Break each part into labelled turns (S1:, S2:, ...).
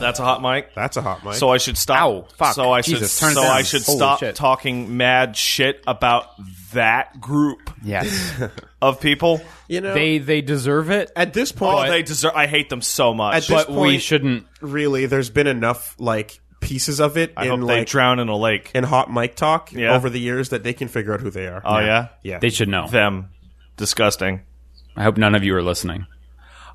S1: That's a hot mic.
S2: That's a hot mic.
S1: So I should stop.
S3: Ow, fuck.
S1: So I should.
S3: Jesus, turn it
S1: so
S3: down.
S1: I should
S3: Holy
S1: stop
S3: shit.
S1: talking mad shit about that group
S3: Yes,
S1: of people.
S2: you know,
S3: they they deserve it.
S2: at this point,
S1: Oh, they deserve. I hate them so much.
S2: at this
S3: but we
S2: point,
S3: shouldn't.
S2: really, there's been enough like pieces of it
S1: I
S2: in
S1: hope they
S2: like
S1: drown in a lake.
S2: in hot mic talk
S1: Yeah.
S2: over the years that they can figure out who they are.
S1: oh yeah?
S2: yeah.
S3: They should know.
S1: them. Disgusting.
S3: I hope none of you are listening.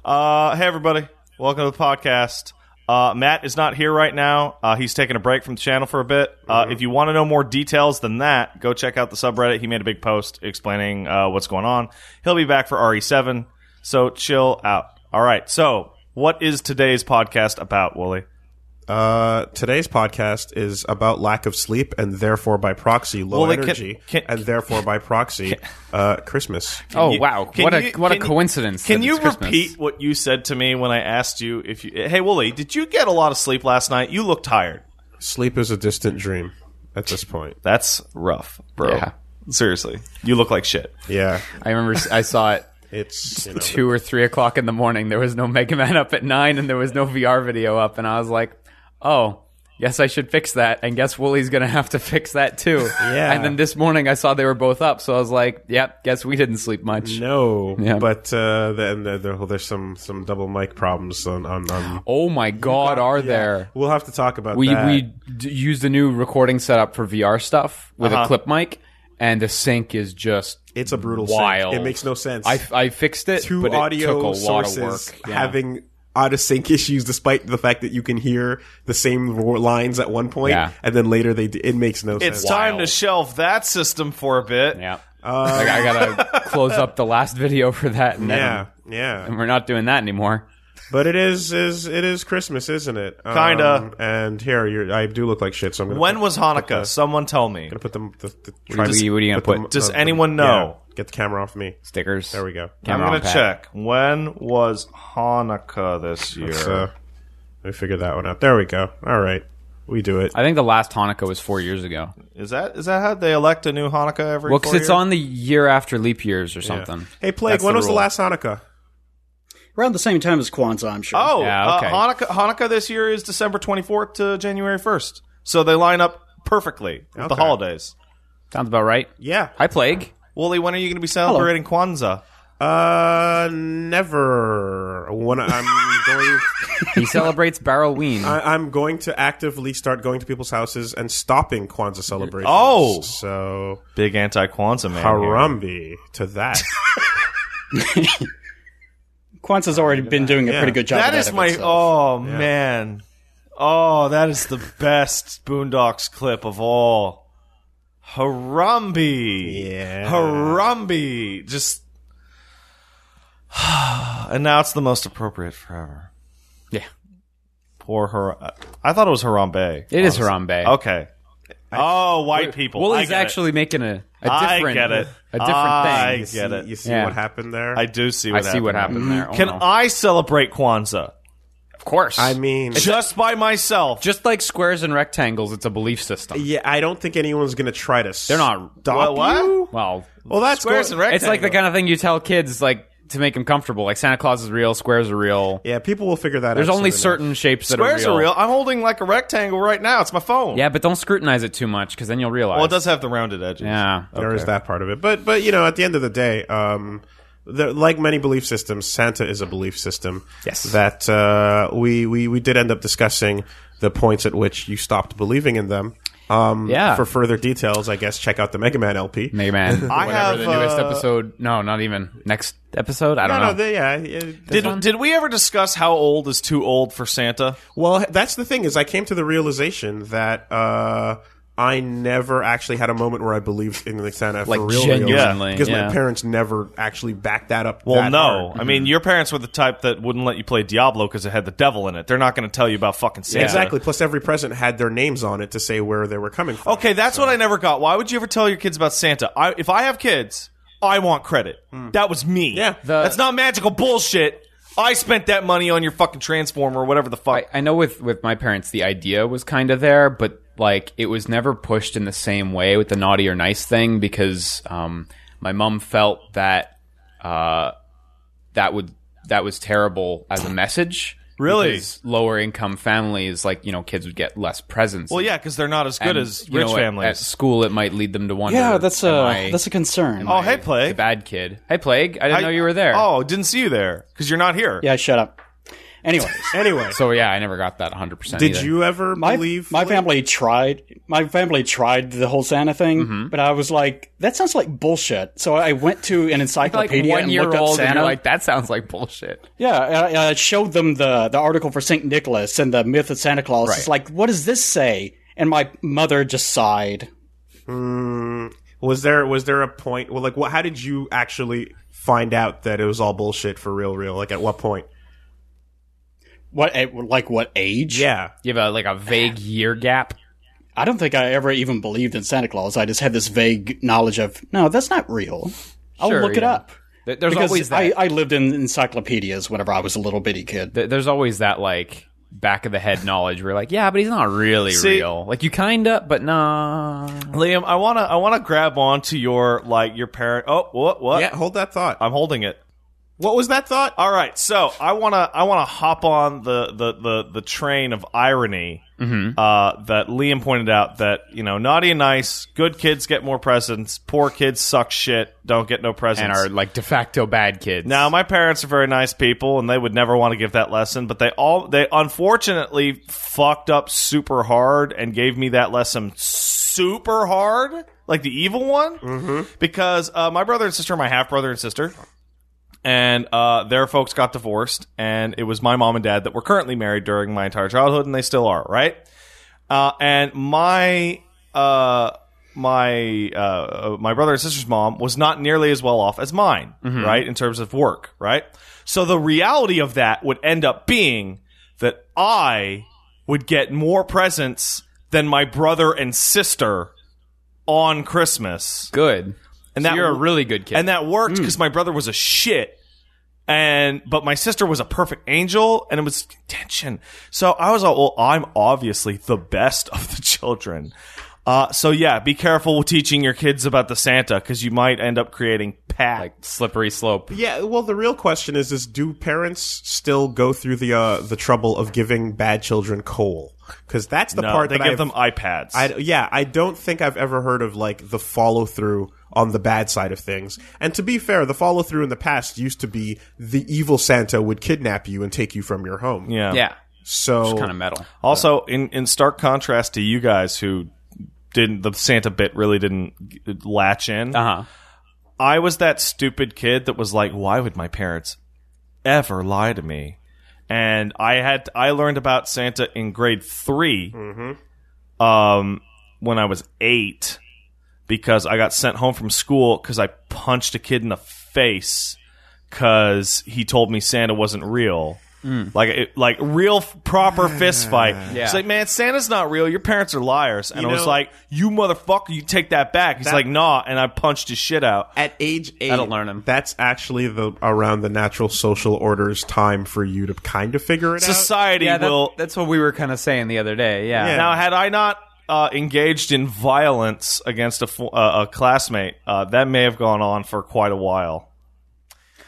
S1: Uh, hey everybody, welcome to the podcast. Uh, Matt is not here right now. Uh, he's taking a break from the channel for a bit. Uh,
S3: Mm-hmm.
S1: If you want to know more details than that, go check out the subreddit. He made a big post explaining uh, what's going on. He'll be back for RE7, so chill out. All right. So, what is today's podcast about, Wooly?
S2: Uh, today's podcast is about lack of sleep and therefore by proxy low
S1: Well, it can-
S2: energy
S1: can-
S2: and therefore by proxy uh, Christmas.
S3: oh
S1: you-
S3: wow!
S1: can
S3: What a
S1: you-
S3: what a
S1: can you-
S3: coincidence!
S1: Can
S3: that
S1: you
S3: it's Christmas.
S1: repeat what you said to me when I asked you if you? Hey, Wooly, did you get a lot of sleep last night? You look tired.
S2: Sleep is a distant dream at this point.
S1: That's rough, bro.
S3: Yeah.
S1: Seriously, you look like shit.
S2: Yeah,
S3: I remember s- I saw it
S2: it's you know,
S3: two or three o'clock in the morning. There was no Mega Man up at nine, and there was no VR video up, and I was like, oh. Yes, I should fix that, and guess Wooly's gonna have to fix that too.
S2: Yeah.
S3: And then this morning I saw they were both up, so I was like, "Yep, guess we didn't sleep much."
S2: no,
S3: Yeah.
S2: but uh, then there, there- there's some some double mic problems on. on, on
S3: Oh my God, are there?
S2: We'll have to talk about
S3: We
S2: that.
S3: we d- used a new recording setup for VR stuff with a clip mic, and the sync is just
S2: Uh-huh. it's a brutal
S3: wild.
S2: Sync. It makes no sense.
S3: I, I fixed it,
S2: two
S3: but it took a
S2: audio
S3: lot
S2: sources
S3: of work. Yeah.
S2: having out of sync issues despite the fact that you can hear the same ro- lines at one point,
S3: Yeah.
S2: and then later they d- it makes no
S1: It's
S2: sense
S1: time to shelve that system for a bit.
S3: yeah.
S2: Uh,
S3: Like, I gotta close up the last video for that, and then
S2: yeah yeah
S3: and we're not doing that anymore.
S2: but it is is it is christmas isn't it Um,
S1: Kinda.
S2: and here you're, i do look like shit so i'm gonna
S1: When
S2: put,
S1: was Hanukkah? Someone tell me.
S2: gonna put them the, the,
S3: What are you, what are you gonna
S2: put
S3: put?
S2: them-
S1: Does
S2: uh,
S1: anyone
S2: yeah.
S1: know?
S2: get the camera off me
S3: Stickers.
S2: there we go
S1: I'm
S3: Camera
S1: gonna
S3: on, Pat.
S1: check. When was Hanukkah this year?
S2: so Uh, let me figure that one out there we go all right we do it
S3: I think the last Hanukkah was four years ago.
S1: is that is that how they elect a new Hanukkah every?
S3: Well,
S1: four
S3: because it's
S1: years?
S3: on the year after leap years or something.
S2: hey plague
S3: That's
S2: when
S3: the
S2: was the
S3: rule.
S2: last hanukkah
S4: Around the same time as Kwanzaa, I'm sure.
S1: Oh,
S3: Yeah, okay.
S1: uh, Hanukkah. Hanukkah this year is December 24th to January 1st. So they line up perfectly with the
S2: Okay.
S1: holidays.
S3: Sounds about right.
S2: yeah
S3: Hi, Plague.
S1: Wooly, when are you going to be celebrating Kwanzaa?
S2: Uh, never. When I'm going,
S3: He celebrates Barrelween.
S2: I, I'm going to actively start going to people's houses and stopping Kwanzaa celebrations.
S1: Oh.
S2: so
S1: Big anti-Kwanzaa man. here.
S2: harambe to that.
S4: Kwanzaa's already been doing a
S2: Yeah.
S4: pretty good job.
S1: That
S4: of
S1: is
S4: of
S1: my
S4: itself.
S1: oh man, oh that is the best Boondocks clip of all. Harambe,
S2: Yeah.
S1: Harambe, just and now it's the most appropriate forever.
S3: yeah,
S1: Poor Har. I thought it was Harambe.
S3: it is Harambe.
S1: Okay. Oh, white people. I
S3: Wooly's
S1: get it.
S3: actually making a, a
S1: I
S3: different,
S1: get it.
S3: a different
S1: I
S3: thing.
S1: get it.
S2: You see
S3: Yeah.
S2: what happened there?
S1: I do see.
S3: I
S1: What
S3: see what happened there. Oh,
S1: Can
S3: no.
S1: I celebrate Kwanzaa
S3: Of course.
S2: I mean,
S1: just by myself?
S3: just like squares and rectangles, it's a belief system.
S2: yeah, I don't think anyone's gonna try to. They're
S3: not-
S2: Stop
S1: What- what?
S2: you?
S3: Well,
S2: Well, that's
S1: Squares
S2: going-
S1: and
S3: it's like the
S1: rectangles.
S3: kind of thing you tell kids like to make them comfortable. Like Santa Claus is real, squares are real.
S2: Yeah, people will figure that out.
S3: There's
S2: soon
S3: only
S2: enough.
S3: certain shapes that
S1: Squares
S3: are real.
S1: I'm holding like a rectangle right now. It's my phone.
S3: Yeah, but don't scrutinize it too much because then you'll realize.
S1: Well, it does have the rounded edges.
S3: Yeah.
S2: There is that part of it, but but you know, at the end of the day, um, the, like many belief systems, Santa is a belief system.
S3: Yes.
S2: that uh, we we we did end up discussing the points at which you stopped believing in them. Um,
S3: Yeah.
S2: For further details, I guess check out the Mega Man LP.
S3: Mega Man.
S1: I
S3: Whatever
S1: have,
S3: the newest
S1: uh,
S3: episode. No, not even next episode. I
S2: No,
S3: don't
S2: no,
S3: know.
S2: they, yeah. it-
S1: Did, did we ever discuss how old is too old for Santa?
S2: well, that's the thing is, I came to the realization that uh, I never actually had a moment where I believed in the Santa
S3: Like,
S2: for real,
S3: genuinely,
S2: real. because
S3: yeah.
S2: my parents never actually backed that up.
S1: Well,
S2: that
S1: no.
S2: hard.
S1: I
S3: Mm-hmm.
S1: mean, your parents were the type that wouldn't let you play Diablo because it had the devil in it. They're not going to tell you about fucking Santa.
S2: Exactly. Plus, every present had their names on it to say where they were coming from.
S1: Okay, that's what I never got. Why would you ever tell your kids about Santa? I, if I have kids, I want credit.
S3: Mm.
S1: That was me.
S2: Yeah.
S3: The-
S1: that's not magical bullshit. I spent that money on your fucking transformer or whatever the fuck.
S3: I, I know with with my parents the idea was kind of there, but like it was never pushed in the same way with the naughty or nice thing because um, my mom felt that uh, that would that was terrible as a message.
S1: Really?
S3: because lower income families, like you know, kids would get less presents.
S1: Well, yeah, because they're not as good as
S3: you
S1: rich
S3: know, at-
S1: families.
S3: At, school, it might lead them to wonder.
S4: Yeah, that's
S3: am
S4: a
S3: I
S4: that's a concern.
S1: oh, hey, play.
S3: a bad kid. Hey, plague! I didn't know you were there.
S1: Oh, didn't see you there because you're not here.
S4: Yeah, shut up. Anyways,
S2: Anyway,
S3: So yeah, I never got that 100. percent
S2: did you ever
S4: my
S2: believe
S4: my
S2: Flynn?
S4: family tried my family tried the whole Santa thing, but I was like, that sounds like bullshit. So I went to an
S3: Like
S4: encyclopedia
S3: one
S4: and
S3: year
S4: looked up
S3: old, and
S4: Santa.
S3: you're like, that sounds like bullshit.
S4: yeah, I, I showed them the the article for Saint Nicholas and the myth of Santa Claus. It's like, what does this say? And my mother just sighed.
S2: mm, Was there was there a point? Well, like, what? How did you actually find out that it was all bullshit for real? Real? Like, at what point?
S4: What at- like what age?
S2: Yeah.
S3: You have a, like a vague year gap.
S4: I don't think I ever even believed in Santa Claus. I just had this vague knowledge of no, that's not real. I'll
S3: Sure,
S4: look it
S3: yeah.
S4: up.
S3: There- There's always
S4: Because
S3: that.
S4: I, I lived in encyclopedias whenever I was a little bitty kid.
S3: th- there's always that like back of the head knowledge where like yeah but he's not really
S1: See-
S3: real like you kinda but nah
S1: Liam, I wanna I wanna grab onto your like your parent. Oh, what what?
S2: Yeah. Hold that thought.
S1: I'm holding it.
S2: What was that thought?
S1: All right, so I wanna I wanna hop on the the the, the train of irony
S3: Mm-hmm.
S1: uh, that Liam pointed out that you know naughty and nice, good kids get more presents, poor kids suck shit, don't get no presents.
S3: and are like de facto bad kids
S1: Now, my parents are very nice people, and they would never want to give that lesson. But they all they unfortunately fucked up super hard and gave me that lesson super hard, like the evil one, mm-hmm. because uh, my brother and sister, my half brother and sister. And uh, their folks got divorced, and it was my mom and dad that were currently married during my entire childhood, and they still are, right? Uh, and my uh, my uh, my brother and sister's mom was not nearly as well off as mine,
S3: Mm-hmm.
S1: right? In terms of work, right? So the reality of that would end up being that I would get more presents than my brother and sister on Christmas,
S3: good
S1: and
S3: so you're a really good kid
S1: and that worked
S2: Mm.
S1: because my brother was a shit, and but my sister was a perfect angel, and it was tension. So I was like, well, I'm obviously the best of the children. Uh, so yeah, be careful with teaching your kids about the Santa because you might end up creating pack.
S3: like slippery slope
S2: Yeah. Well, the real question is: is do parents still go through the uh, the trouble of giving bad children coal? Because that's the
S1: no,
S2: part
S1: they
S2: that
S1: give
S2: I've-
S1: them iPads.
S2: I, yeah, I don't think I've ever heard of like the follow through on the bad side of things. And to be fair, the follow through in the past used to be the evil Santa would kidnap you and take you from your home.
S1: yeah.
S3: yeah
S2: So
S3: kind of metal
S1: Also, in in stark contrast to you guys who didn't the Santa bit really didn't g- latch in.
S3: uh-huh
S1: I was that stupid kid that was like, why would my parents ever lie to me? And I had I learned about Santa in grade 3 um, when I was eight because I got sent home from school because I punched a kid in the face because he told me Santa wasn't real. Like it, like real f- proper fist fight.
S3: Yeah.
S1: It's like, man, Santa's not real. Your parents are liars. And I was
S2: know-
S1: like, you motherfucker, you take that back. He's like, nah, and I punched his shit out.
S2: at age 8
S3: That'll learn 'em.
S2: That's actually the around the natural social order's time for you to kind of figure it out.
S1: society
S3: yeah that-
S1: will.
S3: that's what we were kind of saying the other day yeah,
S2: Yeah.
S1: now, had I not uh, engaged in violence against a, fo- uh, a classmate, uh, that may have gone on for quite a while.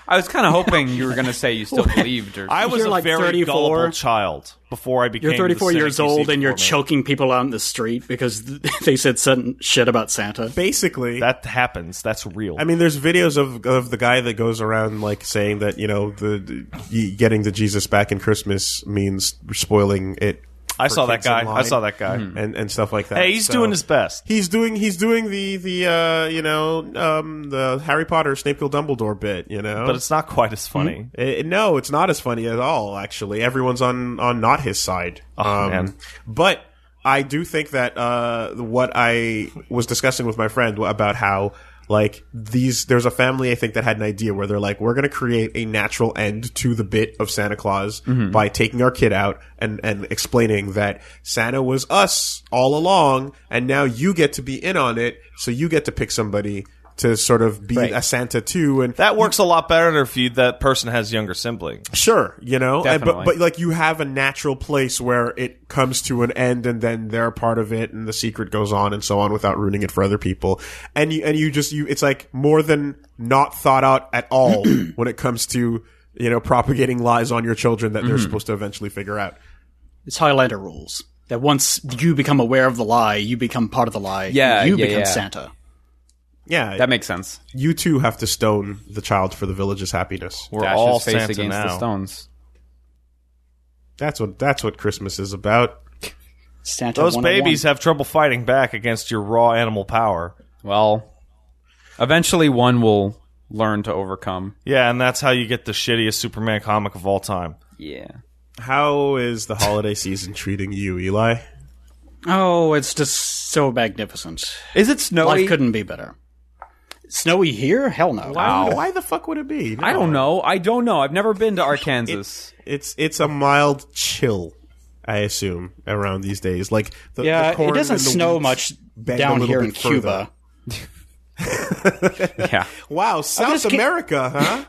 S3: i was kind of hoping you were gonna say you still believed or
S1: I was
S4: You're
S1: a
S4: like
S1: very
S4: 34.
S1: gullible child before I became.
S4: You're 34
S1: the
S4: years
S1: cynic you see
S4: old and you're
S1: before me.
S4: choking people out in the street because th- they said certain shit about Santa.
S2: Basically,
S1: That happens. That's real.
S2: I mean, there's videos of of the guy that goes around like saying that you know the, the getting the Jesus back in Christmas means spoiling it.
S1: I
S2: for
S1: saw that
S2: kids in
S1: guy. I
S2: line
S1: saw that guy.
S2: and and stuff like that.
S1: Hmm. Hey, he's
S2: So-
S1: doing his best.
S2: He's doing he's doing the the uh, you know um, the Harry Potter Snape kill Dumbledore bit. You know,
S1: but it's not quite as funny.
S2: Eh, no, it's not as funny at all. Actually, everyone's on on not his side. Um,
S1: man.
S2: But I do think that uh, what I was discussing with my friend about how like these there's a family I think that had an idea where they're like we're going to create a natural end to the bit of Santa Claus by taking our kid out and and explaining that Santa was us all along and now you get to be in on it so you get to pick somebody to sort of be a Santa too and
S1: That works a lot better if you that person has younger siblings.
S2: Sure, you know, and- but
S3: Definitely.
S2: but like you have a natural place where it comes to an end, and then they're a part of it, and the secret goes on and so on without ruining it for other people. And you and you just you, it's like more than not thought out at all when it comes to you know, propagating lies on your children that they're
S3: Mm-hmm.
S2: supposed to eventually figure out.
S4: It's Highlander rules. That once you become aware of the lie, you become part of the lie.
S3: Yeah,
S4: you
S3: yeah,
S4: become
S3: yeah.
S4: Santa.
S2: Yeah,
S3: That makes sense.
S2: you too have to stone the child for the village's happiness.
S1: We're
S3: Dash's
S1: all
S3: face
S1: Santa
S3: against the
S1: now.
S3: stones.
S2: That's what that's what Christmas is about.
S4: Santa.
S1: Those
S4: 101.
S1: babies have trouble fighting back against your raw animal power.
S3: Well, eventually one will learn to overcome.
S1: Yeah, and that's how you get the shittiest Superman comic of all time.
S3: Yeah.
S2: How is the holiday season treating you, Eli?
S4: Oh, it's just so magnificent.
S3: Is it snowy?
S4: Life couldn't be better. Snowy here? Hell no.
S2: Why, would- why the fuck would it be? No.
S3: I don't know. I don't know. I've never been to Arkansas.
S2: It's it's a mild chill, I assume, around these days. Like the,
S4: Yeah,
S2: the corn
S4: it doesn't
S2: and the
S4: snow
S2: wheat's
S4: much
S2: bend a
S4: down
S2: little
S4: here
S2: bit
S4: in
S2: further.
S4: Cuba.
S3: yeah.
S2: Wow, South
S4: just kid-
S2: America, huh?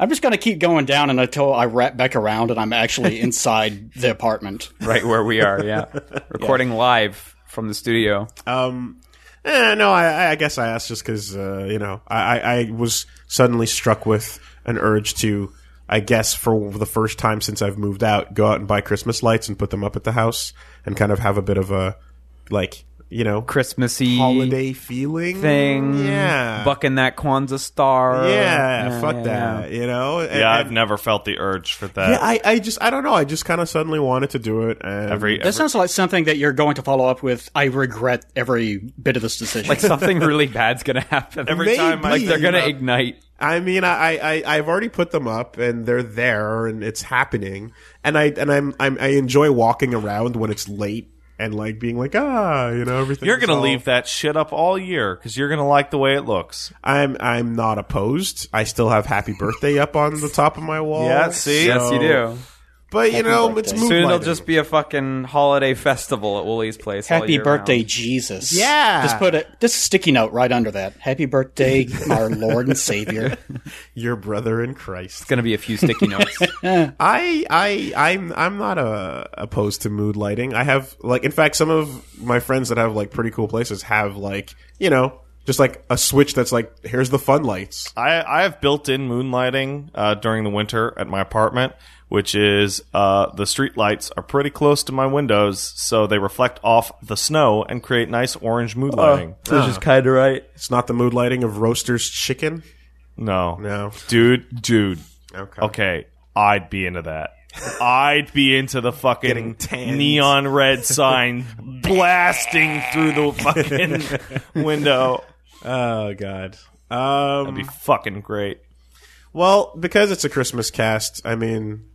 S4: I'm just gonna keep going down and until I wrap back around and I'm actually inside the apartment.
S3: Right where we are. Yeah. Recording live from the studio.
S2: Um, eh, no, I, I guess I asked just because uh, you know I, I I was suddenly struck with an urge to, I guess, for the first time since I've moved out, go out and buy Christmas lights and put them up at the house and kind of have a bit of a like you know
S3: Christmassy
S2: holiday feeling
S3: thing.
S2: Yeah,
S3: Bucking that Kwanzaa star.
S2: yeah, fuck that, you know. And-
S1: Yeah, I've
S2: and-
S1: never felt the urge for that.
S2: yeah, I, I just I don't know. I just kind of suddenly wanted to do it. And
S1: every,
S4: That
S1: every-
S4: sounds like something that you're going to follow up with. I regret every bit of this decision.
S3: Like something really bad's gonna happen.
S1: every
S2: Maybe.
S1: time I
S3: like they're
S1: think
S3: gonna
S1: about-
S3: ignite.
S2: I mean, I, I I've already put them up, and they're there, and it's happening, and I and I'm, I'm I enjoy walking around when it's late and like being like ah, you know everything.
S1: You're gonna leave that shit up all year because you're gonna like the way it looks.
S2: I'm I'm not opposed. I still have happy birthday up on the top of my wall.
S1: Yeah, see?
S2: so-
S1: Yes,
S3: Yes, you do.
S2: But you know, it's mood
S3: Soon it'll
S2: lighting.
S3: just be a fucking holiday festival at Wooly's place. all
S4: Happy
S3: year
S4: birthday,
S3: round.
S4: Jesus.
S2: Yeah.
S4: Just put a just a sticky note right under that. Happy birthday, our Lord and Savior.
S2: your brother in Christ.
S3: It's gonna be a few sticky notes.
S2: I I I'm I'm not uh, opposed to mood lighting. I have like in fact some of my friends that have like pretty cool places have like, you know, just like a switch that's like here's the fun lights.
S1: I I have built-in moonlighting uh, during the winter at my apartment, which is uh, the street lights are pretty close to my windows, so they reflect off the snow and create nice orange mood lighting.
S2: Oh.
S3: Which is kind of right.
S2: It's not the mood lighting of roasters chicken.
S1: no,
S2: No.
S1: dude, dude.
S2: Okay.
S1: Okay, I'd be into that. I'd be into the fucking
S2: Getting tanned.
S1: neon red sign blasting through the fucking window.
S2: Oh god. Um
S1: It'd be fucking great.
S2: well, because it's a Christmas cast, I mean,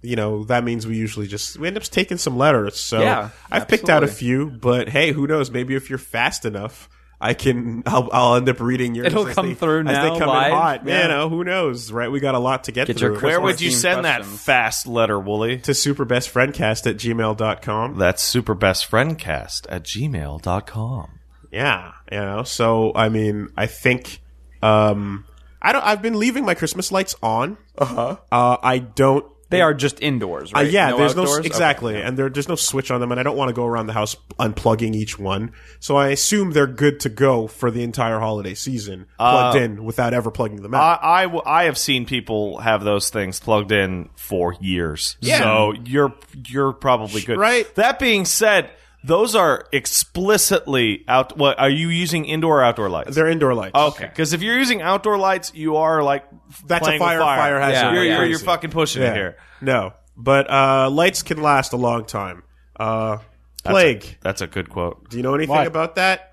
S2: you know, that means we usually just we end up taking some letters. So
S3: Yeah,
S2: I've picked out a
S3: absolutely.
S2: few, but hey, who knows? Maybe if you're fast enough, I can. I'll, I'll end up reading yours.
S3: It'll
S2: as
S3: come
S2: they,
S3: through
S2: as
S3: now
S2: they come
S3: live.
S2: in hot.
S3: Yeah.
S2: You know, who knows? Right? We got a lot to get,
S3: Get your
S2: through.
S1: Where would
S3: Christmas
S1: you
S3: themed
S1: send that
S3: questions.
S1: fast letter, Wooly?
S2: to superbestfriendcast at gmail.com.
S1: That's superbestfriendcast at gmail.com.
S2: Yeah, you know. So I mean, I think um, I don't. I've been leaving my Christmas lights on. Uh-huh. Uh I don't.
S3: They are just indoors,
S2: Uh,
S3: right?
S2: yeah, there's no
S3: outdoors?
S2: s- exactly,
S3: Okay.
S2: and there, there's no switch on them, and I don't want to go around the house unplugging each one. So I assume they're good to go for the entire holiday season,
S3: Uh,
S2: plugged in without ever plugging them out.
S1: I, I w- I have seen people have those things plugged in for years.
S2: Yeah.
S1: So you're you're probably good.
S2: Right.
S1: That being said, those are explicitly out. What are you using? Indoor or outdoor lights?
S2: They're indoor lights.
S1: okay. Because if you're using outdoor lights, you are like
S2: That's a
S1: playing with
S2: fire-
S1: fire
S2: fire hazard.
S1: You're,
S3: Yeah,
S1: you're,
S3: yeah.
S1: you're fucking pushing
S2: Yeah.
S1: it here.
S2: No, but uh, lights can last a long time. Uh, plague.
S1: That's a good quote.
S2: Do you know anything
S4: What?
S2: about that?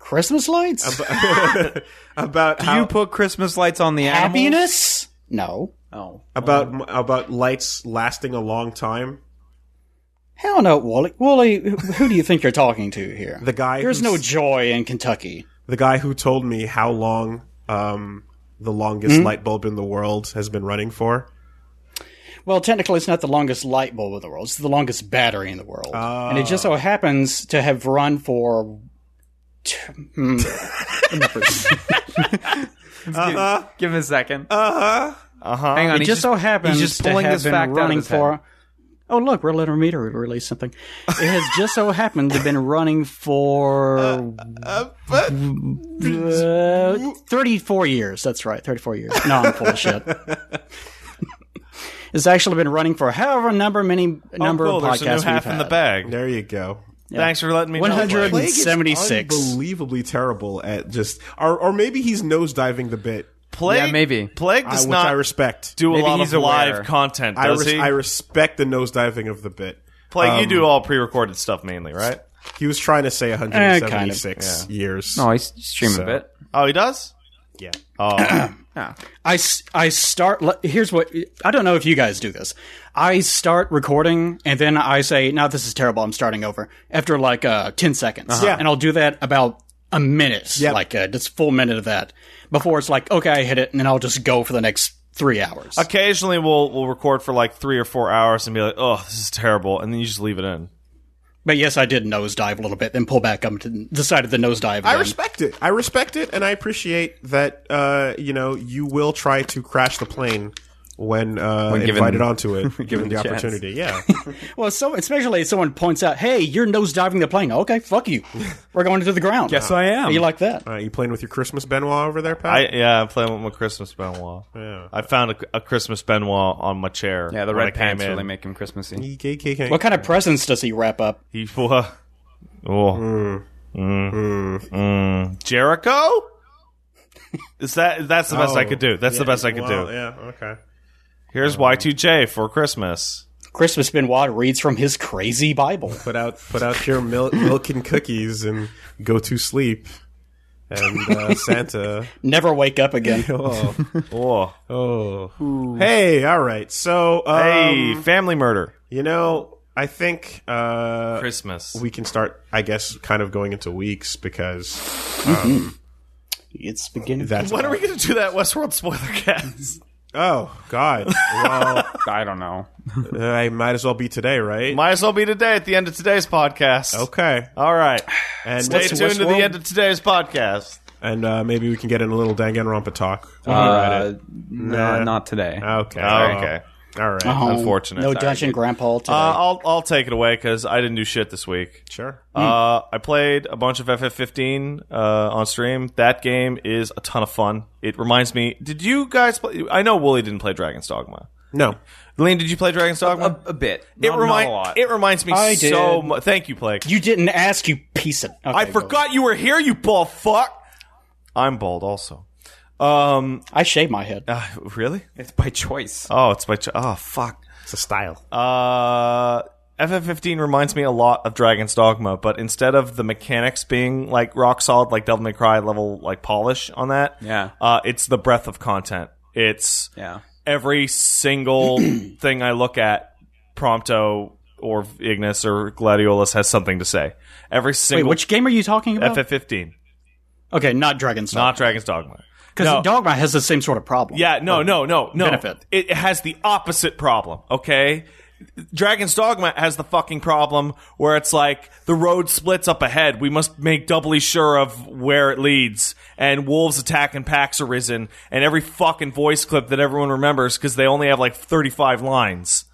S4: Christmas lights?
S2: About how
S3: You put Christmas lights on the animals?
S4: Happiness? No.
S3: Oh.
S2: about m- about lights lasting a long time?
S4: Hell no, Wooly. Wooly, who- who do you think you're talking to here?
S2: The guy
S4: There's
S2: who's-
S4: no joy in Kentucky.
S2: The guy who told me how long um, the longest
S3: Hmm?
S2: light bulb in the world has been running for.
S4: Well, technically, it's not the longest light bulb in the world. It's the longest battery in the world,
S1: Ah.
S4: and it just so happens to have run for. t- hmm,
S3: Give, give him a second.
S1: Uh huh.
S3: Hang on.
S4: Uh-huh. it
S3: he's
S4: just so
S3: he's
S4: happens
S3: just
S4: to
S3: pulling
S4: have
S3: this
S4: been
S3: fact out of
S4: running
S3: his head.
S4: for. oh look, Red Letter Media released something. It has just so happened to have been running for uh, 34 years. That's right, 34 years. No, I'm full of shit. it's actually been running for however number many number
S1: Oh, cool,
S4: of
S1: there's
S4: podcasts
S1: a new
S4: we've
S1: half
S4: had.
S1: in the bag.
S2: There you go.
S1: Thanks for letting me know.
S4: 100
S1: Blake.
S2: Plague is
S4: 76.
S2: unbelievably terrible at just, or, or maybe he's nosediving the bit,
S1: Plague,
S3: Yeah, maybe.
S1: Plague
S2: I,
S1: does
S2: which
S1: not
S2: I respect.
S1: do a
S3: Maybe
S1: lot of
S3: he's aware.
S1: live content,
S2: I,
S1: does
S2: res-
S1: he?
S2: I respect the nosediving of the bit.
S1: Plague, you do all pre-recorded stuff mainly, right?
S2: He was trying to say
S4: of,
S2: 176 years.
S3: No, I s- stream Oh, a bit.
S1: Oh, he does.
S2: yeah.
S1: Oh,
S4: I, s- I start. le- Here's what I don't know if you guys do this. I start recording and then I say, "No, this is terrible. I'm starting over." After like uh, ten seconds,
S2: Yeah.
S4: and I'll do that about a minute,
S2: Yep.
S4: like uh, just full minute of that before it's like, "Okay, I hit it," and then I'll just go for the next three hours.
S1: occasionally we'll we'll record for like three or four hours and be like, oh, this is terrible, and then you just leave it in.
S4: But yes, I did nosedive a little bit, then pull back up to the side of the nosedive.
S2: I
S4: again.
S2: respect it. I respect it, and I appreciate that. Uh, you know, you will try to crash the plane when, uh,
S3: given-
S2: invited onto it, given the,
S3: the chance.
S2: opportunity. Yeah,
S4: Well, so especially if someone points out, "Hey, you're nosediving the plane." Okay, fuck you. We're going to the ground.
S3: Yes, I am.
S4: You like that?
S2: uh, you playing with your Christmas Benoit over there, Pat?
S1: I yeah, I'm playing with my Christmas Benoit.
S2: Yeah.
S1: I found a, a Christmas Benoit on my chair.
S3: Yeah, the
S1: when
S3: red
S1: I came
S3: pants
S1: in.
S3: really make him Christmassy.
S2: EKKK.
S4: What kind of presents does he wrap up?
S1: He uh, oh Mm. Mm. Jericho. Is that that's the best I could do? That's the best I could
S2: Well,
S1: do.
S2: Yeah. Okay.
S1: Here's Y2J for Christmas.
S4: Christmas Benoit reads from his crazy Bible.
S2: Put out put out your milk, milk and cookies and go to sleep. And uh, Santa.
S4: Never wake up again.
S2: Oh.
S1: Oh,
S2: Oh. Hey. All right. So. Um,
S1: hey, family murder.
S2: You know, I think uh,
S1: Christmas.
S2: we can start. I guess kind of going into weeks because
S4: It's beginning.
S2: that's.
S1: when are we going to do that Westworld spoiler cast?
S2: Oh God. Well, uh,
S3: I don't know.
S2: I might as well be today, right?
S1: Might as well be today at the end of today's podcast.
S2: okay.
S1: All right.
S2: And
S1: Stay tuned to the
S4: Westworld?
S1: end of today's podcast.
S2: and uh, maybe we can get in a little Danganronpa talk.
S3: Uh, no, not today.
S2: okay.
S1: Okay. Uh-huh.
S2: All right.
S4: Oh,
S1: Unfortunate.
S4: No
S1: Sorry.
S4: Dungeon Grandpa today.
S1: Uh, I'll I'll take it away because I didn't do shit this week.
S2: Sure.
S1: Uh, I played a bunch of FF15 uh, on stream. That game is a ton of fun. It reminds me. Did you guys play? I know Wooly didn't play Dragon's Dogma.
S2: No.
S1: Lean, did you play Dragon's Dogma?
S3: A, a bit.
S1: it
S3: Uh, Not,
S1: remind-
S3: not a lot.
S1: It reminds me
S4: I
S1: so
S4: did.
S1: much. Thank you, Plague.
S4: you didn't ask, you piece of. Okay,
S1: I
S4: go.
S1: forgot you were here. You bald fuck. I'm bald also. Um,
S4: I shaved my head.
S1: uh, really?
S3: it's by choice.
S1: Oh, it's my. Ch- oh, fuck.
S2: It's a style.
S1: Uh, FF15 reminds me a lot of Dragon's Dogma, but instead of the mechanics being like rock solid, like Devil May Cry level, like polish on that,
S3: Yeah.
S1: uh, it's the breadth of content. It's
S3: Yeah.
S1: every single thing I look at, Prompto or Ignis or Gladiolus has something to say. Every
S4: Wait,
S1: single
S4: which game are you talking about?
S1: FF15,
S4: okay, not Dragon's
S1: not Dragon's Dogma.
S4: Because
S1: no.
S4: Dogma has the same sort of problem.
S1: Yeah, no, no, no, no.
S4: benefit.
S1: It it has the opposite problem, okay? Dragon's Dogma has the fucking problem where it's like the road splits up ahead. We must make doubly sure of where it leads. And wolves attack and packs are risen. And every fucking voice clip that everyone remembers because they only have like 35 lines.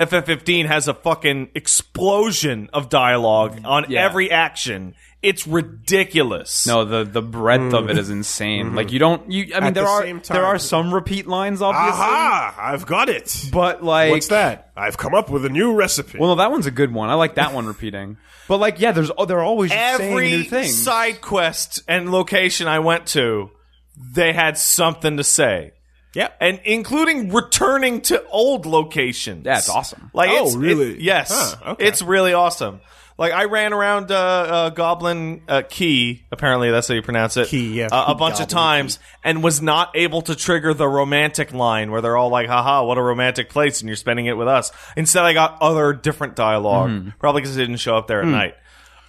S1: FF15 has a fucking explosion of dialogue on
S3: Yeah.
S1: every action. It's ridiculous.
S3: No, the the breadth of it is insane. Like you don't you I mean
S2: At
S3: there
S2: the
S3: are
S2: same
S3: there
S2: time-
S3: are some repeat lines obviously.
S2: Aha! I've got it.
S3: But like
S2: What's that? I've come up with a new recipe.
S3: Well, no, that one's a good one. I like that one repeating. But like yeah, there's oh, they're always just saying new
S1: every
S3: things.
S1: side quest and location I went to, they had something to say.
S2: yeah.
S1: And including returning to old locations.
S3: Yeah, it's awesome.
S1: Like,
S2: Oh,
S1: it's, it-
S2: really?
S1: yes,
S2: Huh, okay.
S1: it's really awesome. Like I ran around uh, uh, Goblin uh, Key, apparently that's how you pronounce it.
S2: Key, yeah.
S1: uh, a bunch of times, and was not able to trigger the romantic line where they're all like, "Haha, what a romantic place!" and you're spending it with us. Instead, I got other different dialogue, probably because it didn't show up there at
S2: Hmm.
S1: night.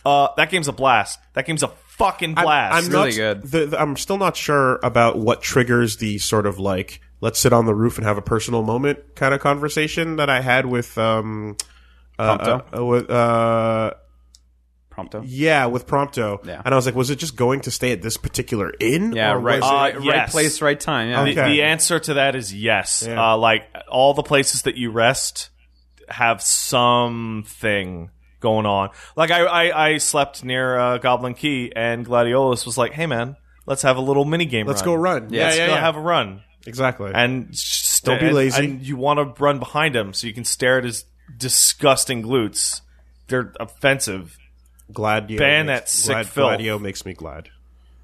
S1: Uh, that game's a blast. That gameme's a fucking blast.
S2: I'm
S3: really
S2: not,
S3: good.
S2: The, the- I'm still not sure about what triggers the sort of like let's sit on the roof and have a personal moment kind of conversation that I had with um uh,
S3: Prompto?
S2: uh, with uh
S3: Prompto.
S2: yeah with Prompto.
S3: Yeah.
S2: And I was like, was it just going to stay at this particular inn?
S3: Yeah,
S2: or
S3: right,
S2: was it-
S3: right,
S1: Uh,
S3: right
S1: yes.
S3: place, right time. Yeah.
S1: The-
S2: Okay.
S1: The answer to that is yes.
S2: Yeah.
S1: Uh, like all the places that you rest have something going on. Like I, I, I slept near uh, Goblin Key, and Gladiolus was like, "Hey man, let's have a little mini game.
S2: Let's go run.
S1: Yeah, let's go have a run."
S2: Exactly.
S1: And s-
S2: Don't be
S1: and-
S2: lazy.
S1: And you want to run behind him so you can stare at his disgusting glutes. They're offensive.
S2: Gladio.
S1: Ban
S2: makes-
S1: that sick
S2: Glad-
S1: filth.
S2: Gladio makes me glad.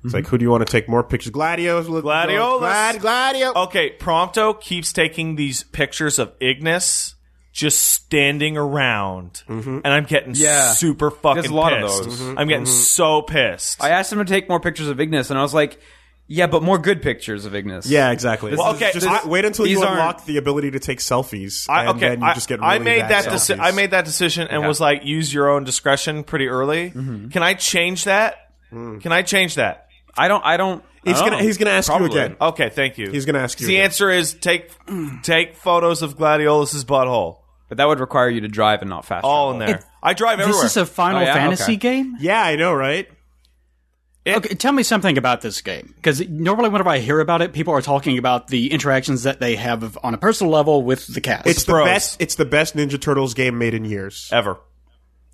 S2: It's like, who do you want to take more pictures? Gladios. look-
S1: Gladiolus.
S2: Glad, gladio.
S1: Okay, Prompto keeps taking these pictures of Ignis just standing around,
S2: Mm-hmm.
S1: and I'm getting
S3: Yeah.
S1: super fucking
S3: There's a lot of
S1: pissed.
S3: those.
S1: I'm getting so pissed.
S3: I asked him to take more pictures of Ignis, and I was like, "Yeah, but more good pictures of Ignis."
S2: Yeah, exactly.
S1: Well, okay,
S2: Just
S1: this-
S2: I- wait until
S3: these
S2: you
S3: aren't-
S2: unlock the ability to take selfies,
S1: I,
S2: and
S1: okay,
S2: then you
S1: I,
S2: just get. Really
S1: I made
S2: bad
S1: that deci-
S2: selfies.
S1: I made that decision and was like, use your own discretion pretty early.
S2: Mm-hmm.
S1: Can I change that?
S2: Mm.
S1: Can I change that?
S3: I don't. I don't. I
S2: He's
S3: don't
S2: gonna.
S3: know.
S2: He's gonna ask
S3: Probably.
S2: you again.
S1: Okay, thank you.
S2: He's gonna ask you
S1: The
S2: again.
S1: answer is take take photos of Gladiolus's butthole.
S3: But that would require you to drive and not fast.
S1: All in
S2: Oh.
S3: travel.
S1: there. I drive everywhere.
S4: This is a Final
S3: Oh, yeah?
S4: Fantasy
S3: Okay.
S4: game.
S2: Yeah, I know, right?
S4: okay, tell me something about this game because normally whenever I hear about it, people are talking about the interactions that they have on a personal level with the cast.
S2: It's the
S1: Bros.
S2: best. It's the best Ninja Turtles game made in years.
S1: Ever.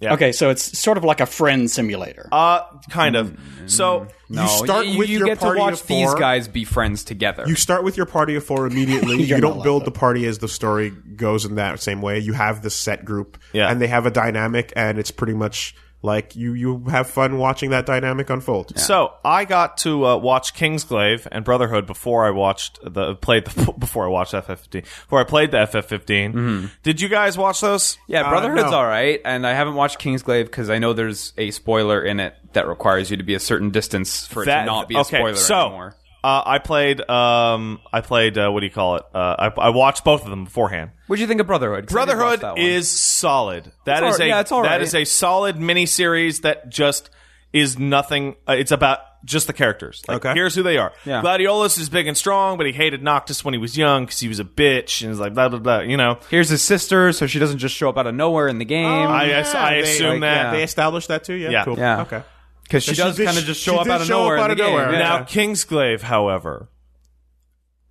S4: okay, so it's sort of like a friend simulator.
S1: Uh, kind of.
S4: Mm.
S1: So
S3: No,
S2: start
S3: Oh, you,
S2: with
S3: you
S2: your
S3: get to
S2: party
S3: watch
S2: of four.
S3: these guys be friends together.
S2: You start with your party of four immediately. you
S4: not
S2: don't
S4: allowed
S2: build
S4: to.
S2: the party as the story goes in that same way. You have the set group,
S1: Yeah.
S2: and they have a dynamic, and it's pretty much like you you have fun watching that dynamic unfold.
S1: So I got to uh, watch Kingsglaive and Brotherhood before I watched the played the before I watched FF15 before I played the FF15. Did you guys watch those?
S3: Mm-hmm.
S1: Uh,
S3: yeah, Brotherhood's
S2: uh, no.
S3: all right, and I haven't watched Kingsglaive because I know there's a spoiler in it that requires you to be a certain distance for it to
S1: That-
S3: not be a
S1: okay,
S3: spoiler
S1: so,
S3: anymore.
S1: Uh, I played. Um, I played. Uh, what do you call it? Uh, I, I watched both of them beforehand.
S3: What do you think of Brotherhood? 'Cause I did watch
S1: Brotherhood
S3: that one.
S1: is solid. That
S3: It's
S1: is
S3: all-
S1: a
S3: yeah, it's all
S1: that
S3: right.
S1: is a solid miniseries that just is nothing. Uh, it's about just the characters. Like,
S2: Okay.
S1: here's who they are.
S3: Yeah.
S1: Gladiolus is big and strong, but he hated Noctis when he was young because he was a bitch and is like blah blah blah. You know.
S3: Here's his sister, so she doesn't just show up out of nowhere in the game
S1: I, I assume
S3: like,
S1: that.
S3: yeah.
S2: they established that too. Yeah,
S1: Yeah.
S2: cool.
S3: Yeah.
S2: Okay.
S3: because she
S2: She
S3: does
S2: did-
S3: kind of just
S2: she
S3: show up
S2: did
S3: out of
S2: show up
S3: nowhere. in
S2: out
S3: the
S2: of
S3: game.
S2: nowhere.
S3: Yeah.
S1: Now, Kingsglaive, however,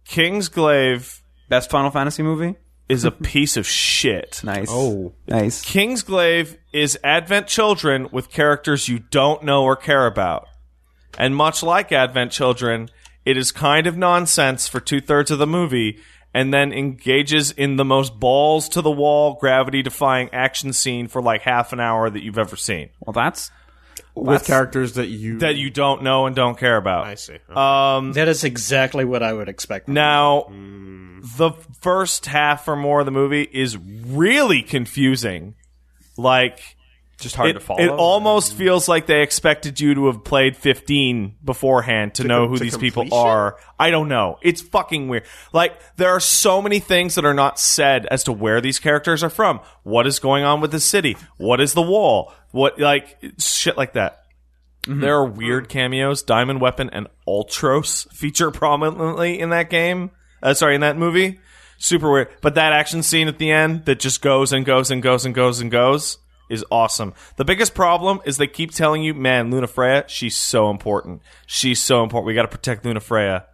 S1: Kingsglaive
S3: best Final Fantasy movie.
S1: is a piece of shit.
S3: Nice. Oh, nice.
S1: Kingsglaive is Advent Children with characters you don't know or care about. And much like Advent Children, it is kind of nonsense for two thirds of the movie and then engages in the most balls to the wall, gravity defying action scene for like half an hour that you've ever seen
S3: Well, that's
S2: With characters that you
S1: that you don't know and don't care about.
S2: I see.
S1: Um,
S4: that is exactly what I would expect.
S1: Now,
S2: Hmm.
S1: the first half or more of the movie is really confusing. Like,
S3: just hard
S1: it,
S3: to follow.
S1: it almost feels like they expected you to have played 15 beforehand to, know who
S2: to
S1: these people
S2: completion?
S1: are. I don't know. It's fucking weird. Like, there are so many things that are not said as to where these characters are from. What is going on with the city? What is the wall? What, like, shit like that.
S2: Mm-hmm.
S1: There are weird cameos. Diamond Weapon and Ultros feature prominently in that game. Uh, sorry, in that movie. Super weird. But that action scene at the end that just goes and goes and goes and goes and goes is awesome. The biggest problem is they keep telling you, man, Luna Freya, she's so important. She's so important. We got to protect Luna Freya.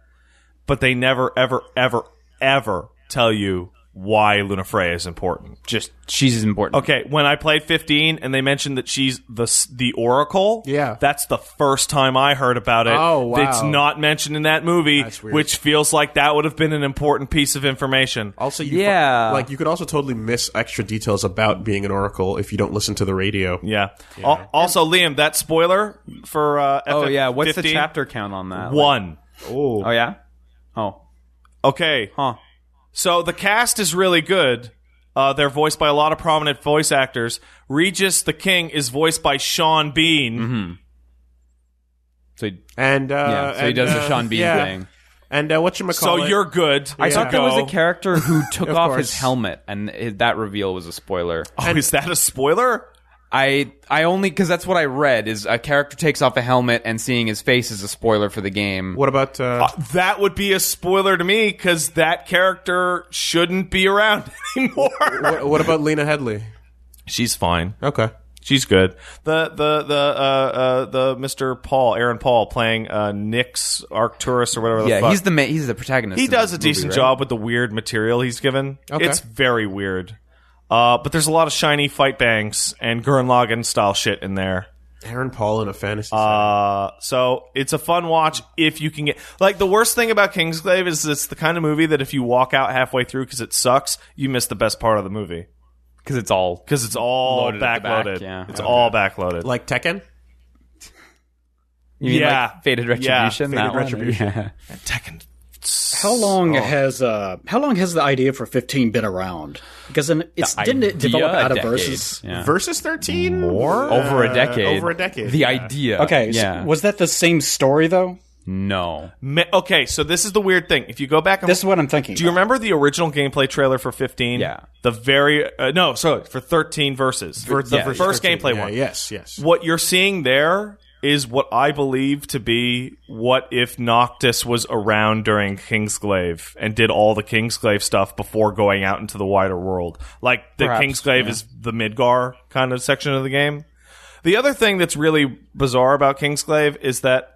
S1: But they never, ever, ever, ever tell you why Luna Freya is important.
S3: just she's important.
S1: Okay, when I played 15 and they mentioned that she's the s- the Oracle,
S2: Yeah.
S1: that's the first time I heard about it.
S2: Oh, wow.
S1: It's not mentioned in that movie, which feels like that would have been an important piece of information.
S2: also, you
S3: Yeah.
S2: like you could also totally miss extra details about being an oracle if you don't listen to the radio.
S1: Yeah. Al- Also, Liam, that spoiler for uh,
S3: Oh
S1: FF
S3: yeah, what's
S1: 15?
S3: the chapter count on that? Like-
S1: One.
S2: Oh,
S3: Oh yeah. Oh.
S1: Okay,
S3: Huh.
S1: So the cast is really good. Uh, they're voiced by a lot of prominent voice actors. Regis the King is voiced by Sean Bean.
S3: Mm-hmm. So
S2: and uh,
S3: yeah, so he
S2: and,
S3: does the
S2: uh,
S3: Sean Bean
S2: yeah.
S3: thing.
S2: And uh, what you
S1: So you're good.
S3: I thought there was
S1: Go.
S3: a character who took off
S2: course.
S3: his helmet, and it, that reveal was a spoiler.
S1: Oh, is that a spoiler?
S3: I I only because that's what I read is a character takes off a helmet, and seeing his face is a spoiler for the game.
S2: What about uh,
S1: That would be a spoiler to me because that character shouldn't be around anymore.
S2: what, what about Lena Headley?
S1: She's fine.
S2: Okay.
S1: She's good. The the the uh, uh, the Mr. Paul Aaron Paul playing uh, Nick's Arcturus or whatever. the
S3: yeah,
S1: fuck.
S3: he's the ma- he's the protagonist.
S1: he
S3: in
S1: does
S3: this
S1: a
S3: movie,
S1: decent
S3: right?
S1: job with the weird material he's given. It's very weird. Uh, but there's a lot of shiny fight bangs and Gurren Lagann style shit in there.
S2: Aaron Paul in a fantasy.
S1: Uh, so it's a fun watch if you can get. Like the worst thing about Kingsglaive is it's the kind of movie that if you walk out halfway through because it sucks, you miss the best part of the movie
S3: because it's all
S1: because it's all
S3: Loaded at the back,
S1: backloaded.
S3: yeah.
S1: It's all backloaded.
S2: like Tekken.
S3: you mean
S1: Yeah.
S3: like faded retribution.
S2: Faded
S3: that one?
S2: Retribution.
S3: Yeah.
S1: Tekken.
S4: How long
S3: Oh.
S4: has uh how long has the idea for 15 been around? Because in, it's didn't it develop
S3: Idea, a
S4: out of
S3: decade.
S4: versus?
S3: Yeah.
S2: Versus 13?
S1: More?
S3: over a decade.
S2: over a decade,
S3: The
S2: yeah.
S3: idea.
S4: Okay, so
S3: Yeah.
S4: was that the same story though?
S3: no.
S1: Me- okay, so this is the weird thing. If you go back and
S4: This is what I'm thinking.
S1: Do you remember the original gameplay trailer for 15?
S3: Yeah.
S1: The very uh, no, sorry, for 13 verses. For the
S3: yeah,
S1: first gameplay
S2: Yeah,
S1: one.
S2: yes, yes.
S1: What you're seeing there is what I believe to be what if Noctis was around during Kingsglaive and did all the Kingsglaive stuff before going out into the wider world. Like the
S3: Perhaps,
S1: Kingsglaive is the Midgar kind of section of the game. The other thing that's really bizarre about Kingsglaive is that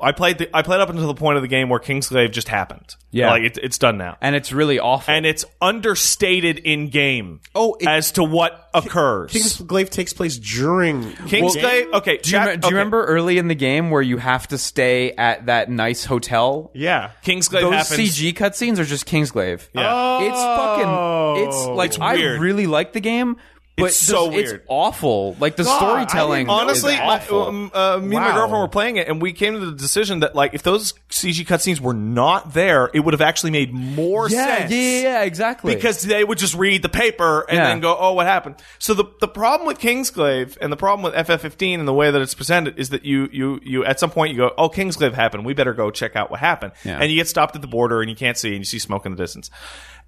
S1: I played the, I played up until the point of the game where Kingsglaive just happened.
S3: Yeah.
S1: like it, it's done now
S3: And it's really awful.
S1: and it's understated in game
S2: Oh, it-
S1: as to what occurs.
S2: King's Glaive takes place during.
S1: Kingsglaive. okay,
S3: do you,
S1: chat-
S3: me- do you
S1: okay.
S3: remember early in the game where you have to stay at that nice hotel?
S2: yeah,
S1: Kingsglaive
S3: Those
S1: happens.
S3: CG cutscenes are just Kingsglaive.
S1: Yeah. Oh,
S3: It's fucking. It's like I
S1: weird.
S3: really like the game, but
S1: It's so
S3: this-
S1: weird.
S3: It's awful. Like
S2: Ah,
S3: the storytelling.
S1: Honestly,
S3: is
S1: I,
S3: awful.
S1: um, uh, me and my
S2: Wow.
S1: girlfriend were playing it, and we came to the decision that like if those CG cutscenes were not there, it would have actually made more
S3: yeah,
S1: sense.
S3: yeah, yeah, yeah, exactly.
S1: Because they would just read the paper and
S3: Yeah.
S1: then go, "Oh, what happened?" So the the problem with Kingsglaive and the problem with FF15 and the way that it's presented is that you you you at some point you go, "Oh, Kingsglaive happened. We better go check out what happened." And you get stopped at the border and you can't see and you see smoke in the distance.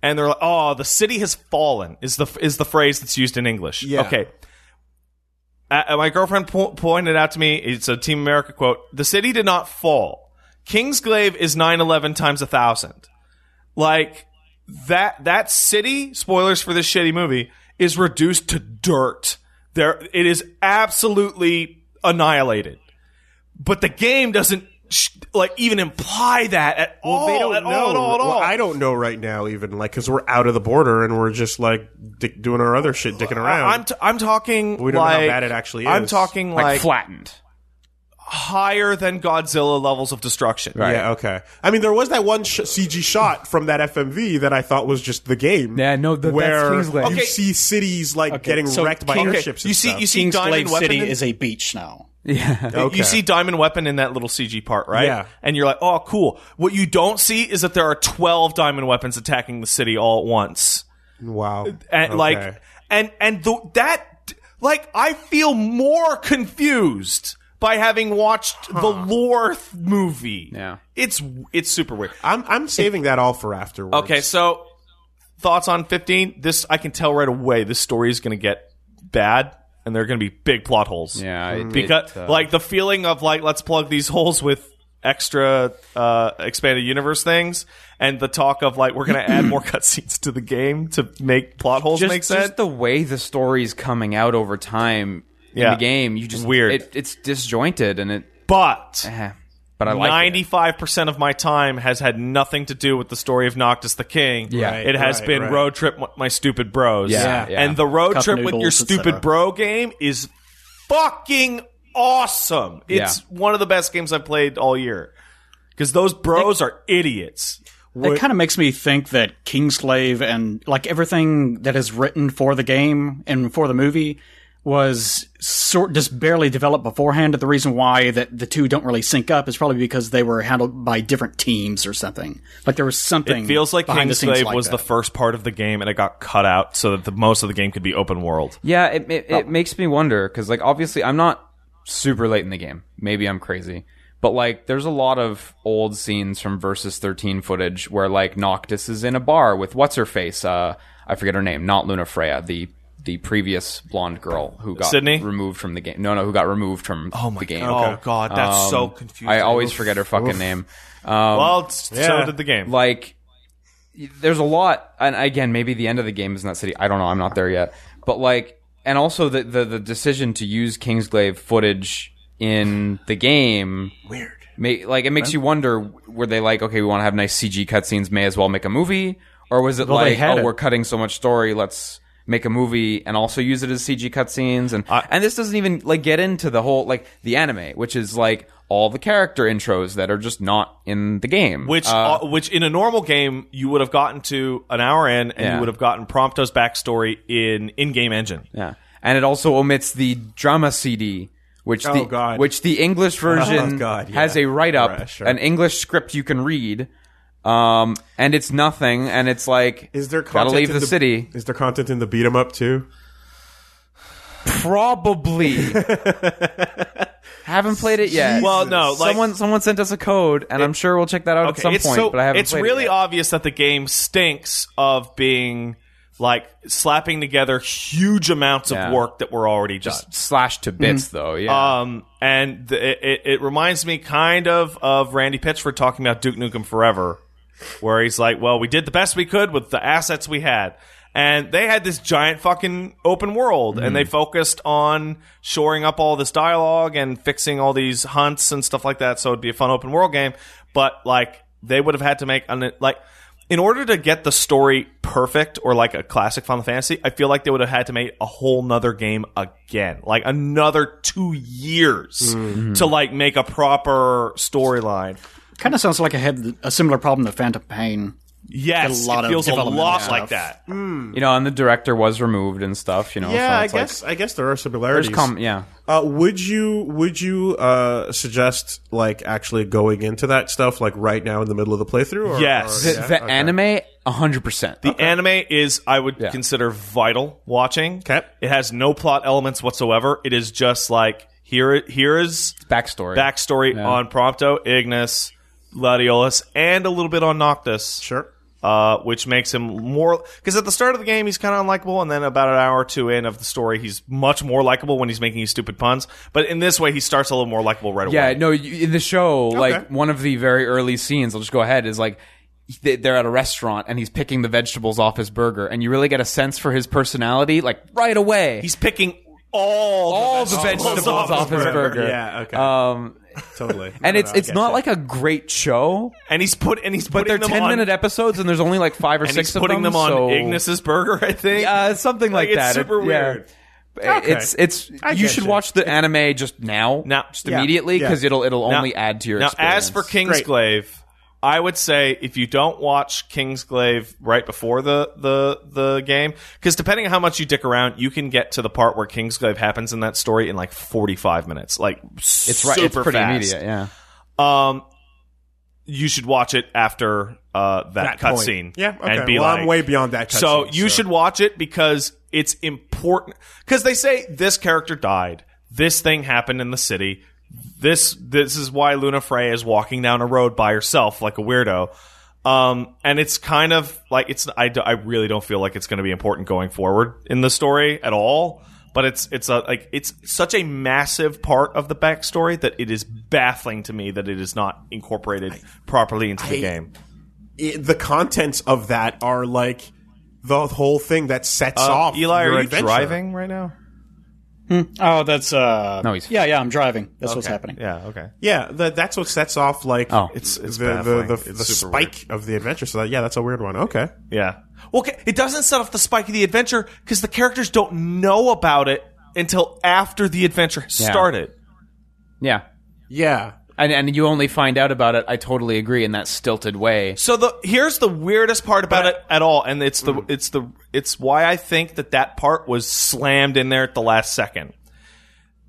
S1: And they're like, "Oh, the city has fallen." Is the is the phrase that's used in English.
S2: Yeah.
S1: Okay. Uh, my girlfriend po- pointed out to me, it's a Team America quote, the city did not fall. Kingsglaive is 9-11 times a thousand. Like, that, that city, spoilers for this shitty movie, is reduced to dirt. There, it is absolutely annihilated. But the game doesn't, sh- like, even imply that at all.
S2: they don't
S1: at
S2: know.
S1: all, at all, at
S2: Well,
S1: all.
S2: I don't know right now, even like because we're out of the border and we're just like dick, doing our other shit, dicking around.
S1: I'm, t- I'm talking
S2: we don't know how
S1: like-
S2: bad it actually
S1: I'm
S2: is.
S1: talking
S3: like,
S1: like,
S3: flattened.
S1: higher than Godzilla levels of destruction. Right.
S2: yeah, okay. I mean, there was that one sh- CG shot from that FMV that I thought was just the game.
S3: Yeah, no, that- that's
S2: where
S3: Kingsglaive.
S2: you
S1: Okay.
S2: see cities like getting
S4: so
S2: wrecked by
S4: King- Okay,
S2: airships.
S1: You
S2: and
S1: see,
S2: stuff.
S1: you see
S4: Kingsglaive
S1: Diamond
S4: City
S1: Weapon. in-
S4: is a beach now.
S3: Yeah.
S2: Okay.
S1: You see Diamond Weapon in that little CG part, right?
S2: Yeah.
S1: And you're like, oh, cool. What you don't see is that there are 12 Diamond Weapons attacking the city all at once.
S2: wow,
S1: And
S2: Okay.
S1: like, and, and the, that, like, I feel more confused by having watched the lore th- movie.
S3: Yeah.
S1: It's, it's super weird.
S2: I'm I'm saving that all for afterwards.
S1: Okay, so thoughts on 15? This I can tell right away. This story is going to get bad and there are going to be big plot holes.
S3: Yeah, it-
S1: Because
S3: it, uh,
S1: like the feeling of like let's plug these holes with extra uh expanded universe things and the talk of like we're going to add more cutscenes to the game to make plot holes
S3: just,
S1: make sense.
S3: just the way the story's coming out over time
S1: Yeah.
S3: in the game, you just
S1: Weird.
S3: It, it's disjointed and it.
S1: but
S3: eh, but I like it.
S1: 95% of my time has had nothing to do with the story of Noctis the King.
S3: Yeah.
S1: it has
S2: right,
S1: been
S2: right.
S1: road trip with my stupid bros.
S3: Yeah, Yeah.
S1: And the road
S4: Cup
S1: trip with your
S4: noodles,
S1: stupid
S4: etc.
S1: bro game is fucking awesome. It's
S3: Yeah.
S1: one of the best games I've played all year. Cuz those bros are idiots.
S4: It kind of makes me think that Kingsglaive and like everything that is written for the game and for the movie was sort just barely developed beforehand. The reason why that the two don't really sync up is probably because they were handled by different teams or something. Like there was something.
S1: Feels like
S4: behind the scenes
S1: Kingsglaive
S4: like
S1: was
S4: that.
S1: the first part of the game and it got cut out so that the most of the game could be open world.
S3: Yeah, it it,
S1: Oh.
S3: it makes me wonder because like obviously I'm not super late in the game. Maybe I'm crazy, but like there's a lot of old scenes from Versus 13 footage where like Noctis is in a bar with what's her face. Uh, I forget her name. Not Luna Freya. The the previous blonde girl who got
S1: Sydney?
S3: removed from the game. No, no, who got removed from oh the game. Um,
S1: Oh god, that's so confusing.
S3: I always forget her fucking name. Um,
S1: well, s- so
S2: Yeah.
S1: did the game.
S3: like there's a lot and again maybe the end of the game is in that city i don't know i'm not there yet but like and also the the, the decision to use kingsglaive footage in the game
S2: weird.
S3: may, like it makes you wonder were they like okay we want to have nice cg cutscenes may as well make a movie or was it
S4: they
S3: like
S4: had
S3: oh
S4: it.
S3: we're cutting so much story let's make a movie and also use it as CG cutscenes and and this doesn't even like get into the whole like the anime, which is like all the character intros that are just not in the game.
S1: Which, uh, which in a normal game you would have gotten to an hour in, and
S3: Yeah.
S1: you would have gotten Prompto's backstory in in-game engine.
S3: Yeah, and it also omits the drama CD, which the
S2: Oh, God.
S3: which the English version
S2: Oh, God, yeah.
S3: has a write up,
S2: Right, sure.
S3: an English script you can read, um, and it's nothing, and it's like
S2: Is there
S3: gotta
S2: content
S3: leave
S2: in
S3: the, city?
S2: Is there content in the beat 'em up too?
S3: Probably. haven't played it yet.
S1: Well, no, like-
S3: someone someone sent us a code, and I'm sure we'll check that out at some
S1: it's
S3: point.
S1: so-
S3: but I haven't.
S1: It's
S3: played it
S1: really
S3: yet.
S1: obvious that the game stinks of being like slapping together huge amounts
S3: Yeah.
S1: of work that were already done.
S3: slashed to bits,
S2: Mm-hmm.
S3: though. Yeah.
S1: um, and the, it- it, it reminds me kind of of Randy Pitchford talking about Duke Nukem Forever, where he's like, "Well, we did the best we could with the assets we had." And they had this giant fucking open world, and they focused on shoring up all this dialogue and fixing all these hunts and stuff like that. So it'd be a fun open world game, but like they would have had to make an, like in order to get the story perfect or like a classic Final Fantasy, I feel like they would have had to make a whole nother game again. Like another two years to like make a proper storyline.
S4: Kind of sounds like I had a similar problem to Phantom Pain.
S1: Yes,
S4: A lot
S1: it
S4: of
S1: feels a
S4: development
S1: lot
S4: stuff.
S1: like that.
S3: you know, and the director was removed and stuff. You know.
S2: Um, Yeah,
S3: so
S2: I
S3: it's like,
S2: guess I guess there are
S3: there's
S2: similarities.
S3: com- yeah.
S2: Uh, would you would you uh, suggest like actually going into that stuff like right now in the middle of the playthrough? Or,
S1: Yes.
S2: or-
S3: The, the anime, hundred percent.
S1: The anime is, I would consider vital watching.
S2: 'Kay.
S1: It has no plot elements whatsoever. It is just like here, here is
S3: backstory.
S1: backstory on Prompto, Ignis, Gladiolus, and a little bit on Noctis.
S2: sure.
S1: uh, which makes him more because at the start of the game he's kind of unlikable, and then about an hour or two in of the story he's much more likable when he's making his stupid puns. But in this way, he starts a little more likable right
S3: Yeah,
S1: away.
S3: no, you, in the show, like one of the very early scenes, I'll just go ahead, is like they- they're at a restaurant and he's picking the vegetables off his burger, and you really get a sense for his personality, like right away.
S1: he's picking all
S3: all
S1: the
S3: the vegetables off, his burger.
S2: Yeah, okay.
S3: Um,
S2: totally.
S3: and it's
S2: I
S3: it's not like a great show,
S1: and he's put and he's
S3: but they're
S1: putting them
S3: ten
S1: on,
S3: minute episodes, and there's only like five or
S1: and
S3: six
S1: he's
S3: of
S1: putting them, on
S3: so-
S1: Ignis's burger. I think
S3: uh, something like,
S1: Like, it's
S3: that.
S1: super
S3: It-
S1: weird.
S3: Yeah. It's it's you
S2: get
S3: should
S2: you.
S3: watch the anime just now,
S1: Now.
S3: just
S1: Yeah.
S3: immediately,
S2: Yeah.
S3: because it'll it'll only add to your.
S1: now
S3: experience.
S1: as for
S2: Great.
S1: Kingsglaive. I would say if you don't watch Kingsglaive right before the the the game, because depending on how much you dick around, you can get to the part where Kingsglaive happens in that story in like forty five minutes, like
S3: it's
S1: it's
S3: right,
S1: super
S3: it's pretty
S1: fast.
S3: immediate, yeah.
S1: Um, you should watch it after uh that, cutscene,
S2: Yeah, okay.
S1: and be
S2: well,
S1: like,
S2: I'm way beyond that. Cut
S1: so
S2: scene,
S1: you should watch it because it's important. Because they say this character died, this thing happened in the city. This this is why Luna Frey is walking down a road by herself like a weirdo. Um, and it's kind of like it's I, d- I really don't feel like it's going to be important going forward in the story at all. But it's it's a like it's such a massive part of the backstory that it is baffling to me that it is not incorporated properly into the game.
S2: It- the contents of that are like the whole thing that sets off
S1: Uh, Eli,
S2: your
S1: are you
S2: adventure.
S1: driving right now?
S4: Oh, that's uh.
S3: No, he's-
S4: yeah, yeah. I'm driving. That's what's happening.
S1: Yeah. Okay.
S2: Yeah, the, that's what sets off like
S3: Oh.
S2: it's,
S1: it's
S2: the the, the,
S1: baffling. It's
S2: the
S1: super weird.
S2: spike of the adventure. So that, yeah, that's a weird one. Okay,
S1: Yeah. Well, ca- it doesn't set off the spike of the adventure because the characters don't know about it until after the adventure has
S3: Yeah.
S1: started.
S3: Yeah.
S2: yeah,
S3: And and you only find out about it, I totally agree, in that stilted way.
S1: So the here's the weirdest part about it at all, and it's the
S3: Mm.
S1: it's the it's why I think that that part was slammed in there at the last second.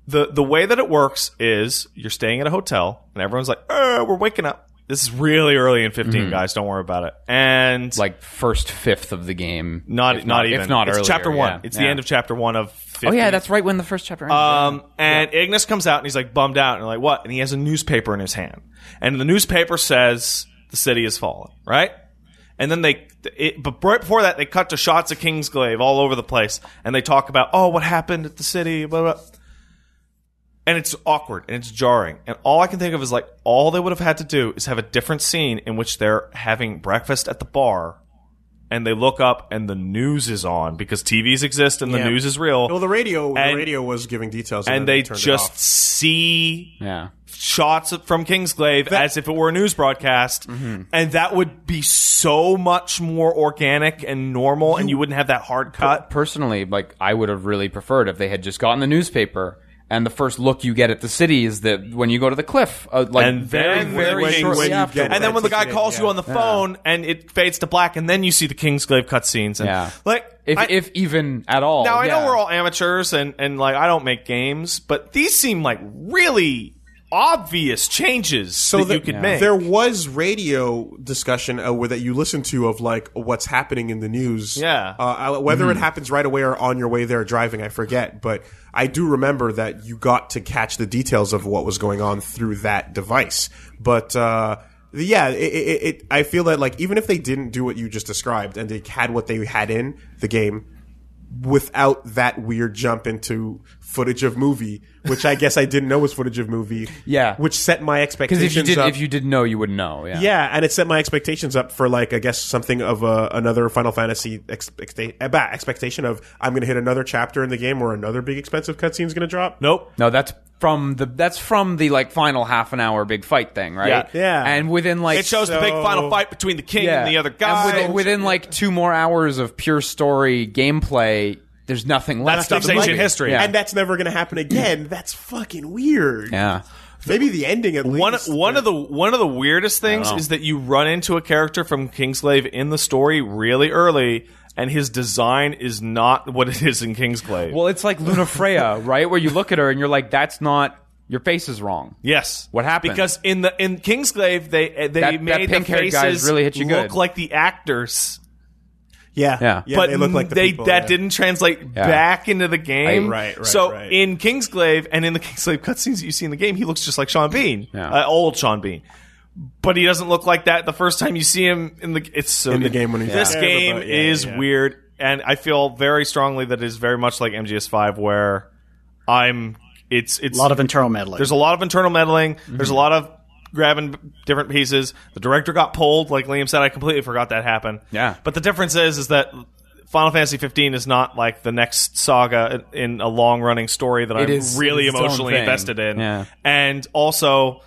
S1: the The way that it works is you're staying at a hotel, and everyone's like, "Oh, we're waking up. This is really early in 15, guys. Don't worry about it." And
S3: Mm. Like first fifth of the game.
S1: not
S3: if
S1: not, even
S3: if not
S1: it's
S3: earlier,
S1: chapter one.
S3: yeah,
S1: It's
S3: yeah.
S1: the end of chapter one of. 50.
S3: Oh yeah, that's right when the first chapter ends.
S1: Um, and Ignis comes out and he's like bummed out and like what? And he has a newspaper in his hand, and the newspaper says the city is fallen, right? And then they, it, but right before that, they cut to shots of Kingsglaive all over the place, and they talk about oh what happened at the city, blah blah. And it's awkward and it's jarring, and all I can think of is like all they would have had to do is have a different scene in which they're having breakfast at the bar and they look up and the news is on because TVs exist and the
S2: Yeah.
S1: news is real.
S2: Well, the radio,
S1: And-
S2: the radio was giving details, and,
S1: and
S2: then
S1: they
S2: turned it
S1: just
S2: off.
S1: see
S3: Yeah.
S1: shots from Kingsglaive as if it were a news broadcast, and that would be so much more organic and normal, and you wouldn't have that hard cut.
S3: personally, like I would have really preferred if they had just gotten the newspaper and the first look you get at the city is that when you go to the cliff, uh, like
S1: And
S3: very
S1: then
S3: very
S1: when-
S3: shortly
S1: when
S2: you
S3: after.
S2: get
S1: And then when the guy calls you on the phone, and it fades to black, and then you see the Kingsglaive cutscenes, and
S3: Yeah.
S1: like
S3: if
S1: I-
S3: if even at all.
S1: Now I
S3: yeah.
S1: know we're all amateurs and and like I don't make games, but these seem like really obvious changes that
S2: the-
S1: you could make.
S2: There was radio discussion uh, where that you listened to of like what's happening in the news.
S1: Yeah.
S2: uh, I- whether it happens right away or on your way there driving, I forget. But I do remember that you got to catch the details of what was going on through that device. But uh, yeah, it, it, it, I feel that like even if they didn't do what you just described and they had what they had in the game. Without that weird jump into footage of movie, which I guess I didn't know was footage of movie,
S3: Yeah.
S2: which set my
S3: because
S2: expectations
S3: if you did
S2: up.
S3: if you didn't know you would know. Yeah.
S2: Yeah, and it set my expectations up for like I guess something of a, another Final Fantasy expecta- eh, bah, expectation of I'm going to hit another chapter in the game where another big expensive cutscene's going to drop.
S1: nope.
S3: No, that's from the that's from the like final half an hour big fight thing, right?
S2: Yeah. Yeah.
S3: And within like
S1: It shows the big
S2: So-
S1: final fight between the king and the other guy.
S3: And within, within like two more hours of pure story gameplay, there's nothing left.
S1: stuff's
S3: of the
S1: ancient
S3: movie.
S1: history.
S3: Yeah.
S2: And that's never going to happen again. That's fucking weird.
S3: yeah.
S2: Maybe the ending at
S1: one
S2: least.
S1: one of the one of the weirdest things is that you run into a character from Kingsglaive in the story really early, and his design is not what it is in Kingsglaive.
S3: Well, it's like Luna Freya, right? Where you look at her and you're like, "That's not your face is wrong."
S1: yes,
S3: What happened?
S1: Because in the in Kingsglaive, they eh, they
S3: That- that
S1: made the
S3: pink-haired
S1: faces
S3: guys really hit you
S1: look
S3: good.
S1: like the actors,
S2: yeah,
S3: Yeah.
S2: yeah
S1: but
S2: they look like the
S1: they
S2: people,
S1: that
S2: yeah.
S1: didn't translate back into the game.
S2: Right, right,
S1: So
S2: right.
S1: in Kingsglaive and in the Kingsglaive cutscenes that you see in the game, he looks just like Sean Bean,
S3: Yeah.
S1: uh, old Sean Bean. But he doesn't look like that the first time you see him in the. It's so
S2: in the
S1: good.
S2: game when he's
S1: This
S2: Yeah,
S1: game
S2: but- yeah,
S1: is
S2: yeah.
S1: weird, and I feel very strongly that it is very much like MGS5, where I'm. It's it's
S4: A lot of internal meddling.
S1: there's a lot of internal meddling. There's
S3: Mm-hmm.
S1: a lot of grabbing different pieces. The director got pulled, like Liam said. I completely forgot that happened.
S3: Yeah.
S1: But the difference is, is that Final Fantasy 15 is not like the next saga in a long running story that I'm
S3: is
S1: really
S3: its own
S1: emotionally
S3: thing.
S1: invested in.
S3: Yeah.
S1: And also,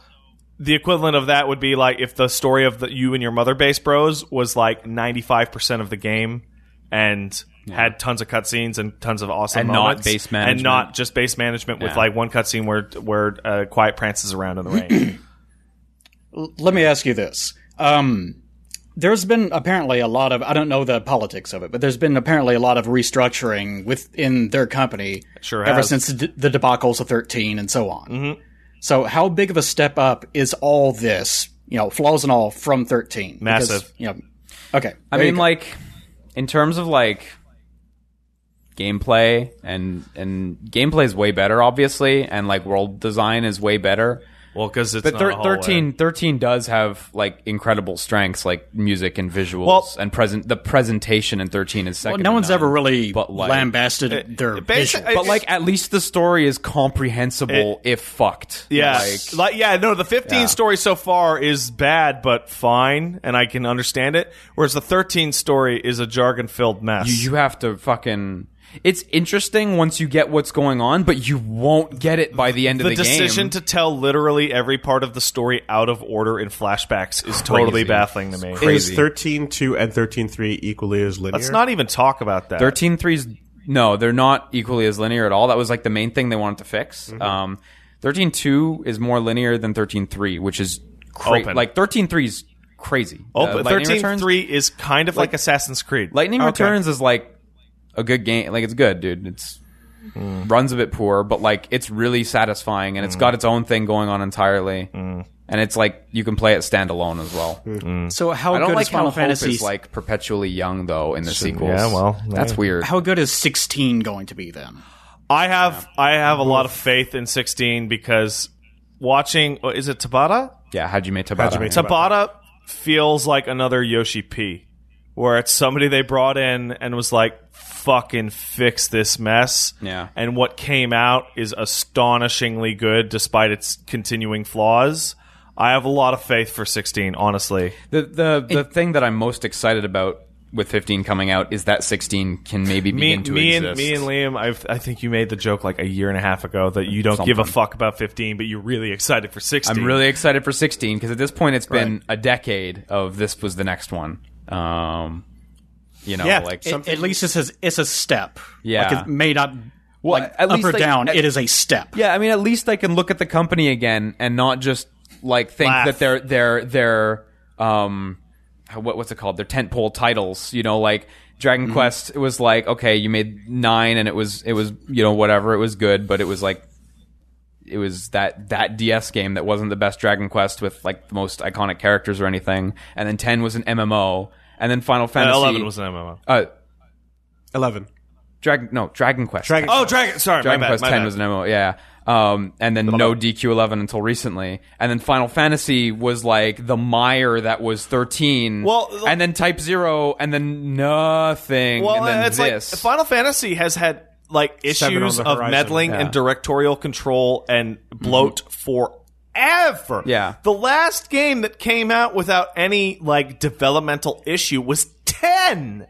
S1: the equivalent of that would be like if the story of the you and your mother base bros was like 95 percent of the game and. Had tons of cutscenes and tons of awesome
S3: And not
S1: moments,
S3: base
S1: and
S3: management.
S1: not just base management with
S3: Yeah.
S1: like one cutscene where where uh, Quiet prances around in the rain.
S4: L- Let me ask you this. Um, there's been apparently a lot of, I don't know the politics of it, but there's been apparently a lot of restructuring within their company
S1: Sure
S4: ever
S1: has. Mm-hmm.
S4: since the, the debacles of 13 and so on. So, how big of a step up is all this, you know, flaws and all from 13? Because,
S1: Massive.
S4: you know, okay.
S3: I mean, like, in terms of like gameplay and and gameplay is way better, obviously, and like world design is way better.
S1: well, because it's
S3: But
S1: not
S3: thir-
S1: a hallway.
S3: 13, 13 does have like incredible strengths, like music and visuals,
S1: Well-
S3: and present the presentation in thirteen is second.
S4: no
S3: to
S4: one's
S3: none.
S4: ever really
S3: but, like-
S4: lambasted their
S1: basi-
S4: visual.
S1: I-
S3: But like, at least the story is comprehensible if fucked.
S1: Yeah,
S3: Like,
S1: like, yeah, no. The fifteen
S3: Yeah.
S1: story so far is bad, but fine, and I can understand it. Whereas the thirteen story is a jargon filled mess.
S3: You, you have to fucking. It's interesting once you get what's going on, but you won't get it by the end
S1: the
S3: of the
S1: decision
S3: game.
S1: to tell literally every part of the story out of order in flashbacks is totally
S3: Crazy.
S1: baffling to me.
S2: is
S3: Crazy.
S2: thirteen two and thirteen three equally as linear.
S1: Let's not even talk about that.
S3: 13 threes. No, they're not equally as linear at all. That was like the main thing they wanted to fix.
S1: Mm-hmm.
S3: Um, 13 2 is more linear than 13 3, which is crazy.
S1: Open.
S3: Like 13 3 is crazy.
S1: Oh,
S3: Uh,
S1: but
S3: Lightning
S1: 13
S3: Returns-
S1: 3 is kind of like, Assassin's Creed.
S3: Lightning Returns is like a good game. Like it's good, dude. It's
S1: Mm.
S3: runs a bit poor, but like it's really satisfying and it's got its own thing going on entirely.
S1: Mm.
S3: And it's like you can play it standalone as well.
S4: so, how
S3: I don't
S4: good
S3: like
S4: is Final
S3: how Fantasy
S4: Fantasy?
S3: is like perpetually young though in the sequels.
S1: yeah, well,
S3: that's weird.
S4: how good is 16 going to be then?
S1: I have I have a lot of faith in 16 because watching oh, is it Tabata?
S3: yeah, Hajime Tabata.
S2: Hajime
S3: yeah.
S2: Tabata.
S1: Tabata feels like another Yoshi P, where it's somebody they brought in and was like, "Fucking fix this mess."
S3: Yeah.
S1: And what came out is astonishingly good, despite its continuing flaws. I have a lot of faith for 16, honestly.
S3: The the the thing that I'm most excited about with 15 coming out is that 16 can maybe
S1: Me,
S3: begin to
S1: me
S3: exist.
S1: and me and Liam, I've, I think you made the joke like a year and a half ago that you don't give a fuck about 15, but you're really excited for 16.
S3: I'm really excited for 16 because at this point it's been a decade of this was the next one. Um, you know,
S2: Yeah,
S3: like
S2: some-
S4: At least it's a, it's a step.
S3: Yeah.
S4: like it may not
S3: Well,
S4: like,
S3: at
S4: up
S3: least,
S4: or
S3: like,
S4: down.
S3: at-
S4: it is a step.
S3: yeah, I mean, at least I can look at the company again and not just like think
S1: Laugh.
S3: that they're they're they're um, how- what what's it called? Their tentpole titles. You know, like
S1: Mm-hmm.
S3: Dragon Quest. It was like okay, you made nine, and it was it was you know whatever, it was good, but it was like it was that that DS game that wasn't the best Dragon Quest with like the most iconic characters or anything. And then 10 was an MMO, and then Final
S1: Uh,
S3: Fantasy
S1: 11 was an MMO.
S3: uh
S2: Eleven.
S3: Dragon no, Dragon Quest.
S2: Dragon.
S1: Oh, Dragon. Sorry,
S3: Dragon
S1: my bad.
S3: Quest
S1: my
S3: 10
S1: bad.
S3: was an MMO, yeah. Um, and then no DQ11 until recently. And then Final Fantasy was like the mire that was 13.
S1: Well, the-
S3: and then Type 0 and then nothing
S1: well,
S3: and then
S1: it's
S3: this.
S1: like Final Fantasy has had like
S2: Seven on
S1: issues
S2: the
S1: of
S2: horizon,
S1: meddling
S3: yeah.
S1: and directorial control and bloat
S2: Mm-hmm.
S1: forever.
S3: Yeah.
S1: the last game that came out without any like developmental issue was ten.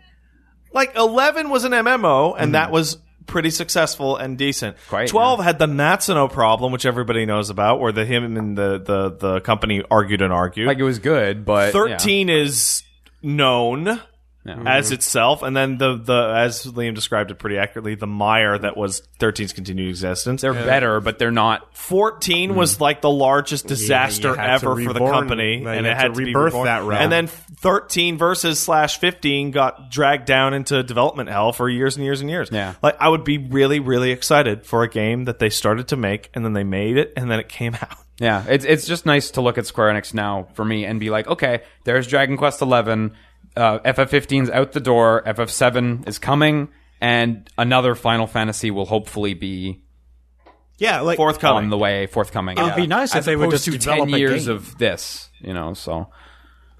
S1: Like eleven was an MMO, and
S2: Mm-hmm.
S1: that was pretty successful and decent.
S3: Quite,
S1: Twelve had the Natsuno problem, which everybody knows about, where the him and the the the company argued and argued.
S3: Like, it was good, but yeah.
S1: 13 is known
S2: Mm-hmm.
S1: as itself and then the the as Liam described it pretty accurately the mire that was 13's continued existence
S3: they're better, Mm. but they're not
S1: 14 was like the largest disaster
S2: you had to
S1: ever for the
S2: reborn-
S1: company
S2: you had
S1: and it
S2: to
S1: had to, be
S2: rebirth
S1: reborn.
S2: that route.
S1: and then 13 versus slash 15 got dragged down into development hell for years and years and years
S3: Yeah.
S1: like i would be really really excited for a game that they started to make and then they made it and then it came out
S3: Yeah, it's it's just nice to look at Square Enix now for me and be like, okay, there's Dragon Quest Eleven, uh, FF 15's out the door, FF seven is coming, and another Final Fantasy will hopefully be
S2: Yeah, like
S1: forthcoming
S3: on the way, forthcoming. It
S4: would be nice if they would just
S3: to
S4: develop
S3: ten
S4: a
S3: years
S4: game.
S3: of this, you know. So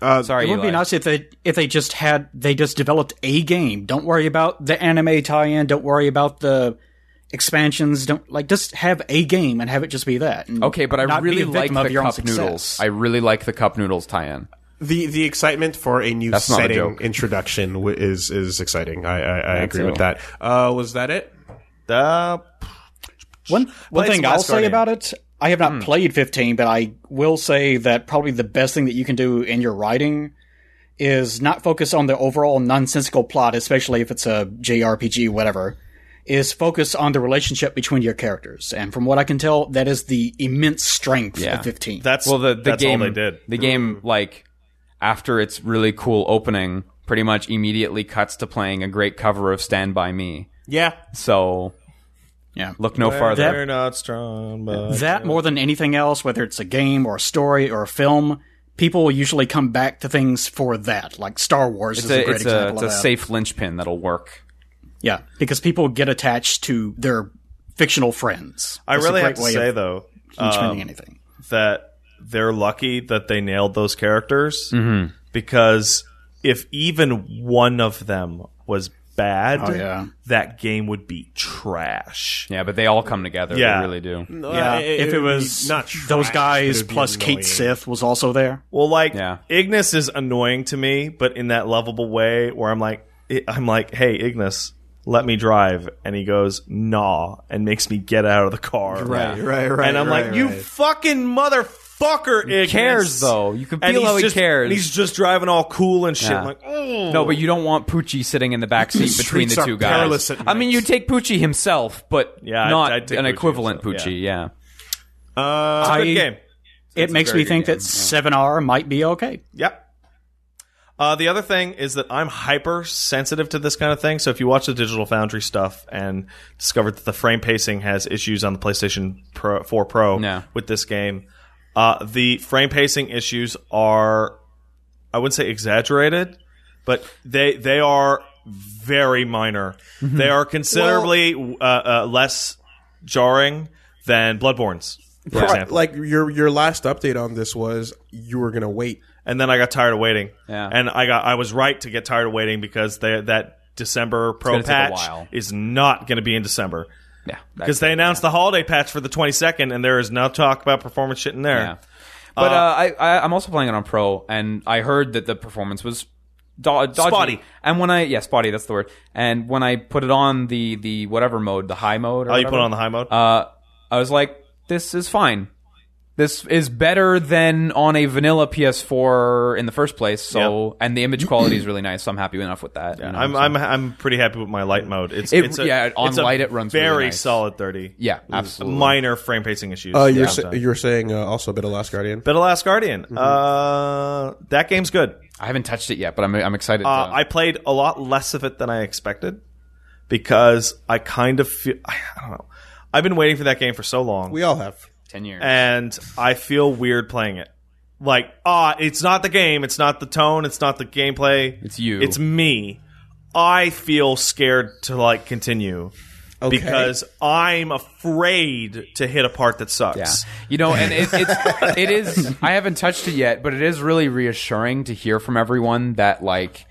S2: Uh,
S3: sorry,
S4: It would
S3: Eli.
S4: be nice if they if they just had they just developed a game. Don't worry about the anime tie-in. Don't worry about the expansions. Don't like just have a game and have it just be that. and
S3: Okay, but I
S4: not be
S3: really
S4: a
S3: like
S4: victim
S3: the
S4: of your own
S3: cup noodles.
S4: success.
S3: I really like the cup noodles tie-in.
S2: the the excitement for a new
S3: That's not a
S2: setting
S3: joke.
S2: introduction w- is is exciting. I I, I agree
S3: too.
S2: with that. Uh, was that it?
S1: Uh,
S4: One one
S1: Blades
S4: thing
S1: of
S4: I'll say
S1: Asgardian.
S4: about it, I have not played 15, but I will say that probably the best thing that you can do in your writing is not focus on the overall nonsensical plot, especially if it's a JRPG, whatever. Is focus on the relationship between your characters, and from what I can tell, that is the immense strength
S3: Yeah.
S4: of 15.
S1: that's
S3: well the the
S1: that's
S3: game
S1: all they did
S3: the game like after its really cool opening pretty much immediately cuts to playing a great cover of stand by me
S2: Yeah,
S3: so
S4: yeah.
S3: look no farther
S1: They're not strong, but
S4: That more than anything else, whether it's a game or a story or a film, people usually come back to things for that. Like Star Wars
S3: it's
S4: is a,
S3: a,
S4: great
S3: it's a,
S4: example
S3: it's
S4: of
S3: a
S4: that.
S3: safe linchpin that'll work
S4: Yeah, because people get attached to their fictional friends.
S1: I
S4: It's a
S1: really have
S4: great
S1: to
S4: way
S1: say
S4: of
S1: though
S4: determining anything.
S1: that they're lucky that they nailed those characters
S4: Mm-hmm.
S1: because if even one of them was bad,
S4: Oh, yeah.
S1: that game would be trash.
S3: yeah but they all come together
S1: Yeah.
S3: they really do
S2: yeah.
S4: if it was
S2: not trash,
S4: those
S2: but
S4: guys
S2: it'd be
S4: plus
S2: annoying.
S4: Kate Sith was also there.
S1: Well, like
S3: Yeah.
S1: Ignis is annoying to me, but in that lovable way where I'm like, I'm like, hey, Ignis. Let me drive, and he goes nah, and makes me get out of the car.
S2: Right, right, right.
S1: and I'm
S2: right,
S1: like, you
S2: right.
S1: fucking motherfucker, Ignis.
S3: cares, though. You can feel
S1: he's
S3: how he
S1: just-
S3: cares.
S1: and he's just driving all cool and shit.
S3: Yeah.
S1: I'm like, oh,
S3: no but you don't want poochie sitting in the back seat between
S2: streets
S3: the
S2: are
S3: two guys
S2: perilous at
S3: i mean
S2: night.
S3: you take poochie himself but
S1: Yeah, I'd-
S3: not
S1: I'd take
S3: an
S1: Pucci
S3: equivalent
S1: himself, yeah.
S3: poochie yeah.
S2: Uh,
S1: good
S4: I-
S1: game.
S4: It makes
S3: very
S4: me
S3: good
S4: think
S3: game,
S4: that 7R might be okay.
S1: Yep. Uh, the other thing is that I'm hyper sensitive to this kind of thing. So if you watch the Digital Foundry stuff and discovered that the frame pacing has issues on the PlayStation Pro, 4 Pro
S3: No.
S1: with this game, uh, the frame pacing issues are, I wouldn't say exaggerated, but they they are very minor. They are considerably uh, uh, less jarring than Bloodborne's, for
S2: Right,
S1: example.
S2: Like your your last update on this was you were gonna wait.
S1: and then I got tired of waiting.
S3: Yeah.
S1: And I got I was right to get tired of waiting because they, that December pro
S3: gonna take a
S1: patch
S3: while.
S1: is not going to be in December
S3: yeah that-
S1: because they announced the holiday patch for the 22nd and there is no talk about performance shit in there.
S3: uh, Yeah. But uh, I, I I'm also playing it on Pro, and I heard that the performance was do- dodgy.
S1: Spotty.
S3: And when I yeah, spotty, that's the word. And when I put it on the the whatever mode, the high mode. Or
S1: Oh, you put it on the high mode?
S3: Uh, I was like, this is fine. This is better than on a vanilla PS4 in the first place. So, and the image quality is really nice. So I'm happy enough with that. you know,
S1: I'm,
S3: so-
S1: I'm I'm pretty happy with my light mode. It's,
S3: It-
S1: it's a,
S3: yeah, on
S1: it's a
S3: light it runs really
S1: very
S3: nice.
S1: solid thirty.
S3: Yeah,
S1: With
S3: absolutely.
S1: Minor frame pacing issues.
S2: Uh, you're
S1: Yeah.
S2: sa- Mm-hmm. you're saying uh, also a bit of Last Guardian.
S1: But The Last Guardian, uh, that game's good.
S3: I haven't touched it yet, but I'm I'm excited. to-
S1: Uh, I played a lot less of it than I expected because I kind of feel I don't know. I've been waiting for that game for so long,
S2: We all have.
S3: ten years.
S1: and I feel weird playing it. Like, ah, it's not the game, it's not the tone, it's not the gameplay.
S3: It's you.
S1: It's me. I feel scared to like continue
S2: Okay.
S1: because I'm afraid to hit a part that
S3: Yeah.
S1: sucks.
S3: You know, and it, it's it is. I haven't touched it yet, but it is really reassuring to hear from everyone that like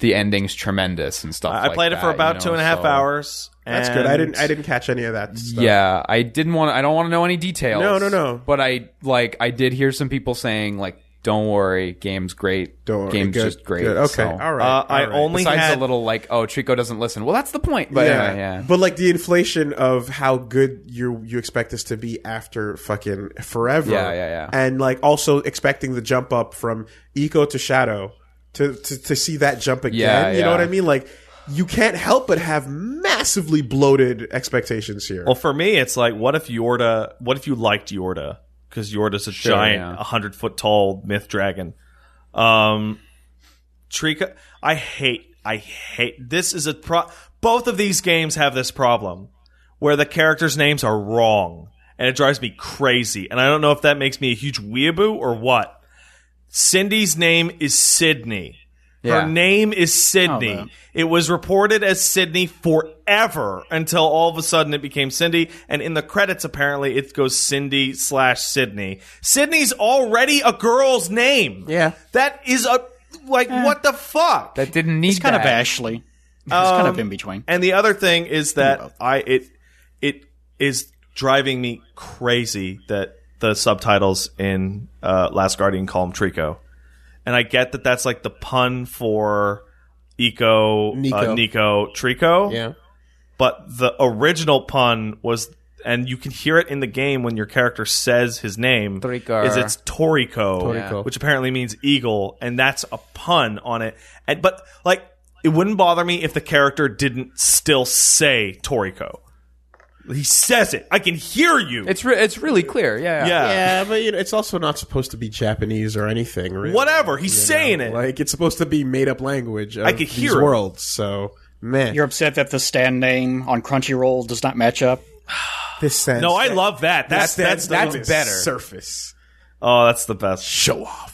S3: the ending's tremendous and stuff.
S1: I
S3: like
S1: played it for
S3: that,
S1: about
S3: you know,
S1: two and a half
S3: so-
S1: hours.
S2: That's good. I didn't I didn't catch any of that. Stuff.
S3: Yeah, I didn't want. I don't want to know any details.
S2: No, no, no.
S3: But I like. I did hear some people saying like, "Don't worry, game's great.
S2: Don't worry.
S3: game's
S2: Good,
S3: just great."
S2: good. Okay,
S3: so-
S2: all right.
S1: Uh, I
S2: all right.
S1: only
S3: Besides
S1: had
S3: a little like, "Oh, Trico doesn't listen." Well, that's the point. But yeah,
S2: yeah.
S3: anyway, yeah.
S2: but like the inflation of how good you you expect this to be after fucking forever.
S3: Yeah, yeah, yeah.
S2: And like also expecting the jump up from eco to shadow to to, to see that jump again.
S3: Yeah,
S2: you know
S3: yeah.
S2: what I mean? Like you can't help but have massively bloated expectations here.
S1: Well, for me, it's like, what if Yorda? What if you liked Yorda? Because Yorda's a giant,
S3: yeah.
S1: hundred foot tall myth dragon. Um, Trika, I hate, I hate. This is a pro. Both of these games have this problem where the characters' names are wrong, and it drives me crazy. And I don't know if that makes me a huge weeaboo or what. Cindy's name is Sydney.
S3: Yeah.
S1: Her name is Sydney.
S4: man.
S1: it was reported as Sydney forever until all of a sudden it became Cindy. And in the credits, apparently, it goes Cindy slash Sydney. Sydney's already a girl's name.
S2: Yeah.
S1: That is a. Like, what the fuck?
S3: That didn't need
S4: It's kind
S3: that.
S4: of Ashley. It's kind of in between.
S1: And the other thing is that I it it is driving me crazy that the subtitles in uh, Last Guardian call him Trico, and I get that that's like the pun for Eco
S2: Nico.
S1: Nico, uh, Nico Trico.
S2: yeah.
S1: But the original pun was, and you can hear it in the game when your character says his name.
S3: Trico.
S1: Is it's Toriko,
S2: Toriko.
S1: which apparently means eagle, and that's a pun on it. And, but like, it wouldn't bother me if the character didn't still say Toriko. He says it. I can hear you.
S3: It's re- it's really clear. Yeah.
S1: yeah.
S2: Yeah, but you know, it's also not supposed to be Japanese or anything. Really.
S1: Whatever. He's
S2: you know?
S1: saying it.
S2: Like it's supposed to be made up language. Of
S1: I could
S2: these
S1: hear it.
S2: worlds. So man,
S4: You're upset that the stand name on Crunchyroll does not match up.
S2: this sense.
S1: no, I love that. That's that's the-
S2: that's better. Surface
S1: Oh, that's the best.
S2: show off.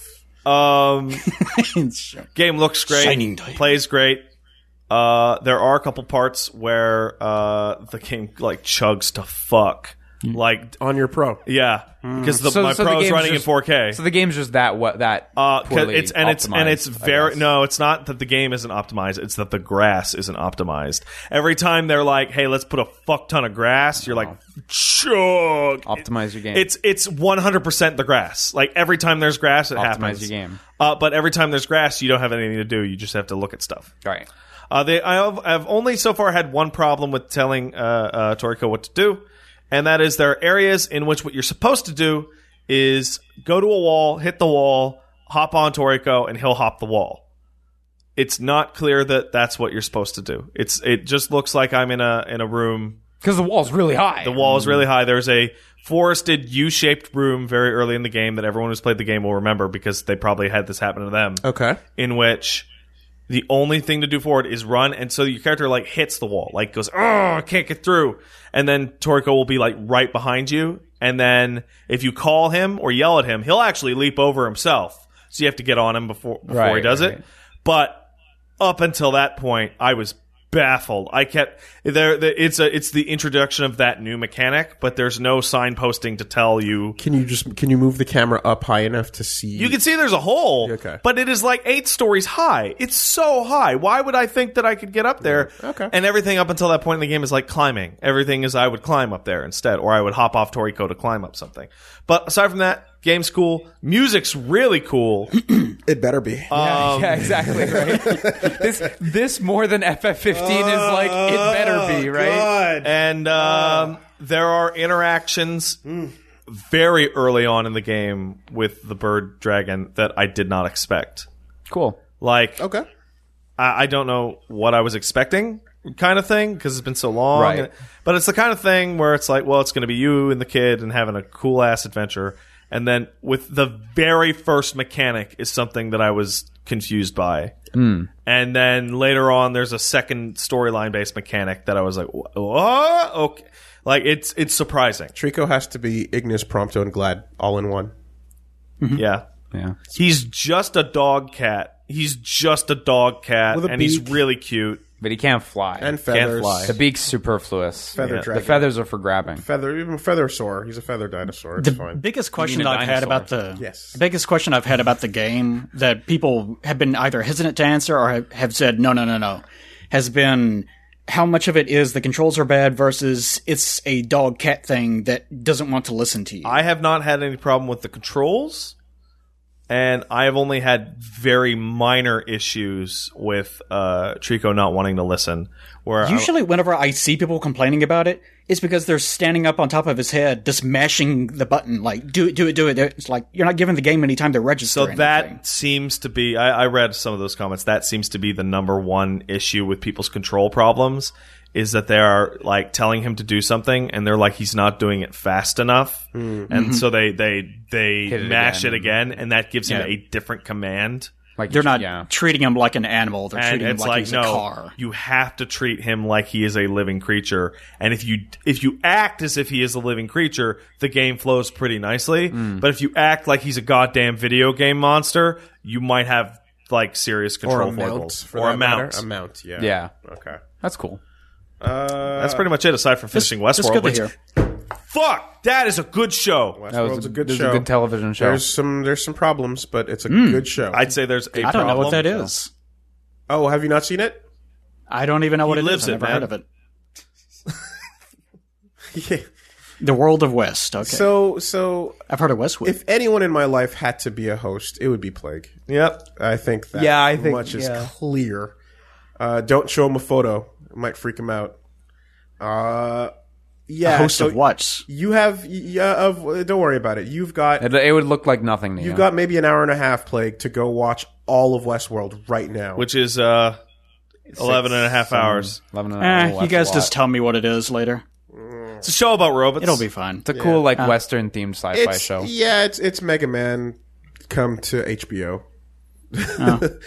S1: Um, game looks great.
S4: Shining Diamond.
S1: Plays great. Uh, there are a couple parts where uh, the game like chugs to fuck. Like
S2: on your pro.
S1: yeah, because the,
S3: Mm. So-
S1: my
S3: so the
S1: pro is
S3: game's
S1: running
S3: just-
S1: in 4K.
S3: So the game's just that what that
S1: Uh, 'cause
S3: poorly
S1: it's and it's and it's
S3: optimized, I
S1: very
S3: guess.
S1: no, it's not that the game isn't optimized. It's that the grass isn't optimized. Every time they're like, "Hey, let's put a fuck ton of grass," you're like, "Chug."
S3: Uh-huh. optimize your game.
S1: It's it's 100 percent the grass. Like every time there's grass, it happens.
S3: your game.
S1: Uh, but every time there's grass, you don't have anything to do. You just have to look at stuff.
S3: all right.
S1: Uh, they, I have, I've only so far had one problem with telling uh, uh, Toriko what to do, and that is there are areas in which what you're supposed to do is go to a wall, hit the wall, hop on Toriko, and he'll hop the wall. It's not clear that that's what you're supposed to do. It's it just looks like I'm in a in a room.
S3: Because the wall's really high.
S1: The wall is really high. There's a forested U-shaped room very early in the game that everyone who's played the game will remember because they probably had this happen to them
S2: Okay.
S1: in which the only thing to do forward is run, and so your character like hits the wall, like goes, "Oh, I can't get through," and then Toriko will be like right behind you, and then if you call him or yell at him, he'll actually leap over himself. So you have to get on him before before he
S3: Right,
S1: does
S3: right.
S1: it. But up until that point, I was baffled. I kept there. there- It's a it's the introduction of that new mechanic, but there's no signposting to tell you
S2: Can you just can you move the camera up high enough to see?
S1: you can see there's a hole,
S2: Okay.
S1: but it is like eight stories high. It's so high. Why would I think that I could get up there?
S2: Okay.
S1: And everything up until that point in the game is like climbing. Everything is I would climb up there instead, or I would hop off Toriko to climb up something. But aside from that, Game's cool. Music's really cool.
S5: It better be.
S2: Uh,
S3: yeah, exactly. Right. this this more than FF15 is like it better be
S1: Oh,
S3: right.
S1: and um, there are interactions very early on in the game with the bird dragon that I did not expect.
S3: Cool.
S1: Like
S5: okay.
S1: I, I don't know what I was expecting, kind of thing, because it's been so long.
S3: Right.
S1: And- but it's the kind of thing where it's like, well, it's going to be you and the kid and having a cool ass adventure. And then with the very first mechanic is something that I was confused by.
S5: Hmm.
S1: And then later on, there's a second storyline based mechanic that I was like, wh- what? Okay. Like it's it's surprising,
S2: Trico has to be Ignis, Prompto, and Glad all in one.
S5: Mm-hmm.
S1: yeah.
S3: Yeah.
S1: He's just a dog cat. He's just a dog cat,
S5: With a
S1: and he's
S5: beak.
S1: really cute.
S3: But he can't fly.
S2: And feathers.
S1: fly.
S3: the beak's superfluous.
S2: Feather
S1: Yeah.
S3: The
S2: dragon.
S3: feathers are for grabbing.
S2: feather, even feather sore. He's a feather dinosaur. It's
S4: The
S2: fine.
S4: biggest question
S3: mean a
S4: I've had
S3: dinosaur.
S4: about the
S2: Yes.
S4: biggest question I've had about the game that people have been either hesitant to answer or have- have said no, no, no, no, has been how much of it is the controls are bad versus it's a dog cat thing that doesn't want to listen to you.
S1: I have not had any problem with the controls, and I have only had very minor issues with uh, Trico not wanting to listen. Where I-
S4: Usually, whenever I see people complaining about it, it's because they're standing up on top of his head, just mashing the button, like do it, do it, do it. It's like you're not giving the game any time to register.
S1: so
S4: anything.
S1: that seems to be. I, I read some of those comments. That seems to be the number one issue with people's control problems is that they are like telling him to do something, and they're like he's not doing it fast enough, and so they they they
S3: it
S1: mash
S3: again.
S1: it again, and that gives him
S4: Yeah.
S1: a different command.
S3: Like
S4: they're not
S3: Yeah.
S4: treating him like an animal; they're
S1: and
S4: treating him
S1: it's
S4: like,
S1: like,
S4: he's
S1: no,
S4: a car.
S1: you have to treat him like he is a living creature. And if you if you act as if he is a living creature, the game flows pretty nicely.
S4: Mm.
S1: But if you act like he's a goddamn video game monster, you might have like serious
S2: or
S1: control
S2: a mount.
S1: foibles.
S2: For
S1: or
S2: that
S1: a mount.
S2: matter. A mount. Yeah.
S3: Yeah.
S2: Okay.
S3: That's cool.
S2: Uh,
S1: That's pretty much it. Aside from finishing
S4: That's
S1: Westworld,
S4: good to
S1: which
S4: hear.
S1: fuck, that is a good show.
S3: That was
S2: Westworld's a, good
S3: there's
S2: show.
S3: a good television show.
S2: There's some there's some problems, but it's a good show.
S1: I'd say there's a
S4: I don't know what that
S1: problem.
S4: is.
S2: oh, have you not seen it?
S4: I don't even know what
S1: He
S4: it is.
S1: lives
S4: I've
S1: it,
S4: never
S1: man.
S4: heard of it.
S2: Yeah.
S4: The World of West. Okay,
S2: So so
S4: I've heard of Westwood.
S2: if anyone in my life had to be a host, it would be Plague.
S1: Yep.
S2: I think that
S5: Yeah, I think-
S2: much is
S5: yeah.
S2: clear. Uh, don't show him a photo; it might freak him out. Uh, yeah,
S4: Host
S2: so
S4: of what?
S2: You have yeah, of uh, don't worry about it. You've got
S3: it, it would look like nothing to you.
S2: you've got maybe an hour and a half, Plague, to go watch all of Westworld right now.
S1: Which is uh, 11 and a half
S3: seven,
S1: hours.
S3: 11 and a half.
S4: Eh,
S3: Well,
S4: you
S3: that's
S4: guys
S3: a lot.
S4: just tell me what it is later.
S1: It's a show about robots.
S4: It'll be fine.
S3: It's a cool
S4: Uh,
S3: like Western themed sci-fi
S2: it's, e-
S3: show.
S2: Yeah, it's it's Mega Man come to HBO.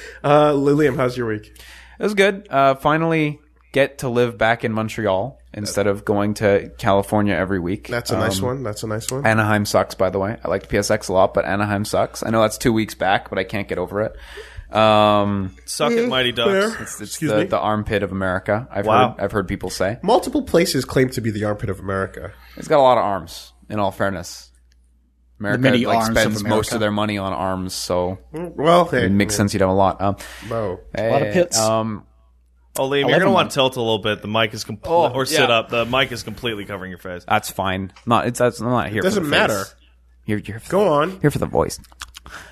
S2: uh, Lilium, how's your week?
S3: It was good. Uh, finally, get to live back in Montreal instead of going to California every week. Uh,
S2: That's a nice one. That's a nice one.
S3: Anaheim sucks, by the way. I liked PSX a lot, but Anaheim sucks. I know that's two weeks back, but I can't get over it. Um,
S1: Suck it, Mighty Ducks.
S2: Fair.
S3: it's it's
S2: Excuse
S3: the,
S2: me.
S3: the armpit of America. I've
S1: Wow.
S3: heard I've heard people say
S2: Multiple places claim to be the armpit of America.
S3: it's got a lot of arms. In all fairness, America
S4: many
S3: like
S4: arms of
S3: spends most
S4: America.
S3: of their money on arms, so
S2: Well, hey,
S3: it makes sense you'd have a lot. Um,
S2: Bo.
S3: a
S4: lot of pits.
S3: Um,
S1: Oh, Liam, you're
S4: 11
S1: gonna want
S4: months.
S1: to tilt a little bit. The mic is complete,
S3: Oh,
S1: or sit
S3: yeah.
S1: up. The mic is completely covering your face.
S3: that's fine. Not it's that's I'm not here. for
S2: doesn't
S3: the
S2: matter.
S3: face. You're, you're for
S2: Go
S3: the-
S2: on.
S3: Here for the voice.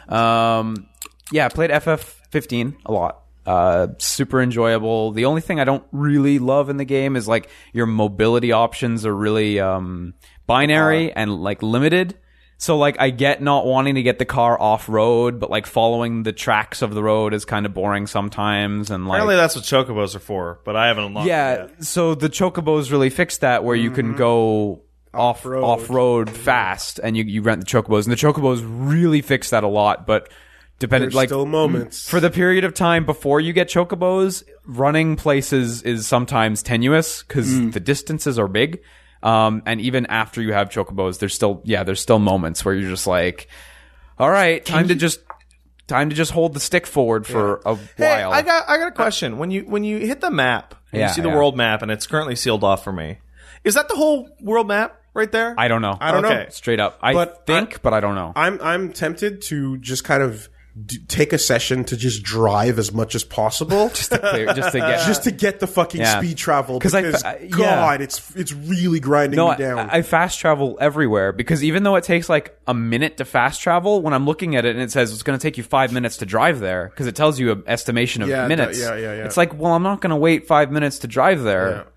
S3: Um, yeah, I played FF15 a lot. Uh, super enjoyable. The only thing I don't really love in the game is like your mobility options are really um, binary and like limited. So like I get not wanting to get the car off road, but like following the tracks of the road is kind of boring sometimes. And like
S1: Apparently, that's what chocobos are for, but I haven't unlocked.
S3: yeah,
S1: it yet.
S3: so the chocobos really fixed that where you can go off
S2: Off-road.
S3: off road fast and you, you rent the chocobos and the chocobos really fixed that a lot but depending
S2: There's
S3: like
S2: still moments.
S3: for the period of time before you get chocobos running places is sometimes tenuous because the distances are big um, and even after you have chocobos there's still yeah there's still moments where you're just like all right time to just time to just hold the stick forward for a
S1: Hey,
S3: while
S1: I got I got a question. When you when you hit the map, and
S3: Yeah,
S1: you see the
S3: yeah.
S1: world map, and it's currently sealed off for me. Is that the whole world map right there?
S3: I don't know
S2: I don't
S1: Okay.
S2: know.
S3: straight up i
S2: But
S3: think but i don't know
S2: I'm I'm tempted to just kind of d- take a session to just drive as much as possible, just, to,
S3: Clear- just to get
S2: get the fucking
S3: Yeah.
S2: speed travel.
S3: 'Cause
S2: Because
S3: I- I- yeah.
S2: God, it's it's really grinding
S3: No,
S2: me down.
S3: I, I fast travel everywhere because even though it takes like a minute to fast travel, when I'm looking at it and it says it's going to take you five minutes to drive there because it tells you an estimation of
S2: Yeah, that-
S3: minutes.
S2: yeah, yeah, yeah.
S3: It's like, well, I'm not going to wait five minutes to drive there.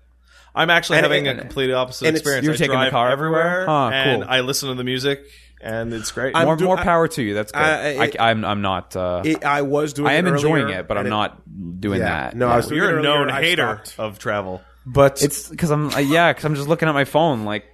S1: I'm actually
S2: And-
S1: having
S2: and-
S1: a complete opposite
S2: and it's-
S1: experience.
S3: you're
S1: I
S3: taking the
S1: drive
S3: car
S1: everywhere,
S3: everywhere? Ah,
S1: and
S3: cool.
S1: I listen to the music, and it's great.
S2: I'm
S3: More,
S2: do-
S3: more
S2: I-
S3: power to you. That's good.
S2: I-
S3: I,
S2: it-
S3: am I'm not. Uh,
S2: It- I was doing.
S3: I am
S2: it
S3: enjoying
S2: earlier,
S3: it, but I'm
S2: and it-
S3: not doing
S2: Yeah.
S3: that.
S2: No, I was doing
S1: You're
S2: it
S1: a
S2: earlier,
S1: known
S2: I
S1: hater
S2: stopped.
S1: of travel.
S2: But
S3: It's because I'm uh, yeah, because I'm just looking at my phone. Like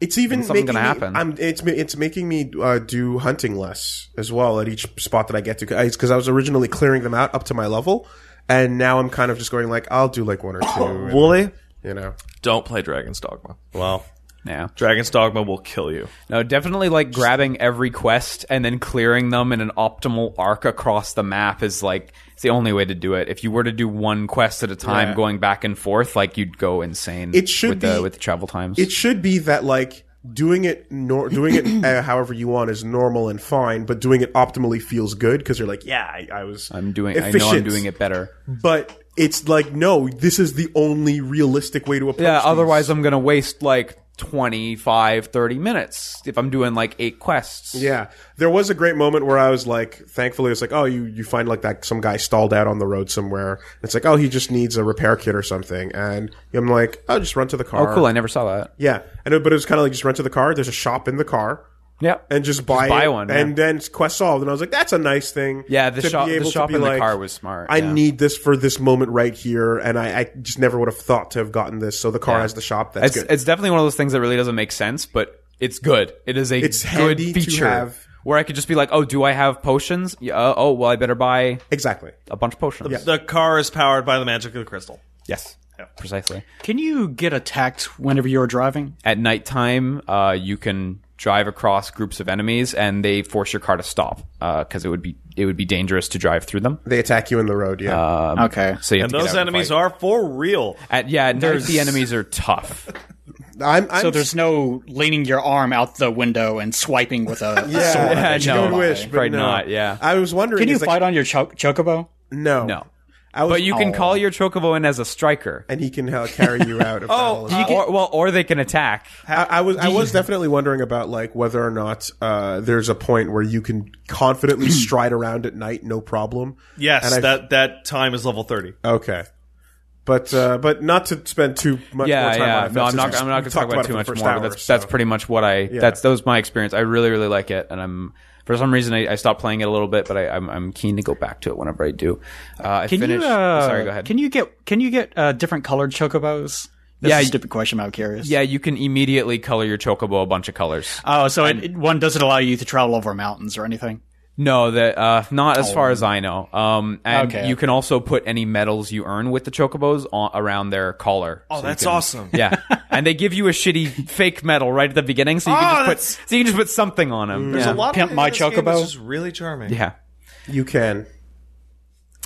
S2: It's even
S3: something's
S2: making
S3: gonna
S2: me-
S3: happen.
S2: I'm, it's ma- it's making me uh, do hunting less as well at each spot that I get to because I was originally clearing them out up to my level, and now I'm kind of just going like I'll do like one or two, and,
S1: Wooly,
S2: you know.
S1: don't play Dragon's Dogma. Well,
S3: yeah,
S1: Dragon's Dogma will kill you.
S3: no, definitely like grabbing every quest and then clearing them in an optimal arc across the map is like it's the only way to do it. If you were to do one quest at a time,
S2: Yeah.
S3: going back and forth, like you'd go insane.
S2: It should
S3: with the,
S2: be-
S3: with the travel times.
S2: It should be that like doing it nor- doing it uh, however you want is normal and fine, but doing it optimally feels good because you're like yeah I, I was
S3: I'm doing. I know I'm
S2: efficient."
S3: doing it better.
S2: but it's like no this is the only realistic way to approach
S3: Yeah.
S2: these.
S3: Otherwise, I'm gonna waste like 25, 30 minutes if I'm doing like eight quests.
S2: Yeah, there was a great moment where I was like, thankfully, it's like, oh, you you find like that some guy stalled out on the road somewhere. It's like, oh, he just needs a repair kit or something, and I'm like, oh, just run to the car.
S3: Oh, cool! I never saw that.
S2: Yeah, and it, but it was kind of like just run to the car. There's a shop in the car.
S3: Yeah.
S2: And just buy,
S3: buy
S2: it,
S3: one,
S2: and
S3: yeah.
S2: then it's quest solved. And I was like, "That's a nice thing."
S3: Yeah, the
S2: to
S3: shop-
S2: be
S3: the
S2: able to
S3: shop
S2: be
S3: in the
S2: like,
S3: car was smart,
S2: I
S3: yeah.
S2: need this for this moment right here, and I, I just never would have thought to have gotten this. So the car has the shop. That's
S3: it's,
S2: good.
S3: it's definitely one of those things that really doesn't make sense, but it's good. It is a
S2: It's
S3: good
S2: handy to
S3: feature
S2: have.
S3: where I could just be like, oh, do I have potions? Yeah, uh, oh, well, I better buy
S2: exactly.
S3: a bunch of potions.
S1: The car is powered by the magic of the crystal.
S3: Yes, precisely.
S4: Can you get attacked whenever you're driving?
S3: At nighttime, uh, you can drive across groups of enemies, and they force your car to stop because it would be it would be dangerous to drive through them.
S2: They attack you in the road. Yeah.
S3: Uh,
S4: okay.
S3: So you have
S1: And
S3: to
S1: those enemies are for real.
S3: At, yeah, at night, the enemies are tough.
S2: I'm, I'm
S4: So there's no leaning your arm out the window and swiping with a
S2: Yeah,
S4: sword.
S3: Yeah,
S4: at
S2: you
S4: you.
S3: no.
S2: would wish, but
S3: Probably
S2: no.
S3: not, yeah.
S2: I was wondering.
S4: Can you
S2: it's like,
S4: fight on your cho- chocobo?
S2: No,
S3: No.
S2: I was,
S3: But you can call your chocobo in as a striker. Uh,
S2: and he can uh, carry you out. Of oh,
S3: or, well, or they can attack.
S2: I, I was I was definitely wondering about like whether or not uh, there's a point where you can confidently stride around at night, no problem.
S1: Yes,
S2: And I-
S1: that that time is level thirty.
S2: Okay. But uh, but not to spend too much more
S3: yeah,
S2: time
S3: yeah.
S2: on it.
S3: No, I'm
S2: since
S3: not.
S2: we-
S3: I'm not
S2: we
S3: going to
S2: talked
S3: talk about it
S2: it
S3: too
S2: for the
S3: much more.
S2: first hour,
S3: but that's that's
S2: so.
S3: pretty much what I. That's that was my experience. I really really like it, and I'm for some reason I, I stopped playing it a little bit, but I, I'm I'm keen to go back to it whenever I do. Uh, I
S4: Can
S3: finished.
S4: you? Uh,
S3: sorry, go ahead.
S4: Can you get? Can you get uh, different colored chocobos? That's
S3: Yeah,
S4: a
S3: you-
S4: stupid question. but I'm curious.
S3: yeah, you can immediately color your chocobo a bunch of colors.
S4: Oh, so it, it- one doesn't allow you to travel over mountains or anything.
S3: No, that uh, not as far as I know. Um, and
S4: Okay.
S3: you can also put any medals you earn with the chocobos on, around their collar.
S1: Oh,
S3: So you
S1: that's
S3: can-
S1: awesome.
S3: Yeah, and they give you a shitty fake medal right at the beginning, so you can
S1: Oh,
S3: just put so you can just put something on them.
S1: There's a
S3: yeah.
S1: lot of
S4: Pimp
S1: it in
S4: my
S1: this game
S4: chocobo.
S1: that's just really charming.
S3: yeah.
S2: You can.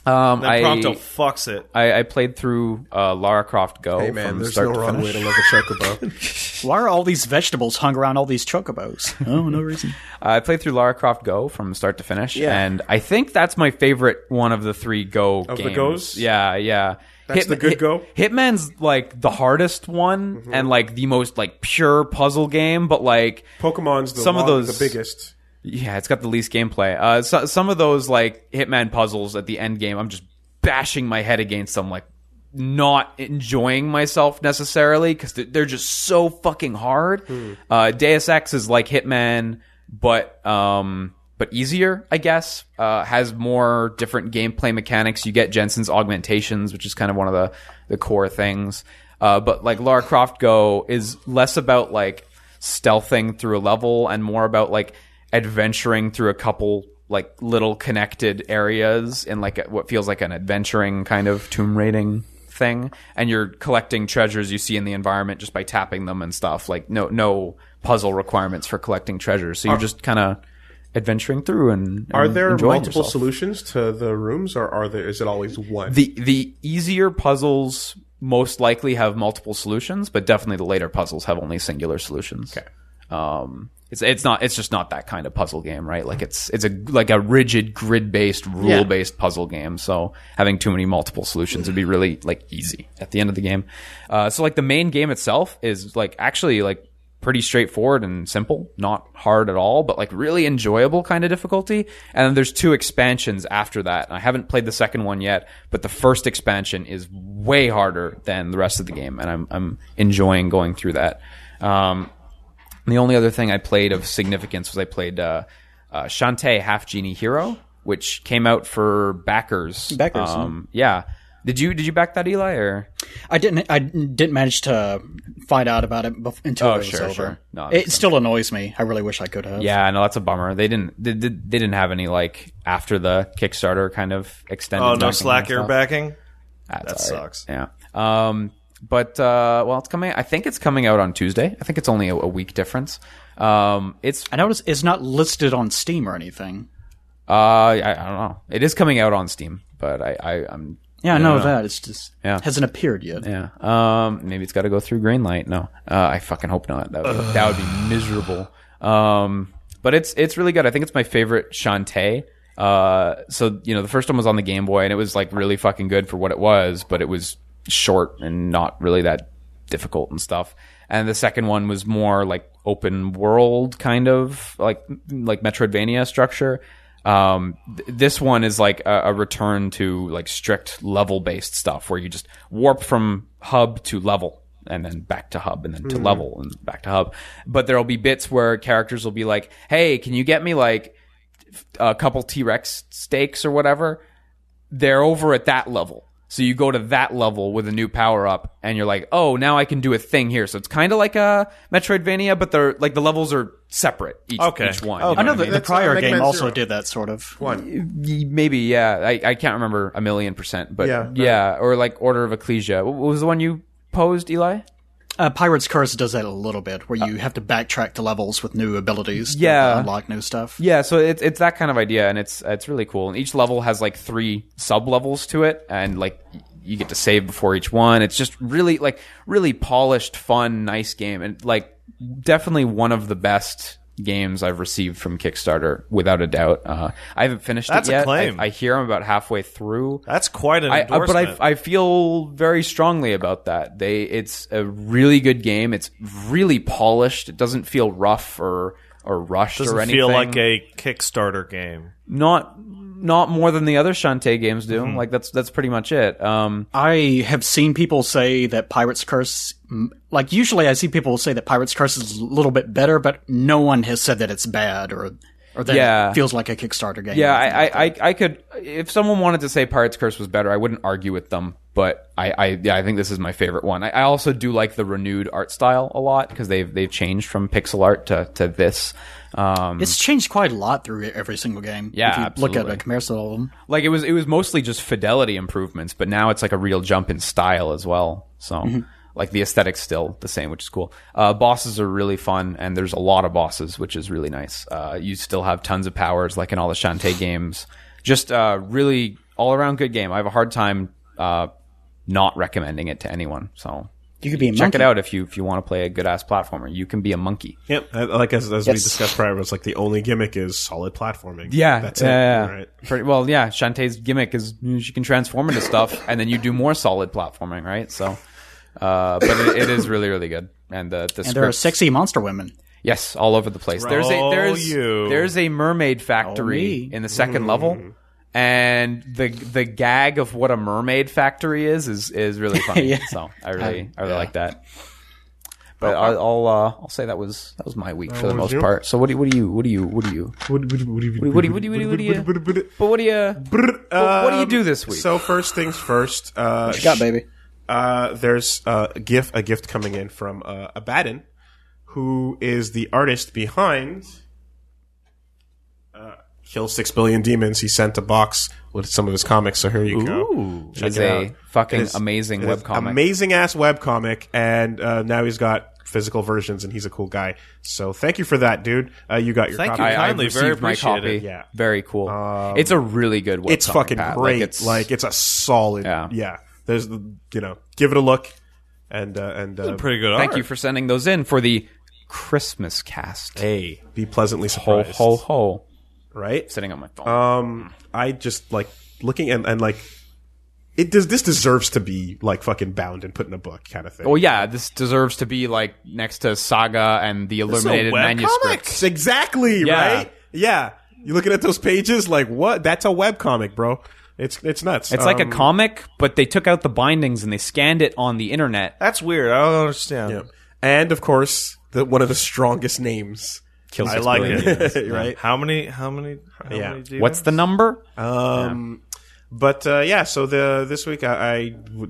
S3: Um,
S1: That
S3: I-
S1: prompto fucks it.
S3: I, I played through uh, Lara Croft Go
S2: Hey man,
S3: from
S2: there's
S3: start
S2: no
S3: to
S2: wrong
S3: finish.
S2: way to love a chocobo.
S4: Why are all these vegetables hung around all these chocobos? Oh, no reason.
S3: I played through Lara Croft Go from start to finish, and I think that's my favorite one of the three Go of
S2: the
S3: games.
S2: Go's?
S3: Yeah, yeah.
S2: That's the good Go? Mm-hmm.
S3: Hitman's like the hardest one and like the most like pure puzzle game, but like
S2: Pokemon's the
S3: Some of
S2: long-
S3: those-
S2: the biggest.
S3: yeah, it's got the least gameplay. Uh, so, some of those like Hitman puzzles at the end game, I'm just bashing my head against them, like not enjoying myself necessarily because they're just so fucking hard. Uh, Deus Ex is like Hitman, but um, but easier, I guess. Uh, has more different gameplay mechanics. You get Jensen's augmentations, which is kind of one of the the core things. Uh, but like Lara Croft Go is less about like stealthing through a level and more about like adventuring through a couple like little connected areas in like a, what feels like an adventuring kind of tomb raiding thing and you're collecting treasures you see in the environment just by tapping them and stuff like no no puzzle requirements for collecting treasures so you're just kind of adventuring through and,
S2: Are
S3: and
S2: there
S3: enjoying
S2: multiple
S3: yourself.
S2: solutions to the rooms, or are there? Is it always one?
S3: the the easier puzzles most likely have multiple solutions, but definitely the later puzzles have only singular solutions. Okay. Um, it's it's not it's just not that kind of puzzle game, right? Like it's it's a like a rigid grid based rule based puzzle game. So having too many multiple solutions would be really like easy at the end of the game. Uh, so like the main game itself is like actually like pretty straightforward and simple, not hard at all, but like really enjoyable kind of difficulty. And then there's two expansions after that. I haven't played the second one yet, but the first expansion is way harder than the rest of the game, and I'm I'm enjoying going through that. Um, and the only other thing I played of significance was I played uh, uh, Shantae Half Genie Hero, which came out for backers.
S4: Backers,
S3: um, yeah. Did you did you back that Eli or
S4: I didn't. I didn't manage to find out about it bef- until
S3: Oh,
S4: it was
S3: sure,
S4: over.
S3: sure. No, that
S4: it
S3: makes sense.
S4: still annoys me. I really wish I could have.
S3: Yeah, no, that's a bummer. They didn't they, they, they didn't have any like after the Kickstarter kind of extended.
S1: Oh,
S3: backing
S1: no
S3: and
S1: slack
S3: stuff.
S1: airbacking?
S3: That's
S1: That
S3: all right.
S1: sucks.
S3: Yeah. Um, but uh, well, it's coming. I think it's coming out on Tuesday. I think it's only a, a week difference. Um, it's
S4: I noticed it's not listed on Steam or anything.
S3: uh, I, I don't know. It is coming out on Steam, but I, I I'm
S4: Yeah, I know that. It's just
S3: Yeah.
S4: hasn't appeared yet.
S3: yeah. Um, maybe it's got to go through green light. No, uh, I fucking hope not. That would, that would be miserable. Um, but it's it's really good. I think it's my favorite Shantae. Uh, so you know, the first one was on the Game Boy, and it was like really fucking good for what it was, but it was short and not really that difficult and stuff. And the second one was more like open world kind of like like Metroidvania structure. Um, th- this one is like a, a return to like strict level based stuff where you just warp from hub to level and then back to hub and then to
S1: Mm.
S3: level and back to hub. But there'll be bits where characters will be like, "Hey, can you get me like a couple T Rex steaks or whatever, they're over at that level. So you go to that level with a new power up, and you're like, oh, now I can do a thing here. So it's kind of like a Metroidvania, but they're like the levels are separate. Each,
S1: Okay.
S3: each one.
S4: I know that the
S2: That's
S4: prior
S2: Mega
S4: game
S2: Man
S4: also
S2: Zero.
S4: did that sort of.
S2: One.
S3: Y- Maybe yeah. I, I can't remember a million percent, but
S2: Yeah.
S3: yeah, or like Order of Ecclesia. What was the one you posed, Eli?
S4: Uh, Pirate's Curse does that a little bit, where you have to backtrack to levels with new abilities to
S3: Yeah.
S4: unlock new stuff.
S3: Yeah, so it's it's that kind of idea, and it's it's really cool. And each level has like three sub levels to it, and like y- you get to save before each one. It's just really like really polished, fun, nice game, and like definitely one of the best games I've received from Kickstarter, without a doubt. Uh, I haven't finished
S1: That's
S3: it yet. I,
S1: acclaim.
S3: I hear I'm about halfway through.
S1: That's quite an
S3: I, I- but
S1: endorsement.
S3: I, I feel very strongly about that. They, it's a really good game. It's really polished. It doesn't feel rough or or rushed
S1: doesn't
S3: or anything.
S1: feel like a Kickstarter game.
S3: not not more than the other Shantae games do.
S1: Mm-hmm.
S3: Like that's that's pretty much it. Um,
S4: I have seen people say that Pirate's Curse, mm, like usually I see people say that Pirate's Curse is a little bit better, but no one has said that it's bad or or that
S3: Yeah.
S4: it feels like a Kickstarter game.
S3: yeah, I, I, I I could if someone wanted to say Pirates Curse was better, I wouldn't argue with them. But I I, yeah, I think this is my favorite one. I, I also do like the renewed art style a lot because they've they've changed from pixel art to to this. Um,
S4: it's changed quite a lot through every single game.
S3: Yeah,
S4: if you look
S3: absolutely.
S4: at a comparison of them.
S3: like it was it was mostly just fidelity improvements, but now it's like a real jump in style as well. So like the aesthetic's still the same, which is cool. Uh, bosses are really fun, and there's a lot of bosses, which is really nice. Uh, you still have tons of powers, like in all the Shantae games. Just uh, really all around good game. I have a hard time uh, not recommending it to anyone. So
S4: You could be a
S3: check it out if you if you want to play a good ass platformer. You can be a monkey.
S2: Yep. Uh, Like as, as we
S4: Yes.
S2: discussed prior, it's like the only gimmick is solid platforming.
S3: Yeah,
S2: That's
S3: yeah,
S2: it.
S3: yeah.
S2: All right.
S3: Pretty- well, yeah. Shantae's gimmick is she can transform into stuff, and then you do more solid platforming, right? So, uh, but it, it is really, really good. And uh, the the
S4: And there are
S3: scripts-
S4: sexy monster women.
S3: yes, all over the place. There's a
S1: Roll
S3: there's
S1: you.
S3: there's a mermaid factory
S4: me.
S3: in the second level, and the the gag of what a mermaid factory is is is really funny.
S4: Yeah.
S3: So I really I really like that. But I'll I'll, uh, I'll say that was that was my week for the most
S2: you?
S3: part. So what do you what do you what do you what do you
S2: Would- would- would- would-
S3: what do you what do you what do you, what do you,
S2: would- would-
S3: but what do you uh,
S2: would-
S3: Well, what do you
S2: um,
S3: do this week?
S2: So first things first. Uh,
S4: Got baby.
S2: uh, there's uh, a gift a gift coming in from uh, Abaddon, who is the artist behind uh, Kill Six Billion Demons. He sent a box with some of his comics, so here you go. Check
S3: is
S2: it
S3: a
S2: out.
S3: fucking
S2: It is-
S3: amazing
S2: it is
S3: webcomic.
S2: Amazing ass webcomic, and uh, now he's got physical versions, and he's a cool guy. So thank you for that, dude. Uh, you got your
S1: Thank
S2: copy.
S1: you.
S3: I, I
S1: Kindly, very
S3: received my copy.
S1: appreciated.
S2: Yeah. Um,
S3: Very cool. it's a really good webcomic.
S2: it's fucking
S3: Pat.
S2: great. Like
S3: Like,
S2: it's, a solid. Yeah.
S3: Yeah.
S2: There's the you know, give it a look, and uh, and uh,
S1: Pretty good
S3: thank
S1: art.
S3: you for sending those in for the Christmas cast.
S2: Hey, be pleasantly
S3: Ho
S2: surprised.
S3: ho ho!
S2: Right?
S3: Sitting on my phone.
S2: Um, I just like looking and, and like it does. This deserves to be like fucking bound and put in a book kind of thing.
S3: well, yeah, this deserves to be like next to Saga and the Illuminated manuscript.
S2: Oh Exactly.
S3: Yeah.
S2: Right. Yeah. You looking at those pages like what? That's a web comic, bro. It's it's nuts. Um,
S3: It's like a comic, but they took out the bindings and they scanned it on the internet.
S1: That's weird. I don't understand.
S2: Yeah. And of course, the one of the strongest names.
S3: Kills
S1: I like it.
S2: right.
S1: How many? How many? How
S2: Yeah.
S1: many do you
S3: What's the number?
S2: Um, But uh, yeah, so the this week I, I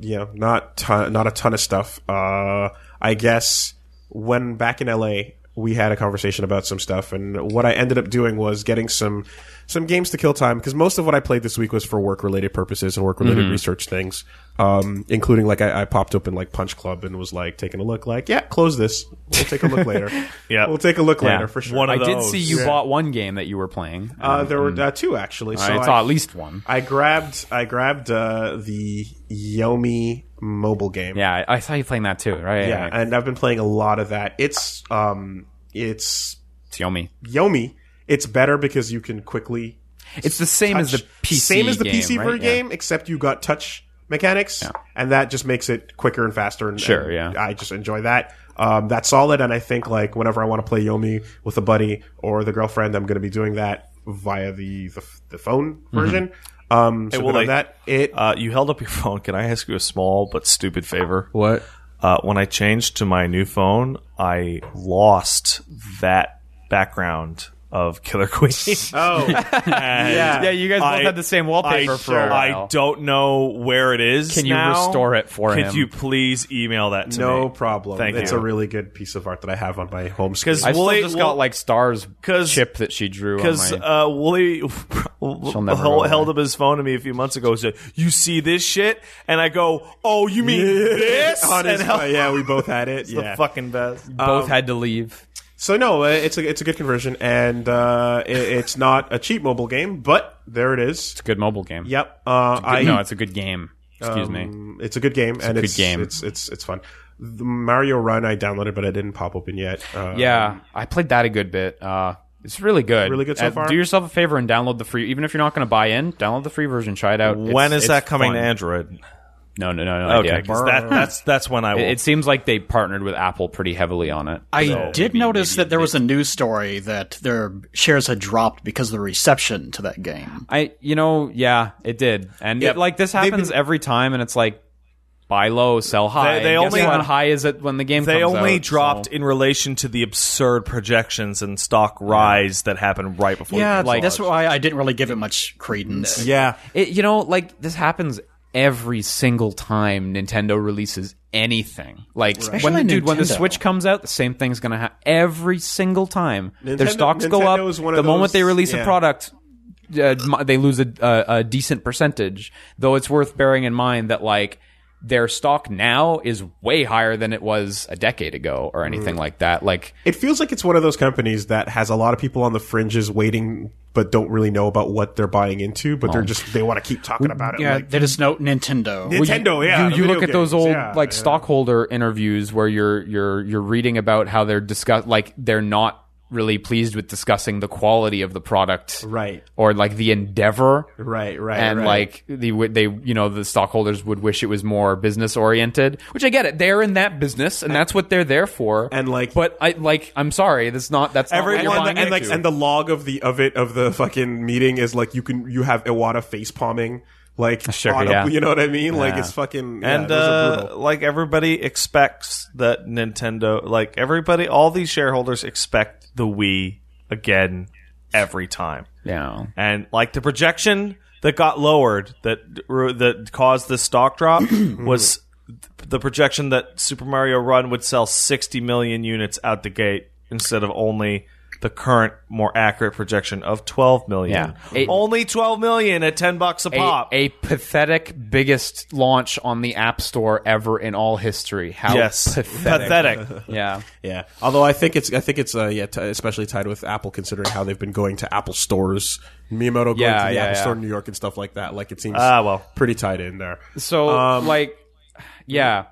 S2: you know not ton, not a ton of stuff. Uh, I guess when back in LA we had a conversation about some stuff, and what I ended up doing was getting some some games to kill time because most of what I played this week was for work related purposes and work
S1: Mm-hmm.
S2: related research things, um, including like I, I popped open like Punch Club and was like taking a look, like yeah, close this, we'll take a look later.
S1: Yeah.
S2: we'll take a look
S3: Yeah.
S2: later for sure.
S1: One
S3: I
S1: of Mm.
S3: did
S1: those.
S3: see you
S1: Yeah.
S3: bought one game that you were playing.
S2: uh, there were uh, two actually. So
S3: I
S2: I-
S3: saw at least one.
S2: I grabbed I grabbed uh, the Yomi mobile game.
S3: Yeah, I- I saw you playing that too, right?
S2: Yeah, and I've been playing a lot of that. It's um it's
S3: It's yummy.
S2: Yomi. It's better because you can quickly
S3: It's the same as the
S2: touch-
S3: PC
S2: same as the
S3: game,
S2: PC
S3: right?
S2: ver-
S3: Yeah.
S2: game, except you got touch mechanics, and that just makes it quicker and faster. And,
S3: Sure,
S2: and
S3: yeah.
S2: I just enjoy that. Um, that's solid, and I think like whenever I want to play Yomi with a buddy or the girlfriend, I'm going to be doing that via the the, the phone
S3: Mm-hmm.
S2: version. Um, so good
S1: well,
S2: on
S1: like,
S2: that it
S1: Uh, you held up your phone. Can I ask you a small but stupid favor?
S3: What?
S1: Uh, when I changed to my new phone, I lost that background of Killer Queen.
S2: oh yeah
S3: Yeah, you guys both
S1: I-
S3: had the same wallpaper
S1: I,
S3: for a while.
S1: I don't know where it is.
S3: Can you
S1: now.
S3: restore it for
S1: Could
S3: him?
S1: you please email that to me?
S2: No problem.
S1: Thank
S2: it's
S1: you.
S2: a really good piece of art that I have on my home screen.
S1: 'Cause
S3: I still
S1: Wooly-
S3: just
S1: Wool-
S3: got like stars
S1: 'Cause-
S3: chip that she drew.
S1: Because
S3: on my,
S1: uh, Wooly
S3: never go
S1: held,
S3: away.
S1: held up his phone to me a few months ago. and Said, "You see this shit?" And I go, "Oh, you mean this?" and
S2: Honest,
S1: held-
S2: uh, yeah, we both had it.
S1: the
S2: yeah.
S1: fucking best.
S2: um,
S3: both had to leave.
S2: so no, uh, it's a it's a good conversion, and uh, it, it's not a cheap mobile game, but there it is.
S3: Good mobile game.
S2: Yep. Uh, I
S3: no, it's a good game. Excuse me.
S2: um, it's a good game, and
S3: good
S2: it's,
S3: game.
S2: It's it's it's fun. The Mario Run I downloaded, but it didn't pop open yet. Uh,
S3: Yeah, I played that a good bit. Uh, it's really good.
S2: Really good so
S3: Uh,
S2: far?
S3: Do yourself a favor and download the free. Even if you're not going to buy in, download the free version. Try it out. It's-
S1: when is
S3: it's
S1: that coming to
S3: fun.
S1: Android?
S3: No, no, no, no.
S1: Okay,
S3: idea.
S1: 'cause that, that's that's when I will.
S3: It, it seems like they partnered with Apple pretty heavily on it.
S4: I
S3: So
S4: did
S3: maybe-
S4: notice
S3: maybe
S4: that there was a news story that their shares had dropped because of the reception to that game.
S3: I, you know, yeah, it did, and
S2: Yep.
S3: it, like this happens every time, and it's like buy low, sell high.
S1: They- they
S3: And guess
S1: only-
S3: what? high is it when the game
S1: they
S3: comes
S1: only
S3: out,
S1: dropped
S3: so-
S1: in relation to the absurd projections and stock rise that happened right before. the
S3: like-
S4: that's why I didn't really give it much credence.
S2: yeah.
S3: It, you know, like this happens every single time Nintendo releases anything. Like
S4: Especially
S3: when dude, when the
S4: Nintendo.
S3: Switch comes out, the same thing's gonna happen every single time. Their
S2: Nintendo-
S3: stocks go
S2: Nintendo
S3: up.
S2: is
S3: The
S2: one of
S3: moment they
S2: those-
S3: release
S2: yeah.
S3: a product. Uh, m- they lose a, a, a decent percentage, though it's worth bearing in mind that like their stock now is way higher than it was a decade ago or anything
S2: Mm.
S3: like that. Like
S2: It feels like it's one of those companies that has a lot of people on the fringes waiting, but don't really know about what they're buying into. But they're just they want to keep talking about it.
S4: Yeah,
S2: like,
S4: that is no Nintendo.
S2: Well, Nintendo, yeah, the
S3: You, you
S2: video
S3: look at those
S2: games,
S3: old
S2: yeah,
S3: like
S2: yeah.
S3: stockholder interviews where you're you're you're reading about how they're discuss like they're not really pleased with discussing the quality of the product,
S2: right,
S3: Or like the endeavor,
S2: right, right,
S3: and
S2: right.
S3: like the w- they you know the stockholders would wish it was more business oriented, which I get it. They're in that business, and that's what they're there for.
S2: And, like-
S3: but I like I'm sorry, that's not that's
S2: and,
S1: Everyone-
S3: not what you're
S2: the,
S3: buying
S2: and, like
S3: into.
S2: and the log of the of it of the fucking meeting is like you can you have Iwata face palming like
S3: Sure,
S2: on a-
S3: yeah.
S2: you know what I mean like it's fucking yeah,
S1: and
S2: those are
S1: uh,
S2: brutal.
S1: like everybody expects that Nintendo, like everybody, all these shareholders expect the Wii again every time,
S3: yeah.
S1: and like the projection that got lowered that that caused this stock drop was the projection that Super Mario Run would sell 60 million units out the gate instead of only the current more accurate projection of 12 million.
S3: Yeah. It-
S1: only 12 million at 10 bucks a
S3: a,
S1: pop.
S3: a pathetic biggest launch on the App Store ever in all history. How
S1: yes.
S3: pathetic.
S1: pathetic.
S3: Yeah.
S2: yeah although I think it's I think it's uh, yeah t- especially tied with Apple considering how they've been going to Apple stores Miyamoto going
S3: Yeah,
S2: to the
S3: yeah,
S2: Apple
S3: yeah.
S2: store in New York and stuff like that like it seems
S1: Ah, well.
S4: Um,
S2: pretty tied in there
S3: So like yeah.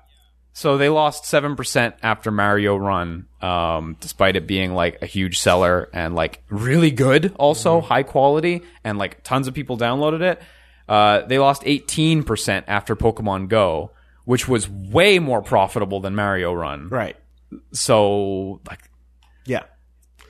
S3: So they lost seven percent after Mario Run, um, despite it being like a huge seller and like really good, also
S4: Mm-hmm.
S3: high quality, and like tons of people downloaded it. Uh, they lost eighteen percent after Pokemon Go, which was way more profitable than Mario Run.
S2: Right.
S3: So like
S2: Yeah.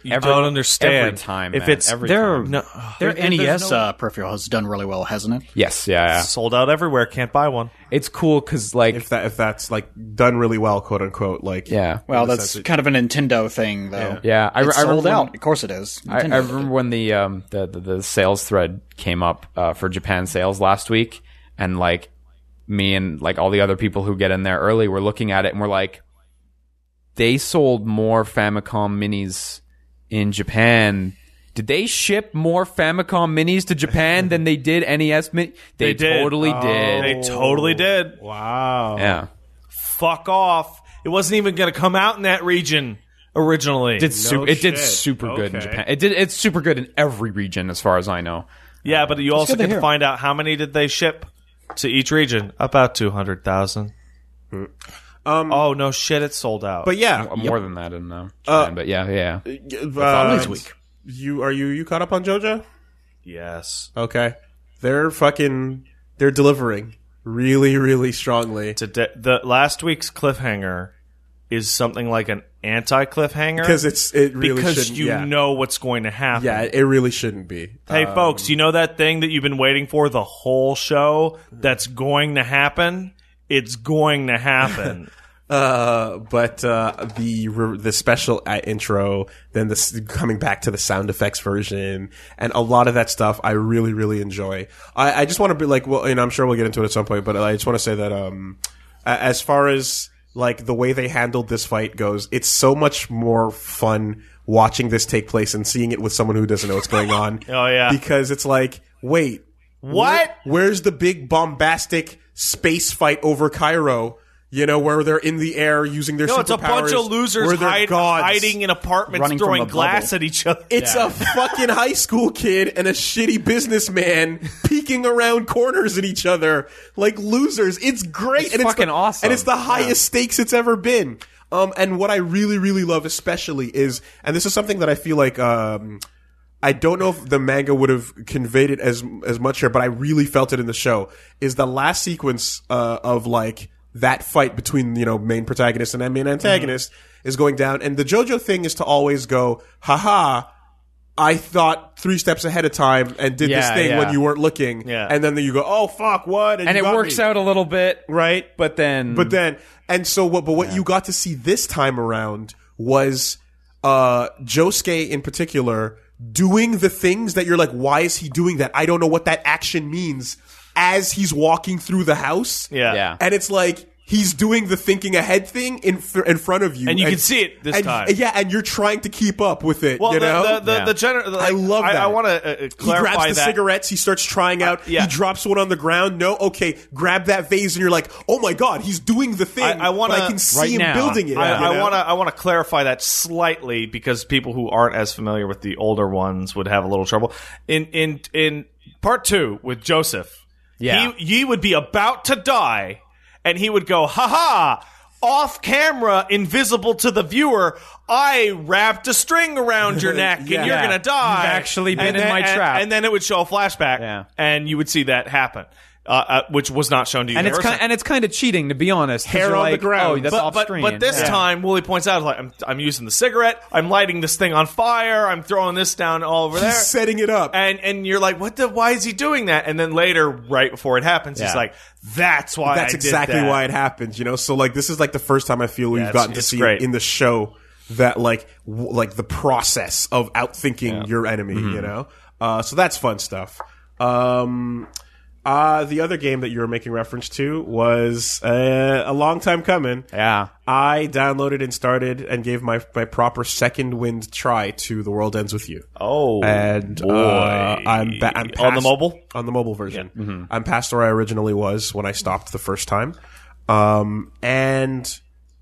S1: You
S3: Every-
S1: don't understand.
S3: every time,
S1: if
S3: man,
S1: it's
S3: every
S1: there,
S3: time.
S1: no, E
S4: Their
S1: there-
S4: NES
S1: there's no-
S4: uh, peripheral has done really well, hasn't it?
S3: yes, yeah, yeah.
S1: sold out everywhere. Can't buy one.
S3: it's cool because like
S2: If that if that's like done really well, quote unquote, like
S3: yeah,
S4: Well, that's kind of a Nintendo thing, though.
S3: yeah. I,
S4: It's
S3: I
S4: sold
S3: remember-
S4: out. Of course it is.
S3: I, I
S4: Nintendo did it.
S3: remember when the, um, the, the the sales thread came up uh, for Japan sales last week, and like me and like all the other people who get in there early were looking at it and we're like, they sold more Famicom Minis in Japan. Did they ship more Famicom Minis to Japan than they did NES Mini? They,
S1: did.
S3: totally did. Oh.
S1: They totally did.
S2: Wow.
S3: yeah.
S1: Fuck off. It wasn't even going to come out in that region originally.
S3: Did su- it did
S2: shit.
S3: super good in
S2: Okay.
S3: Japan. It did it's super good in every region as far as I know.
S1: yeah, but you also
S4: good to
S1: get to
S4: hear.
S1: find out how many did they ship to each region. About two hundred thousand.
S2: Um,
S1: oh no, shit! It sold out.
S2: But yeah,
S3: More than that in uh, Japan, but yeah, yeah.
S2: uh, You are you you caught up on JoJo?
S1: yes,
S2: Okay. They're fucking they're delivering really really strongly.
S1: today the last week's cliffhanger is something like an anti cliffhanger
S2: Because it's it really
S1: because
S2: shouldn't
S1: you
S2: yeah.
S1: know what's going to happen.
S2: Yeah, it um, really shouldn't be.
S1: Hey, folks, you know that thing that you've been waiting for the whole show that's going to happen? It's going to happen.
S2: Uh, but uh, the re- the special uh, intro, then the s- coming back to the sound effects version, and a lot of that stuff, I really really enjoy. I, I just want to be like, well, and I'm sure we'll get into it at some point, but I just want to say that um, a- as far as like the way they handled this fight goes, it's so much more fun watching this take place and seeing it with someone who doesn't know what's going on.
S1: Oh, yeah.
S2: because it's like, wait,
S1: What?
S2: Where's the big bombastic space fight over Cairo? You know, where they're in the air using their superpowers.
S1: No, Oh, it's a bunch of losers
S2: where they're
S1: hide-
S2: gods.
S1: hiding in apartments,
S4: Running from
S1: throwing
S4: a
S1: glass at
S4: bubble.
S1: each other.
S2: It's a fucking high school kid and a shitty businessman peeking around corners at each other like losers. It's great. and
S3: fucking
S2: it's the,
S3: awesome.
S2: And it's the highest stakes it's ever been. Um, and what I really, really love especially is, and this is something that I feel like, um, I don't know if the manga would have conveyed it as as much here, but I really felt it in the show. Is the last sequence uh, of like that fight between you know main protagonist and main antagonist
S3: Mm-hmm.
S2: is going down, and the JoJo thing is to always go, haha. I thought three steps ahead of time and did this
S3: Yeah,
S2: thing
S3: yeah.
S2: when you weren't looking,
S1: Yeah.
S2: and then you go, "Oh fuck, what?"
S3: and
S2: you
S3: it
S2: got
S3: works
S2: me.
S3: out a little bit,
S2: right?
S3: but then
S1: Mm.
S2: But then, and so what? But what you got to see this time around was uh Josuke in particular doing the things that you're like, why is he doing that? I don't know what that action means. As he's walking through the house,
S1: yeah.
S3: yeah,
S2: and it's like he's doing the thinking ahead thing in fr- in front of you,
S1: And you can see it this
S2: and-
S1: time.
S2: Yeah, and you're trying to keep up with it.
S1: Well,
S2: you
S1: the,
S2: know?
S1: the, the,
S3: Yeah.
S1: the gener- like,
S2: love
S1: I,
S2: that.
S1: want to uh,
S2: he
S1: clarify
S2: grabs the
S1: that. Uh,
S2: cigarettes. He starts trying out.
S1: yeah.
S2: He drops one on the ground. No, okay. Grab that vase, and you're like, oh my god, he's doing the thing.
S1: I- I wanna-
S2: but I can see
S3: right
S2: him
S3: now,
S2: building it.
S1: I,
S2: you
S1: I
S2: know?
S1: want to I want to clarify that slightly because people who aren't as familiar with the older ones would have a little trouble. In in in part two with Joseph,
S3: Yeah.
S1: he, he would be about to die, and he would go, "Ha ha." Off camera, invisible to the viewer, I wrapped a string around your neck
S2: Yeah.
S1: and you're
S2: Yeah.
S1: gonna die.
S3: You've actually been
S1: And
S3: in
S1: then-
S3: my
S1: and-
S3: trap.
S1: And then it would show a flashback,
S3: Yeah.
S1: and you would see that happen, uh, uh, which was not shown to you.
S3: and it's
S1: the first
S3: kind
S1: time.
S3: and it's kind of cheating to be honest. 'cause
S2: Hair
S3: you're
S2: on the
S3: like,
S2: ground.
S3: Oh, that's
S1: but,
S3: off
S1: but,
S3: screen.
S1: but this
S3: Yeah.
S1: time, Wooly points out, like, I'm, I'm using the cigarette, I'm lighting this thing on fire, I'm throwing this down all over there.
S2: He's setting it up.
S1: and and you're like, what the? Why is he doing that? And then later, right before it happens, he's
S3: Yeah.
S1: like, that's why.
S2: That's
S1: I did
S2: exactly
S1: that."
S2: why it happens. You know. So like, this is like the first time I feel we've
S1: it's-
S2: gotten to
S1: it's
S2: see
S1: great.
S2: in the show that like w- like the process of outthinking your enemy.
S1: Mm-hmm.
S2: You know. Uh, so that's fun stuff. Um, uh, the other game that you were making reference to was uh, a long time coming.
S3: yeah,
S2: I downloaded and started and gave my my proper second wind try to The World Ends with You.
S1: Oh,
S2: and uh, I'm ba- I'm past,
S1: On the mobile?
S2: on the mobile version.
S3: Mm-hmm.
S2: I'm past where I originally was when I stopped the first time. Um, and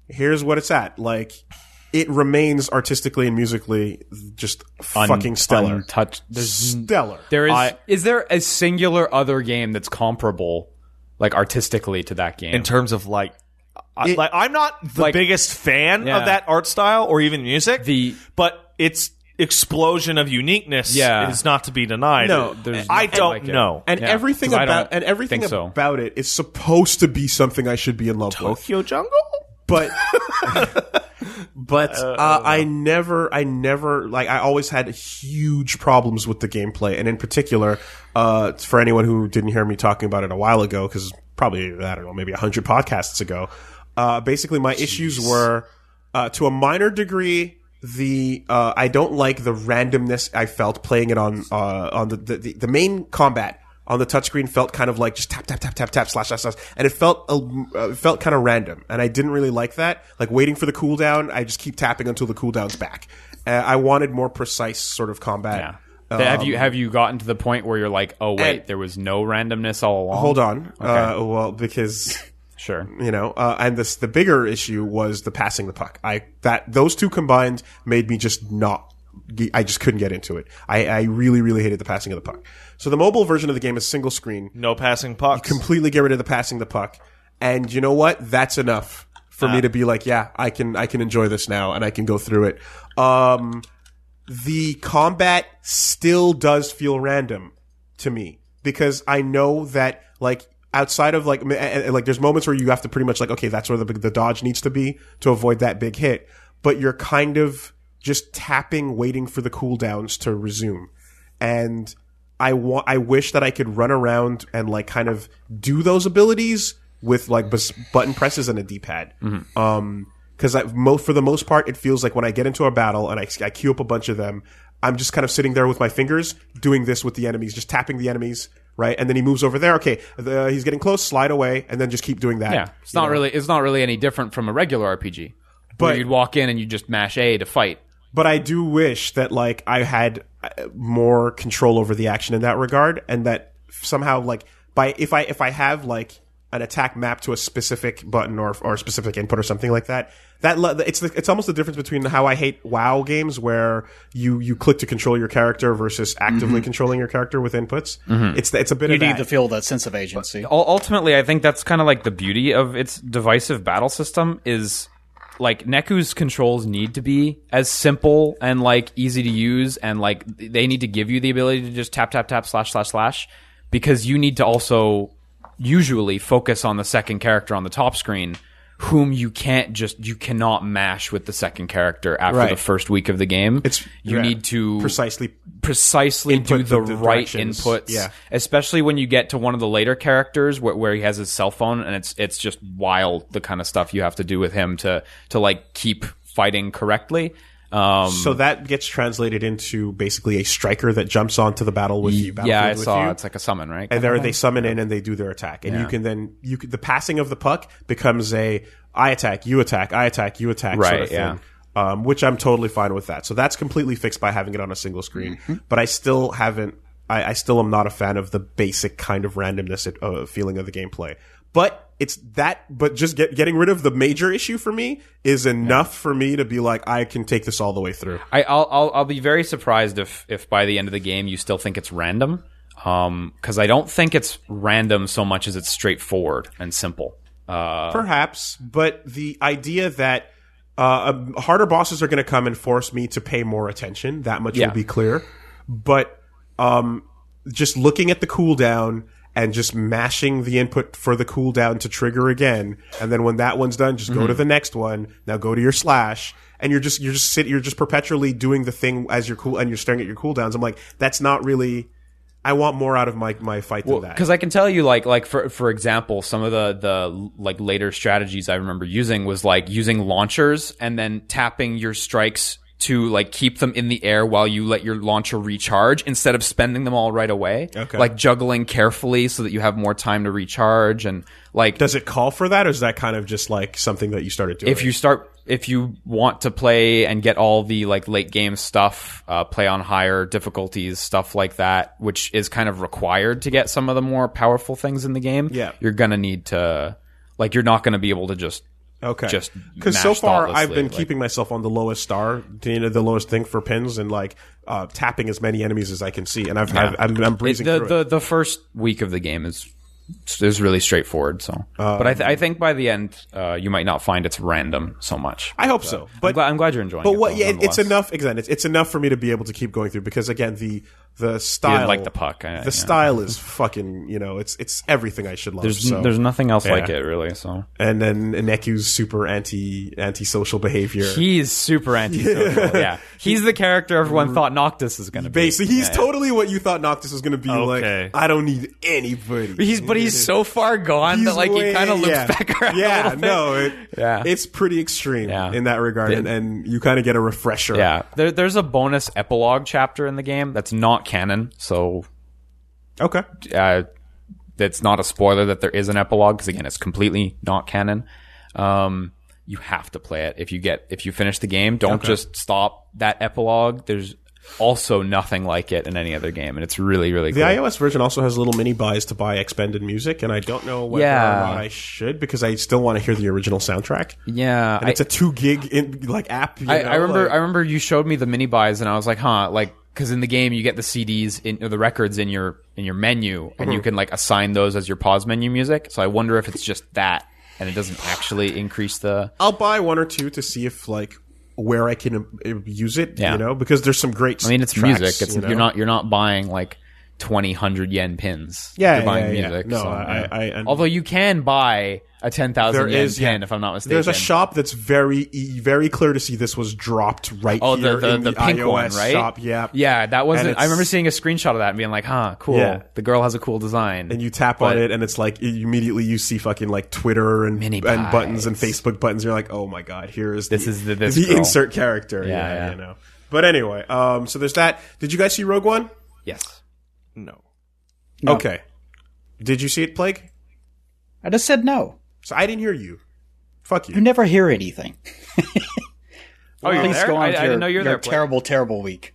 S2: here's what it's at. Like it remains artistically and musically just fucking stellar.
S3: Untouched. There's,
S2: stellar.
S3: there is
S1: I-
S3: is there a singular other game that's comparable, like artistically, to that game?
S1: in terms of like I, like, I'm not the
S3: like-
S1: biggest fan
S3: Yeah.
S1: of that art style or even music.
S3: The-
S1: but its explosion of uniqueness
S3: Yeah.
S1: is not to be denied.
S2: No,
S3: there's
S1: I
S3: nothing
S1: don't
S3: like it.
S1: know.
S2: And
S3: Yeah,
S2: everything
S3: 'cause I
S2: about
S3: don't
S2: and everything
S3: think so.
S2: about it is supposed to be something I should be in love with.
S1: Tokyo Jungle.
S2: But but uh, I never I never like I always had huge problems with the gameplay and in particular uh, for anyone who didn't hear me talking about it a while ago cuz probably I don't know maybe 100 podcasts ago uh, basically my issues were uh, to a minor degree the uh, I don't like the randomness I felt playing it on uh, on the, the the main combat on the touchscreen felt kind of like just tap tap tap tap tap slash slash slash, and it felt uh, uh, it felt kind of random, and I didn't really like that. Like waiting for the cooldown, I just keep tapping until the cooldown's back. Uh, I wanted more precise sort of combat. Uh,
S3: Yeah. have you have you gotten to the point where you're like, oh wait, there was no randomness all along?
S2: Hold on, uh, well because
S3: Sure.
S2: you know, uh, and this the bigger issue was the passing the puck. I that those two combined made me just not. I just couldn't get into it. I, I really, really hated the passing of the puck. So the mobile version of the game is single screen.
S1: No passing pucks.
S2: completely get rid of the passing the puck. And you know what? That's enough for me to be like, yeah, I can I can enjoy this now and I can go through it. Um the combat still does feel random to me because I know that like outside of like m- a- a- like there's moments where you have to pretty much like okay that's where the big- the dodge needs to be to avoid that big hit but you're kind of just tapping waiting for the cooldowns to resume and I want I wish that I could run around and like kind of do those abilities with like bus- button presses and a D-pad. Um because I mo- for the most part it feels like when I get into a battle and I, I queue up a bunch of them, I'm just kind of sitting there with my fingers doing this with the enemies, just tapping the enemies, right? And then he moves over there. Okay, the, he's getting close, slide away and then just keep doing that.
S3: Yeah. It's not really it's not really any different from a regular RPG. But
S2: But-
S3: you'd walk in and you just mash A to fight.
S2: but I do wish that like I had uh, more control over the action in that regard, and that somehow like by if I if I have like an attack mapped to a specific button or or a specific input or something like that, that le- it's the, it's almost the difference between how I hate WoW games where you you click to control your character versus actively
S3: Mm-hmm.
S2: controlling your character with inputs. It's the, it's a bit
S4: You
S2: of that.
S4: need to feel that sense of agency.
S3: Ul- ultimately i think that's kind of like the beauty of its divisive battle system is like neku's controls need to be as simple and like easy to use and like they need to give you the ability to just tap tap tap slash slash slash because you need to also usually focus on the second character on the top screen whom you can't just you cannot mash with the second character after
S2: Right.
S3: the first week of the game
S2: It's-
S3: you
S2: yeah.
S3: need to
S2: precisely
S3: precisely do
S2: Input the-
S3: the,
S2: the
S3: right
S2: directions.
S3: inputs.
S2: Yeah.
S3: Especially when you get to one of the later characters where, where he has his cell phone and it's it's just wild the kind of stuff you have to do with him to to like keep fighting correctly. Um
S2: So that gets translated into basically a striker that jumps onto the battle with you.
S3: yeah, I
S2: battlefield with
S3: saw
S2: you.
S3: it's like a summon, right?
S2: and there they summon in and they do their attack and you can then you can, the passing of the puck becomes a I attack you attack I attack you attack sort of
S3: Right,
S2: thing.
S3: yeah.
S2: Um, which I'm totally fine with that. So that's completely fixed by having it on a single screen.
S3: Mm-hmm.
S2: But I still haven't. I, I still am not a fan of the basic kind of randomness it, uh, feeling of the gameplay. But it's that. But just get, getting rid of the major issue for me is enough for me to be like I can take this all the way through.
S3: I, I'll, I'll I'll be very surprised if if by the end of the game you still think it's random, because I don't think it's random so much as it's straightforward and simple. Uh,
S2: Perhaps, but the idea that uh, um, harder bosses are going to come and force me to pay more attention, that much
S3: Yeah.
S2: will be clear. But um, just looking at the cooldown and just mashing the input for the cooldown to trigger again, and then when that one's done, just go to
S3: Mm-hmm.
S2: the next one. Now go to your slash, and you're just you're just sit you're just perpetually doing the thing as you're cool and you're staring at your cooldowns. I'm like, that's not really. I want more out of my my fight than that.
S3: because I can tell you, like, like for for example, some of the the like later strategies I remember using was like using launchers and then tapping your strikes to like keep them in the air while you let your launcher recharge instead of spending them all right away.
S2: Okay.
S3: Like juggling carefully so that you have more time to recharge and like
S2: Does it call for that, or is that kind of just like something that you started doing?
S3: if you start if you want to play and get all the like late game stuff uh, play on higher difficulties stuff like that which is kind of required to get some of the more powerful things in the game
S2: Yeah.
S3: you're gonna need to like you're not gonna be able to just
S2: Okay.
S3: just
S2: because so
S3: mash
S2: far I've
S3: thoughtlessly,
S2: been
S3: like-
S2: keeping myself on the lowest star, you know, the lowest thing for pins, and like uh, tapping as many enemies as I can see, and I've, I've I'm, I'm breezing
S3: the,
S2: through it.
S3: the the first week of the game is it's- is really straightforward. So, but I,
S2: Um,
S3: th- I think by the end, uh, you might not find it's random so much.
S2: I hope so.
S3: I'm,
S2: But
S3: glad, I'm glad you're enjoying.
S2: but
S3: it,
S2: what?
S3: though,
S2: Yeah, it- it's
S3: nonetheless.
S2: enough. Again, it's, it's enough for me to be able to keep going through because again, the the style,
S3: like the puck, I-
S2: the
S3: yeah.
S2: style is fucking. You know, it's it's everything I should love.
S3: There's,
S2: so.
S3: there's nothing else like it really. So
S2: and then Ineku's super anti antisocial behavior.
S3: he's super antisocial. Yeah, he's the character everyone thought Noctis is going to be.
S2: Basically, he's totally what you thought Noctis was going to be.
S1: Okay.
S2: Like, I don't need anybody.
S3: He's but he's so far gone
S2: He's
S3: that like
S2: way-
S3: he kind of looks
S2: yeah.
S3: back around.
S2: Yeah,
S3: a little bit.
S2: no, it,
S3: Yeah.
S2: it's pretty extreme
S3: Yeah.
S2: in that regard, and, and you kind of get a refresher.
S3: Yeah, there, there's a bonus epilogue chapter in the game that's not canon, so
S2: Okay.
S3: uh, that's not a spoiler that there is an epilogue because again, it's completely not canon. Um, you have to play it if you get if you finish the game. Don't just stop that epilogue. There's also nothing like it in any other game, and it's really really
S2: The
S3: cool.
S2: iOS version also has little mini buys to buy expended music, and I don't know whether
S3: Yeah.
S2: or not I should because I still want to hear the original soundtrack.
S3: yeah,
S2: And it's a two gig in, like app. you
S3: I,
S2: know,
S3: I remember
S2: like-
S3: I remember you showed me the mini buys and I was like, huh, like because in the game you get the CDs in or the records in your in your menu and you can like assign those as your pause menu music. So I wonder if it's just that and it doesn't actually increase the
S2: I'll buy one or two to see if like where I can um, uh, use it.
S3: Yeah.
S2: You know, because there's some great.
S3: I mean it's
S2: tracks,
S3: music. It's
S2: you
S3: you
S2: know?
S3: are not you're not buying like 20 100 yen pins.
S2: Yeah,
S3: you're buying
S2: yeah, yeah.
S3: music.
S2: No,
S3: so,
S2: I-
S3: yeah.
S2: I- I- and-
S3: Although you can buy a 10,000
S2: There
S3: yen
S2: is, yeah.
S3: pin if I'm not mistaken.
S2: There's a shop that's very e- very clear to see this was dropped right
S3: Oh, the
S2: here
S3: the,
S2: in
S3: the,
S2: the,
S3: pink
S2: iOS
S3: one, right?
S2: shop. Yeah,
S3: yeah. That wasn't. I
S2: it's-
S3: remember seeing a screenshot of that and being like, "Huh, cool.
S2: Yeah.
S3: The girl has a cool design."
S2: And you tap
S3: But-
S2: on it, and it's like you- immediately you see fucking like Twitter and
S3: Mini
S2: and buttons and
S3: pies.
S2: Facebook buttons. You're like, oh my god, here is
S3: This
S2: the,
S3: is the- this
S2: the
S3: girl.
S2: insert character. Yeah,
S3: yeah.
S2: you know. But anyway, um, so there's that. Did you guys see Rogue One?
S3: yes.
S1: No.
S2: Okay. Did you see it, Plague?
S4: I just said no.
S2: So I didn't hear you. Fuck
S4: You
S2: you.
S4: never hear anything.
S3: Oh, you're
S4: Please
S3: there?
S4: go on
S3: I, I
S4: with your,
S3: didn't know you were
S4: your
S3: there. Blake.
S4: terrible, terrible week.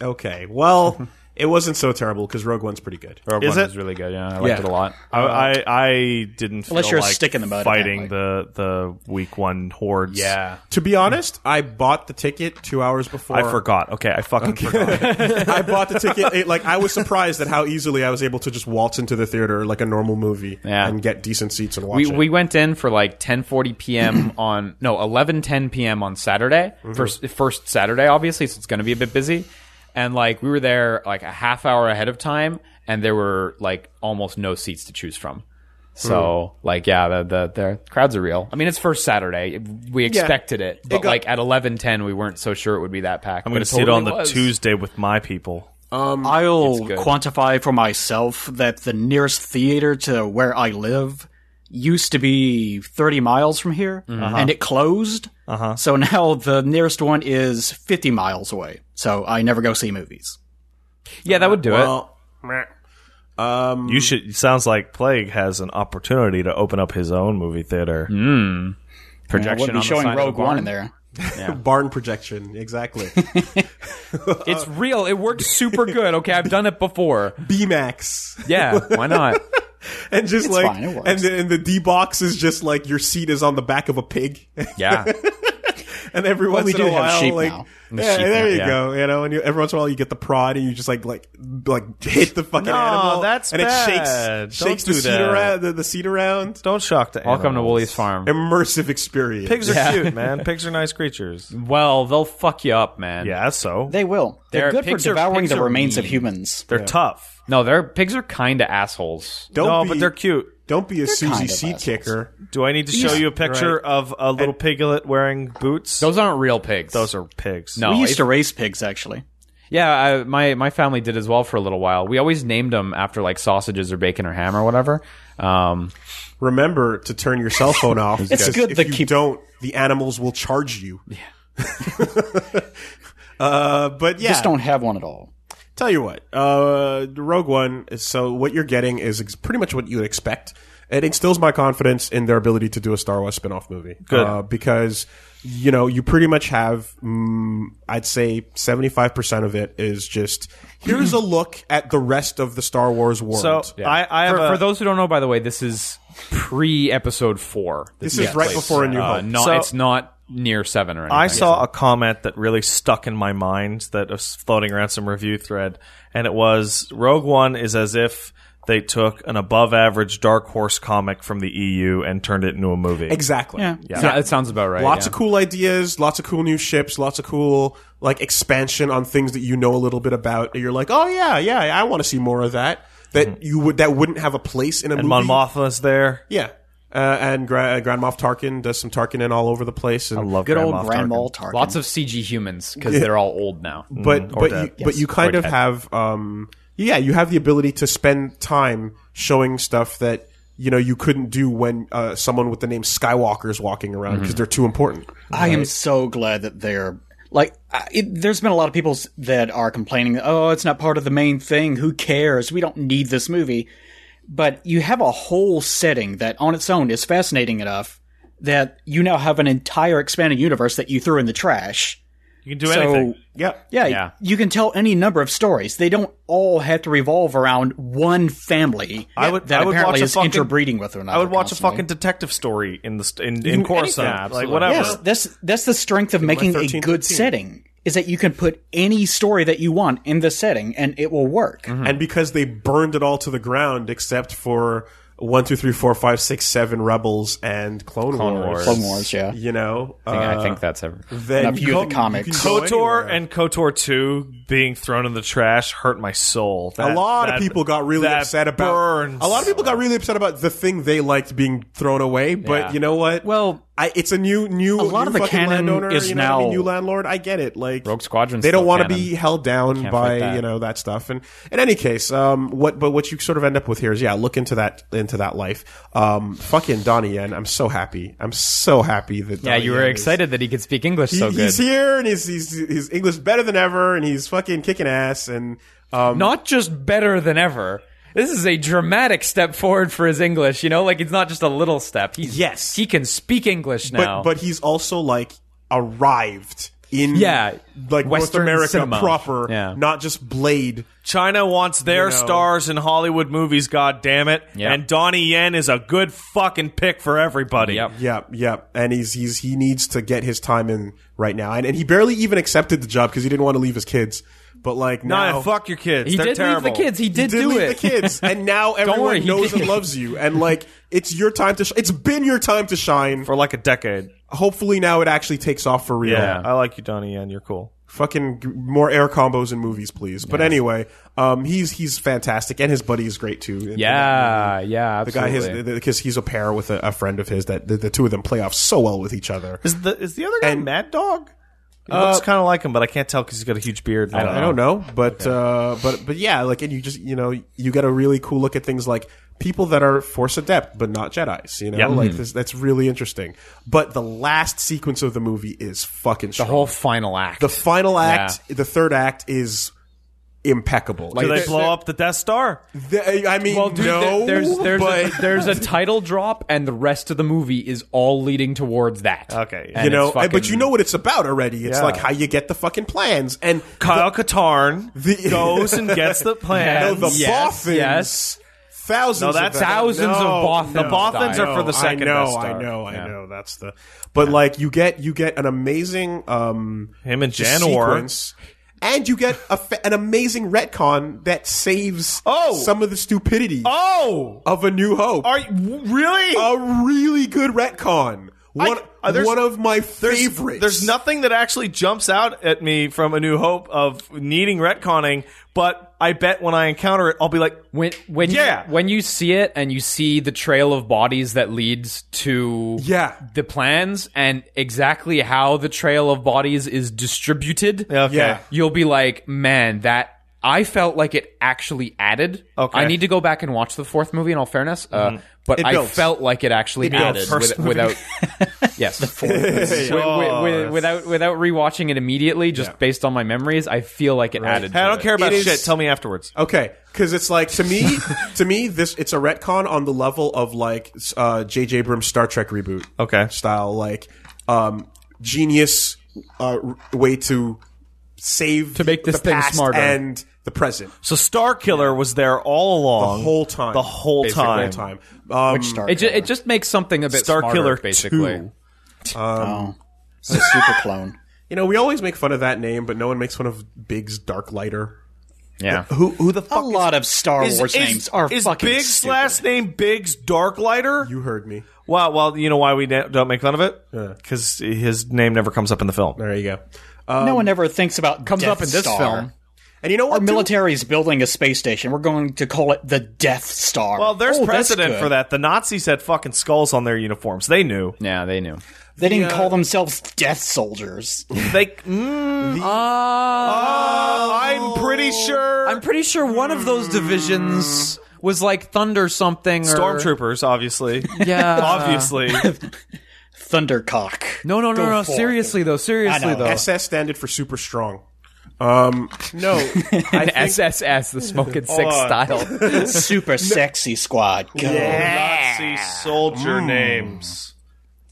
S2: Okay. Well, it wasn't so terrible because Rogue One's pretty good.
S3: Rogue
S1: Is
S3: One
S1: it?
S3: was really good. Yeah, I liked
S2: Yeah.
S3: it a lot.
S1: I, I, I didn't feel
S4: Unless you're a
S1: like
S4: stick in the mud,
S1: fighting
S4: apparently.
S1: the, the week one hordes.
S2: To be honest, I bought the ticket two hours before.
S1: I forgot. Okay, I fucking forgot.
S2: I bought the ticket. It, like I was surprised at how easily I was able to just waltz into the theater like a normal movie
S3: Yeah.
S2: and get decent seats and watch
S3: We,
S2: it.
S3: we went in for like 10:40 p.m. on no 11:10 p.m. on Saturday first first Saturday obviously so it's going to be a bit busy and like we were there like a half hour ahead of time and there were like almost no seats to choose from so like yeah the, the the crowds are real I mean it's first Saturday we expected it but
S2: got-
S3: like at 11:10 we weren't so sure it would be that packed
S1: I'm going to see it on the Tuesday with my people.
S4: I'll
S3: Um, good.
S4: quantify for myself that the nearest theater to where I live used to be 30 miles from here,
S3: Mm-hmm.
S4: and it closed. Uh-huh. So now the nearest one is 50 miles away. So I never go see movies.
S3: yeah that would do it
S2: well, um,
S1: You should. it Sounds like Plague has an opportunity to open up his own movie theater.
S3: Hmm.
S4: I
S3: projection
S4: wouldn't be
S3: on the
S4: showing
S3: side of the
S4: Rogue One
S3: barn.
S4: in there.
S2: barn projection exactly.
S3: It's real. It worked super good. Okay, I've done it before.
S2: B Max
S3: Yeah, why not?
S2: and just like
S4: fine, it works.
S2: and the, and the D box is just like your seat is on the back of a pig,
S3: Yeah,
S2: and every once
S4: we
S2: in
S4: do
S2: a
S4: have
S2: while,
S4: sheep
S2: like
S4: now.
S2: yeah,
S3: sheep
S2: there
S3: now,
S2: you
S3: yeah.
S2: go, you know, and you, every once in a while you get the prod and you just like like like hit the fucking
S1: No,
S2: animal,
S1: that's
S2: and
S1: bad.
S2: it shakes
S1: Don't
S2: shakes
S1: do
S2: the seat
S1: that.
S2: around the, the seat around.
S1: Don't shock the.
S3: welcome to
S1: animals.
S3: Wooly's Farm.
S2: Immersive experience.
S1: Pigs are
S3: Yeah.
S1: cute, man. Pigs are nice creatures.
S3: Well, they'll fuck you up, man.
S1: Yeah, so
S4: They will.
S3: They're-
S4: They're, good for
S3: pigs are-
S4: devouring
S3: pigs
S4: the
S3: are
S4: remains of
S3: mean.
S4: humans.
S1: they're tough.
S3: No, their pigs are kind of assholes.
S2: Don't
S1: no,
S2: be,
S1: but they're cute.
S2: Don't be a Susie
S4: kind of
S2: seat
S4: assholes.
S2: kicker.
S1: Do I need to show you a picture of a little piglet wearing boots?
S3: Those aren't real pigs.
S1: Those are pigs.
S3: no.
S4: we used
S3: if-
S4: to raise pigs, actually.
S3: yeah, I, my my family did as well for a little while. We always named them after like sausages or bacon or ham or whatever. Um,
S2: Remember to turn your cell phone off. because
S4: good
S2: if
S4: to
S2: you
S4: keep-
S2: don't, the animals will charge you. Yeah. uh, but yeah,
S4: Just don't have one at all.
S2: tell you what, uh, Rogue One. is- So what you're getting is ex- pretty much what you would expect. It instills my confidence in their ability to do a Star Wars spin-off movie.
S1: Good.
S2: Uh, because you know you pretty much have, mm, I'd say, seventy five percent of it is just here's a look at the rest of the Star Wars world.
S1: So I, I have
S3: for,
S1: a,
S3: for those who don't know, by the way, this is pre episode four.
S2: This is oh, right before A New
S3: Uh,
S2: Hope.
S3: not,
S1: So-
S3: it's not near seven or anything.
S1: I saw a comment that really stuck in my mind that was floating around some review thread, and it was Rogue One is as if they took an above average Dark Horse comic from the EU and turned it into a movie.
S2: Exactly.
S4: Yeah.
S3: Yeah, it sounds about right.
S2: Lots
S3: yeah.
S2: of cool ideas, lots of cool new ships, lots of cool like expansion on things that you know a little bit about. And you're like, oh yeah, yeah, I want to see more of that. That you would that wouldn't have a place in a
S1: and Mon
S2: movie.
S1: Mothma's there.
S2: yeah, uh, and Gra- uh, Grand Moff Tarkin does some Tarkin in all over the place. And, I
S1: Love
S4: Good old
S1: Moff
S4: Grand
S1: Tarkin.
S4: Mall Tarkin.
S3: Lots of CG humans because they're all old now.
S2: but but
S1: dead.
S2: you, but you kind of have um yeah you have the ability to spend time showing stuff that you know you couldn't do when uh, someone with the name Skywalker is walking around because they're too important.
S4: I am so glad that they're like. I, it, there's been a lot of people s- that are complaining. Oh, it's not part of the main thing. Who cares? We don't need this movie. But you have a whole setting that, on its own, is fascinating enough that you now have an entire expanded universe that you threw in the trash.
S1: You can do
S4: So
S1: anything.
S2: Yeah,
S4: yeah,
S3: Yeah.
S4: you can tell any number of stories. They don't all have to revolve around one family.
S1: I would-
S4: that
S1: I would
S4: apparently
S1: watch a
S4: is
S1: fucking-
S4: interbreading with another.
S1: I would watch
S4: constantly.
S1: a fucking detective story in the st- in, in Coruscant,
S3: anything.
S1: like
S3: Absolutely.
S1: whatever.
S4: Yes, that's that's the strength of making a
S2: 13,
S4: good
S2: 13.
S4: setting is that you can put any story that you want in the setting and it will work.
S1: Mm-hmm.
S3: Hmm.
S2: and because they burned it all to the ground except for one, two, three, four, five, six, seven Rebels and Clone,
S3: Clone
S2: Wars.
S3: Wars.
S4: Clone Wars, yeah.
S2: You know,
S3: Yeah,
S2: uh,
S3: I think that's every.
S2: then
S4: And a
S2: you
S4: few of the
S2: can- you
S4: comics.
S2: can go anywhere.
S1: KOTOR and KOTOR 2 being thrown in the trash hurt my soul.
S2: a
S1: That-
S2: lot
S1: that-
S2: of people got really
S1: that
S2: upset about
S1: burns.
S2: a lot of people got really upset about the thing they liked being thrown away. But
S3: Yeah.
S2: you know what?
S4: Well,
S2: I, it's a new new
S4: A lot
S2: new
S4: of the
S2: fucking
S4: canon
S2: landowner,
S4: is
S2: you know what I mean?
S4: now-
S2: new landlord. I get it. Like
S3: Rogue Squadron's
S2: they don't
S3: still
S2: want to
S3: canon.
S2: be held down
S3: fight
S2: by
S3: that.
S2: you know that stuff. And in any case, um, what but what you sort of end up with here is yeah, look into that into that life. Um, fucking Donnie Yen, I'm so happy. I'm so happy that
S3: Yeah,
S2: Donnie
S3: you were
S2: Yen is-
S3: excited that he could speak English
S2: He-
S3: so good.
S2: he's here and he's, he's his English better than ever, and he's fucking kicking ass. And um,
S3: not just better than ever. This is a dramatic step forward for his English. You know, like it's not just a little step. He's,
S2: Yes.
S3: he can speak English
S2: but
S3: now.
S2: but he's also like arrived in
S3: Yeah,
S2: like
S3: Western
S2: North America
S3: cinema.
S2: proper,
S3: Yeah.
S2: not just Blade.
S1: China wants their
S2: You know.
S1: stars in Hollywood movies, god damn it.
S3: Yeah.
S1: And Donnie Yen is a good fucking pick for everybody.
S3: Yep.
S2: Yep, yep. And he's he's he needs to get his time in right now, and and he barely even accepted the job because he didn't want to leave his kids. But like
S1: Nah,
S2: now,
S1: fuck your kids.
S3: he
S1: They're
S3: did
S1: terrible.
S3: leave the kids. He
S2: he
S3: did,
S2: did
S3: do
S2: leave
S3: it.
S2: the kids, and now everyone
S3: worry, he
S2: knows
S3: did.
S2: and loves you, and like it's your time to. Sh- it's been your time to shine.
S1: for like a decade.
S2: Hopefully now it actually takes off for real.
S1: Yeah, I like you, Donnie Yen. You're cool.
S2: fucking g- more air combos in movies, please. But anyway, um, he's he's fantastic, and his buddy is great too. In- in that movie.
S3: yeah, yeah,
S2: the guy,
S3: absolutely.
S2: his because he's a pair with a, a friend of his that the, the two of them play off so well with each other.
S1: Is the is the other guy uh,
S2: And-
S1: Mad Dog? He looks kind of like him, but I can't tell because he's got a huge beard.
S2: I don't know, but uh, but but yeah, like, and you just you know you get a really cool look at things like people that are Force adept but not Jedi's. You know, like this, that's really interesting. But the last sequence of the movie is fucking
S3: the whole final act.
S2: the final act, the third act is impeccable.
S1: Do
S3: Like,
S1: they
S3: there-
S1: blow up the Death Star?
S2: Th- I mean,
S3: well, dude,
S2: no,
S3: there- there's there's
S2: but
S3: a, there's a title drop, and the rest of the movie is all leading towards that.
S1: Okay,
S3: And
S2: you
S3: it's
S2: know, I- but
S3: fucking-
S2: you know what it's about already. It's
S1: Yeah.
S2: like how you get the fucking plans and
S1: Kyle Katarn
S2: The-
S1: goes and gets the
S2: no,
S1: plans.
S2: the
S3: Yes,
S2: boffins.
S3: yes.
S2: Thousands.
S1: No,
S2: of
S1: that's
S2: them.
S3: thousands of boffins.
S1: The boffins
S3: Style.
S1: are for the second
S2: I know,
S1: Death Star.
S2: I know, I
S3: Yeah.
S2: know. That's the. But like, you get you get an amazing um
S1: Him and
S2: just
S1: Janor.
S2: sequence, and you get a fa- an amazing retcon that saves
S1: Oh!
S2: some of the stupidity
S1: Oh,
S2: of a New Hope.
S1: are you, w- really?
S2: a really good retcon. One,
S1: uh, there's-
S2: one of my favorites.
S1: There's nothing that actually jumps out at me from A New Hope of needing retconning, but I bet when I encounter it, I'll be like,
S3: When when
S1: Yeah.
S3: you, when you see it and you see the trail of bodies that leads to
S2: Yeah.
S3: the plans and exactly how the trail of bodies is distributed
S1: okay.
S2: Yeah.
S3: you'll be like man that I felt like it actually added.
S1: Okay.
S3: I need to go back and watch the fourth movie. In all fairness,
S2: Mm-hmm.
S3: uh, but
S2: It
S3: I
S2: builds.
S3: felt like it actually added
S1: builds. First
S3: with, without. yes, Wi-
S1: Oh,
S3: wi- wi- without without rewatching it immediately, just based on my memories, I feel like it added.
S1: Hey, I
S3: to
S1: don't
S3: it.
S1: care about
S2: It is-
S1: shit. Tell me afterwards.
S2: Okay, because it's like to me, to me, this it's a retcon on the level of like s- uh J.J. Abrams' Star Trek reboot.
S1: Okay.
S2: style like um genius uh r- way to save to
S3: make this
S2: the
S3: thing
S2: past
S3: smarter.
S2: and the present
S1: So Star Killer was there all along,
S2: The whole time.
S1: the whole
S2: Basically,
S1: time.
S2: the whole time. Um,
S4: Which Star
S3: It, ju-
S4: Killer?
S3: it just makes something a bit
S1: Star
S3: smarter,
S1: Killer
S3: basically.
S1: 2.
S4: oh, it's a super clone.
S2: you know, we always make fun of that name, but no one makes fun of Big's Dark Lighter.
S3: Yeah.
S1: Who who the fuck
S4: A lot of Star
S1: is,
S4: Wars
S1: is,
S4: names are
S1: is
S4: fucking
S1: Big's
S4: stupid.
S1: last name Big's Darklighter?
S2: You heard me.
S1: Wow. Well, you know why we ne- don't make fun of it?
S2: Yeah.
S1: Because his name never comes up in the film.
S2: There you go.
S4: no
S1: Um,
S4: one ever thinks about
S5: comes
S4: Death
S5: up in this
S4: Star.
S5: film.
S2: And you know
S4: Our
S2: what? too?
S4: military is building a space station. We're going to call it the Death Star.
S1: Well, there's
S4: Oh, that's
S1: precedent
S4: good.
S1: for that. The Nazis had fucking skulls on their uniforms. They knew.
S3: Yeah, they knew.
S4: They didn't call themselves Death Soldiers.
S1: They. Mm, uh, I'm pretty sure.
S5: I'm pretty sure one of those divisions was like Thunder something or
S1: Stormtroopers, obviously.
S5: Yeah,
S1: obviously.
S4: Thundercock.
S5: No, no, no,
S4: Go
S5: no.
S4: for it.
S5: Seriously though, seriously
S4: I know.
S5: though.
S2: SS standard for super strong. Um, no, I think
S5: SSS, the smoking six
S1: on.
S5: style.
S4: Super sexy squad. Go.
S1: Nazi soldier
S2: Hmm.
S1: names.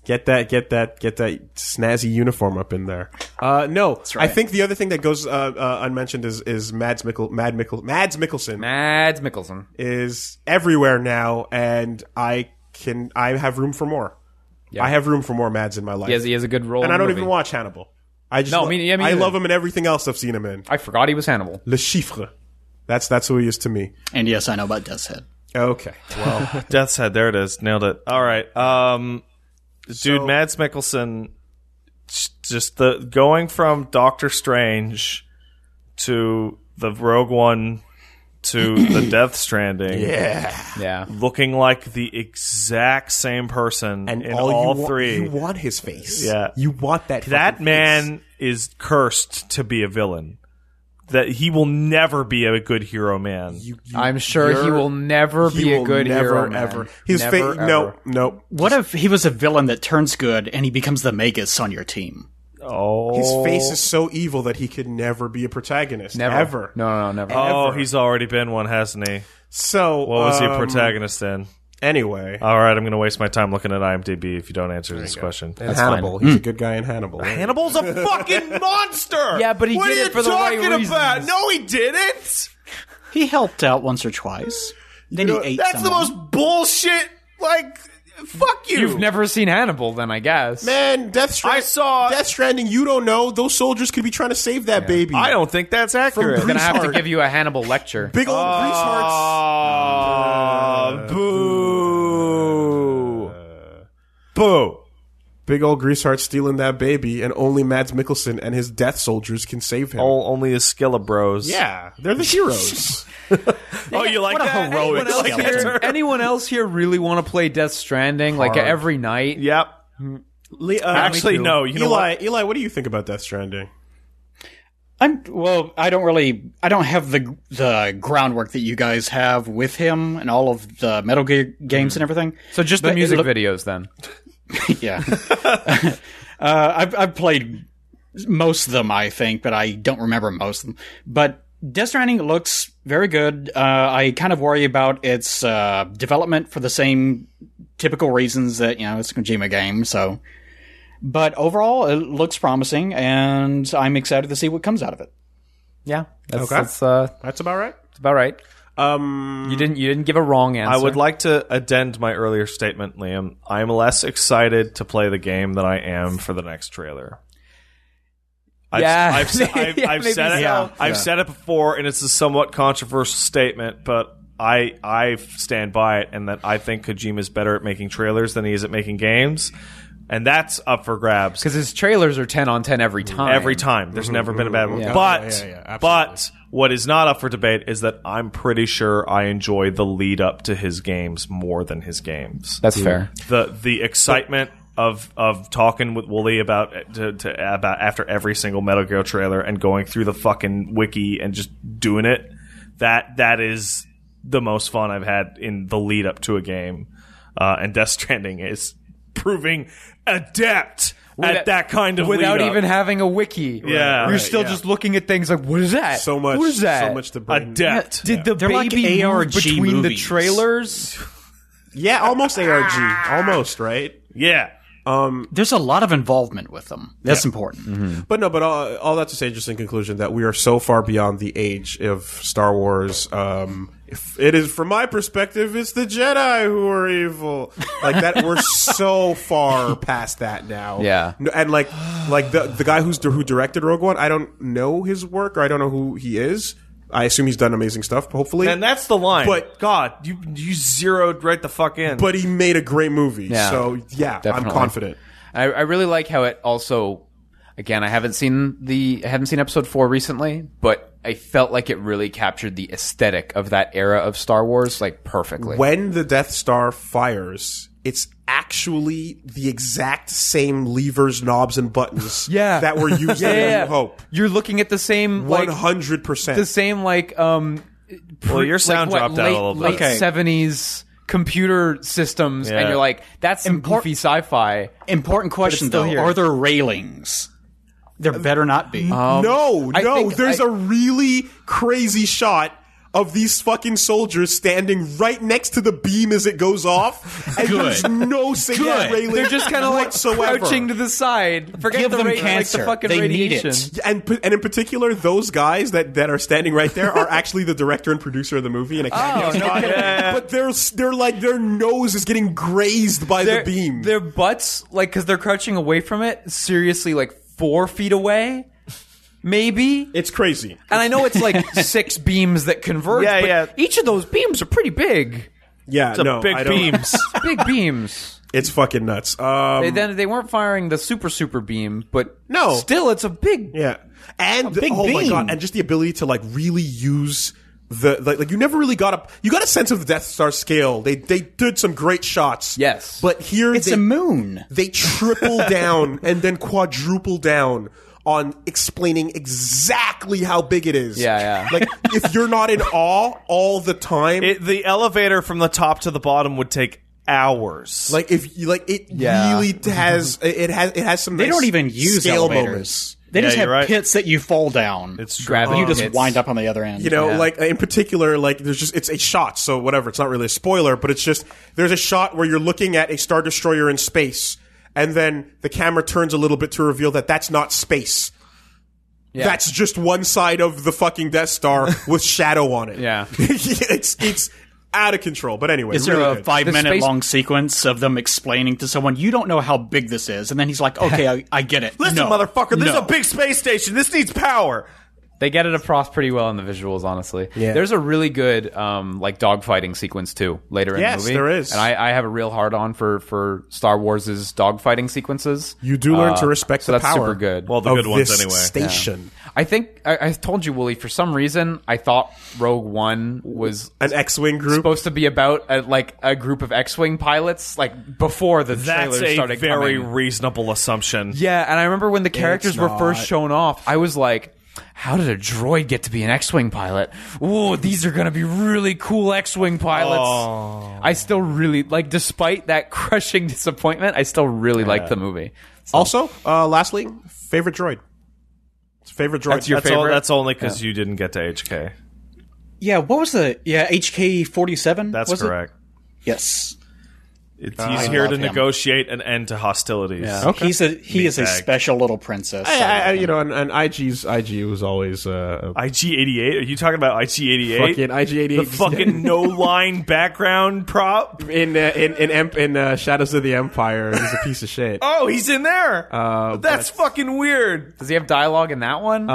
S2: Get that, get that, get that snazzy uniform up in there. Uh, no, I think the other thing that goes uh, uh, unmentioned is is Mads Mikkel, Mad Mikkel, Mads Mikkelsen
S3: Mads Mikkelsen.
S2: is everywhere now, and I can I have room for more. I have room for more Mads in my life,
S3: He has, he has a good role.
S2: and
S3: in
S2: I
S3: the
S2: don't
S3: movie.
S2: even watch Hannibal. I just
S3: No,
S2: lo-
S3: me- yeah, me
S2: I
S3: neither.
S2: love him in everything else I've seen him in.
S3: I forgot he was Hannibal.
S2: Le Chiffre, that's that's who he is to me.
S4: And yes, I know about Death's Head.
S2: Okay, well,
S1: Death's Head. There it is. Nailed it. All right. Um, dude, Mads Mikkelsen. j- Just the going from Doctor Strange to the Rogue One to the Death Stranding.
S3: Yeah.
S1: Looking like the exact same person
S2: and
S1: in
S2: all,
S1: all,
S2: you wa-
S1: three.
S2: you want his face.
S1: Yeah.
S2: you want that. fucking
S1: that
S2: face.
S1: man is cursed to be a villain. That he will never be a good hero man.
S2: You- you-
S3: I'm sure he
S2: you're-
S3: will never
S2: he
S3: be
S2: will
S3: a good
S2: never,
S3: hero. man.
S2: Ever. His
S3: Never,
S2: face.
S3: ever.
S2: No, no.
S4: What if he was a villain that turns good and he becomes the Magus on your team?
S1: oh,
S2: His face is so evil that he could never be a protagonist.
S3: Never.
S2: Ever.
S3: No, no, no, never.
S1: oh, he's already been one, hasn't he?
S2: So
S1: What was he a
S2: um,
S1: protagonist in?
S2: Anyway,
S1: All right, I'm going to waste my time looking at IMDb if you don't answer this question.
S2: and Hannibal. He's a good guy in Hannibal.
S1: Hannibal's a fucking monster.
S5: Yeah, but he
S1: what
S5: did
S1: are
S5: it
S1: you
S5: for the right
S1: talking about?
S5: reasons.
S1: No, he didn't.
S4: He helped out once or twice. Then he ate
S1: That's the
S4: someone.
S1: most bullshit. Like, fuck you.
S3: You've never seen Hannibal, then I guess.
S2: Man, Death Stranding.
S1: I saw-
S2: Death Stranding. You don't know those soldiers could be trying to save that baby.
S1: I don't think that's accurate.
S3: I'm gonna have to
S2: Griezhard.
S3: give you a Hannibal lecture.
S2: Big old grease hearts.
S1: Ah, boo. boo.
S2: Big old grease hearts stealing that baby, and only Mads Mikkelsen and his death soldiers can save him.
S1: O- only his Skilla bros.
S2: Oh, yeah, they're the heroes.
S1: Oh, you like
S4: What a
S1: that?
S4: heroic
S1: Anyone else
S4: skeleton.
S1: here?
S5: Anyone else here really want to play Death Stranding like every night?
S1: Yep.
S2: Le- uh,
S1: Actually, no. You know
S2: Eli,
S1: what?
S2: Eli, what do you think about Death Stranding?
S4: I'm well. I don't really. I don't have the the groundwork that you guys have with him and all of the Metal Gear
S1: Mm.
S4: games and everything.
S3: So just
S4: But
S3: the
S4: it
S3: music
S4: look-
S3: videos then.
S4: yeah. uh, I've, I've played most of them, I think, but I don't remember most of them. But Death Stranding looks very good. Uh, I kind of worry about its uh, development for the same typical reasons that, you know, it's a Kojima game, so. But overall, it looks promising, and I'm excited to see what comes out of it.
S3: Yeah. That's,
S2: Okay.
S3: that's, uh,
S2: That's about right.
S3: that's about right.
S2: Um,
S3: You didn't you didn't give a wrong answer.
S1: I would like to addend my earlier statement, Liam. I'm less excited to play the game than I am for the next trailer. I've,
S3: Yeah.
S1: I've, se- I've,
S3: Yeah,
S1: I've
S3: maybe
S1: said it.
S3: so.
S1: I've said it before, and it's a somewhat controversial statement, but I I stand by it, and that I think Kojima's better at making trailers than he is at making games, and that's up for grabs
S3: because his trailers are ten on ten every time.
S1: every time. There's never been a bad one.
S3: Yeah.
S1: But
S2: Yeah, yeah, yeah,
S1: but what is not up for debate is that I'm pretty sure I enjoy the lead up to his games more than his games.
S3: That's fair.
S1: The the excitement of of talking with Wooly about eh, to, to about after every single Metal Gear trailer and going through the fucking wiki and just doing it. That that is the most fun I've had in the lead up to a game. Uh, and Death Stranding is proving adept at
S3: Without-
S1: that kind of
S3: Without
S1: lead-up.
S3: even having a wiki.
S1: Yeah.
S3: You're
S1: Right,
S3: still just looking at things like what is that?
S2: so much.
S3: What is that?
S2: So much to bring.
S1: adept.
S3: Did the
S4: They're like
S3: baby move
S4: ARG
S3: between
S4: movies.
S3: the trailers?
S2: Yeah, almost ARG. Almost, right?
S1: yeah.
S4: There's a lot of involvement with them. That's important.
S5: Mm-hmm.
S2: But no, but all, all that to say, just in conclusion, that we are so far beyond the age of Star Wars. Um, if it is, from my perspective, it's the Jedi who are evil. Like that, we're so far past that now.
S3: Yeah.
S2: No, and like, like the the guy who's who directed Rogue One, I don't know his work, or I don't know who he is. I assume he's done amazing stuff. Hopefully,
S1: And that's the line.
S2: But-
S1: God, you you zeroed right the fuck in.
S2: but he made a great movie.
S3: Yeah.
S2: so yeah, I'm
S3: Definitely.
S2: confident.
S3: I, I really like how it also. Again, I haven't seen the I haven't seen episode four recently, but I felt like it really captured the aesthetic of that era of Star Wars like perfectly.
S2: When the Death Star fires, it's actually the exact same levers, knobs, and buttons
S3: Yeah.
S2: that were used in A New Hope.
S3: You're looking at the same
S2: One
S3: like
S2: hundred
S3: the
S2: percent.
S3: same like um pre-
S1: Well, your sound
S3: like, what,
S1: dropped out a
S3: late,
S1: little bit.
S3: late
S1: Okay.
S3: 70s computer systems
S1: Yeah.
S3: and you're like that's some
S4: Import-
S3: goofy sci-fi.
S4: Important question
S3: still
S4: though:
S3: here.
S4: Are there railings? There better not be.
S5: Oh.
S2: No,
S3: I
S2: no.
S3: think
S2: There's
S3: I-
S2: a really crazy shot of these fucking soldiers standing right next to the beam as it goes off, and
S4: Good.
S2: there's no single
S4: Good.
S2: railing.
S5: They're just kind of like
S2: whatsoever.
S5: crouching to the side. Forget
S4: Give
S5: the
S4: them
S5: ra- like,
S4: cancer.
S5: the fucking
S4: They need it.
S5: radiation.
S2: and and in particular, those guys that, that are standing right there are actually the director and producer of the movie. And a
S5: Oh,
S2: cameo spot. but they're they're like their nose is getting grazed by
S5: Their,
S2: the beam.
S5: their butts, like, because they're crouching away from it, seriously, like four feet away, maybe.
S2: It's crazy.
S5: And I know it's like six beams that converge,
S1: Yeah,
S5: but
S1: yeah.
S5: each of those beams are pretty big.
S2: Yeah,
S1: The
S2: no,
S1: big
S2: I don't-
S1: beams.
S5: Big beams.
S2: It's fucking nuts. Um,
S5: They then they weren't firing the super super beam, but
S2: No.
S5: still it's a big.
S2: Yeah, and
S5: big
S2: oh my
S5: beam.
S2: god, and just the ability to like really use the like, like you never really got a you got a sense of the Death Star scale. They they did some great shots.
S5: Yes.
S2: but here
S4: it's
S2: they,
S4: a moon.
S2: They triple down and then quadruple down on explaining exactly how big it is.
S3: Yeah, yeah.
S2: Like if you're not in awe all the time,
S1: It, the elevator from the top to the bottom would take hours.
S2: like if you like it
S3: Yeah.
S2: really has it has it has some.
S4: Mm-hmm. They
S2: nice
S4: don't even use
S2: scale
S4: elevators.
S2: moments.
S4: They just
S1: Yeah,
S4: have
S1: you're right.
S4: pits that you fall down.
S1: it's
S3: Gravity
S4: you just
S3: hits.
S4: wind up on the other end.
S2: You know, like in particular, like there's just it's a shot, so whatever. It's not really a spoiler, but it's just there's a shot where you're looking at a star destroyer in space, and then the camera turns a little bit to reveal that that's not space. That's just one side of the fucking Death Star with shadow on it.
S3: Yeah.
S2: it's it's out of control. But anyway,
S4: Is there
S1: uh,
S2: really
S4: a
S2: good.
S4: five minute
S3: space-
S4: long sequence of them explaining to someone, you don't know how big this is? And then he's like, okay, I, I get it.
S1: Listen,
S4: no,
S1: Oh, motherfucker, this is
S4: no.
S1: a big space station. This needs power.
S3: They get it across pretty well in the visuals, honestly. Yeah. There's a really good um, like dogfighting sequence too later in
S2: Yes,
S3: the movie.
S2: there is.
S3: and I, I have a real hard on for for Star Wars's dogfighting sequences. Uh,
S2: you do learn to respect
S3: so
S2: the
S3: that's
S2: power.
S3: super good.
S1: Well, the
S2: of
S1: good ones
S2: this
S1: anyway.
S2: Station
S3: I think I, I told you, Wooly. For some reason, I thought Rogue One was
S2: an X-wing group.
S3: supposed to be about a, like a group of X-wing pilots, like before the
S1: That's
S3: trailer
S1: a
S3: started
S1: very
S3: coming.
S1: reasonable assumption.
S3: yeah, and I remember when the characters
S2: It's
S3: were
S2: not.
S3: first shown off, I was like. How did a droid get to be an X-wing pilot? Ooh, these are gonna be really cool X-wing pilots. I still really like, despite that crushing disappointment, I still really liked the movie.
S2: also, uh, lastly, favorite droid. Favorite droid.
S3: That's your
S1: That's,
S3: favorite.
S1: all, that's only because you didn't get to HK.
S4: Yeah, what was the. Yeah, HK 47?
S1: That's correct.
S4: Yes.
S1: It's, he's here
S4: love
S1: to
S4: him.
S1: negotiate an end to hostilities.
S4: He's a he is a
S1: Meatbag.
S4: special little princess.
S2: I, I, you know, and, and IG's IG was always uh, a
S1: IG88? Are you talking about IG88?
S2: fucking IG88.
S1: the fucking no line background prop.
S2: in uh, in in, Emp- in uh, Shadows of the Empire is a piece of shit.
S1: Oh, he's in there.
S2: Uh,
S1: That's fucking weird.
S3: Does he have dialogue in that one?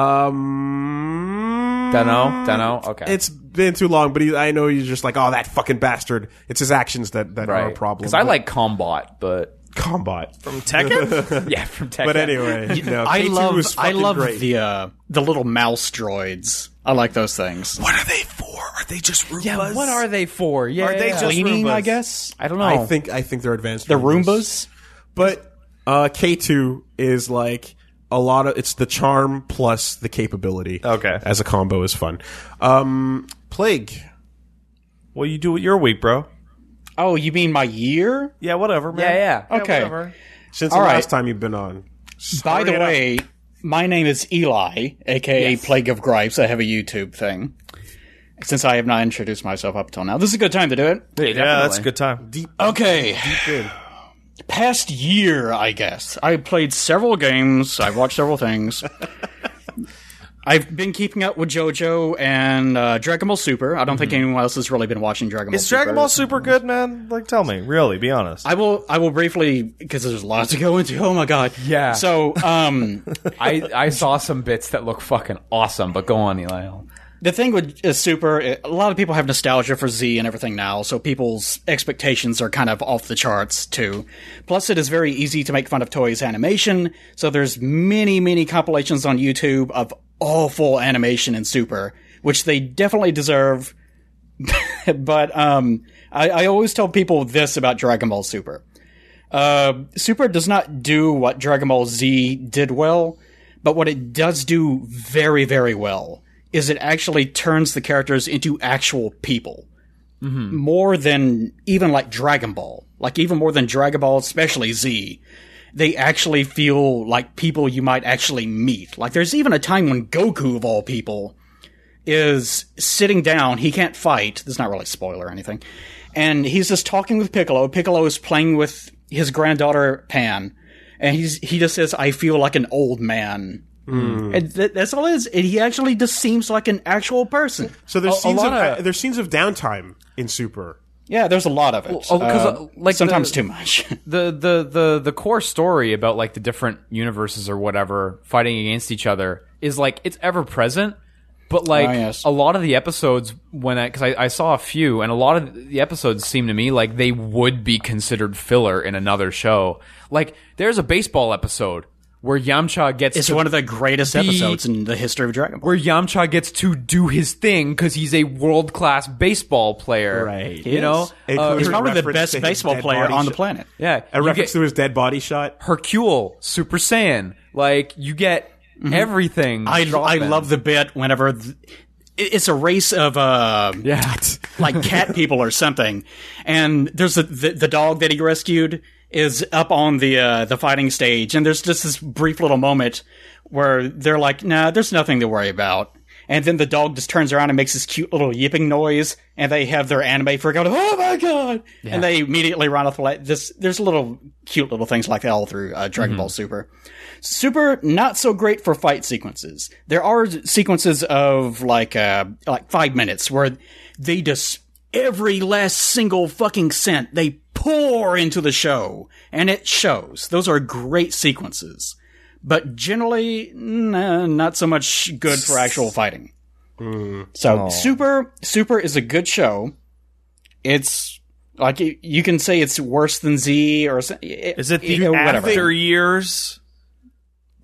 S2: Um,
S3: dunno, dunno. Okay,
S2: It's been too long, but he, I know he's just like, oh, that fucking bastard. It's his actions that, that are a problem.
S3: Because I
S2: But-
S3: like Combat, but
S2: combat.
S1: From Tekken?
S3: yeah, from Tekken.
S2: But anyway, no,
S4: I
S2: K2
S4: love
S2: was
S4: I
S2: fucking
S4: love
S2: great.
S4: the uh, the little mouse droids. I like those things.
S1: what are they for? Are they just Roombas?
S5: Yeah, what are they for? Yeah,
S1: Are they
S5: yeah.
S1: just
S4: Cleaning,
S1: Roombas?
S4: I guess.
S3: I don't know.
S2: I think I think they're advanced.
S4: Oh. The Roombas.
S2: but uh, K two is like a lot of it's the charm plus the capability.
S3: Oh.
S1: Okay.
S2: as a combo is fun. Um, plague.
S1: Well, you do what you're weak, bro.
S4: Oh, you mean my year?
S1: Yeah, whatever, man.
S3: yeah, yeah.
S4: Okay.
S1: whatever.
S2: Since
S4: All
S2: the
S4: right.
S2: last time you've been on,
S4: By the
S1: it up.
S4: way, my name is Eli, aka Plague of Gripes. I have a YouTube thing. Since I have not introduced myself up till now, this is a good time to do it.
S1: Yeah, that's a good time.
S4: Okay. Past year, I guess. I played several games. I've watched several things. I've been keeping up with JoJo and uh, Dragon Ball Super. I don't think anyone else has really been watching Dragon Ball
S1: Mm-hmm. Is
S4: Super.
S1: Dragon Ball Super good, man? Like, tell me, really, be honest.
S4: I will. I will briefly because there's a lot to go into. Oh my god.
S3: Yeah.
S4: So, um,
S3: I, I saw some bits that look fucking awesome, but go on, Eli.
S4: the thing with uh, Super, it- a lot of people have nostalgia for Z and everything now, so people's expectations are kind of off the charts too. Plus, it is very easy to make fun of toys animation, so there's many, many compilations on YouTube of awful animation in Super, which they definitely deserve. but um, I, I always tell people this about Dragon Ball Super. Uh, Super does not do what Dragon Ball Z did well, but what it does do very, very well is it actually turns the characters into actual people. More than even like Dragon Ball, like even more than Dragon Ball, especially Z. They actually feel like people you might actually meet. Like there's even a time when Goku, of all people, is sitting down. He can't fight. This is not really a spoiler or anything. And he's just talking with Piccolo. Piccolo is playing with his granddaughter Pan, and he's he just says, "I feel like an old man."
S3: Hmm.
S4: And th- that's all it is. And he actually just seems like an actual person.
S2: So there's
S3: A- a
S2: scenes of,
S3: lot of-
S2: uh, there's scenes of downtime in Super.
S4: Yeah, there's a lot of it. Um,
S3: oh, 'cause, uh, like
S4: sometimes
S3: the-
S4: too much.
S3: the the the the core story about like the different universes or whatever fighting against each other is like it's ever present but like
S4: Ah, yes.
S3: a lot of the episodes when i because I, I saw a few and a lot of the episodes seem to me like they would be considered filler in another show like there's a baseball episode where yamcha gets
S4: it's
S3: to
S4: one of the greatest
S3: be-
S4: episodes in the history of Dragon Ball.
S3: where Yamcha gets to do his thing because he's a world class baseball player,
S2: Right.
S3: You know,
S2: It
S3: Uh,
S2: includes
S4: He's probably the
S2: reference
S4: best
S2: to his
S4: baseball
S2: dead
S4: player
S2: body
S4: on the
S2: shot-
S4: planet.
S3: yeah.
S2: A
S3: you
S2: reference
S3: get-
S2: to his dead body shot.
S3: Hercule, Super Saiyan. Like you get everything.
S4: I,
S3: Drop
S4: I
S3: in.
S4: love the bit whenever th- it- it's a race of uh,
S3: Yeah.
S4: like cat people or something, and there's a, the the dog that he rescued is up on the uh, the fighting stage, and there's just this brief little moment where they're like, "Nah, there's nothing to worry about." And then the dog just turns around and makes this cute little yipping noise, and they have their anime freak out. Oh my god! And they immediately run off the light. This there's little cute little things like that all through uh, Dragon Ball Super. Super not so great for fight sequences. There are sequences of like uh like five minutes where they just every last single fucking cent they pour into the show, and it shows. Those are great sequences, but generally nah, not so much good for actual fighting.
S1: mm,
S4: So super super is a good show. It's like you- you can say it's worse than Z or so-
S1: Is it the
S4: you know, whatever.
S1: after years?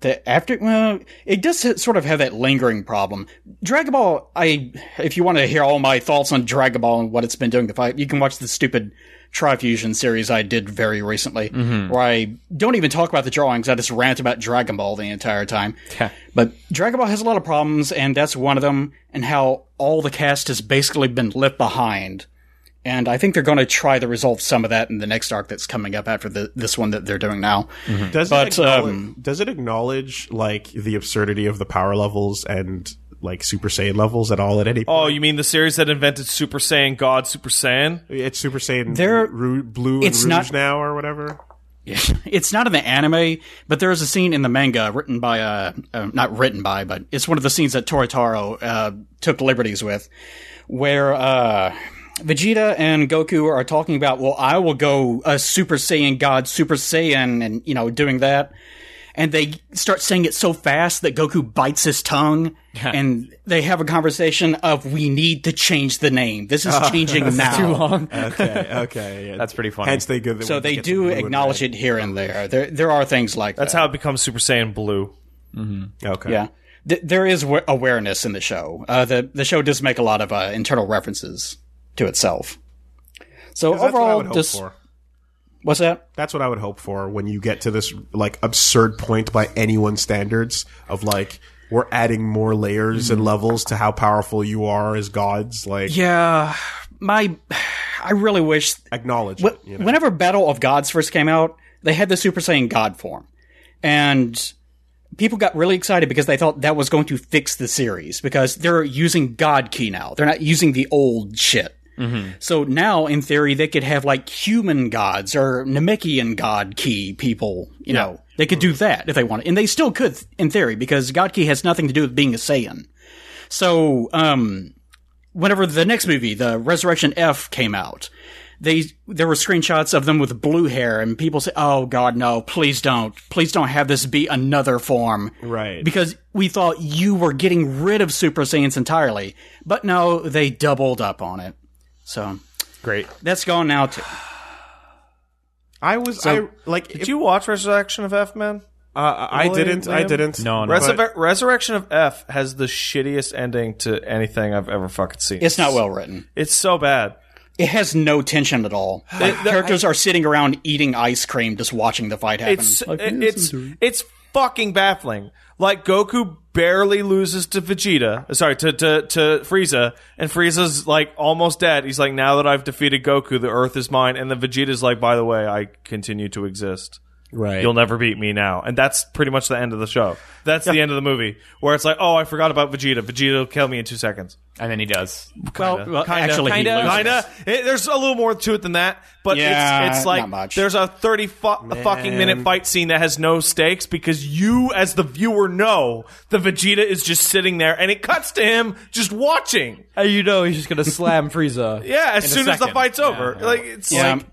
S4: The after well, it does ha- sort of have that lingering problem. Dragon Ball, I if you want to hear all my thoughts on Dragon Ball and what it's been doing to fight, you can watch the stupid Trifusion series I did very recently, where I don't even talk about the drawings. I just rant about Dragon Ball the entire time. but Dragon Ball has a lot of problems, and that's one of them. And how all the cast has basically been left behind. And I think they're going to try to resolve some of that in the next arc that's coming up after the, this one that they're doing now.
S2: Does
S4: But,
S2: it acknowledge,
S4: um,
S2: does it acknowledge like the absurdity of the power levels and like Super Saiyan levels at all at any point?
S1: Oh, you mean the series that invented Super Saiyan God Super Saiyan?
S2: it's Super Saiyan
S4: They're-
S2: Ru- Blue and
S4: it's
S2: Rouge
S4: not-
S2: now or whatever.
S4: it's not in the anime, but there is a scene in the manga written by uh, uh not written by, but it's one of the scenes that Toritaro uh, took liberties with, where uh, Vegeta and Goku are talking about, well, I will go a Super Saiyan God, Super Saiyan, and you know, doing that. And they start saying it so fast that Goku bites his tongue, and they have a conversation of "We need to change the name. This is changing now."
S3: too long.
S2: Okay, okay, yeah.
S3: That's pretty funny.
S2: Hence, they good.
S4: So they do acknowledge it here and there. There, there are things like
S1: That's
S4: that.
S1: how it becomes Super Saiyan Blue.
S2: Okay,
S4: Yeah. Th- there is wa- awareness in the show. Uh, the the show does make a lot of uh, internal references to itself. So
S2: That's what I
S4: overall,
S2: would hope
S4: just
S2: for.
S4: what's that?
S2: That's what I would hope for when you get to this like absurd point by anyone's standards of like we're adding more layers
S4: Mm-hmm.
S2: and levels to how powerful you are as gods. Like
S4: Yeah, my I really wish
S2: acknowledge it.
S4: Wh-
S2: You know?
S4: Whenever Battle of Gods first came out, they had the Super Saiyan God form. And people got really excited because they thought that was going to fix the series because they're using God Key now. They're not using the old shit.
S2: Mm-hmm.
S4: So now, in theory, they could have like human gods or Namekian God Key people. You know, they could
S2: Mm-hmm.
S4: do that if they wanted. And they still could, in theory, because God Key has nothing to do with being a Saiyan. So, um, whenever the next movie, the Resurrection F, came out, they there were screenshots of them with blue hair, and people say, "Oh God, no! Please don't! Please don't have this be another form."
S2: Right.
S4: Because we thought you were getting rid of Super Saiyans entirely, but no, they doubled up on it. So
S2: Great.
S4: that's gone now too.
S2: I was I like
S1: Did you watch Resurrection of F, man?
S2: uh, I
S1: Really,
S2: didn't I
S1: Liam?
S2: didn't
S6: No, no.
S1: Resu- Resurrection of F has the shittiest ending to anything I've ever fucking seen.
S4: It's not well written.
S1: It's so bad.
S4: It has no tension at all. Like, characters are sitting around eating ice cream, just watching the fight happen.
S1: It's it- it's it's fucking baffling. Like Goku barely loses to Vegeta, uh, sorry to to to Frieza, and Frieza's like almost dead. He's like, now that I've defeated Goku, the Earth is mine. And then Vegeta's like, by the way, I continue to exist.
S2: right.
S1: You'll never beat me now. And that's pretty much the end of the show. That's the end of the movie where it's like, oh, I forgot about Vegeta. Vegeta will kill me in two seconds.
S6: and then he does.
S4: well, well, actually, he
S1: kinda,
S4: loses.
S1: kinda. It- there's a little more to it than that, but
S4: Yeah,
S1: it's, it's
S4: not
S1: like
S4: much.
S1: there's a thirty fu- a fucking minute fight scene that has no stakes because you, as the viewer, know the Vegeta is just sitting there, and it cuts to him just watching.
S6: And you know he's just gonna slam Frieza.
S1: Yeah, as
S6: in a
S1: soon as the
S6: second.
S1: fight's
S6: Yeah,
S1: over,
S6: yeah.
S1: like it's
S4: Yeah.
S1: like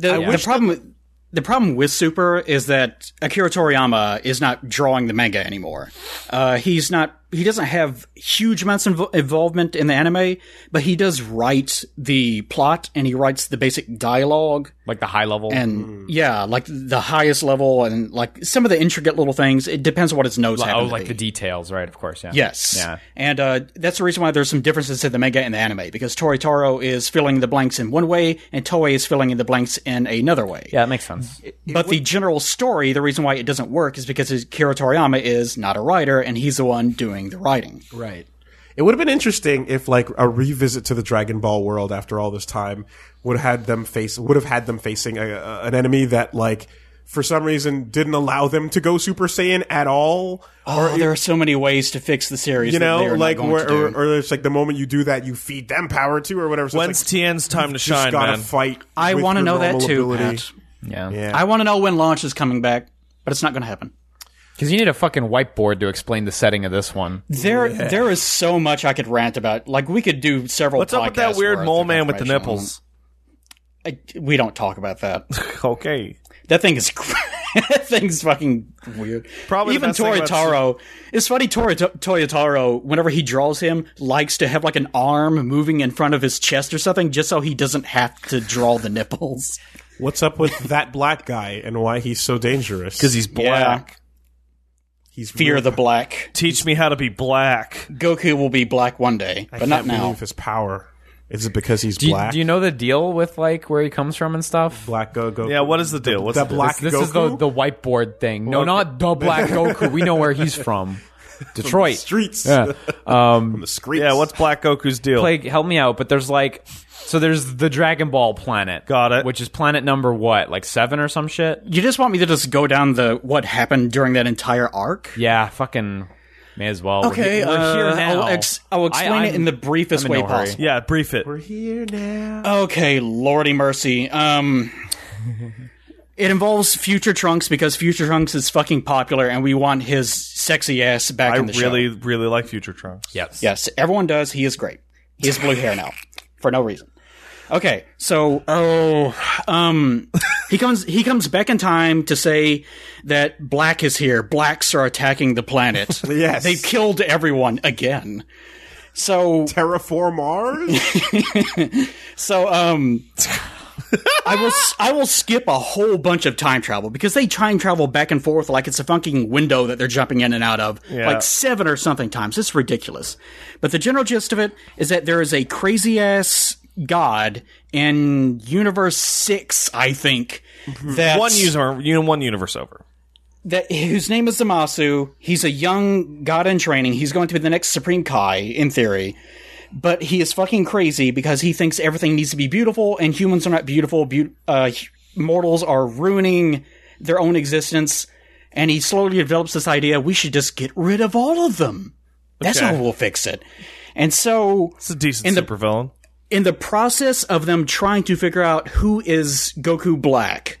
S4: the, the problem with- the problem with Super is that Akira Toriyama is not drawing the manga anymore. Uh, he's not he doesn't have huge amounts of involvement in the anime, but he does write the plot and he writes the basic dialogue
S6: like the high level.
S4: and yeah, like the highest level and like some of the intricate little things. It depends on what his notes happen
S6: oh,
S4: to
S6: like
S4: be.
S6: the details, right? Of course, yeah.
S4: Yes.
S6: Yeah.
S4: And uh, that's the reason why there's some differences in the manga and the anime because Toritaro is filling the blanks in one way and Toei is filling in the blanks in another way.
S6: Yeah, that makes sense.
S4: But the general story, the reason why it doesn't work is because Kira Toriyama is not a writer and he's the one doing the writing.
S2: Right. It would have been interesting if like a revisit to the Dragon Ball world after all this time would have had them face would have had them facing a, a, an enemy that like for some reason didn't allow them to go Super Saiyan at all.
S4: Oh, there are so many ways to fix the series.
S2: you
S4: that they
S2: know,
S4: are not
S2: like
S4: going
S2: where,
S4: to do.
S2: or, or it's like the moment you do that, you feed them power too, or whatever. So
S1: when's
S2: it's like,
S1: Tien's time to
S2: just
S1: shine,
S2: gotta
S1: man?
S2: fight.
S4: I
S2: with
S4: want to
S2: your
S4: know that
S2: normal
S4: too.
S2: ability.
S4: Pat.
S6: Yeah.
S2: Yeah.
S4: I want to know when launch is coming back, but it's not going to happen.
S6: Because you need a fucking whiteboard to explain the setting of this one.
S4: There, there is so much I could rant about. Like we could do several.
S1: What's up with that
S4: podcasts
S1: weird
S4: worth
S1: mole
S4: of
S1: man with the
S4: information on
S1: nipples?
S4: I, we don't talk about that.
S1: Okay,
S4: That thing is that thing's fucking weird.
S1: Probably the
S4: even
S1: best thing about
S4: Toritaro. It's funny. Tori- Toyotaro, whenever he draws him, likes to have like an arm moving in front of his chest or something, just so he doesn't have to draw the nipples.
S2: What's up with that black guy and why he's so dangerous?
S1: because he's black.
S2: he's
S4: Fear
S2: real-
S4: the black.
S1: Teach me how to be black.
S4: Goku will be black one day,
S2: I
S4: but not
S2: can't
S4: now.
S2: believe his power. Is it because he's
S6: Do you,
S2: black?
S6: do you know the deal with like where he comes from and stuff?
S2: black go go.
S1: Yeah, what is the deal? What's
S2: the
S1: the deal?
S2: black
S6: this
S2: Goku?
S6: is the the whiteboard thing. No, not the black Goku. We know where he's from. Detroit.
S2: streets.
S6: Yeah.
S2: From the streets.
S1: Yeah, what's Black Goku's deal?
S6: Plague, help me out. But there's like, so there's the Dragon Ball planet.
S1: Got it.
S6: Which is planet number what, like seven or some shit?
S4: You just want me to just go down the what happened during that entire arc?
S6: Yeah, fucking may as well. We're
S4: Okay,
S6: he- we're,
S4: uh,
S6: here now.
S4: I'll, ex- I'll explain
S6: I-
S4: it in the
S6: I'm-
S4: briefest
S6: I'm
S4: way
S6: in no hurry.
S4: possible.
S1: yeah, brief it.
S2: here now?
S4: Okay, lordy mercy. Um, it involves Future Trunks because Future Trunks is fucking popular, and we want his sexy ass back
S1: I
S4: in the
S1: really,
S4: show.
S1: really like Future Trunks.
S6: Yes.
S4: Yes, everyone does. He is great. He has blue hair now, for no reason. Okay, so oh, um, he comes he comes back in time to say that Black is here. Blacks are attacking the planet.
S2: Yes.
S4: they've killed everyone again. So
S2: Terraform Mars?
S4: So um I will s- I will skip a whole bunch of time travel because they time travel back and forth like it's a fucking window that they're jumping in and out of like seven or something times. It's ridiculous. But the general gist of it is that there is a crazy ass god in universe 6, I think. That
S1: Mm-hmm. One user, you know, one universe over.
S4: that whose name is Zamasu. He's a young god in training. He's going to be the next Supreme Kai in theory. But he is fucking crazy because he thinks everything needs to be beautiful and humans are not beautiful. Beau- uh, hu- mortals are ruining their own existence. And he slowly develops this idea we should just get rid of all of them. That's
S1: Okay.
S4: how we'll fix it. And so
S1: It's a decent
S4: the-
S1: supervillain.
S4: in the process of them trying to figure out who is Goku Black,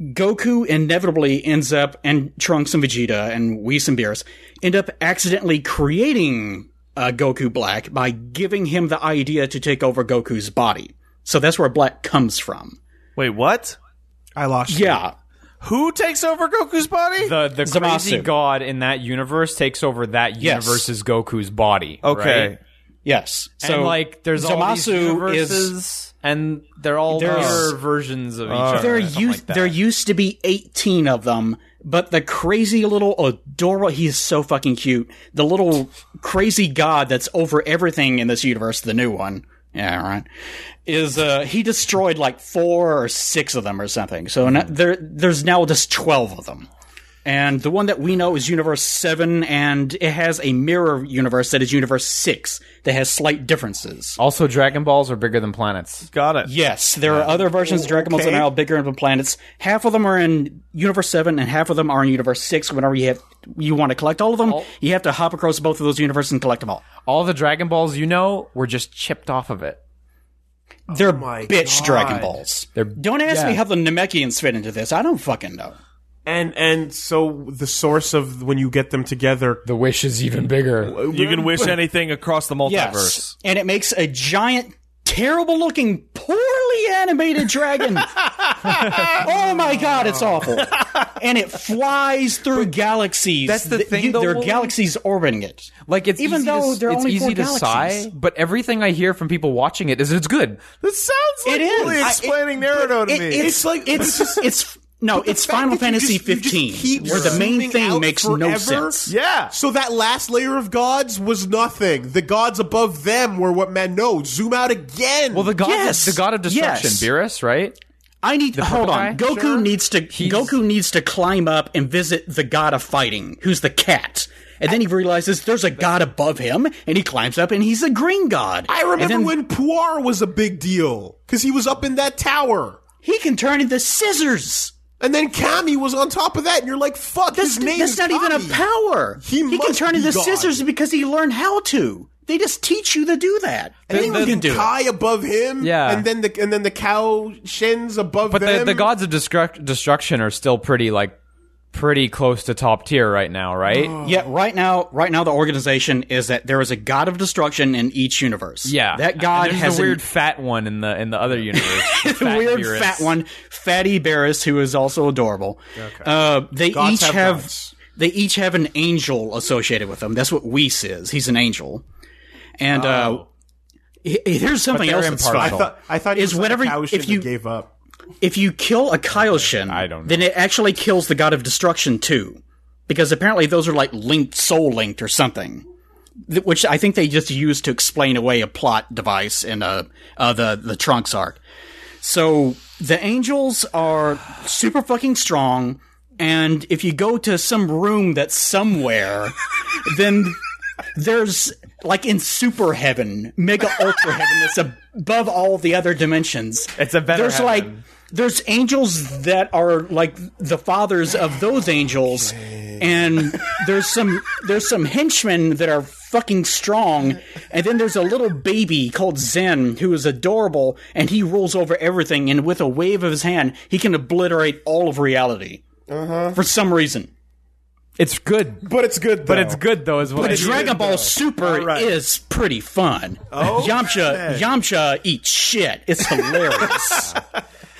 S4: Goku inevitably ends up, and Trunks and Vegeta and Whis and Beerus end up accidentally creating uh, Goku Black by giving him the idea to take over Goku's body. So that's where Black comes from.
S1: Wait, what?
S2: I lost. you.
S4: Yeah.
S1: Who takes over Goku's body?
S6: The the crazy
S4: Zamasu.
S6: god in that universe takes over that
S4: Yes.
S6: universe's Goku's body.
S1: okay.
S6: right?
S4: Yes. So
S6: and like there's all these
S4: Zamasu is-
S6: universes, and they're all
S4: There's-
S6: mirror versions of each other.
S4: there
S6: or something
S4: used
S6: like that.
S4: there used to be 18 of them but the crazy little adorable he is so fucking cute the little crazy god that's over everything in this universe the new one yeah right is uh he destroyed like four or six of them or something
S6: Hmm.
S4: so no- there there's now just 12 of them and the one that we know is universe 7 and it has a mirror universe that is universe 6 that has slight differences
S6: also Dragon Balls are bigger than planets.
S1: Got it.
S4: Yes, there are other versions of Dragon Ball Z
S2: okay.
S4: now bigger than planets. Half of them are in Universe Seven, and half of them are in Universe Six. Whenever you have you want to collect all of them, you have to hop across both of those universes and collect them all.
S6: All the Dragon Balls you know were just chipped off of it.
S4: They're bitch Dragon Balls.
S6: They're-
S4: Don't ask me how the Namekians fit into this. I don't fucking know.
S2: And and so the source of when you get them together.
S6: The wish is even bigger.
S1: You can wish anything across the multiverse.
S4: Yes, and it makes a giant, terrible looking, poorly animated dragon. oh my god, it's awful. And it flies through galaxies.
S5: that's the
S4: Th-
S5: thing,
S4: you-
S5: though,
S4: There are
S5: Wooly.
S4: galaxies orbiting it.
S5: Like it's
S4: Even
S5: easy
S4: though
S5: to,
S4: there are
S5: it's
S4: only
S5: easy to
S4: four galaxies.
S5: sigh, but everything I hear from people watching it is it's good.
S1: This sounds like
S4: It is.
S1: really
S4: I- it-
S1: explaining Naruto to
S4: It-
S1: me.
S4: it's like it's it's no, it's Final
S2: fact that you
S4: Fantasy
S2: just- you just
S4: 15,
S2: keep
S4: where the main
S2: zooming
S4: thing
S2: out
S4: makes no
S2: forever?
S4: sense.
S1: yeah.
S2: So that last layer of gods was nothing. The gods above them were what men know. Zoom out again. Well,
S5: The god,
S4: Yes.
S5: the god of destruction,
S4: Yes.
S5: Beerus, right?
S4: I need hold on.
S5: guy?
S4: Goku needs to Goku needs to climb up and visit the god of fighting, who's the cat. And then he realizes there's a god above him, and he climbs up, and he's a green god.
S2: I remember
S4: And then
S2: when Puar was a big deal because he was up in that tower,
S4: he can turn into scissors.
S2: and then Kami was on top of that, and you're like, "Fuck,
S4: That's,
S2: his name
S4: that's
S2: is
S4: not even
S2: Kami.
S4: a power.
S2: He
S4: can
S2: must
S4: turn
S2: be
S4: into
S2: God.
S4: scissors because he learned how to. They just teach you to do that.
S2: And
S4: Anyone
S2: then
S4: can do it.
S2: Kai above him,
S5: Yeah.
S2: and then the and then the cow shins above
S6: But the,
S2: them.
S6: the gods of destruct- destruction are still pretty like pretty close to top tier right now, right?
S4: Yeah, right now, right now the organization is that there is a god of destruction in each universe.
S6: Yeah,
S4: that god
S6: And there's
S4: has
S6: the
S4: a
S6: weird fat one in the in the other universe. The fat
S4: weird
S6: Beerus.
S4: fat one, Fatty Barris, who is also adorable. Uh, they
S2: Gods
S4: each
S2: have
S4: have,
S2: gods.
S4: they each have an angel associated with them. That's what Whis is. He's an angel, and uh, he- here's something
S6: they're
S4: else that's
S6: impartial.
S4: fun.
S2: I thought I thought he
S4: Is
S2: was like
S4: whatever-
S2: a cow
S4: if
S2: shin that
S4: you-
S2: gave up.
S4: if you kill a Kaioshin, I
S6: don't know.
S4: then it actually kills the god of destruction too, because apparently those are like linked, soul linked, or something. Th- Which I think they just use to explain away a plot device in uh, uh, the the Trunks arc. So the angels are super fucking strong, and if you go to some room that's somewhere, then there's like in super heaven, mega ultra heaven that's above all the other dimensions.
S6: It's a better
S4: There's
S6: heaven.
S4: like there's angels that are like the fathers of those angels, and there's some there's some henchmen that are fucking strong, and then there's a little baby called Zen who is adorable, and he rules over everything, and with a wave of his hand, he can obliterate all of reality
S6: Uh-huh.
S4: for some reason.
S6: It's good,
S2: But it's good. Though.
S6: but it's good though as well.
S4: Dragon Ball Super
S2: right.
S4: is pretty fun. Yamcha, Yamcha eats shit. It's hilarious.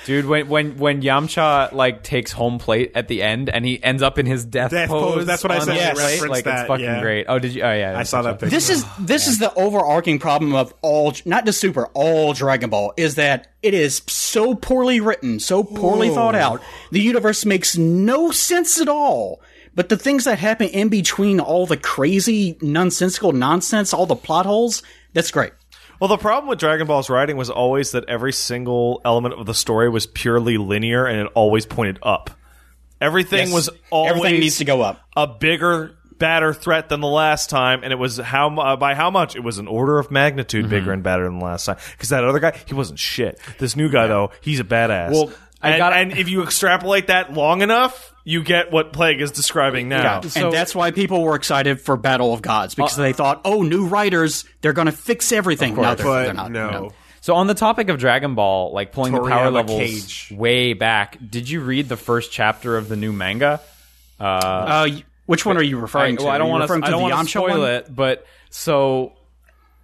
S6: Dude, when when when Yamcha like takes home plate at the end and he ends up in his death,
S2: Death pose,
S6: pose,
S2: that's what I
S6: on
S2: said,
S6: the
S2: I
S6: plate,
S2: referenced
S6: Like
S2: that,
S6: it's fucking
S2: yeah.
S6: great. Oh, did you? Oh yeah,
S2: I saw that picture.
S4: this is this is the overarching problem of all, not just Super, all Dragon Ball is that it is so poorly written, so poorly thought out. The universe makes no sense at all. But the things that happen in between all the crazy, nonsensical nonsense, all the plot holes, that's great.
S1: Well, the problem with Dragon Ball's writing was always that every single element of the story was purely linear and it always pointed up. Everything was always
S4: Everything needs to go up.
S1: a bigger, badder threat than the last time, and it was how mu- uh, by how much? It was an order of magnitude bigger and badder than the last time. Because that other guy, he wasn't shit. This new guy, though, he's a badass. Well,
S6: I
S1: and,
S6: gotta-
S1: and if you extrapolate that long enough, you get what Plague is describing now.
S4: Oh, and that's why people were excited for Battle of Gods because they thought, "Oh, new writers, they're going to fix everything." no, they're,
S2: but
S4: they're not.
S2: no.
S6: So on the topic of Dragon Ball, like pulling the power
S2: Toriyama
S6: levels
S2: Cage.
S6: way back, did you read the first chapter of the new manga?
S4: Uh, y- which one are you referring to?
S6: well, I
S4: Are
S6: don't
S4: you
S6: want to.
S4: referring
S6: I don't
S4: the
S6: want to
S4: Yamcha
S6: spoil
S4: one?
S6: it, but so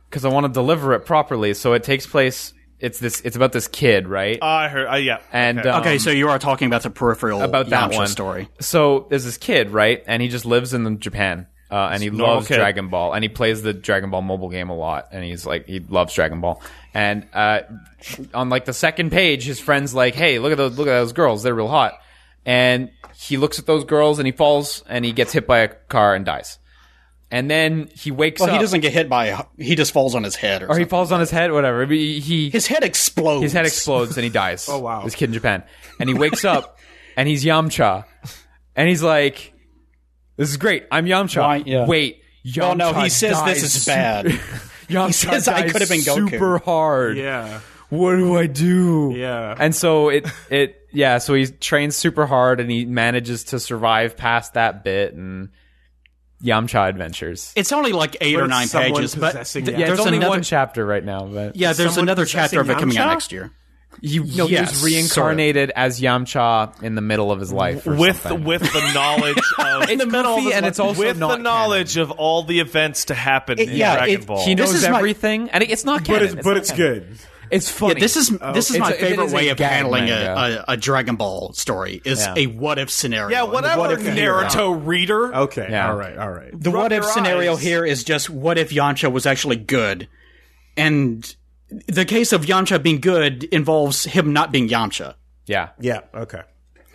S6: because I want to deliver it properly, so it takes place
S3: it's this it's about this kid, right?
S1: I heard. Uh, yeah.
S3: and
S1: okay.
S3: um,
S4: Okay, so you are talking about the peripheral
S3: about that
S4: Yamcha
S3: one
S4: story.
S3: So there's this kid, right, and he just lives in Japan, uh, and he
S1: normal
S3: loves
S1: kid.
S3: Dragon Ball, and he plays the Dragon Ball mobile game a lot, and he's like he loves Dragon Ball, and uh, on like the second page, his friends like, hey, look at those look at those girls, they're real hot, and he looks at those girls and he falls and he gets hit by a car and dies, and then he wakes
S4: Well,
S3: up.
S4: he doesn't get hit by. A, he just falls on his head, or,
S3: or he
S4: something.
S3: falls on his head, whatever. He, he
S4: his head explodes.
S3: his head explodes and he dies. oh
S2: wow.
S3: This kid in Japan, and he wakes up and he's Yamcha, and he's like, "This is great. I'm Yamcha."
S4: Why- yeah.
S3: Wait, Yamcha.
S4: Oh no, he says
S3: dies
S4: this is
S3: su-
S4: bad.
S3: Yamcha
S4: says, "I
S3: dies
S4: could've been Goku."
S3: Super hard.
S2: Yeah.
S3: What do I do?
S2: Yeah.
S3: And so it it yeah. So he trains super hard and he manages to survive past that bit and Yamcha adventures.
S4: it's only like eight
S2: But
S4: or
S2: it's
S4: nine
S2: someone
S4: pages, but
S2: possessing
S4: th-
S2: Yamcha. Yeah,
S3: There's
S4: there's
S3: only
S4: another
S3: one chapter right now, but
S4: Yeah, there's
S2: Someone
S4: another
S2: possessing
S4: chapter of it coming out
S2: Yamcha?
S4: next year.
S3: you no,
S4: Yeah,
S3: he's
S4: sort of.
S3: reincarnated as Yamcha in the middle of his life. or
S1: with
S3: something.
S1: with the knowledge of
S3: It's goofy and it's also
S1: with the
S3: not
S1: knowledge of all the events to happen in
S4: yeah,
S1: Dragon
S4: it-
S1: Ball.
S3: He
S4: This
S3: knows
S4: is my-
S3: everything, and it- it's not canon.
S2: But it's, but
S3: not
S2: it's
S3: canon.
S2: good.
S3: It's funny.
S4: Yeah, this is this is
S3: It's
S4: my
S3: a- it
S4: favorite
S3: is a
S4: way of
S3: gag
S4: handling
S3: manga.
S4: a, a, a Dragon Ball story is a what if scenario.
S1: yeah,
S4: And the
S1: whatever,
S4: what if-
S1: Naruto reader.
S2: Okay.
S3: Yeah.
S2: All right. All right.
S4: The what if
S1: your
S4: scenario
S1: eyes.
S4: here is just what if Yamcha was actually good, and the case of Yamcha being good involves him not being Yamcha.
S3: yeah.
S2: Yeah. Okay.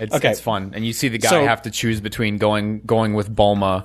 S3: It's,
S4: Okay.
S3: it's fun, and you see the guy
S4: So-
S3: have to choose between going going with Bulma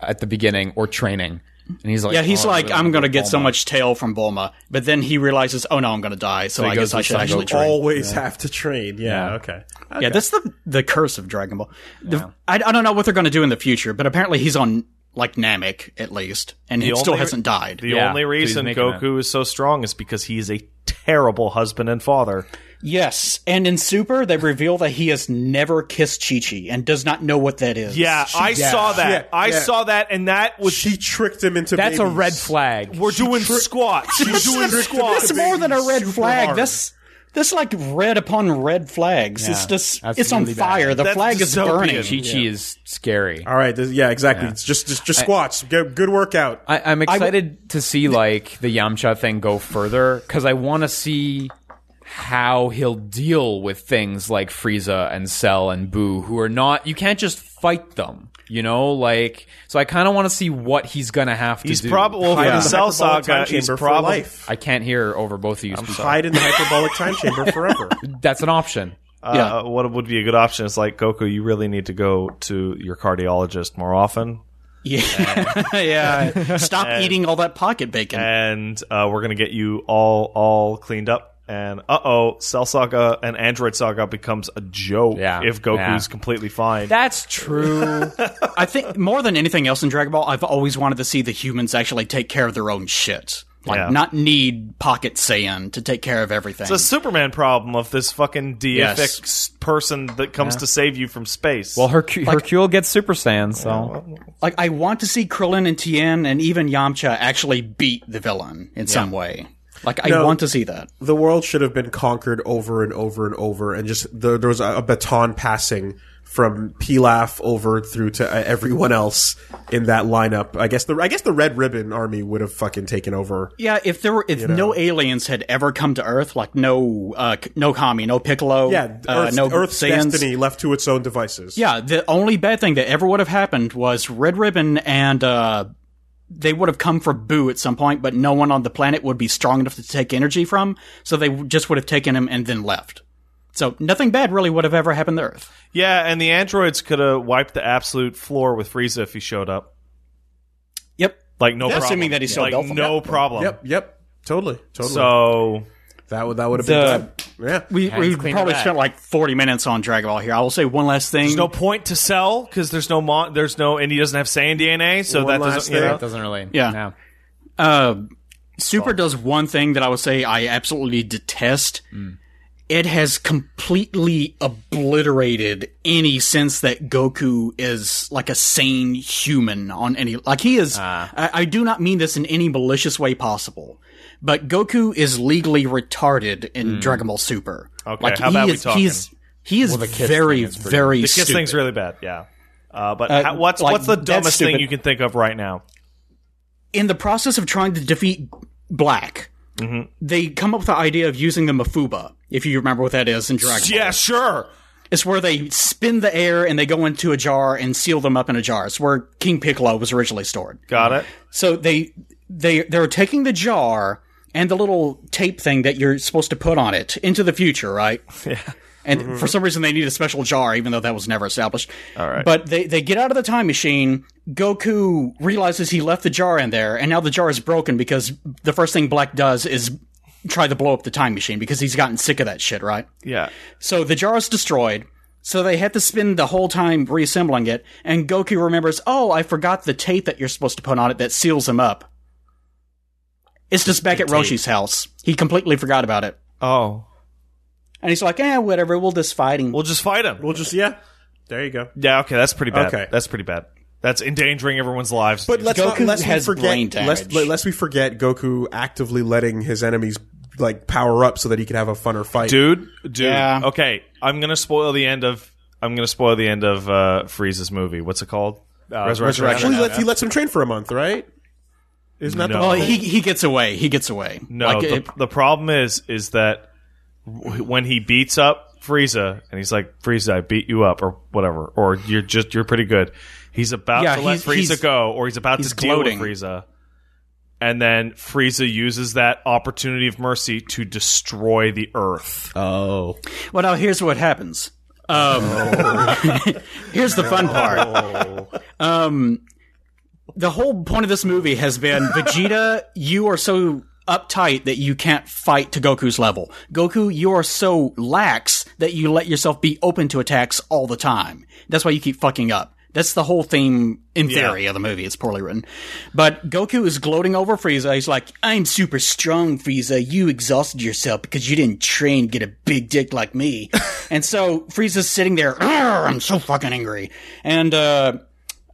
S3: at the beginning or training, and he's like,
S4: Yeah, he's
S3: "Oh, I
S4: like,
S3: really
S4: I'm
S3: wanna
S4: gonna
S3: go
S4: get so
S3: Bulma."
S4: much tail from Bulma, but then he realizes, oh no, I'm gonna die, so, I
S3: goes
S4: guess I
S3: with
S4: should
S3: Son
S4: actually.
S3: Goku.
S4: All
S2: Always have to train. Yeah. Okay.
S4: Yeah, that's the the curse of Dragon Ball. The, I, I don't know what they're going to do in the future, but apparently he's on like Namek at least, and he still
S1: only-
S4: hasn't died.
S1: The
S3: Yeah,
S1: only
S3: so he's
S1: reason
S3: making
S1: Goku is so strong is because he is a terrible husband and father.
S4: Yes, and in Super they reveal that he has never kissed Chi Chi and does not know what that is.
S1: Yeah, I saw that.
S2: Yeah,
S1: I
S2: yeah.
S1: saw that, and that was
S2: She tricked him into.
S3: That's a
S2: babies.
S3: red flag.
S1: we're doing squats. You're doing
S2: tricked him
S1: squats.
S4: that's
S2: into
S4: more than a
S2: babies
S4: red
S2: super
S4: flag.
S2: hard.
S4: That's that's like red upon red flags. it's just
S3: that's
S4: it's on
S3: really bad.
S4: fire. The
S1: That's
S4: flag is
S1: dystopian.
S4: burning.
S3: Chi Chi is scary.
S2: All right. This, yeah. Exactly. It's just just just squats. Good, good workout.
S3: I, I'm excited to see like the Yamcha thing go further because I want to see how he'll deal with things like Frieza and Cell and Boo, who are not. You can't just fight them, you know. Like, so I kind of want to see what he's gonna have to
S1: He's
S3: do.
S1: probably well, for
S2: Hide in
S1: the
S2: the
S1: Cell
S2: hyperbolic
S1: Saga.
S2: time
S1: He's
S2: chamber for
S1: probably
S2: life.
S3: I can't hear over both of you. speak.
S2: Hide in the hyperbolic time chamber forever.
S3: That's an option.
S1: uh, what would be a good option is like Goku. You really need to go to your cardiologist more often,
S4: Yeah, yeah. Stop eating all that pocket bacon.
S1: and uh, we're gonna get you all all cleaned up. And uh oh, Cell Saga and Android Saga becomes a joke
S3: Yeah,
S1: if Goku's
S3: yeah.
S1: completely fine.
S3: That's true.
S4: I think more than anything else in Dragon Ball, I've always wanted to see the humans actually take care of their own shit. Like,
S1: Yeah.
S4: not need Pocket Saiyan to take care of everything.
S1: it's a Superman problem of this fucking deific
S4: Yes.
S1: s- person that comes to save you from space.
S3: well, Hercu- Hercule gets Super Saiyan, so
S4: like, I want to see Krillin and Tien and even Yamcha actually beat the villain in some way. Like, I
S2: No.
S4: want to see that.
S2: the world should have been conquered over and over and over, and just there, there was a, a baton passing from Pilaf over through to uh, everyone else in that lineup. I guess the I guess the Red Ribbon Army would have fucking taken over.
S4: Yeah, if there were, if no aliens had ever come to Earth, like no, uh, c- no Kami, no Piccolo,
S2: Yeah,
S4: uh,
S2: Earth's,
S4: no
S2: Earth's
S4: Saiyans.
S2: destiny left to its own devices.
S4: Yeah, the only bad thing that ever would have happened was Red Ribbon and uh, they would have come for Boo at some point, but no one on the planet would be strong enough to take energy from, so they w- just would have taken him and then left. So nothing bad really would have ever happened to Earth.
S1: yeah, and the androids could have wiped the absolute floor with Frieza if he showed up.
S4: Yep.
S1: Like no problem.
S4: Assuming that he's still
S1: like,
S4: built for
S1: no problem.
S2: Yep. Yep. Totally. Totally.
S1: So
S2: that would that would have
S4: The-
S2: been. Done. Yeah.
S4: We, we
S3: clean
S4: probably
S3: to that.
S4: spent like 40 minutes on Dragon Ball here. I will say one last thing.
S1: there's no point to sell because there's no mon- there's no and he doesn't have Saiyan DNA, so
S2: One
S1: that
S2: last
S1: doesn't. You
S2: thing.
S1: know,
S3: it doesn't really.
S4: Yeah.
S3: no.
S4: Uh, Super does one thing that I would say I absolutely detest.
S1: Hmm.
S4: It has completely obliterated any sense that Goku is like a sane human on any. Like he is.
S1: Ah.
S4: I, I do not mean this in any malicious way possible, but Goku is legally retarded in Dragon Ball Super.
S1: Hmm. Okay,
S4: like,
S1: how about we
S4: is, He's, he is very, very.
S1: the kiss
S4: stupid.
S1: thing's really bad. Yeah. Uh, but how, what's
S4: like,
S1: what's the
S4: that's
S1: dumbest thing
S4: stupid.
S1: you can think of right now?
S4: in the process of trying to defeat Black, they come up with the idea of using the mafuba, if you remember what that is in Dragon Ball.
S1: Yeah, sure.
S4: It's where they spin the air and they go into a jar and seal them up in a jar. It's where King Piccolo was originally stored.
S1: Got it.
S4: So they they they're taking the jar and the little tape thing that you're supposed to put on it into the future, right? Yeah. And for some reason they need a special jar, even though that was never established. All right. But they, they get out of the time machine. Goku realizes he left the jar in there, and now the jar is broken because the first thing Black does is try to blow up the time machine because he's gotten sick of that shit, right?
S1: Yeah.
S4: So the jar is destroyed. So they had to spend the whole time reassembling it, and Goku remembers, oh, I forgot the tape that you're supposed to put on it that seals him up. It's just back at Roshi's house. He completely forgot about it.
S1: Oh,
S4: And he's like, eh, whatever, we'll just fight him.
S1: we'll just fight him.
S2: We'll just yeah. There you go.
S1: yeah. Okay, that's pretty bad.
S2: Okay.
S1: that's pretty bad. That's endangering everyone's lives.
S2: But let's not,
S4: Goku
S2: lest
S4: has
S2: we forget,
S4: brain damage.
S2: Lest, lest we forget Goku actively letting his enemies like power up so that he could have a funner fight.
S1: dude, dude.
S4: Yeah.
S1: Okay, I'm gonna spoil the end of. I'm gonna spoil the end of uh, Frieza's movie. What's it called? Uh, Resurrection.
S2: Well, he, lets, he lets him train for a month, right? Isn't that
S1: No.
S2: the
S4: well, he, Oh, he gets away. He gets away.
S1: No,
S4: Like,
S1: the,
S4: it-
S1: the problem is is that w- when he beats up Frieza and he's like, "Frieza, I beat you up," or whatever, or "You're just you're pretty good." He's about
S4: Yeah,
S1: to let
S4: he's-
S1: Frieza
S4: he's-
S1: go, or he's about
S4: he's
S1: to deal
S4: gloating.
S1: with Frieza, and then Frieza uses that opportunity of mercy to destroy the Earth.
S2: oh,
S4: Well, now here's what happens. Um, here's the fun part. Um, the whole point of this movie has been Vegeta, you are so uptight that you can't fight to Goku's level. Goku, you are so lax that you let yourself be open to attacks all the time. That's why you keep fucking up. That's the whole theme in theory of the movie. It's poorly written. But Goku is gloating over Frieza. He's like, I'm super strong, Frieza. You exhausted yourself because you didn't train to get a big dick like me. and so Frieza's sitting there, "Arr, I'm so fucking angry. And, uh,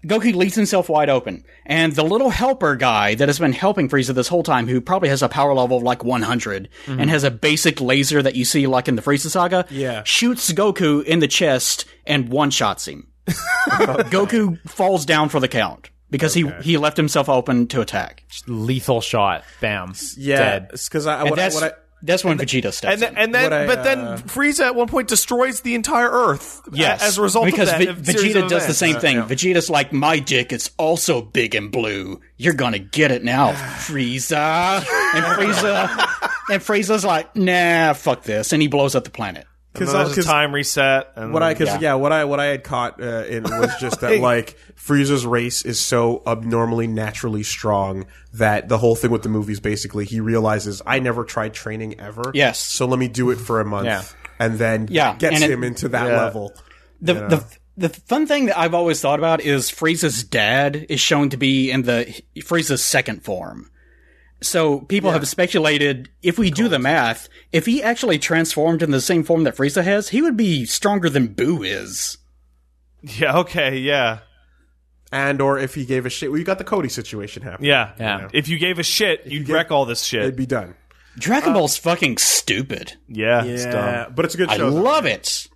S4: Goku leaves himself wide open, and the little helper guy that has been helping Frieza this whole time, who probably has a power level of like 100
S2: Mm-hmm.
S4: and has a basic laser that you see like in the Frieza saga, yeah. shoots Goku in the chest and one shots him. Goku falls down for the count because he, he left himself open to attack.
S6: Lethal shot. Bam.
S2: yeah. Because I, what, I-
S4: that's,
S2: what I,
S4: that's when Vegeta steps
S1: And then, and then
S2: What I,
S1: but then
S2: uh,
S1: Frieza at one point destroys the entire Earth. a-
S4: Yes,
S1: as a result
S4: because
S1: of that,
S4: Ve-
S1: of
S4: Vegeta
S1: series of
S4: does the
S1: events.
S4: same thing. Vegeta's like, "My dick is also big and blue. You're gonna get it now, Frieza." And Frieza, and Frieza's like, "Nah, fuck this," and he blows up the planet.
S1: And
S2: because
S1: then there's a
S2: I,
S1: time reset. And
S2: what I,
S1: then-
S2: because yeah. what I, what I had caught uh, in was just that like Frieza's race is so abnormally naturally strong that the whole thing with the movie is basically he realizes I never tried training ever.
S4: Yes.
S2: so let me do it for a month,
S6: Yeah.
S2: and then
S4: Yeah,
S2: gets
S4: and it-
S2: him into that level.
S4: The the the fun thing that I've always thought about is Frieza's dad is shown to be in the Frieza's second form. So people have speculated if we do the math, if he actually transformed in the same form that Frieza has, he would be stronger than Boo is.
S1: yeah, okay, yeah.
S2: And or if he gave a shit, we got the Cody situation happening.
S1: Yeah.
S6: Yeah.
S1: If you gave a shit, you'd wreck all this
S2: It'd
S1: shit.
S2: be done.
S4: Dragon
S1: Uh,
S4: Ball's fucking stupid.
S1: yeah, it's dumb.
S2: but it's a good
S4: I
S2: show. though.
S4: love it.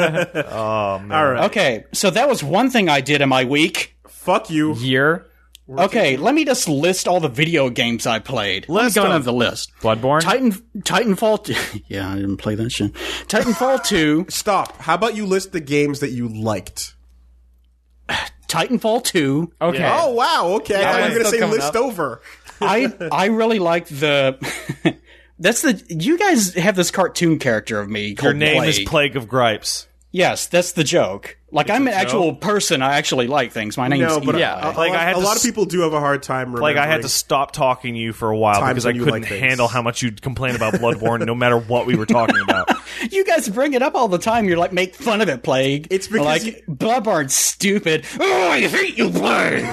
S2: All right,
S4: Okay, so that was one thing I did in my week.
S2: fuck you.
S6: Year.
S4: Okay, let me just list all the video games I played. Let
S1: List
S4: me go down
S1: them.
S4: the list.
S6: Bloodborne.
S4: Titan Titanfall. T- yeah, I didn't play that shit. Titanfall two.
S2: Stop. How about you list the games that you liked?
S4: Titanfall two.
S6: okay.
S2: Oh wow, okay. I thought you were gonna
S6: still
S2: say
S6: coming
S2: list
S6: up.
S2: over.
S4: I I really liked the. That's the you guys have this cartoon character of me
S1: Your
S4: called
S1: name
S4: Plague.
S1: is Plague of Gripes.
S4: Yes, that's the joke. Like I'm an actual person. I actually like things. My E name's
S2: No, but
S4: Eli.
S2: yeah, a,
S1: Like,
S2: lot,
S1: I had
S2: a
S1: to
S2: lot of
S1: s-
S2: people do have a hard time.
S1: Like
S2: Remembering.
S1: I had to stop talking to you for a while
S2: Times
S1: because I
S2: when you
S1: couldn't
S2: like things.
S1: handle how much you'd complain about Bloodborne, no matter what we were talking about.
S4: You guys bring it up all the time. You're like, make fun of it, Plague.
S2: It's because
S4: like
S2: you-
S4: Bloodborne's stupid. Oh, I hate you, Plague.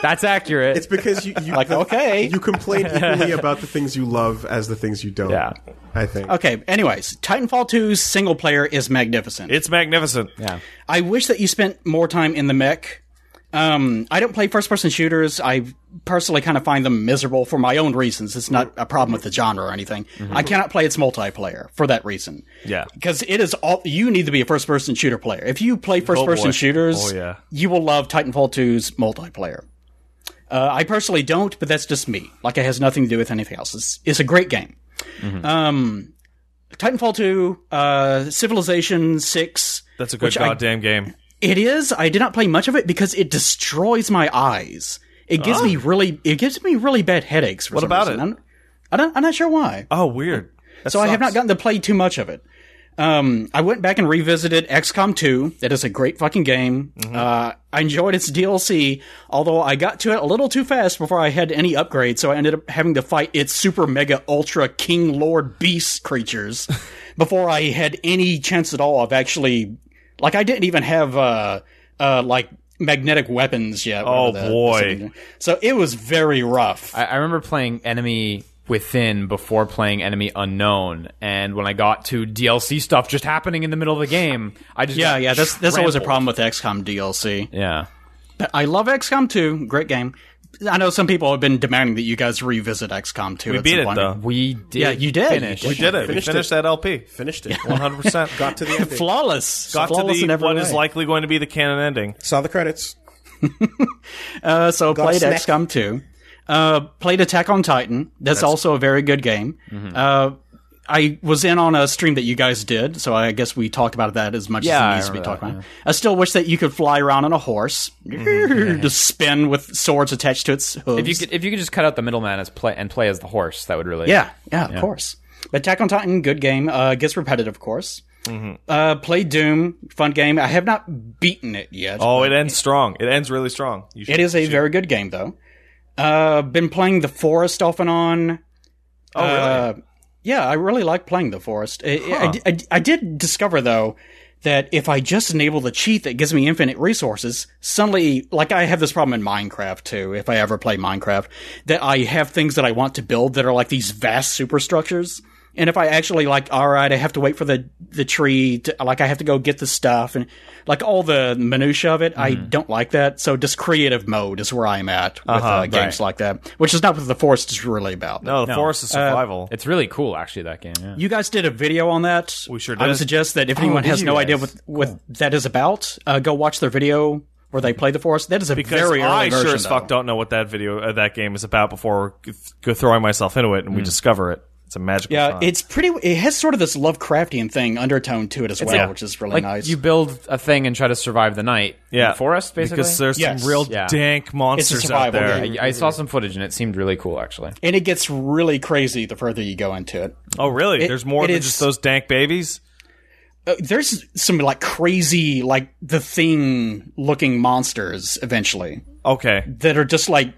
S6: That's accurate.
S2: It's because you, you
S4: Like, okay.
S2: you complain equally about the things you love as the things you don't.
S6: Yeah.
S2: I think.
S4: okay. Anyways, Titanfall 2's single player is magnificent.
S1: It's magnificent. Yeah.
S4: I wish that you spent more time in the mech. Um, I don't play first person shooters. I personally kind of find them miserable for my own reasons. It's not a problem with the genre or anything. I cannot play its multiplayer for that reason.
S1: Mm-hmm. Yeah.
S4: Because it is all, you need to be a first person shooter player. If you play first person
S1: boy.
S4: shooters,
S1: Oh, yeah.
S4: you will love Titanfall 2's multiplayer. Uh, I personally don't, but that's just me. Like it has nothing to do with anything else. It's it's a great game.
S1: Mm-hmm.
S4: Um, Titanfall two, uh, Civilization six.
S1: That's a good
S4: I-
S1: goddamn game.
S4: It is. I did not play much of it because it destroys my eyes. It gives me really. It gives me really bad headaches. For what
S1: Ah. about it?
S4: I'm, I don't, I'm not sure why.
S1: Oh, weird. That
S4: so I have
S1: sucks.
S4: not gotten to play too much of it. Um, I went back and revisited XCOM 2. That is a great fucking game.
S1: Mm-hmm.
S4: Uh, I enjoyed its DLC, although I got to it a little too fast before I had any upgrades, so I ended up having to fight its super mega ultra king lord beast creatures before I had any chance at all of actually, like, I didn't even have, uh, uh, like, magnetic weapons yet.
S1: Oh,
S4: whatever
S1: boy.
S4: so it was very rough.
S6: I, I remember playing Enemy Within before playing Enemy Unknown, and when I got to DLC stuff just happening in the middle of the game, I just
S4: yeah,
S6: got
S4: yeah, that's, that's always a
S6: trampled.
S4: problem with XCOM DLC.
S6: Yeah,
S4: I love XCOM 2. Great game. I know some people have been demanding that you guys revisit XCOM 2.
S1: We
S4: at
S1: beat
S4: some
S1: it
S4: point.
S1: though.
S6: we did.
S4: Yeah, you did.
S6: Finish.
S4: You
S1: We did it.
S2: Finished
S1: we finished
S2: it.
S1: that LP.
S2: Finished it.
S1: 100. percent
S2: Got to the ending.
S4: Flawless.
S1: Got to
S4: Flawless
S1: the
S4: in every
S1: what
S4: way.
S1: is likely going to be the canon ending.
S2: Saw the credits.
S4: Uh, so played
S2: snack.
S4: XCOM 2. Uh, played Attack on Titan. That's, also a very good game.
S1: Mm-hmm.
S4: Uh, I was in on a stream that you guys did, so I guess we talked about that as much
S6: Yeah,
S4: as
S6: I
S4: it needs to be
S6: remember
S4: talked about. I still wish that you could fly around on a horse,
S1: Mm-hmm.
S4: just spin with swords attached to its hooves.
S6: If you could, if you could just cut out the middleman as play and play as the horse, that would really
S4: Yeah, yeah, of course. But Attack on Titan, good game. Uh, gets repetitive, of course. Uh, played Doom, fun game. I have not beaten it yet.
S1: Oh, it ends strong. It ends really strong. You should,
S4: It is a very good game, though. Uh, been playing The Forest off and on.
S1: Oh, really?
S4: Uh, yeah, I really like playing The Forest. I, I- I, I- I did discover, though, that if I just enable the cheat that gives me infinite resources, suddenly, like I have this problem in Minecraft, too, if I ever play Minecraft, that I have things that I want to build that are like these vast superstructures. And if I actually like, all right, I have to wait for the the tree, to, like I have to go get the stuff, and like all the minutia of it, I
S1: Mm-hmm.
S4: don't like that. So just creative mode is where I'm at with uh
S1: Uh-huh,
S4: games like that, which is not what the forest is really about.
S1: no, the forest is
S4: uh,
S1: survival.
S6: It's really cool, actually. That game. Yeah.
S4: You guys did a video on that.
S1: We sure
S4: I would
S1: did.
S4: suggest that if anyone
S6: did
S4: has
S6: you
S4: no
S6: guys?
S4: idea what what that is about, uh, go watch their video where they play the forest. That is a
S1: because
S4: very early
S1: I
S4: version,
S1: sure as
S4: though.
S1: fuck don't know what that video, uh, that game is about before g- th- throwing myself into it and we discover it. It's a magical.
S4: Hmm. Yeah,
S1: time.
S4: it's pretty. It has sort of this Lovecraftian thing undertone to it as well,
S1: like-
S4: which is really
S6: Like
S4: nice.
S6: you build a thing and try to survive the night. in
S1: yeah,
S6: the forest basically.
S1: Because there's
S4: Yes.
S1: some real
S6: Yeah.
S1: dank monsters out
S4: survival
S1: there.
S4: game.
S6: I saw some footage and it seemed really cool, actually.
S4: and it gets really crazy the further you go into it.
S1: Oh, really? there's more
S4: it
S1: than
S4: is-
S1: just those dank babies.
S4: Uh, there's some like crazy, like the thing looking monsters eventually
S1: Okay,
S4: that are just like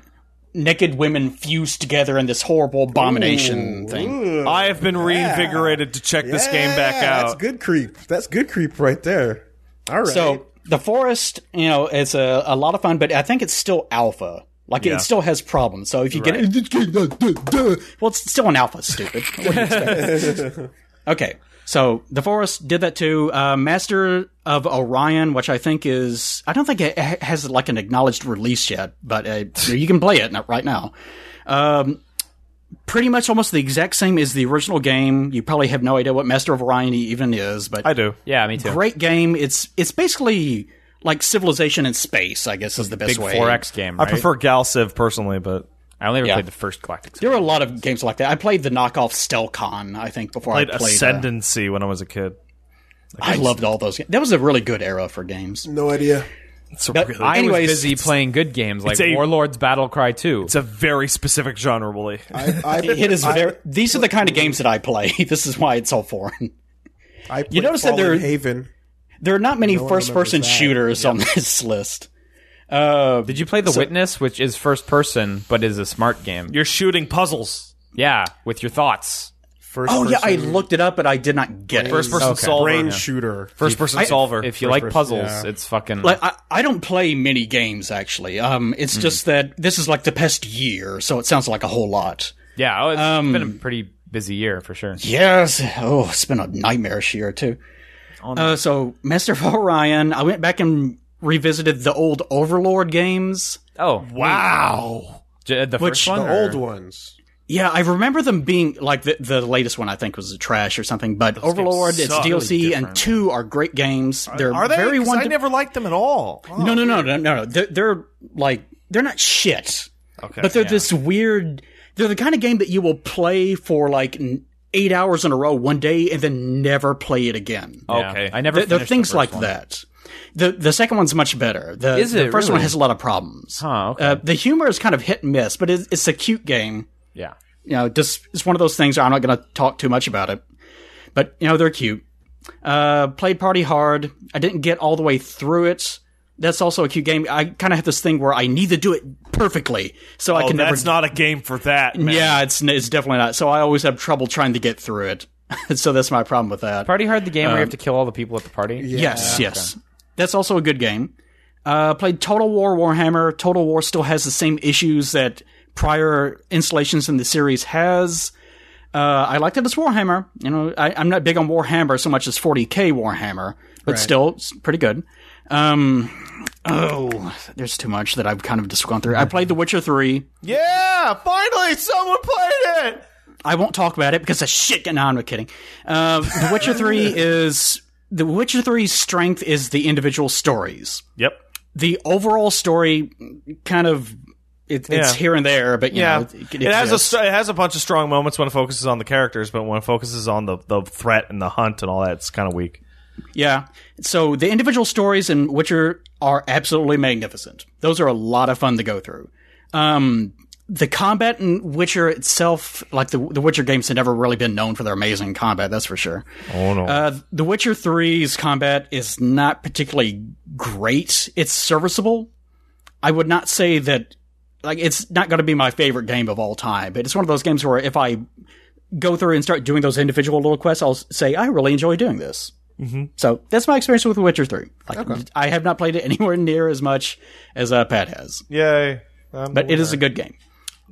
S4: naked women fused together in this horrible abomination thing.
S1: I have been reinvigorated to check this game back
S2: Yeah,
S1: out.
S2: That's good creep. That's good creep right there. All right.
S4: So the forest, you know, is a, a lot of fun, but I think it's still alpha. Like it still has problems. So if you get well, it's still an alpha. Stupid. What do you expect? okay. So the forest did that too. Uh, Master of Orion, which I think is, I don't think it ha- has like an acknowledged release yet, but uh, you can play it n- right now. Um, pretty much almost the exact same as the original game. You probably have no idea what Master of Orion even is, but
S1: I do.
S6: Yeah, me too.
S4: great game. It's it's basically like civilization in space. I guess is the best
S6: Big
S4: way.
S6: 4X game. Right?
S1: I prefer Gal Civ personally, but
S6: I only ever
S4: Yeah.
S6: played the first Galactic.
S4: There were a lot of games like that. I played the knockoff Stelcon. I think before
S1: played,
S4: I played. uh,
S1: Ascendancy when I was a kid.
S4: I loved all those. games. That was a really good era for games.
S2: no idea.
S1: It's a
S4: But
S1: really,
S6: I
S4: anyways,
S6: was busy playing good games like
S1: it's a-
S6: Warlords Battle Cry 2.
S1: it's a very specific genre, Willie.
S2: I, I,
S4: It is very. These are the kind of games that I play. this is why it's so foreign.
S2: I
S4: You notice that
S2: Fallen
S4: there-
S2: Haven.
S4: There are not many
S2: one
S4: first-person
S2: remembers that.
S4: shooters on this list. Uh,
S6: Did you play The Witness, which is first person but is a smart game?
S1: You're shooting puzzles.
S6: yeah, with your thoughts.
S2: First
S4: oh yeah, I
S2: person
S4: looked it up, but I did not get it.
S1: First person solver.
S2: brain shooter.
S1: First person solver.
S6: If you like
S2: person,
S6: puzzles,
S2: yeah.
S6: it's fucking
S4: Like I, I don't play many games actually. Um, it's just that this is like the past year, so it sounds like a whole lot.
S6: yeah. Oh, it's been a pretty busy year for sure.
S4: Yes. Oh, it's been a nightmarish year too. Uh, so, Master of Orion, I went back and revisited the old Overlord games.
S6: Oh
S1: wow.
S6: j- uh, the
S4: Which-
S6: first one,
S2: The
S6: or-
S2: old ones.
S4: Yeah, I remember them being like the, the latest one. I think was a trash or something. But Overlord, its
S1: suck.
S4: DLC, and two are great games. They're
S1: Are they?
S4: very
S1: 'Cause
S4: one.
S1: I never liked them at all.
S4: no, no, no, no, no, no. They're, they're like they're not shit.
S1: Okay.
S4: but they're this weird. They're the kind of game that you will play for like n- eight hours in a row one day and then never play it again.
S3: Okay, I never.
S4: There, there are
S3: finished
S4: things
S3: the first
S4: like
S3: one.
S4: that. The the second one's much better. The,
S3: Is
S4: the
S3: it
S4: first one
S3: really?
S4: has a lot of problems.
S3: Huh, okay.
S4: Uh, the humor is kind of hit and miss, but it's, it's a cute game.
S3: Yeah.
S4: You know, just it's one of those things. I'm not going to talk too much about it, but you know they're cute. Uh, played party hard. I didn't get all the way through it. That's also a cute game. I kind of have this thing where I need to do it perfectly, so I
S1: Oh,
S4: can never
S1: that's not a game for that. Man.
S4: yeah, it's it's definitely not. So I always have trouble trying to get through it. so that's my problem with that.
S3: Party hard, the game where you have to kill all the people at the party.
S4: Yes, yes. That's also a good game. Uh, played Total War Warhammer. Total War still has the same issues that prior installations in the series has. Uh, I liked it as Warhammer. You know, I, I'm not big on Warhammer so much as 40k Warhammer, but still it's pretty good. Um, oh, there's too much that I've kind of just gone through. I played The Witcher 3.
S1: Yeah, finally someone played it.
S4: I won't talk about it because the shit. No, I'm not kidding. Uh, the Witcher Three is the Witcher 3's strength is the individual stories.
S1: Yep.
S4: The overall story, kind of, it, it's
S1: Yeah.
S4: here and there, but you
S1: Yeah,
S4: know,
S1: it, has a
S4: exists.
S1: st- it has a bunch of strong moments when it focuses on the characters, but when it focuses on the, the threat and the hunt and all that, it's kind of weak.
S4: yeah. So the individual stories in Witcher are absolutely magnificent. Those are a lot of fun to go through. Um, the combat in Witcher itself, like the the Witcher games, have never really been known for their amazing combat. That's for sure.
S1: Oh no!
S4: Uh, the Witcher 3's combat is not particularly great. It's serviceable. I would not say that, like, it's not going to be my favorite game of all time, but it's one of those games where if I go through and start doing those individual little quests, I'll s- say, I really enjoy doing this. Mm-hmm. So that's my experience with The Witcher 3. Like, I have not played it anywhere near as much as uh, Pat has,
S1: Yay! Um,
S4: but it is a good game.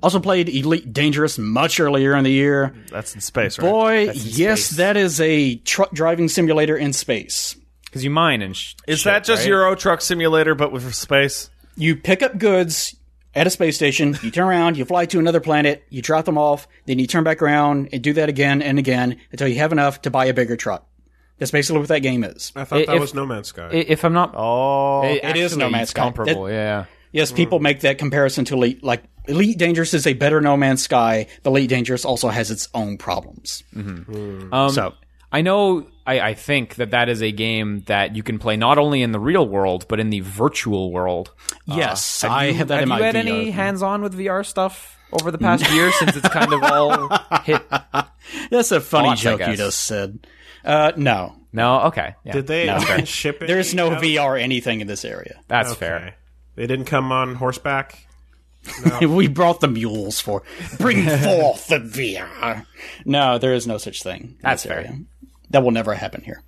S4: Also played Elite Dangerous much earlier in the year.
S1: that's in space, right?
S4: Boy, yes, that is a truck driving simulator in space.
S3: Because you mine and sh-
S1: Is that just Euro Truck Simulator but with space?
S4: You pick up goods at a space station, you turn around, you fly to another planet, you drop them off, then you turn back around and do that again and again until you have enough to buy a bigger truck. That's basically what that game is.
S2: I thought that
S3: If-
S2: was No Man's Sky.
S3: If I'm not,
S1: Oh,
S4: it is No Man's Sky.
S3: comparable. yeah.
S4: Yes, people make that comparison to Elite. Like, Elite Dangerous is a better No Man's Sky, but Elite Dangerous also has its own problems.
S3: Um,
S4: So-
S3: I know. I, I think that that is a game that you can play not only in the real world but in the virtual world.
S4: yes,
S3: Have
S4: I
S3: you-
S4: Uh, have that
S3: have
S4: in my
S3: you had
S4: VR
S3: any hands-on with VR stuff over the past year since it's kind of all hit?
S4: That's a funny
S3: thoughts, I
S4: joke you
S3: guess.
S4: just said. Uh, no,
S3: No. Okay. Yeah.
S2: Did they ship it?
S4: there's no
S2: out?
S4: VR anything in this area.
S3: That's
S2: Okay.
S3: fair.
S2: They didn't come on horseback.
S4: we brought the mules for bring forth the VR. No, there is no such thing. in
S3: That's
S4: this
S3: fair.
S4: area. That will never happen here.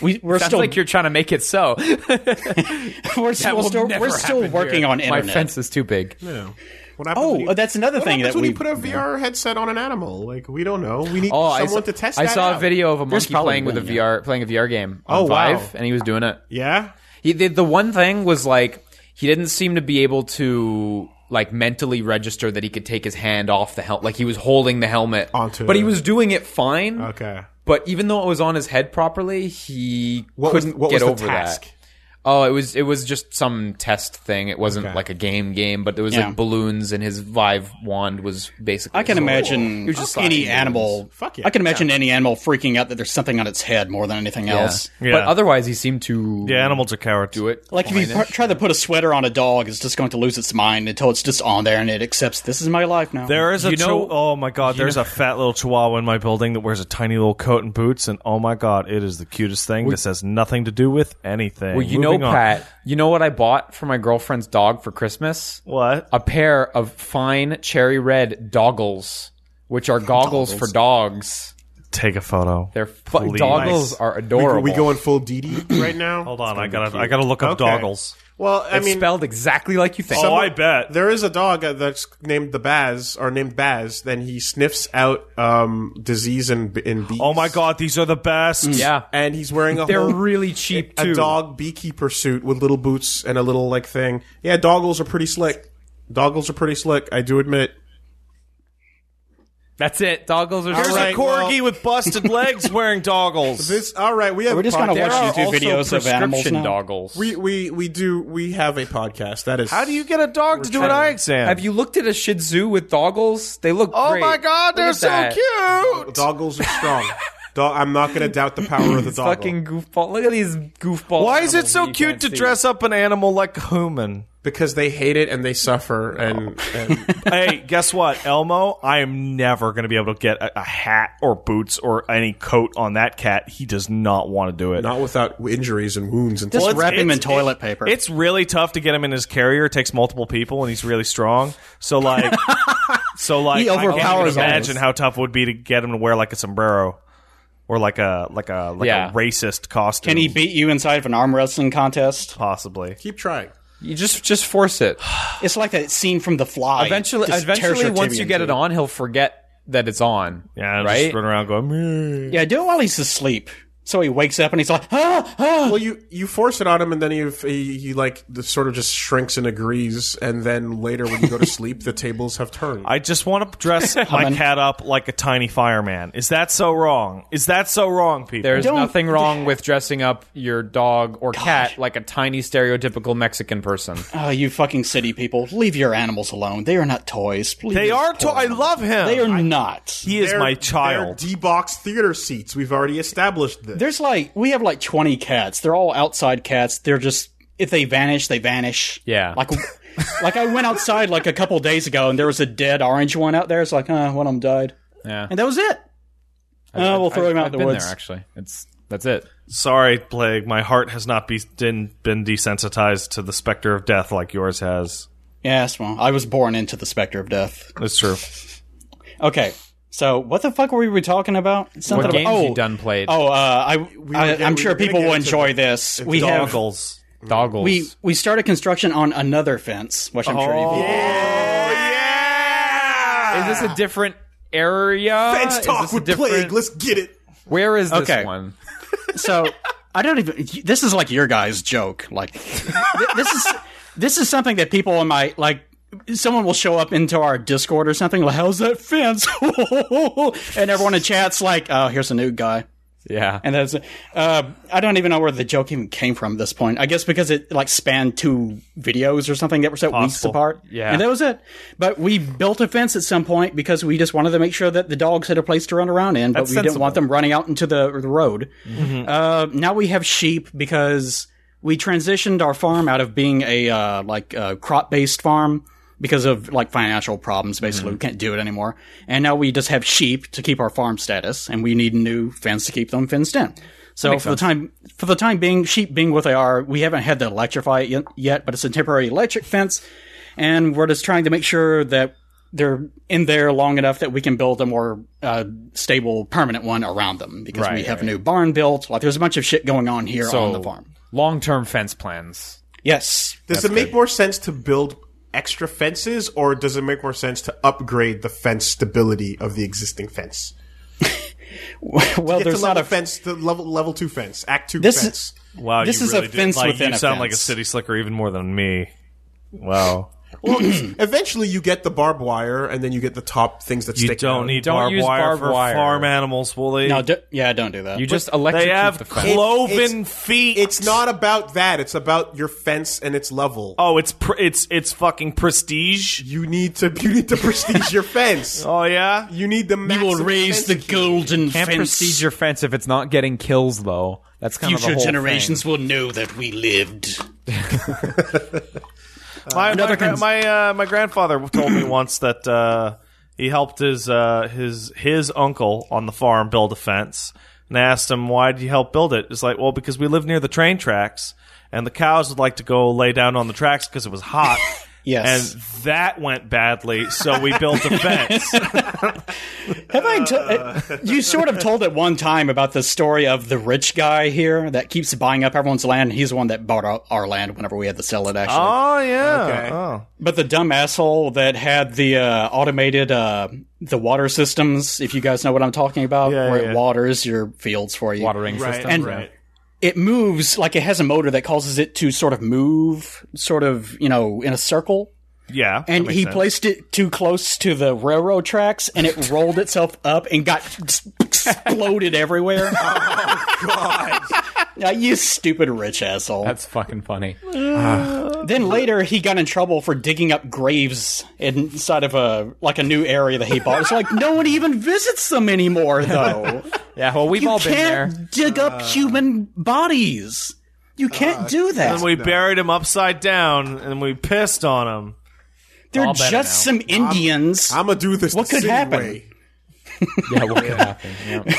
S4: We, we're
S3: Sounds
S4: still
S3: like you're trying to make it so.
S4: we're still,
S3: will
S4: still
S3: never
S4: we're still
S3: happen
S4: working
S3: here.
S4: on
S3: My
S4: internet.
S3: fence is too big.
S2: What happens when
S4: oh,
S2: you,
S4: that's another
S2: what
S4: thing
S2: happens
S4: that
S2: when
S4: we
S2: you put a VR headset on an animal? Like we don't know. We need
S3: Oh, I
S2: someone
S3: saw,
S2: to test.
S3: I
S2: that
S3: saw a
S2: out.
S3: video of a monkey
S4: probably
S3: playing with a
S4: one, yeah.
S3: VR playing a VR game. On
S2: Oh, wow.
S3: Vive, and he was doing it.
S2: Yeah.
S3: He the, the one thing was like he didn't seem to be able to like mentally register that he could take his hand off the helmet. Like he was holding the helmet
S2: Onto
S3: but he
S2: it.
S3: was doing it fine.
S2: Okay.
S3: But even though it was on his head properly, he
S2: What was
S3: couldn't
S2: what was
S3: get over
S2: the task?
S3: that. Oh, it was it was just some test thing. It wasn't like a game game, but it was
S4: Yeah.
S3: like balloons, and his Vive wand was basically.
S4: I can
S3: so-
S4: imagine
S3: He was just
S4: any
S3: sliding balloons.
S4: animal.
S2: Fuck yeah.
S4: I can imagine any animal freaking out that there's something on its head more than anything else.
S3: Yeah. But
S1: Yeah.
S3: otherwise, he seemed to
S1: yeah, animals are cowards.
S3: do it.
S4: Like if you pr- try to put a sweater on a dog, it's just going to lose its mind until it's just on there and it accepts this is my life now.
S1: There is a
S3: You know-
S1: chi- oh my god, there's a fat little chihuahua in my building that wears a tiny little coat and boots, and oh my god, it is the cutest thing. this has nothing to do with anything.
S3: Well, you
S1: Moving on.
S3: know, Pat, you know what I bought for my girlfriend's dog for Christmas?
S1: What?
S3: A pair of fine cherry red doggles, which are goggles for dogs.
S1: Take a photo.
S3: They're fu-
S1: Please.
S3: doggles are adorable.
S2: Are we going full DD right now?
S1: Hold on, I gotta, I gotta look up
S2: Okay.
S1: doggles.
S2: Well, I
S3: It's
S2: mean,
S3: spelled exactly like you think.
S1: Oh, I bet.
S2: there is a dog uh, that's named the Baz or named Baz. Then he sniffs out um, disease in in bees.
S1: Oh my god, these are the best.
S3: Mm. yeah,
S2: And he's wearing a
S3: they're
S2: whole-
S3: really cheap too.
S2: a dog beekeeper suit with little boots and a little like thing. Yeah, doggles are pretty slick. Doggles are pretty slick. I do admit.
S6: That's it. Doggles are
S1: Here's
S2: right,
S1: a corgi
S2: well-
S1: with busted legs wearing doggles.
S2: This all right. We have
S7: We're just gonna
S2: podcast-
S7: watch YouTube videos of animals now.
S6: doggles.
S2: We, we we do we have a podcast that is
S1: How do you get a dog to do an eye exam?
S6: Have you looked at a Shih Tzu with doggles? They look.
S1: Oh
S6: great.
S1: my god,
S6: Look
S1: they're
S6: at
S1: so
S6: that.
S1: cute.
S2: doggles are strong. Dog, I'm not going to doubt the power of the doggle.
S6: Fucking goofball! Look at these goofballs.
S1: Why is it so cute to dress up an animal like a human?
S2: because they hate it and they suffer and, and
S1: hey, guess what, Elmo? I am never going to be able to get a, a hat or boots or any coat on that cat. He does not want to do it.
S2: not without injuries and wounds and
S4: Just
S1: Well, it's-
S4: wrap him in
S1: it's-
S4: toilet paper.
S1: It's really tough to get him in his carrier. It takes multiple people, and he's really strong. So like, so like,
S7: He
S1: I can't
S7: overpowers
S1: even
S7: all
S1: imagine
S7: this.
S1: how tough it would be to get him to wear like a sombrero or like a like a like
S6: Yeah.
S1: a racist costume.
S4: Can he beat you inside of an arm wrestling contest?
S1: possibly?
S2: keep trying.
S6: You just just force it.
S4: It's like that scene from The Fly.
S6: Eventually,
S4: Just tears
S6: eventually,
S4: your
S6: once you
S4: tibia
S6: get
S4: in
S6: it
S4: two.
S6: on, he'll forget that it's on.
S1: Yeah,
S6: right.
S1: just run around going. "Meh."
S4: Yeah, do it while he's asleep. So he wakes up and he's like, ah, ah.
S2: Well, you you force it on him and then he he, he like just sort of just shrinks and agrees and then later when you go to sleep the tables have turned.
S1: I just want to dress my cat up like a tiny fireman. Is that so wrong? Is that so wrong, people?
S6: There's
S7: Don't-
S6: nothing wrong with dressing up your dog or cat like a tiny stereotypical Mexican person.
S4: Oh, you fucking city people, leave your animals alone. They are not toys. Leave
S1: they
S4: these
S1: are.
S4: poor
S1: To- I
S4: animals.
S1: love him.
S4: They are not.
S1: He is
S2: They're-
S1: my child.
S2: They're D-box theater seats. We've already established this.
S4: There's like we have like 20 cats. They're all outside cats. They're just if they vanish, they vanish.
S6: Yeah.
S4: Like like I went outside like a couple days ago and there was a dead orange one out there. It's like, uh, one of them died.
S6: Yeah.
S4: And that was it. Uh, we'll throw him out
S6: I've
S4: in the
S6: been
S4: woods.
S6: there actually. It's that's it.
S1: Sorry, Plague. My heart has not be- been, been desensitized to the specter of death like yours has.
S4: Yes, well, I was born into the specter of death.
S1: That's true.
S4: Okay. So what the fuck were we talking about? Something
S6: What
S4: about-
S6: games
S4: oh,
S6: you done played?
S4: Oh, uh, I, I
S2: gonna-
S4: I'm
S2: we
S4: sure
S2: were gonna
S4: people
S2: get
S4: will
S2: into
S4: enjoy
S2: the-
S4: this. We have
S1: Doggles.
S6: Doggles.
S4: we we started construction on another fence, which I'm sure
S2: Oh.
S4: you've
S6: is this a different area?
S2: Fence
S6: Is
S2: talk
S6: this a
S2: with
S6: different-
S2: plague. Let's get it.
S6: Where is this
S4: Okay.
S6: one?
S4: so I don't even. This is like your guys' joke. Like th- this is this is something that people in my like. Someone will show up into our Discord or something. Like, how's that fence? and everyone in chat's like, "Oh, here's a new guy."
S6: Yeah.
S4: And that's. Uh, I don't even know where the joke even came from at this point. I guess because it like spanned two videos or something that were set weeks
S1: Possible.
S4: apart.
S6: Yeah.
S4: and that was it. But we built a fence at some point because we just wanted to make sure that the dogs had a place to run around in, but we didn't want them running out into the, the road. Uh, now we have sheep because we transitioned our farm out of being a uh, like uh, crop based farm because of like financial problems. Basically, we can't do it anymore, and now we just have sheep to keep our farm status, and we need a new fence to keep them fenced in. So for the time for the time being, sheep being what they are, we haven't had to electrify it yet- yet, but it's a temporary electric fence, and we're just trying to make sure that they're in there long enough that we can build a more uh, stable, permanent one around them because we have a new barn built. Like there's a bunch of shit going on here on the farm.
S6: Long term fence plans.
S4: Yes,
S2: Does it make more sense to build extra fences or does it make more sense to upgrade the fence stability of the existing fence?
S4: well,
S2: Get to
S4: there's not
S2: level
S4: a
S2: fence, the level level two fence, act two
S4: This
S2: fence.
S4: is
S1: Wow,
S4: This
S1: you
S4: is a
S1: really did-
S4: fence
S1: like,
S4: within
S1: you
S4: a
S1: sound like a
S4: fence.
S1: city slicker even more than me. Wow.
S2: Well, eventually you get the barbed wire and then you get the top things that
S1: You
S2: stick. out.
S1: don't need
S6: Don't
S1: barbed
S6: use
S1: wire
S6: barbed
S1: for
S6: wire.
S1: farm animals, Wooly.
S4: no, do, yeah, don't do that.
S6: You just electrocute
S1: they have
S6: the fence.
S1: cloven
S2: It's-
S1: feet.
S2: It's not about that. It's about your fence and its level.
S1: Oh, it's pr- it's it's fucking prestige.
S2: You need to you need to prestige your fence.
S1: Oh yeah.
S2: You need the
S4: we will
S2: maximum
S4: raise
S2: fence
S4: the
S2: security.
S4: golden
S6: Can't
S4: fence.
S6: prestige your fence if it's not getting kills though. That's kind of
S4: Future
S6: the whole
S4: generations will know that we lived.
S1: my my,
S4: another
S1: gra-
S4: cons-
S1: my, uh, my grandfather told me once that uh, he helped his uh, his his uncle on the farm build a fence, and I asked him why did you help build it? It's like well because we live near the train tracks, and the cows would like to go lay down on the tracks because it was hot.
S4: Yes.
S1: And that went badly, so we built a fence.
S4: Have I? to- uh, you sort of told at one time about the story of the rich guy here that keeps buying up everyone's land. He's the one that bought our, our land whenever we had to sell it. Actually,
S1: oh yeah. Oh.
S4: But the dumb asshole that had the uh, automated uh, the water systems, if you guys know what I'm talking about,
S1: Yeah,
S4: where
S1: yeah.
S4: it waters your fields for you.
S6: watering system.
S4: And it moves like it has a motor that causes it to sort of move, sort of you know, in a circle.
S1: Yeah, that
S4: and
S1: makes
S4: he
S1: sense.
S4: placed it too close to the railroad tracks, and it rolled itself up and got just exploded everywhere. Oh God! Now you stupid rich asshole.
S6: That's fucking funny.
S4: then later, he got in trouble for digging up graves inside of a like a new area that he bought. It's like no one even visits them anymore, though.
S6: Yeah, well, we've
S4: you
S6: all been there.
S4: can't dig up human bodies. You can't do that.
S1: And we buried him upside down, and we pissed on him.
S4: They're
S6: better
S4: just
S6: now.
S4: some Indians.
S2: I'm gonna do this.
S4: What
S2: the
S4: could
S2: city
S4: happen?
S2: way.
S6: Yeah, what could happen? Yeah.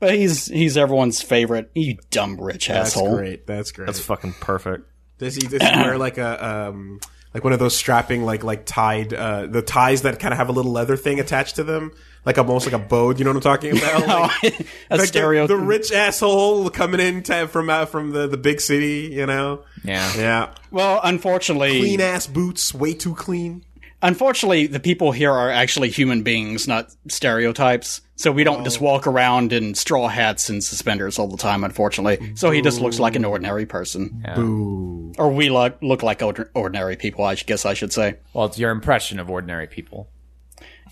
S4: But he's he's everyone's favorite. You dumb rich
S2: That's
S4: asshole.
S2: great. That's great.
S1: It's fucking perfect.
S2: Does he, does he wear like a um like one of those strapping like like tied uh the ties that kind of have a little leather thing attached to them like almost like a bow? You know what I'm talking about? Like,
S4: Oh, a
S2: like
S4: stereo.
S2: The, the rich asshole coming in ta from out from the the big city. You know?
S6: Yeah.
S2: Yeah.
S4: well, unfortunately,
S2: Clean ass boots, way too clean.
S4: unfortunately, the people here are actually human beings, not stereotypes. So we don't just walk around in straw hats and suspenders all the time. Unfortunately, so he just looks like an ordinary person,
S2: Ooh.
S4: or we look look like ordi- ordinary people. I sh- guess I should say.
S6: Well, it's your impression of ordinary people.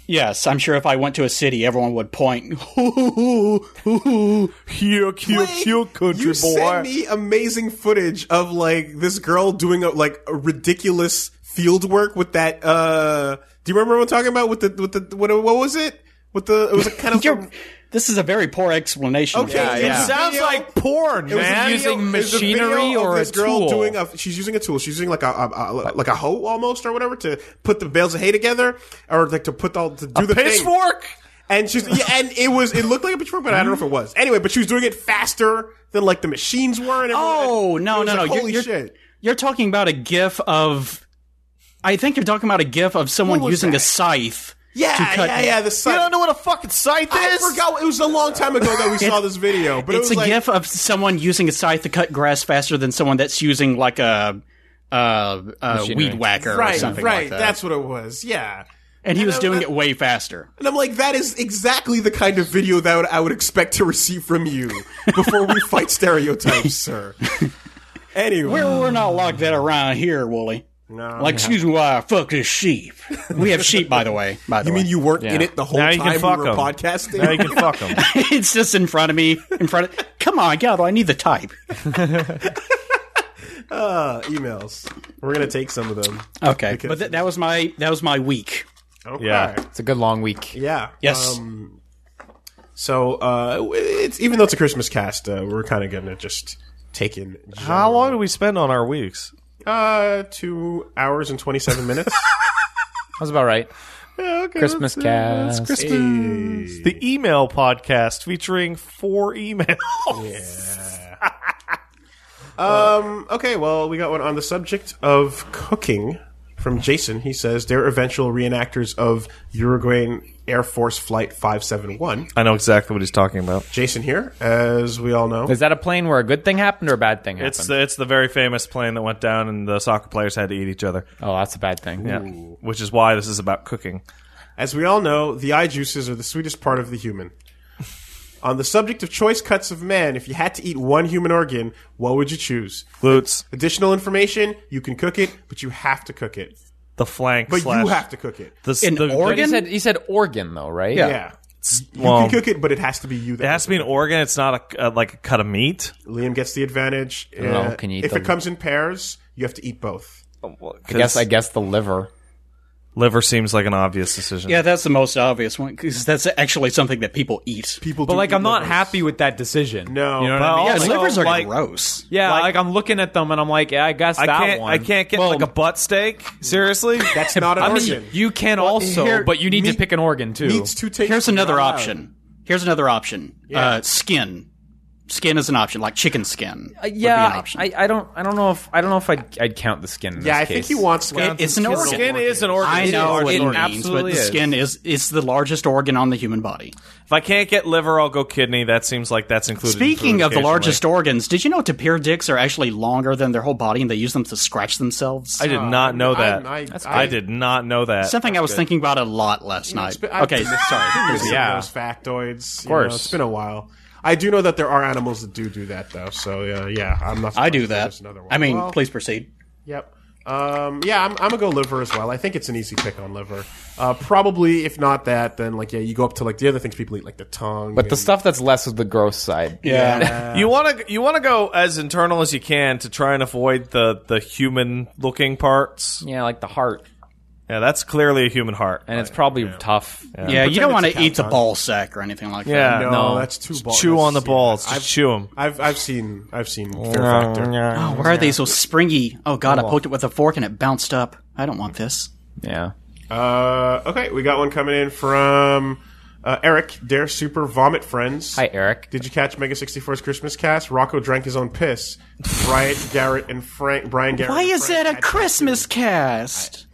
S4: Yes, I'm sure if I went to a city, everyone would point. "Hoo, hoo, hoo, hoo, hoo."
S1: Here, here, here, country
S2: You
S1: boy.
S2: sent me amazing footage of like this girl doing a, like a ridiculous field work with that. uh Do you remember what I'm talking about? With the with the what, what was it? With the it was a kind of
S4: You're- this is a very poor explanation. of
S2: Okay,
S4: that.
S2: it was a
S1: Sounds
S2: video-
S1: like porn,
S2: It was a
S1: man.
S2: video-
S6: Using
S2: it was a video
S6: machinery
S2: of
S6: or a
S2: this girl
S6: tool?
S2: Doing a, she's using a tool. She's using like a, a, a like a hoe almost or whatever to put the bales of hay together or like to put all to do the thing.
S1: Pitchfork.
S2: And she's yeah, and it was it looked like a pitchfork, but I don't know if it was. Anyway, but she was doing it faster than like the machines were and everything.
S4: Oh no
S2: It was
S4: no no!
S2: like,
S4: You're-
S2: Holy
S4: you're,
S2: shit!
S4: You're talking about a GIF of. I think you're talking about a GIF of someone
S2: was
S4: using
S2: that?
S4: a scythe.
S2: Yeah,
S4: to cut-
S2: yeah, yeah. The site.
S1: You don't know what a fucking scythe
S2: I
S1: is.
S2: forgot. It was a long time ago that we saw this video, but it was
S4: It's a
S2: like,
S4: GIF of someone using a scythe to cut grass faster than someone that's using like a, uh, a weed whacker or
S2: Right,
S4: something
S2: right.
S4: like that.
S2: That's what it was. Yeah.
S4: and he was
S2: I-
S4: doing
S2: I-
S4: it way faster.
S2: And I'm like, that is exactly the kind of video that I would, I would expect to receive from you before we fight stereotypes, sir. Anyway,
S4: We're, we're not like that around here, Wooly.
S2: No.
S4: Like, excuse me, why I fuck this sheep. We have sheep, by the way. By the
S2: you
S4: way,
S2: mean you weren't in it the whole
S1: Now you
S2: time
S1: can fuck
S2: we were
S1: them.
S2: podcasting?
S1: Now you can fuck him.
S4: it's just in front of me, in front of. Come on, Gato, I need the type.
S2: uh, emails. We're gonna take some of them.
S4: Okay, but th- that was my that was my week.
S2: Okay.
S1: Yeah.
S6: It's a good long week.
S2: Yeah.
S4: Yes.
S2: Um, so uh, it's even though it's a Christmas cast, uh, we're kind of gonna just take in
S1: How long do we spend on our weeks?
S2: uh, two hours and twenty seven minutes.
S6: That's about right.
S1: okay,
S6: Christmas
S1: that's- uh, that's
S6: cast.
S1: Christmas. The email podcast featuring four emails.
S2: Um, okay, well, we got one on the subject of cooking from Jason. He says they're eventual reenactors of Uruguayan Air Force Flight 571.
S1: I know exactly what he's talking about.
S2: Jason here, as we all know.
S6: Is that a plane where a good thing happened or a bad thing happened?
S1: It's the, it's the very famous plane that went down and the soccer players had to eat each other.
S6: oh, that's a bad thing.
S1: Yeah. Which is why this is about cooking.
S2: As we all know, the eye juices are the sweetest part of the human. on the subject of choice cuts of man, if you had to eat one human organ, what would you choose?
S1: Glutes,
S2: Additional information, you can cook it, but you have to cook it.
S1: the flank
S2: But
S1: slash
S2: you have to cook it.
S1: the,
S4: An
S1: the,
S6: But he
S4: organ?
S6: said he said organ though, right?
S4: Yeah.
S2: Yeah. You
S1: well,
S2: can cook it, but it has to be you that
S1: Um, It has to be an organ. It's not a, uh, like a cut of meat.
S2: Liam gets the advantage.
S6: know,
S2: Uh,
S6: can you eat
S2: if
S6: them?
S2: it comes in pairs, you have to eat both.
S1: I
S6: I guess I guess the liver.
S1: liver seems like an obvious decision.
S4: Yeah, that's the most obvious one because that's actually something that people eat.
S2: People,
S5: But
S2: do
S5: like,
S2: eat
S5: I'm not
S2: livers.
S5: happy with that decision.
S2: No,
S5: you know what
S1: but
S5: I mean.
S1: also-
S4: Yeah, livers are
S5: like,
S4: gross.
S5: yeah, like, I'm looking at them and I'm like, yeah, I guess
S1: I
S5: that
S1: can't.
S5: one.
S1: I can't get
S5: Well,
S1: like a butt steak. Seriously,
S2: That's not an
S5: I
S2: organ.
S5: mean, you can also,
S2: here-
S5: but you need to
S2: meat-
S5: pick an organ too.
S2: Meats to taste.
S4: Here's
S2: but you're
S4: another
S2: not allowed.
S4: option. Here's another option. Uh, skin. Skin is an option, like chicken skin. would be
S6: yeah,
S4: an option.
S6: I, I don't I don't know if I don't know if I'd, I'd count the skin. In
S2: Yeah, I
S6: this
S2: think
S6: case.
S2: he wants.
S4: It- it's an organ.
S1: skin is an organ.
S4: I know what
S1: It's
S4: it
S1: an organ.
S4: means, but the
S6: absolutely is.
S4: skin is it's the largest organ on the human body.
S1: If I can't get liver, I'll go kidney. That seems like that's included. in
S4: Speaking
S1: food
S4: of the
S1: occasionally.
S4: largest organs, did you know tapir dicks are actually longer than their whole body, and they use them to scratch themselves?
S1: I did not know that.
S2: I-
S1: I,
S2: I-
S1: did not know that.
S4: Something I was thinking about a lot last night. okay, sorry.
S2: yeah, those factoids. Of
S6: course.
S2: it's been a while. I do know that there are animals that do do that, though. So uh, yeah, I'm not.
S4: I do
S2: surprised
S4: that.
S2: there's another one.
S4: I mean,
S2: Well,
S4: please proceed.
S2: Yep. Um, yeah, I'm, I'm gonna go liver as well. I think it's an easy pick on liver. Uh, probably if not that, then like yeah, you go up to like the other things people eat, like the tongue.
S3: But the stuff that's less of the gross side.
S8: Yeah.
S1: You want to you want to go as internal as you can to try and avoid the the human looking parts.
S3: Yeah, like the heart.
S1: Yeah, that's clearly a human heart.
S3: And it's probably tough.
S4: Yeah, you don't
S2: it's
S4: want
S2: a
S4: to eat the
S2: countdown.
S4: ball sack or anything like
S1: yeah,
S4: that.
S2: no,
S1: no,
S2: that's too ball.
S1: chew
S2: that's-
S1: on the
S2: yeah.
S1: balls. Just
S2: I've,
S1: chew them.
S2: I've I've seen I've seen Fear Factor.
S4: Oh, where are they so springy? Oh god, I poked it with a fork and it bounced up. I don't want this.
S3: Yeah.
S2: Uh, okay, we got one coming in from uh, Eric. Dare super vomit friends.
S3: Hi, Eric.
S2: Did you catch Mega 64's Christmas cast? Rocco drank his own piss. Bryant Garrett and Frank Brian Garrett.
S4: Why
S2: and
S4: is
S2: Frank
S4: it a
S2: had-
S4: Christmas cast?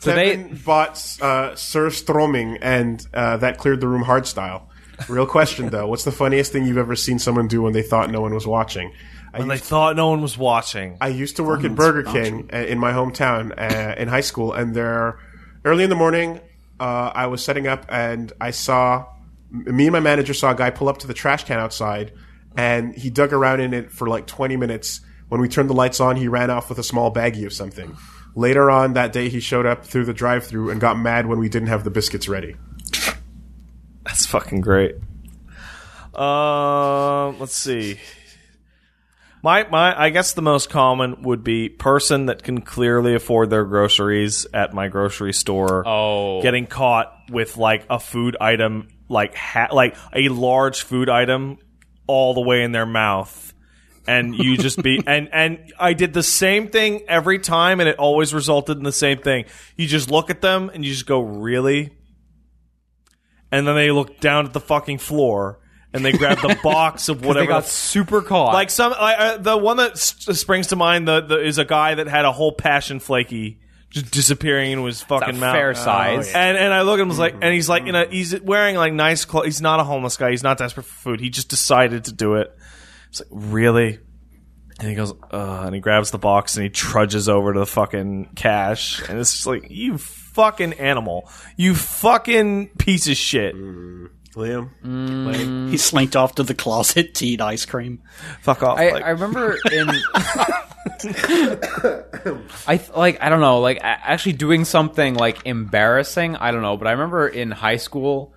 S2: Seven bought uh, Sir Stroming, and uh, that cleared the room hard style. Real question though, what's the funniest thing you've ever seen someone do when they thought no one was watching? I
S1: And they thought no one was watching.
S2: I used to work at Burger King uh, in my hometown uh, in high school, and there, early in the morning, uh, I was setting up, and I saw m- me and my manager saw a guy pull up to the trash can outside, and he dug around in it for like twenty minutes. When we turned the lights on, he ran off with a small baggie of something. Later on that day, he showed up through the drive-through and got mad when we didn't have the biscuits ready.
S1: That's fucking great. Uh, let's see. My my, I guess the most common would be person that can clearly afford their groceries at my grocery store.
S3: Oh.
S1: getting caught with like a food item, like ha- like a large food item, all the way in their mouth, and you just be and and I did the same thing every time, and it always resulted in the same thing. You just look at them and you just go, really, and then they look down at the fucking floor and they grab the box of whatever.
S3: They got super caught.
S1: like some, like, uh, the one that s- springs to mind the, the, is a guy that had a whole passion flaky just disappearing into his fucking mouth. Oh,
S3: fair size. Mm.
S1: And and I look at him was like, and he's like, you know, he's wearing like nice clothes. He's not a homeless guy. He's not desperate for food. He just decided to do it. It's like really. And he goes, uh, and he grabs the box and he trudges over to the fucking cash. And it's just like, you fucking animal. You fucking piece of shit.
S3: Mm-hmm.
S2: Liam,
S4: He slinked off to the closet to eat ice cream.
S1: Fuck off.
S3: I,
S1: like-
S3: I remember in I th- like I don't know like a- actually doing something like embarrassing I don't know but I remember in high school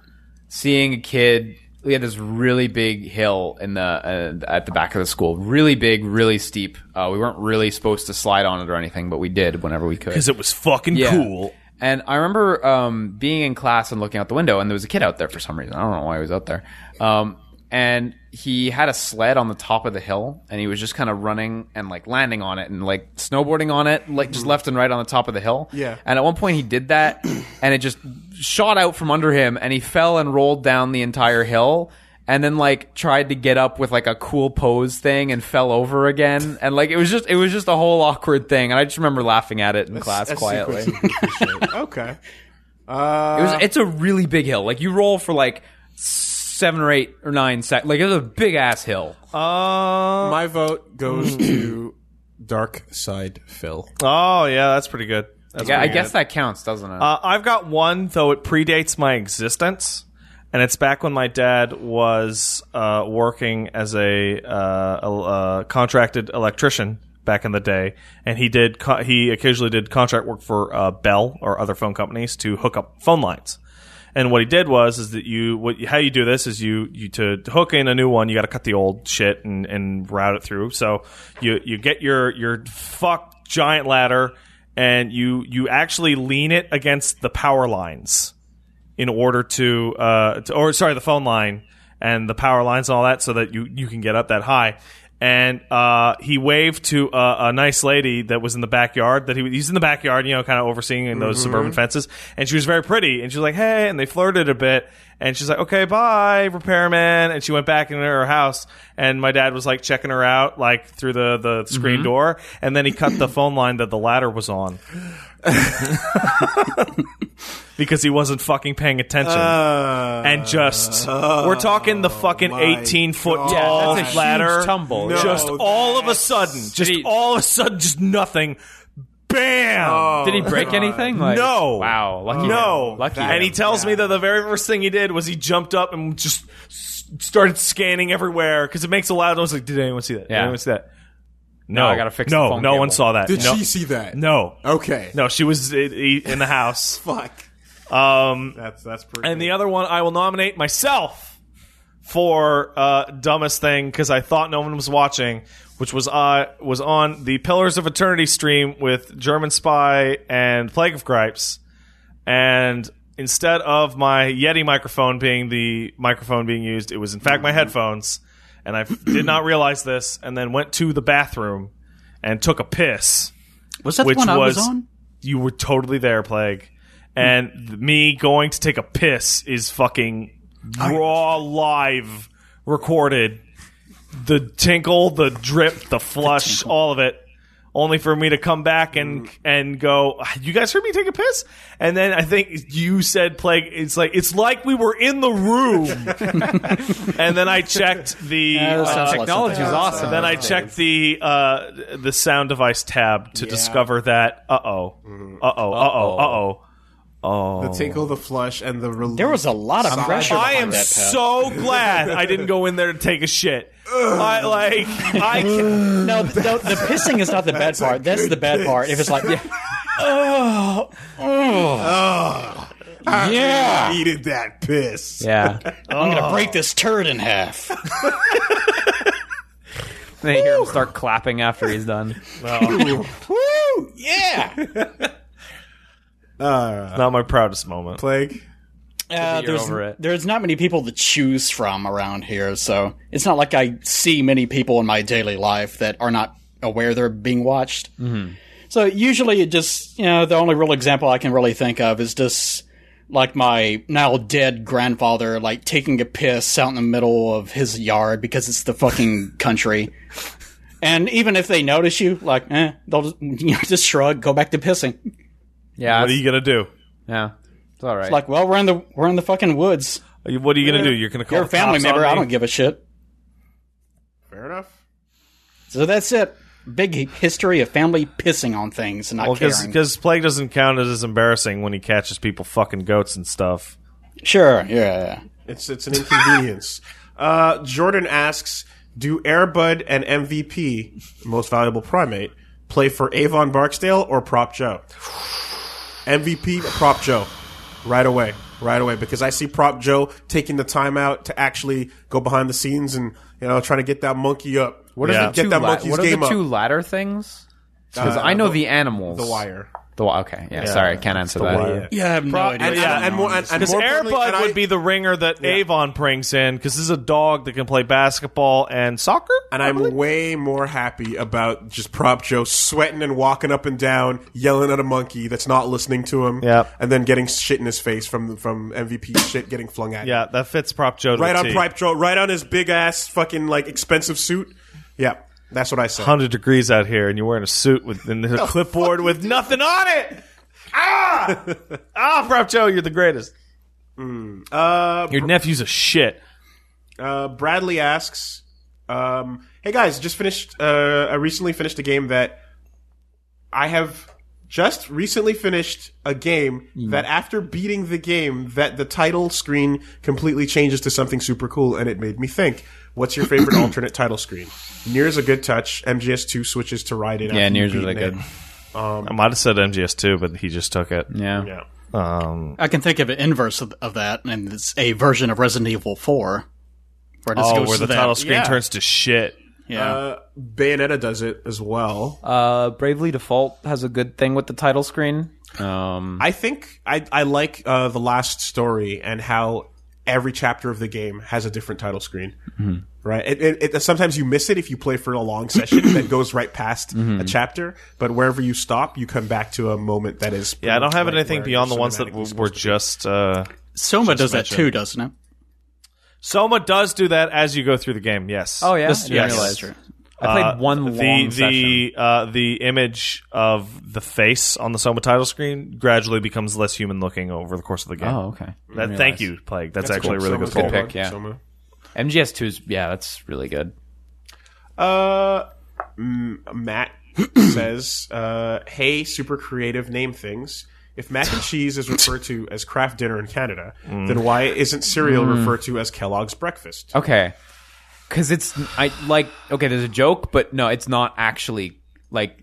S3: seeing a kid we had this really big hill in the uh, at the back of the school really big really steep uh, we weren't really supposed to slide on it or anything but we did whenever we could
S1: because it was fucking
S3: Yeah.
S1: cool.
S3: And I remember um, being in class and looking out the window, and there was a kid out there for some reason. I don't know why he was out there. Um, and he had a sled on the top of the hill, and he was just kind of running and like landing on it and like snowboarding on it, like just left and right on the top of the hill.
S2: Mm-hmm. Yeah.
S3: And at one point, he did that, and it just shot out from under him, and he fell and rolled down the entire hill. And then like tried to get up with like a cool pose thing and fell over again and like it was just it was just a whole awkward thing and I just remember laughing at it in class
S2: That's
S3: quietly.
S2: sequence of goofy shit. okay.
S3: It was, it's a really big hill. Like you roll for like seven or eight or nine seconds. Like it's a big ass hill. Um,
S2: My vote goes to Dark Side Phil.
S1: Oh yeah, that's pretty good. That's
S3: yeah, I
S1: pretty good.
S3: guess that counts, doesn't it?
S1: Uh, I've got one though. It predates my existence, and it's back when my dad was uh, working as a, uh, a uh, contracted electrician back in the day, and he did co- he occasionally did contract work for uh, Bell or other phone companies to hook up phone lines. And what he did was is that you what how you do this is you you to to hook in a new one you got to cut the old shit and and route it through. So you you get your your fuck giant ladder and you you actually lean it against the power lines in order to, uh, to or sorry, the phone line and the power lines and all that, so that you you can get up that high. And uh, he waved to a, a nice lady that was in the backyard. That he was- he's in the backyard, you know, kind of overseeing in those suburban fences. And she was very pretty. And she was like, "Hey," and they flirted a bit. And she's like, "Okay, bye, repairman." And she went back into her house. And my dad was like checking her out, like through the the screen door. And then he cut the phone line that the ladder was on because he wasn't fucking paying attention
S2: Oh, Uh,
S1: and just we're talking the fucking 18 foot
S2: God.
S1: tall
S3: Yeah, that's a
S1: ladder
S3: huge tumble. No,
S1: just all of a sudden just
S3: he-
S1: all of a sudden just nothing bam
S3: Did he break anything? Like,
S1: no
S3: Wow.
S1: no
S3: Lucky. him. Oh. Lucky.
S1: and
S3: him.
S1: he tells me that the very first thing he did was he jumped up and just s- started scanning everywhere because it makes a loud noise like did anyone see that did
S3: Yeah.
S1: anyone see that No,
S3: I gotta fix the
S1: No,
S3: phone
S1: no
S3: cable.
S1: one saw that.
S2: Did
S1: no,
S2: she see that?
S1: No,
S2: Okay.
S1: no, she was i- i- in the house.
S2: Fuck.
S1: Um,
S2: That's that's pretty.
S1: and the other one, I will nominate myself for uh, dumbest thing because I thought no one was watching, which was uh, was on the Pillars of Eternity stream with German Spy and Plague of Gripes, and instead of my Yeti microphone being the microphone being used, it was in fact my headphones, and I did not realize this, and then went to the bathroom and took a piss
S9: Was that
S1: which
S9: the one I was,
S1: was-
S9: on?
S1: you were totally there, Plague. And th- me going to take a piss is fucking raw, live, recorded. The tinkle, the drip, the flush, all of it. Only for me to come back and and go. "Ah, You guys heard me take a piss, and then I think you said, "Plague." It's like it's like we were in the room, and then I checked the uh,
S9: technology is awesome.
S1: then I checked the uh, the sound device tab to discover that. Uh oh. Uh oh. Uh oh. Uh oh.
S2: the tinkle, the flush, and the release.
S4: There was a lot of pressure.
S1: I
S4: behind
S1: am
S4: that, Pat.
S1: so glad I didn't go in there to take a shit. I like I can,
S4: No, the, the, the pissing is not the bad part. That's the bad part. If it's like,
S2: yeah. Needed that piss.
S3: Yeah.
S4: I'm gonna break this turd in half.
S3: they hear him start clapping after he's done.
S2: Woo! Yeah. uh,
S1: not my proudest moment.
S2: plague.
S4: Uh, there's,
S3: over it.
S4: there's not many people to choose from around here, so it's not like I see many people in my daily life that are not aware they're being watched.
S1: Mm-hmm.
S4: So usually it just, you know, the only real example I can really think of is just like my now dead grandfather, like taking a piss out in the middle of his yard because it's the fucking country. And even if they notice you, like, eh, they'll just, you know, just shrug, go back to pissing.
S3: Yeah.
S1: What are you gonna do?
S3: yeah. It's all right.
S4: Like, well, we're in the we're in the fucking woods.
S1: Are you- What are you gonna do? You're gonna call
S4: You're a
S1: the
S4: family
S1: cops on
S4: member. I
S1: me?
S4: don't give a shit.
S2: Fair enough.
S4: So that's it. Big hi- history of family pissing on things and not caring.
S1: because plague doesn't count as embarrassing when he catches people fucking goats and stuff.
S4: sure, yeah.
S2: It's it's an inconvenience. uh, Jordan asks, "Do Airbud and MVP, most valuable primate, play for Avon Barksdale or Prop Joe?" MVP Prop Joe, right away, right away, because I see Prop Joe taking the time out to actually go behind the scenes and you know trying to get that monkey up. What
S1: are
S2: does
S1: the
S2: get
S3: Two
S2: that
S3: la-
S2: monkey's
S3: what are
S2: game
S3: the
S2: up?
S3: two ladder things? Because I know the, animals.
S2: The wire.
S3: The wi- okay. Yeah, Sorry, I can't answer that.
S1: wire.
S4: Yeah, I have no idea.
S2: And, and, and, more- and, and
S1: Because
S2: more importantly- and
S1: Airbud
S2: I-
S1: would be the ringer that Avon brings in, because this is a dog that can play basketball and soccer.
S2: And I'm way more happy about just Prop Joe sweating and walking up and down, yelling at a monkey that's not listening to him,
S1: Yep.
S2: and then getting shit in his face from from MVP shit getting flung at him.
S1: Yeah, that fits Prop Joe. To
S2: Right
S1: the
S2: on
S1: T.
S2: Prop Joe, right on his big ass fucking like expensive suit. Yeah, that's what I said.
S1: Hundred degrees out here, and you're wearing a suit with and there's a clipboard with nothing on it. Ah, ah, Prop Joe, you're the greatest.
S2: Uh,
S1: Your nephew's a shit.
S2: Uh, Bradley asks, um, "Hey guys, just finished. Uh, I recently finished a game that I have just recently finished a game
S3: Mm.
S2: that after beating the game, that the title screen completely changes to something super cool, and it made me think." What's your favorite alternate title screen? Near's a good touch. MGS2 switches to ride it.
S3: Yeah, Nier's
S2: is
S3: really good.
S1: I might have said MGS two, but he just took it.
S3: Yeah.
S2: Yeah.
S1: Um,
S9: I can think of an inverse of, of that, and it's a version of Resident Evil 4. Where it just
S1: oh,
S9: goes
S1: where
S9: to
S1: the
S9: that.
S1: title screen
S2: Yeah.
S1: turns to shit.
S9: Yeah.
S2: Uh, Bayonetta does it as well.
S3: Uh, Bravely Default has a good thing with the title screen. Um,
S2: I think I I like uh, the last story and how every chapter of the game has a different title screen.
S1: Mm-hmm.
S2: Right. It, it, it, sometimes you miss it if you play for a long session that goes right past
S1: Mm-hmm.
S2: a chapter, but wherever you stop, you come back to a moment that is.
S1: Yeah, I don't have
S2: like
S1: anything
S2: where
S1: beyond
S2: your
S1: the ones that
S2: cinematic
S1: w-
S2: is
S1: were
S2: supposed to be.
S1: just. Uh,
S9: Soma does that too, doesn't it?
S1: Soma does do that as you go through the game. Yes.
S3: oh yeah,
S9: This-
S3: I didn't
S1: yes.
S3: realize.
S9: True.
S3: I played
S1: Uh,
S3: one long
S1: the
S3: session.
S1: the uh, the image of the face on the Soma title screen gradually becomes less human looking over the course of the game.
S3: Oh okay.
S1: That- thank you, Plague. That's, actually a really
S2: Soma's
S1: good
S3: good
S1: call.
S3: pick, yeah.
S2: Soma.
S3: MGS 2's yeah, that's really good.
S2: Uh, m- Matt says, uh, "Hey, super creative name things. If mac and cheese is referred to as craft
S3: Mm.
S2: dinner in Canada, then why isn't cereal referred to as Kellogg's breakfast?
S3: Okay. because it's I like okay, there's a joke, but no, it's not actually like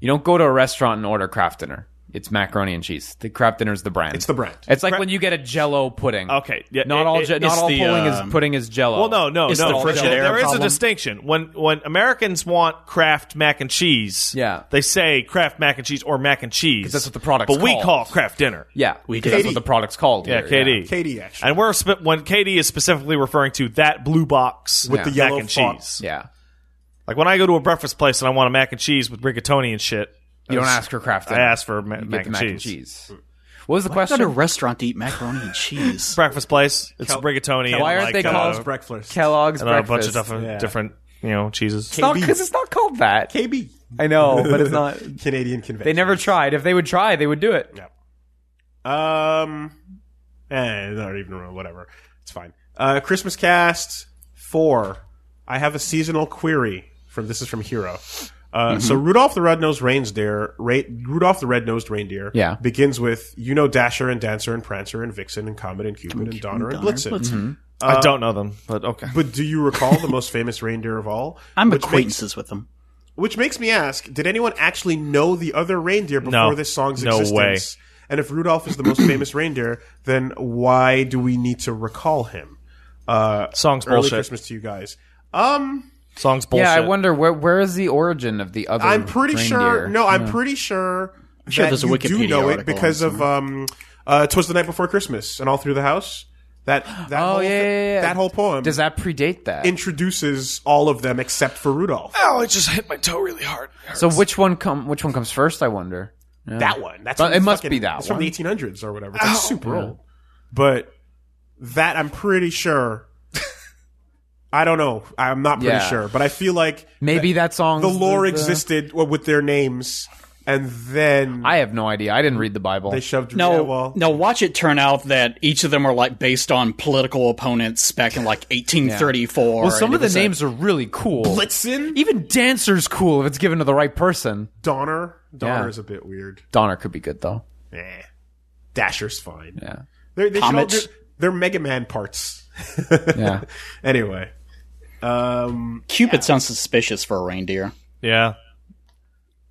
S3: you don't go to a restaurant and order craft dinner. It's macaroni and cheese. The craft dinner is the brand.
S2: It's the brand.
S3: It's like when you get a Jello pudding.
S1: Okay, yeah,
S3: not
S1: it-
S3: all
S1: it-
S3: Je- not
S1: it's
S3: all
S1: the,
S3: pudding
S1: um,
S3: is pudding is Jello.
S1: Well, no, no,
S4: It's
S1: no.
S4: the
S1: There-
S4: Frigidaire
S1: there is a
S4: problem.
S1: distinction when when Americans want Kraft mac and cheese.
S3: Yeah.
S1: they say Kraft mac and cheese or mac and cheese.
S3: that's what the product's
S1: But we
S3: called.
S1: call Kraft dinner.
S3: yeah, we that's what the product's called.
S1: Yeah,
S3: here,
S1: KD.
S2: KD, actually.
S1: And we're spe- when KD is specifically referring to that blue box with
S2: the
S1: mac
S2: yellow
S1: and
S2: font.
S1: cheese.
S3: Yeah,
S1: Like when I go to a breakfast place and I want a mac and cheese with rigatoni and shit,
S3: you don't ask for craft
S1: I
S3: dinner.
S1: ask for ma-
S3: You get
S1: mac,
S3: the
S1: and,
S3: mac
S1: cheese.
S3: and cheese. What was the
S4: Go to a
S3: question?
S4: restaurant to eat macaroni and cheese.
S1: Breakfast place, it's rigatoni. and
S3: Why aren't
S1: like,
S3: they
S1: uh,
S3: called
S2: breakfast.
S3: Kellogg's
S1: and a
S3: breakfast?
S1: bunch of different, different you know cheeses?
S3: It's not because it's not called that.
S2: KB.
S3: I know, Oh, but it's not.
S2: Canadian convention.
S3: They never tried. If they would try, they would do it.
S2: Um, eh, not even remember. Whatever, it's fine. Uh, Christmas cast four. I have a seasonal query from this is from Hero. Uh, So Rudolph the Red-Nosed Reindeer, Ra- Rudolph the Red-Nosed Reindeer,
S3: Yeah.
S2: begins with you know Dasher and Dancer and Prancer and Vixen and Comet and Cupid and Donner and Blitzen.
S3: uh,
S1: I don't know them, but okay.
S2: But do you recall the most famous reindeer of all?
S4: I'm
S2: Which makes,
S4: acquaintances with them.
S2: which makes me ask: Did anyone actually know the other reindeer before
S1: No.
S2: this song's
S1: No
S2: existence?
S1: way.
S2: And if Rudolph is the most famous reindeer, then why do we need to recall him? Uh,
S1: Song's
S2: early
S1: bullshit.
S2: Christmas to you guys. Um,
S1: Song's bullshit.
S3: Yeah, I wonder where where is the origin of the other.
S2: I'm pretty sure.
S3: reindeer?
S2: No, I'm pretty sure.
S4: sure
S2: that
S4: there's a
S2: you do
S4: Wikipedia
S2: know it
S4: article
S2: because of um, uh, "Twas the Night Before Christmas" and all through the house. That that
S3: Oh
S2: whole,
S3: yeah, yeah, yeah.
S2: that whole poem
S3: Does that predate that?
S2: introduces all of them except for Rudolph.
S1: Oh, I just hit my toe really hard.
S3: so which one come? Which one comes first? I wonder.
S2: That one. That's
S3: But
S2: from
S3: it must
S2: fucking-
S3: be that
S2: it's
S3: one.
S2: from the 1800s or whatever. It's
S4: Oh.
S2: like super old. But that I'm pretty sure. I don't know. I'm not pretty
S3: Yeah.
S2: sure, but I feel like
S3: Maybe that song.
S2: the lore existed w- with their names, and then
S3: I have no idea. I didn't read the Bible.
S2: they shoved.
S4: No,
S2: yeah, well,
S4: no. Watch it turn out that each of them are like based on political opponents back in like 1834.
S3: well, some
S4: and
S3: of
S4: it
S3: the
S4: was a-
S3: names are really cool.
S2: Blitzen,
S3: Even Dancer's cool if it's given to the right person.
S2: Donner. Donner
S3: Yeah.
S2: is a bit weird.
S3: Donner could be good though.
S2: Eh. Dasher's fine.
S3: Yeah.
S2: They're, they should all
S4: Comet.
S2: do- they're Mega Man parts.
S3: Yeah.
S2: Anyway, um,
S10: Cupid sounds suspicious for a reindeer.
S1: Yeah.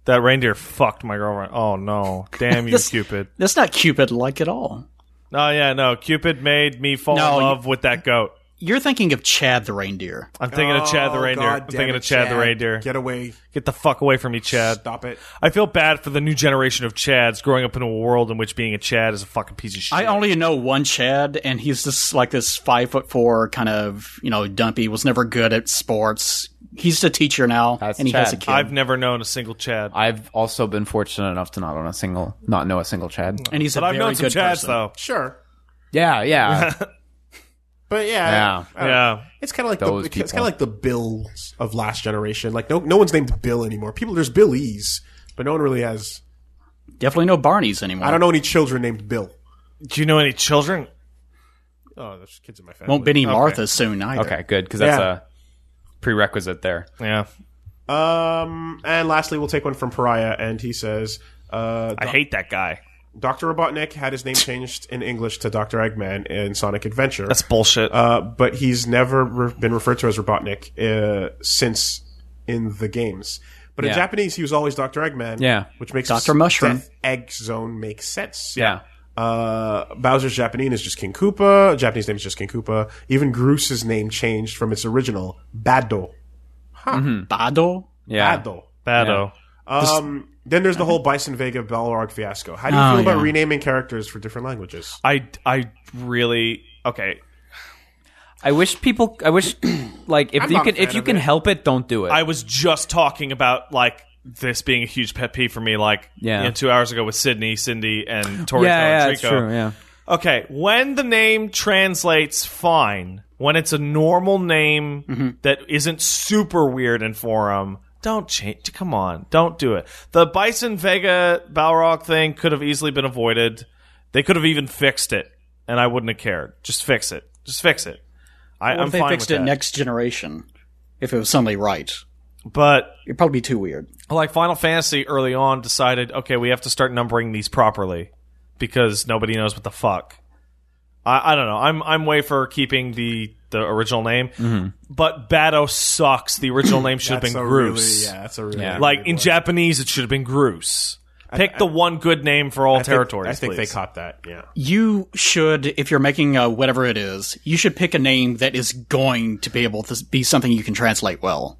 S1: That reindeer fucked my girlfriend. Oh no! Damn you,
S4: This-
S1: Cupid.
S4: That's not Cupid like at all.
S1: Oh yeah, no. Cupid made me fall
S4: No,
S1: in
S4: you-
S1: love with that goat.
S4: You're thinking of Chad the reindeer.
S1: I'm thinking of Chad the
S2: oh,
S1: reindeer.
S2: God
S1: I'm
S2: damn
S1: thinking
S2: it,
S1: of Chad, the reindeer. Get,
S2: Get away!
S1: the fuck away from me, Chad.
S2: Stop it.
S1: I feel bad for the new generation of Chads growing up in a world in which being a Chad is a fucking piece of shit.
S4: I only know one Chad, and he's just like this five foot four kind of you know dumpy. Was never good at sports. He's a teacher now,
S3: That's
S4: and he has a
S3: Chad.
S4: kid,
S1: I've never known a single Chad,
S3: I've also been fortunate enough to not own a single, not know a single Chad.
S4: and he's a
S1: but I've
S4: very
S1: known some
S4: good
S1: Chads
S4: person.
S1: though.
S2: Sure,
S3: Yeah, yeah,
S2: but yeah,
S3: yeah.
S1: Yeah,
S2: It's kind of like
S3: Those
S2: the, it's kind of
S3: people.
S2: like the Bills of last generation. Like no no one's named Bill anymore. People there's Billies, but no one really has.
S4: Definitely no Barneys anymore.
S2: I don't know any children named Bill.
S1: do you know any children?
S2: Oh, there's kids in my family.
S4: Won't be any Martha soon either.
S3: Okay, good because that's
S2: Yeah.
S3: a prerequisite there.
S1: Yeah,
S2: Um, and lastly, we'll take one from Pariah, and he says, uh,
S1: I hate that guy.
S2: "Doctor Robotnik had his name changed in English to Doctor Eggman in Sonic Adventure,
S1: That's bullshit.
S2: uh, but he's never re- been referred to as Robotnik uh, since in the games." But in
S3: Yeah.
S2: Japanese, he was always Doctor Eggman.
S3: Yeah.
S2: which makes
S4: Dr. Mushroom.
S2: Death Egg Zone make sense.
S3: Yeah,
S2: Uh, Bowser's Japanese name is just King Koopa. Japanese name is just King Koopa. Even Groose's name changed from its original Bado.
S4: Mm-hmm. Bado.
S3: yeah.
S2: Bado.
S1: Bado.
S2: Um, then there's the whole Bison Vega Balrog fiasco. How do you
S4: Oh,
S2: feel about
S4: yeah.
S2: renaming characters for different languages?
S1: I I really okay.
S3: I wish people. I wish like if you
S2: not a
S3: can
S2: fan
S3: if you
S2: of
S3: can
S2: it.
S3: help it, don't do it.
S1: I was just talking about like this being a huge pet peeve for me, like you
S3: Yeah.
S1: know, two hours ago with Sydney, Cindy, and Tori.
S3: yeah, yeah,
S1: and
S3: it's
S1: Trico.
S3: true. Yeah,
S1: Okay, when the name translates fine, when it's a normal name that isn't super weird in forum, don't change. Come on, don't do it. The Bison Vega Balrog thing could have easily been avoided. They could have even fixed it, and I wouldn't have cared. Just fix it. Just fix it. I,
S4: What
S1: I'm
S4: if they
S1: fine
S4: fixed
S1: with
S4: it
S1: that.
S4: next generation? If it was suddenly right,
S1: but
S4: it'd probably be too weird.
S1: like Final Fantasy early on decided, okay, we have to start numbering these properly because nobody knows what the fuck. I, I don't know. I'm I'm way for keeping the the original name,
S4: Mm-hmm.
S1: but Batto sucks. The original name should have been
S2: That's a Really,
S1: Groose.
S2: yeah, that's a really
S1: Like in Japanese, it should have been Groose. Pick the one good name for all
S2: I think-
S1: territories.
S2: I think
S1: please.
S2: they caught that. Yeah.
S4: You should, if you're making a whatever it is, you should pick a name that is going to be able to be something you can translate well.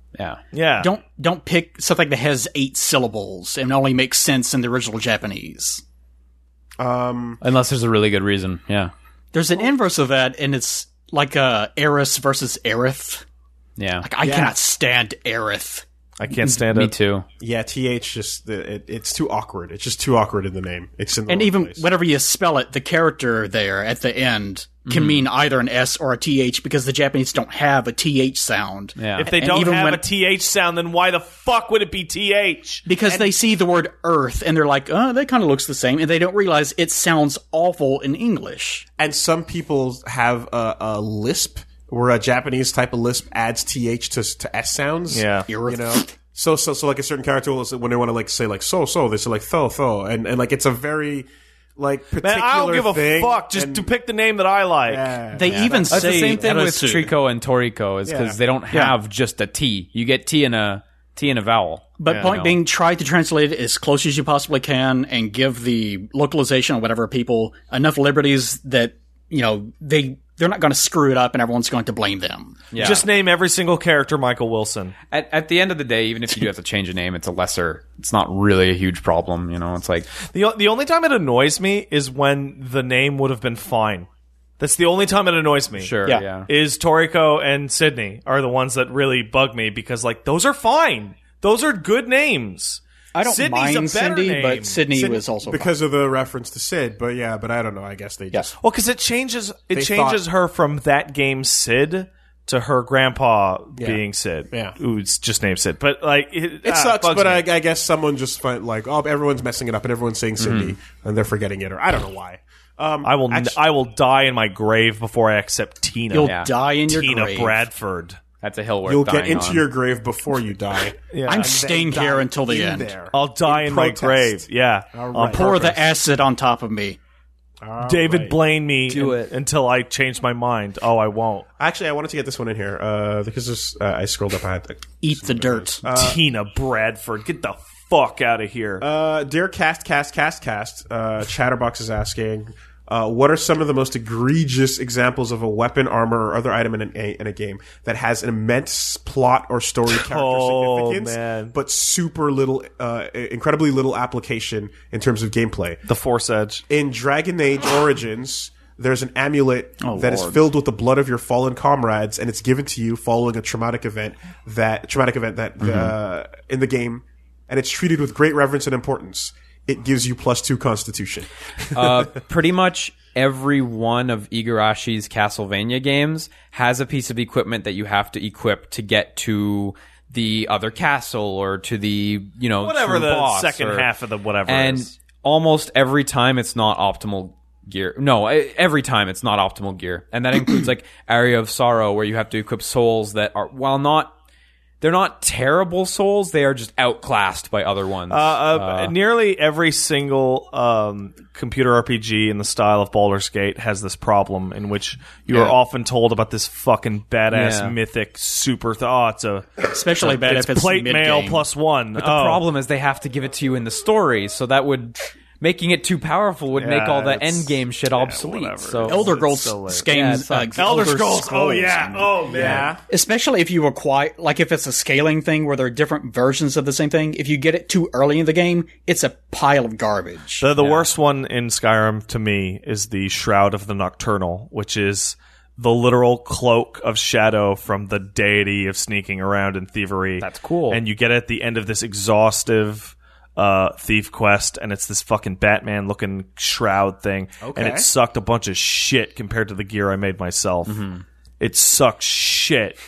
S1: Yeah.
S4: Don't don't pick something that has eight syllables and only makes sense in the original Japanese.
S2: Um,
S3: Unless there's a really good reason. Yeah.
S4: There's
S3: Oh.
S4: an inverse of that, and it's like uh, Eris versus Aerith.
S3: Yeah.
S4: Like I cannot stand Aerith.
S1: I can't stand
S3: Me
S1: it.
S3: too.
S2: yeah, th just it, it's too awkward. It's just too awkward in the name. It's in the
S3: Oh,
S4: And
S2: wrong
S4: even
S2: place.
S4: whenever you spell it, the character there at the end can
S3: Mm-hmm.
S4: mean either an S or a TH because the Japanese don't have a TH sound.
S3: Yeah.
S1: If they
S4: And
S1: don't
S4: even
S1: have
S4: when-
S1: a th sound, then why the fuck would it be th?
S4: Because they see the word earth and they're like, oh, that kind of looks the same. And they don't realize it sounds awful in English.
S2: and some people have a, a lisp where a Japanese type of lisp adds th to, to s sounds.
S1: Yeah.
S2: you know. So so so like a certain character will when they want to like say like so so they say like tho tho and and like it's a very like particular
S1: Man, I don't give a
S2: thing,
S1: fuck. Just
S2: and-
S1: to pick the name that I like.
S2: yeah.
S4: They even
S3: That's
S4: say
S3: the same thing with
S4: Erosu.
S3: Trico and Toriko is because
S2: Yeah.
S3: they don't have just a T. You get T and a T and a vowel.
S4: But point being, try to translate it as close as you possibly can and give the localization or whatever people enough liberties that, you know, they, they're not going to screw it up and everyone's going to blame them.
S1: Just name every single character Michael Wilson.
S3: At, at the end of the day, even if you do have to change a name, it's a lesser. It's not really a huge problem. You know, it's like
S1: The o- the only time it annoys me is when the name would have been fine. That's the only time it annoys me.
S3: sure, yeah.
S4: Yeah.
S1: Is Toriko and Sydney are the ones that really bug me because like those are fine. Those are good names.
S4: I don't
S1: Sydney's a
S4: mind
S1: better
S4: Cindy,
S1: name.
S4: but Sydney was also fine.
S2: because of the reference to Sid. But yeah, but I don't know. I guess they just
S1: Well, because it changes it
S2: They
S1: changes
S2: thought-
S1: her from that game Sid to her grandpa being Sid.
S2: Yeah.
S1: who's just named Sid. But like it, ah,
S2: It sucks, ah, but I, I guess someone just find like, oh, everyone's messing it up, and everyone's saying Cindy,
S1: Mm-hmm.
S2: and they're forgetting it, or I don't know why. Um,
S1: I will I will die in my grave before I accept Tina.
S4: You'll die in your
S1: Tina
S4: grave.
S1: Bradford.
S3: that's a hill worth
S2: you'll
S3: dying
S2: get into
S3: on.
S2: your grave before you die. yeah,
S4: I'm staying here until the end.
S1: I'll die in, my
S2: protest.
S1: grave. Yeah.
S2: All
S1: I'll
S2: right.
S1: pour
S4: Pour the acid on top of me.
S1: David Blaine me
S11: Do
S1: un-
S11: it.
S1: until I change my mind. Oh, I won't.
S2: Actually, I wanted to get this one in here uh, because this, uh, I scrolled up. I had to.
S4: Eat the dirt.
S1: Tina Bradford, get the fuck out of here.
S2: Uh, dear cast, cast, cast, cast. Uh, Chatterbox is asking, uh, what are some of the most egregious examples of a weapon, armor, or other item in, an, in a game that has an immense plot or story character
S1: Oh,
S2: significance,
S1: man.
S2: but super little, uh, incredibly little application in terms of gameplay?
S1: the Force Edge.
S2: in Dragon Age Origins, there's an amulet
S4: Oh,
S2: that is filled with the blood of your fallen comrades, and it's given to you following a traumatic event that traumatic event that
S4: Mm-hmm.
S2: uh, in the game, and it's treated with great reverence and importance. It gives you plus two constitution.
S3: uh, pretty much every one of Igarashi's Castlevania games has a piece of equipment that you have to equip to get to the other castle or to the you know
S1: Whatever
S3: true
S1: the
S3: boss
S1: second
S3: or-
S1: half of the whatever
S3: and
S1: is.
S3: almost every time it's not optimal gear no e- every time it's not optimal gear and that includes like area of sorrow where you have to equip souls that are while not they're not terrible souls they are just outclassed by other ones
S1: Uh, uh, nearly every single um, computer RPG in the style of Baldur's Gate has this problem in which you are often told about this fucking badass
S3: Yeah.
S1: mythic super. Th- oh, it's a
S4: Especially bad
S1: it's
S4: if it's
S1: plate mail
S4: mid-game.
S1: plus one.
S3: But the
S1: Oh.
S3: problem is they have to give it to you in the story, so that would making it too powerful would make all the
S1: it's-
S3: end game shit obsolete.
S1: whatever.
S3: so
S4: Elder Scrolls
S3: Yeah, it
S4: games. uh,
S3: sucks.
S1: Elder Scrolls. Oh yeah. Oh man.
S4: Especially if you require, like, if it's a scaling thing where there are different versions of the same thing. If you get it too early in the game, it's a pile of garbage.
S1: The, the worst one in Skyrim to me is the Shroud of the Nocturnal, which is the literal cloak of shadow from the deity of sneaking around and thievery. That's
S3: cool.
S1: And you get it at the end of this exhaustive uh, thief quest, and it's this fucking Batman looking shroud thing. Okay. And it sucked a bunch of shit compared to the gear I made myself. It sucks shit.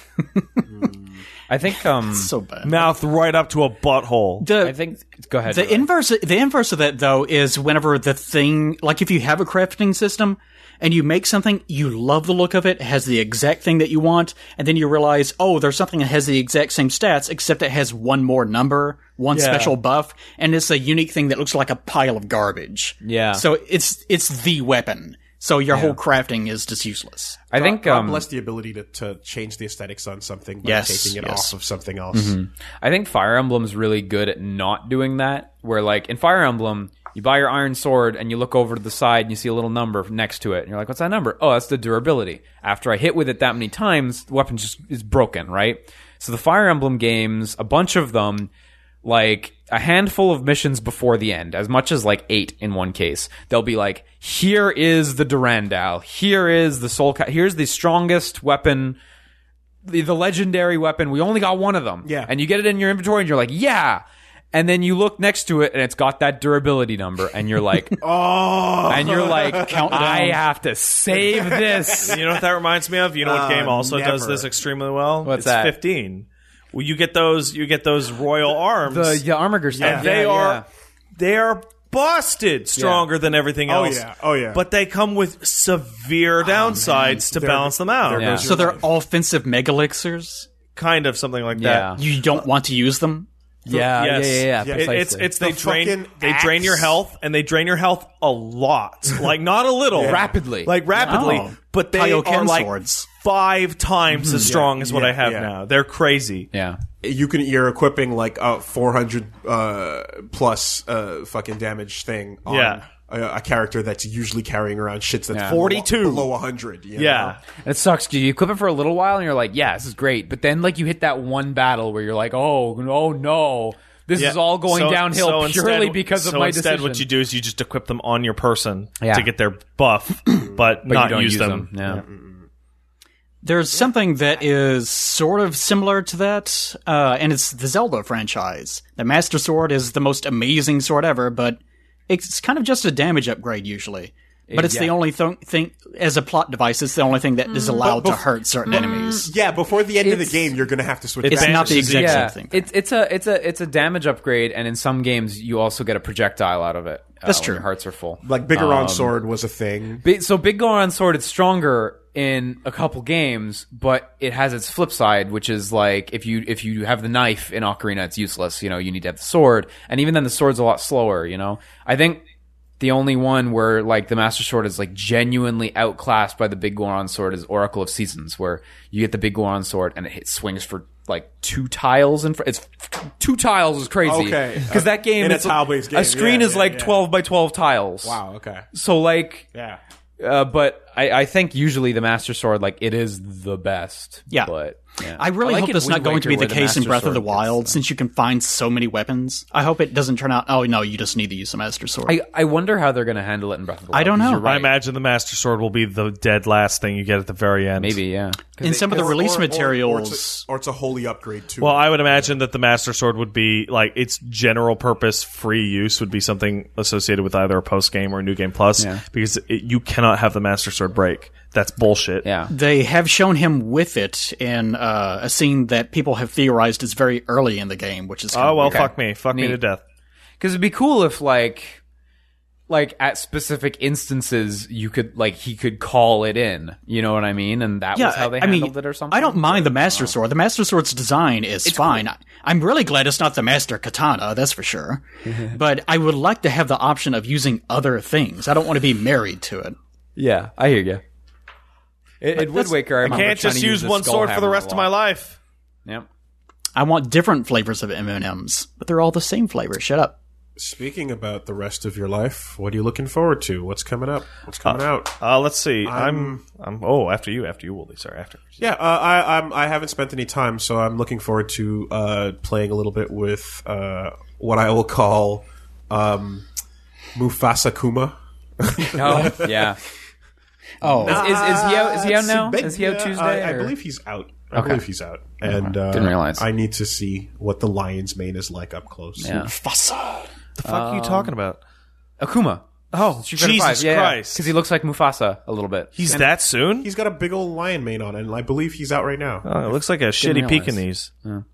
S3: I think um
S4: so bad.
S1: Mouth right up to a butthole.
S3: I
S4: The,
S3: think go ahead.
S4: the inverse, the inverse of that though is whenever the thing, like, if you have a crafting system and you make something, you love the look of it, it has the exact thing that you want, and then you realize, oh, there's something that has the exact same stats, except it has one more number, one special buff, and it's a unique thing that looks like a pile of garbage.
S3: Yeah.
S4: So it's it's the weapon. So your whole crafting is just useless.
S3: I think
S2: God
S3: um,
S2: bless the ability to, to change the aesthetics on something by
S4: Yes,
S2: taking it
S4: yes. Mm-hmm.
S2: off of something else.
S3: I think Fire Emblem's really good at not doing that. Where like in Fire Emblem, you buy your iron sword and you look over to the side and you see a little number next to it, and you're like, "What's that number?" Oh, that's the durability. After I hit with it that many times, the weapon just is broken, right? So the Fire Emblem games, a bunch of them, like a handful of missions before the end, as much as like eight in one case. They'll be like, "Here is the Durandal. Here is the Soul. Ca- here's the strongest weapon." the, the legendary weapon. We only got one of them.
S2: Yeah.
S3: And you get it in your inventory and you're like, yeah. And then you look next to it and it's got that durability number and you're like,
S2: Oh,
S3: and you're like,
S12: Countdown.
S3: I have to save this.
S1: You know what that reminds me of? You know what
S2: Uh,
S1: game also does
S2: never.
S1: this extremely well?
S3: What's
S1: it's
S3: that?
S1: Fifteen. Well, you get those. You get those royal arms.
S3: the, the Armiger stuff.
S1: and they
S3: Yeah,
S1: are
S3: yeah.
S1: they are busted stronger than everything
S2: Oh,
S1: else.
S2: yeah. Oh, yeah. Oh,
S1: But they come with severe downsides to balance them out.
S3: Yeah.
S4: So they're offensive mega elixirs.
S1: Kind of something like
S3: Yeah.
S1: that.
S4: You don't want to use them.
S3: Yeah,
S1: yes.
S3: yeah, yeah, yeah,
S1: It-
S3: precisely.
S1: it's it's they
S2: The
S1: drain
S2: fucking
S1: they drain your
S2: axe.
S1: health and they drain your health a lot, like not a little,
S3: Rapidly.
S1: like rapidly.
S4: Wow.
S1: But they
S4: Kaioken
S1: are like
S4: swords.
S1: five times as strong as what
S2: yeah,
S1: I have
S2: yeah.
S1: now. They're crazy.
S3: yeah.
S2: you can you're equipping like a 400 uh, plus uh, fucking damage thing on a,
S1: Yeah.
S2: a character that's usually carrying around shits that's
S3: Yeah.
S2: 42 below 100. you know?
S1: Yeah.
S3: It sucks 'cause you equip it for a little while and you're like, yeah, this is great. But then like you hit that one battle where you're like, oh, no, no. This
S1: Yeah.
S3: is all going
S1: So-
S3: downhill
S1: so
S3: purely
S1: instead-
S3: because of
S1: so
S3: my
S1: instead
S3: decision.
S1: what you do is you just equip them on your person
S3: Yeah.
S1: to get their buff, but, not
S3: don't
S1: use, them.
S3: Yeah.
S4: There's something that is sort of similar to that, uh, and it's the Zelda franchise. The Master Sword is the most amazing sword ever, but it's kind of just a damage upgrade usually. But it's the
S3: yeah.
S4: only th- thing, as a plot device, it's the only thing that is allowed to hurt certain enemies.
S2: Yeah, before the end of
S3: It's-
S2: the game, you're going to have to switch
S4: It's
S2: back.
S4: not the exact
S3: Mm. yeah,
S4: same thing.
S3: it's it's a it's a it's a damage upgrade, and in some games you also get a projectile out of it. uh,
S4: That's
S3: when
S4: true.
S3: Your hearts are full.
S2: Like,
S4: um,
S2: Bigaron Sword was a thing.
S3: Bi- so big Goron sword is stronger in a couple games, but it has its flip side, which is like if you if you have the knife in Ocarina, it's useless. You know, you need to have the sword, and even then the sword's a lot slower. You know, I think the only one where like the Master Sword is like genuinely outclassed by the Big Goron Sword is Oracle of Seasons, where you get the Big Goron Sword and it hits, swings for like two tiles in front. It's two tiles is crazy.
S2: Okay.
S3: because that game
S2: In a
S3: it's-
S2: tile-based game,
S3: A screen
S2: yeah,
S3: is
S2: yeah,
S3: like
S2: yeah.
S3: twelve by twelve tiles.
S2: Wow, okay.
S3: So like
S2: Yeah.
S3: uh, but I, I think usually the Master Sword, like it is the best.
S4: Yeah.
S3: but yeah.
S4: I really
S3: like
S4: hope
S3: in
S4: that's not
S3: Wind
S4: going to be
S3: Waker
S4: the
S3: where
S4: case in
S3: Master
S4: Breath of
S3: Sword
S4: the
S3: gets uh,
S4: Wild, since you can find so many weapons. I hope it doesn't turn out, oh no, you just need to use the Master Sword.
S3: I, I wonder how they're going to handle it in Breath of the Wild.
S4: I don't
S3: 'cause
S4: know.
S3: you're
S1: I
S3: Right.
S1: imagine the Master Sword will be the dead last thing you get at the very end.
S3: Maybe, yeah. 'Cause
S4: in
S3: they-
S4: some of the
S2: Or-
S4: release
S2: or- or-
S4: materials.
S2: Or it's, a, or it's a holy upgrade, too.
S1: Well, I would imagine that the Master Sword would be like its general purpose free use would be something associated with either a post game or a new game plus because it, you cannot have the Master Sword break. That's bullshit.
S3: yeah,
S4: They have shown him with it in uh, a scene that people have theorized is very early in the game, which is
S1: Oh well,
S3: Okay.
S1: fuck me, fuck me
S3: Neat.
S1: to death.
S3: because it'd be cool if like like at specific instances you could like he could call it in. You know what I mean? And that was how they
S4: I
S3: handled
S4: mean,
S3: it or something.
S4: I don't mind the Master Sword. The Master Sword's design is fine. I, I'm really glad it's not the Master Katana, that's for sure. but I would like to have the option of using other things. I don't want to be married to it.
S3: Yeah, I hear you. It, it Wind Waker. I,
S1: I
S3: remember
S1: can't
S3: trying
S1: just
S3: to
S1: use
S3: the
S1: one
S3: skull
S1: sword for the
S3: hammer a
S1: rest of my
S3: lot.
S1: life.
S3: Yep.
S4: I want different flavors of M&Ms, but they're all the same flavor. Shut up.
S2: Speaking about the rest of your life, what are you looking forward to? What's coming up? What's coming out?
S1: Uh, let's see. I'm, I'm. Oh, after you, after you, Wooly. Sorry, after.
S2: Yeah, uh, I I'm, I haven't spent any time, so I'm looking forward to uh, playing a little bit with uh, what I will call um, Mufasa Kuma.
S3: Oh, yeah.
S12: Oh,
S3: Is, is he out? Is he out now? Is he out
S2: Uh,
S3: Tuesday?
S2: I, I
S3: or-
S2: believe he's out. I believe he's out, and uh,
S3: Didn't realize.
S2: I need to see what the lion's mane is like up close.
S3: Yeah.
S12: Fasa.
S1: The fuck are you talking about?
S3: Akuma. Oh,
S1: Jesus Christ.
S3: Because he looks like Mufasa a little bit.
S1: He's that soon?
S2: He's got a big old lion mane on, and I believe he's out right now.
S1: Oh, it looks like a shitty
S3: realize.
S1: Pekingese.
S3: Um,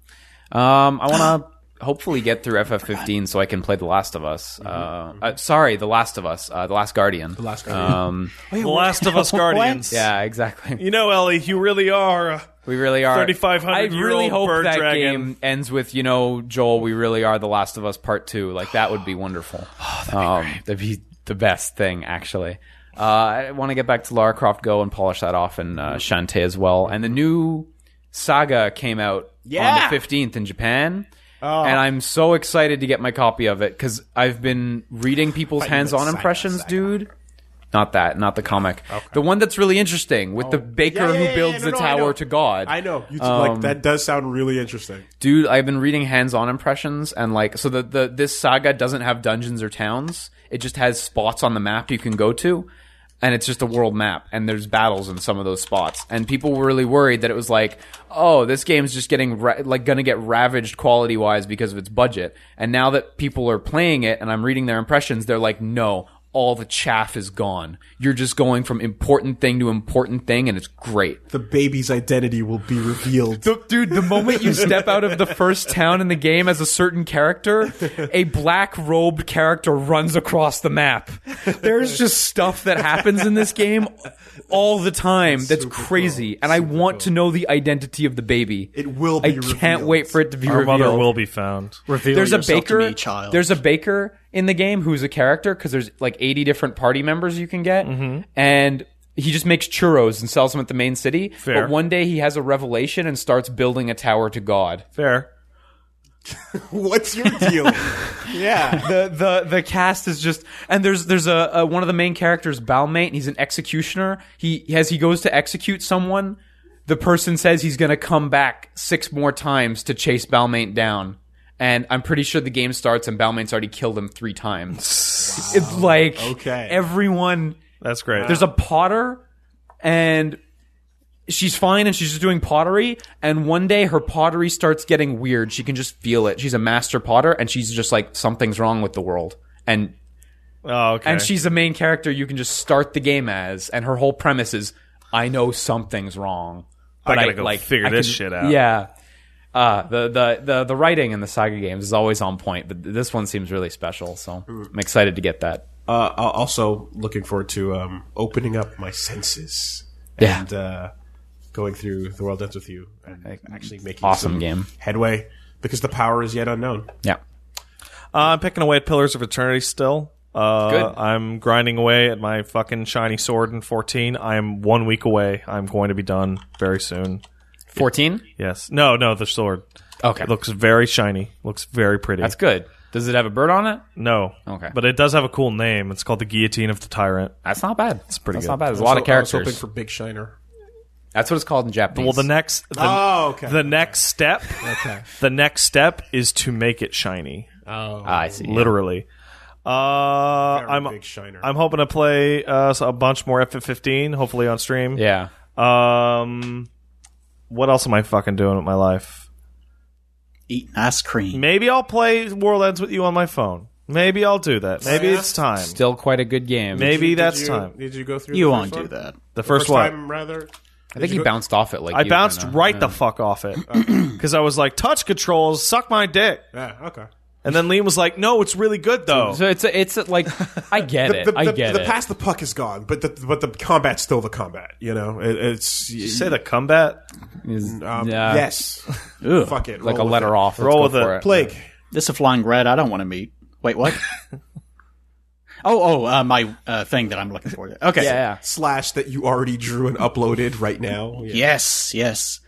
S3: I want to hopefully get through FF15 so I can play The Last of Us. Uh, uh, sorry, The Last of Us. Uh, the Last Guardian. The
S2: Last Guardian.
S3: Um,
S1: the Last of Us Guardians.
S3: yeah, exactly.
S1: You know, Ellie, you really are. uh,
S3: We really are.
S1: 3,500
S3: I
S1: year
S3: really
S1: old
S3: hope
S1: bird
S3: that
S1: dragon.
S3: game ends with you know Joel. We really are The Last of
S2: Oh,
S3: Us Part Two. Like that would be wonderful. that'd, be um, that'd be the best thing actually. Uh, I want to get back to Lara Croft Go and polish that off, and
S2: Mm-hmm.
S3: uh, Shantae as well. And the new Saga came out
S13: Yeah.
S3: on the 15th in Japan.
S2: Oh.
S3: And I'm so excited to get my copy of it because I've been reading people's hands-on impressions, dude. Not that, not the comic. The one that's really interesting with the baker
S2: Oh. Yeah, yeah, yeah,
S3: who builds
S2: yeah, no,
S3: the
S2: no, I know.
S3: tower to God.
S2: I know. You, like that does sound really interesting.
S3: dude i've been reading hands-on impressions and like so the, the this saga doesn't have dungeons or towns it just has spots on the map you can go to and it's just a world map and there's battles in some of those spots and people were really worried that it was like oh this game's just getting ra- like gonna get ravaged quality wise because of its budget and now that people are playing it and i'm reading their impressions they're like no all the chaff is gone you're just going from important thing to important thing and it's great
S2: The baby's identity will be revealed.
S3: the- dude, the moment you step out of the first town in the game as a certain character, a black robed character runs across the map. There's just stuff that happens in this game all the time that's crazy, and I want to know the identity of the baby.
S2: It will
S3: I
S2: be
S3: can't
S2: revealed.
S3: wait for it to be
S1: Your
S3: revealed.
S1: mother will be found.
S4: Reveal
S3: There's a
S4: yourself to
S3: baker.
S4: me, child.
S3: There's a baker in the game who's a character because there's like 80 different party members you can get,
S4: Mm-hmm.
S3: and he just makes churros and sells them at the main city.
S1: Fair.
S3: But one day he has a revelation and starts building a tower to God.
S1: Fair.
S2: What's your deal? yeah.
S3: the the the cast is just and there's there's a, a one of the main characters Balmate and he's an executioner. He as he goes to execute someone, the person says he's going to come back six more times to chase Balmate down. And I'm pretty sure the game starts and Balmate's already killed him 3 times. It's like
S2: Okay.
S3: everyone
S1: That's great.
S3: there's a potter and she's fine and she's just doing pottery and one day her pottery starts getting weird she can just feel it she's a master potter and she's just like something's wrong with the world and
S1: oh, okay.
S3: and she's the main character you can just start the game as and her whole premise is i know something's wrong but
S1: gotta go figure this shit out.
S3: yeah uh, the, the the the writing in the saga games is always on point, but this one seems really special. So I'm excited to get that.
S2: Uh, al- also, looking forward to um, opening up my senses
S3: Yeah.
S2: and uh, going through the world ends with you and actually making
S3: awesome
S2: some
S3: game.
S2: headway because the power is yet unknown.
S3: Yeah,
S1: Uh, I'm picking away at Pillars of Eternity still. Uh,
S3: Good.
S1: I'm grinding away at my fucking shiny sword in 14. I am one week away. I'm going to be done very soon.
S3: 14.
S1: Yes. No, no, the sword.
S3: Okay,
S1: It looks very shiny. Looks very pretty.
S3: That's good. Does it have a bird on it?
S1: no.
S3: Okay.
S1: But it does have a cool name. It's called the Guillotine of the Tyrant.
S3: That's not bad. It's
S1: pretty
S3: That's
S1: good.
S3: not bad. There's a lot of
S2: So I was
S3: characters.
S2: hoping for Big Shiner.
S3: That's what it's called in Japanese.
S1: Well, the next. The,
S2: Oh, okay.
S1: The next step.
S2: Okay.
S1: The next step is to make it shiny.
S3: Ah, I see.
S1: Literally. Uh,
S2: Very
S1: I'm
S2: Big Shiner.
S1: I'm hoping to play uh, a bunch more F15, hopefully on stream.
S3: Yeah.
S1: Um, what else am I fucking doing with my life?
S4: eating ice cream.
S1: Maybe I'll play World Ends with you on my phone. Maybe I'll do that. Maybe
S2: yeah?
S1: it's time.
S3: Still quite a good game.
S1: Maybe
S2: Did
S1: that's
S2: you-
S1: time.
S2: Did you go through?
S4: You
S2: the
S4: won't
S2: first
S4: do
S2: one?
S4: that.
S1: The first,
S2: First
S1: one.
S2: time, rather.
S3: I think he bounced off it like
S1: I
S3: you,
S1: bounced
S3: kinda.
S1: right the fuck off it because I was like, touch controls, suck my dick.
S2: Yeah. Okay.
S1: And then Liam was like, no, it's really good though.
S3: So it's a, it's a, like I get it.
S2: the, the,
S3: I get
S2: the
S3: it.
S2: past the puck is gone, but the but the combat's still the combat. You know, it, it's
S1: Did you say the combat?
S3: Is-
S2: um,
S3: yeah.
S2: yes.
S4: Ugh.
S2: Fuck it,
S3: Like a
S2: roll with
S3: letter
S2: it.
S3: off. Let's
S1: Roll
S3: go
S1: with
S3: for
S1: it.
S3: it.
S2: Plague.
S4: This is a flying rat I don't want to meet. Wait, what? oh, oh, uh, my uh, thing that I'm looking for. Okay.
S3: Yeah, yeah.
S2: slash that you already drew and uploaded right now.
S4: Yes, yes.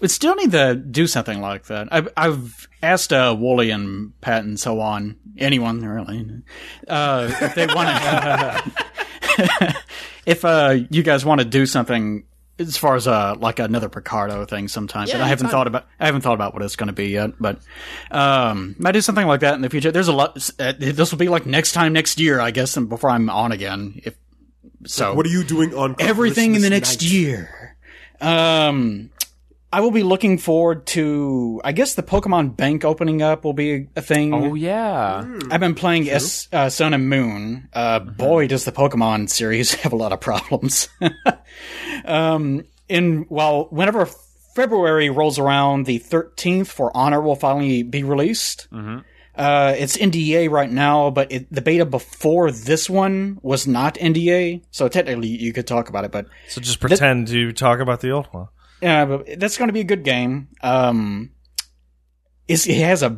S4: We still need to do something like that. I've, I've asked uh, Wooly and Pat and so on, anyone really, uh, if they want to. if uh, you guys want to do something as far as uh, like another Picardo thing sometime, but I haven't thought about I haven't thought about what it's going to be yet. But um, might do something like that in the future. There's a lot. Uh, this will be like next time next year, I guess, and before I'm on again. If so,
S2: What are you doing on
S4: everything in the
S2: Christmas
S4: next
S2: night?
S4: year. Um, I will be looking forward to. I guess the Pokemon Bank opening up will be a, a thing.
S3: Oh yeah.
S4: I've been playing S, uh, Sun and Moon. Uh, Boy, does the Pokemon series have a lot of problems. um, in well, whenever February rolls around, the thirteenth for Honor will finally be released. Uh, it's NDA right now, but it, the beta before this one was not NDA, so technically you could talk about it. But
S1: So just pretend to talk about the old one.
S4: yeah, but that's going to be a good game. Um, it's, it has a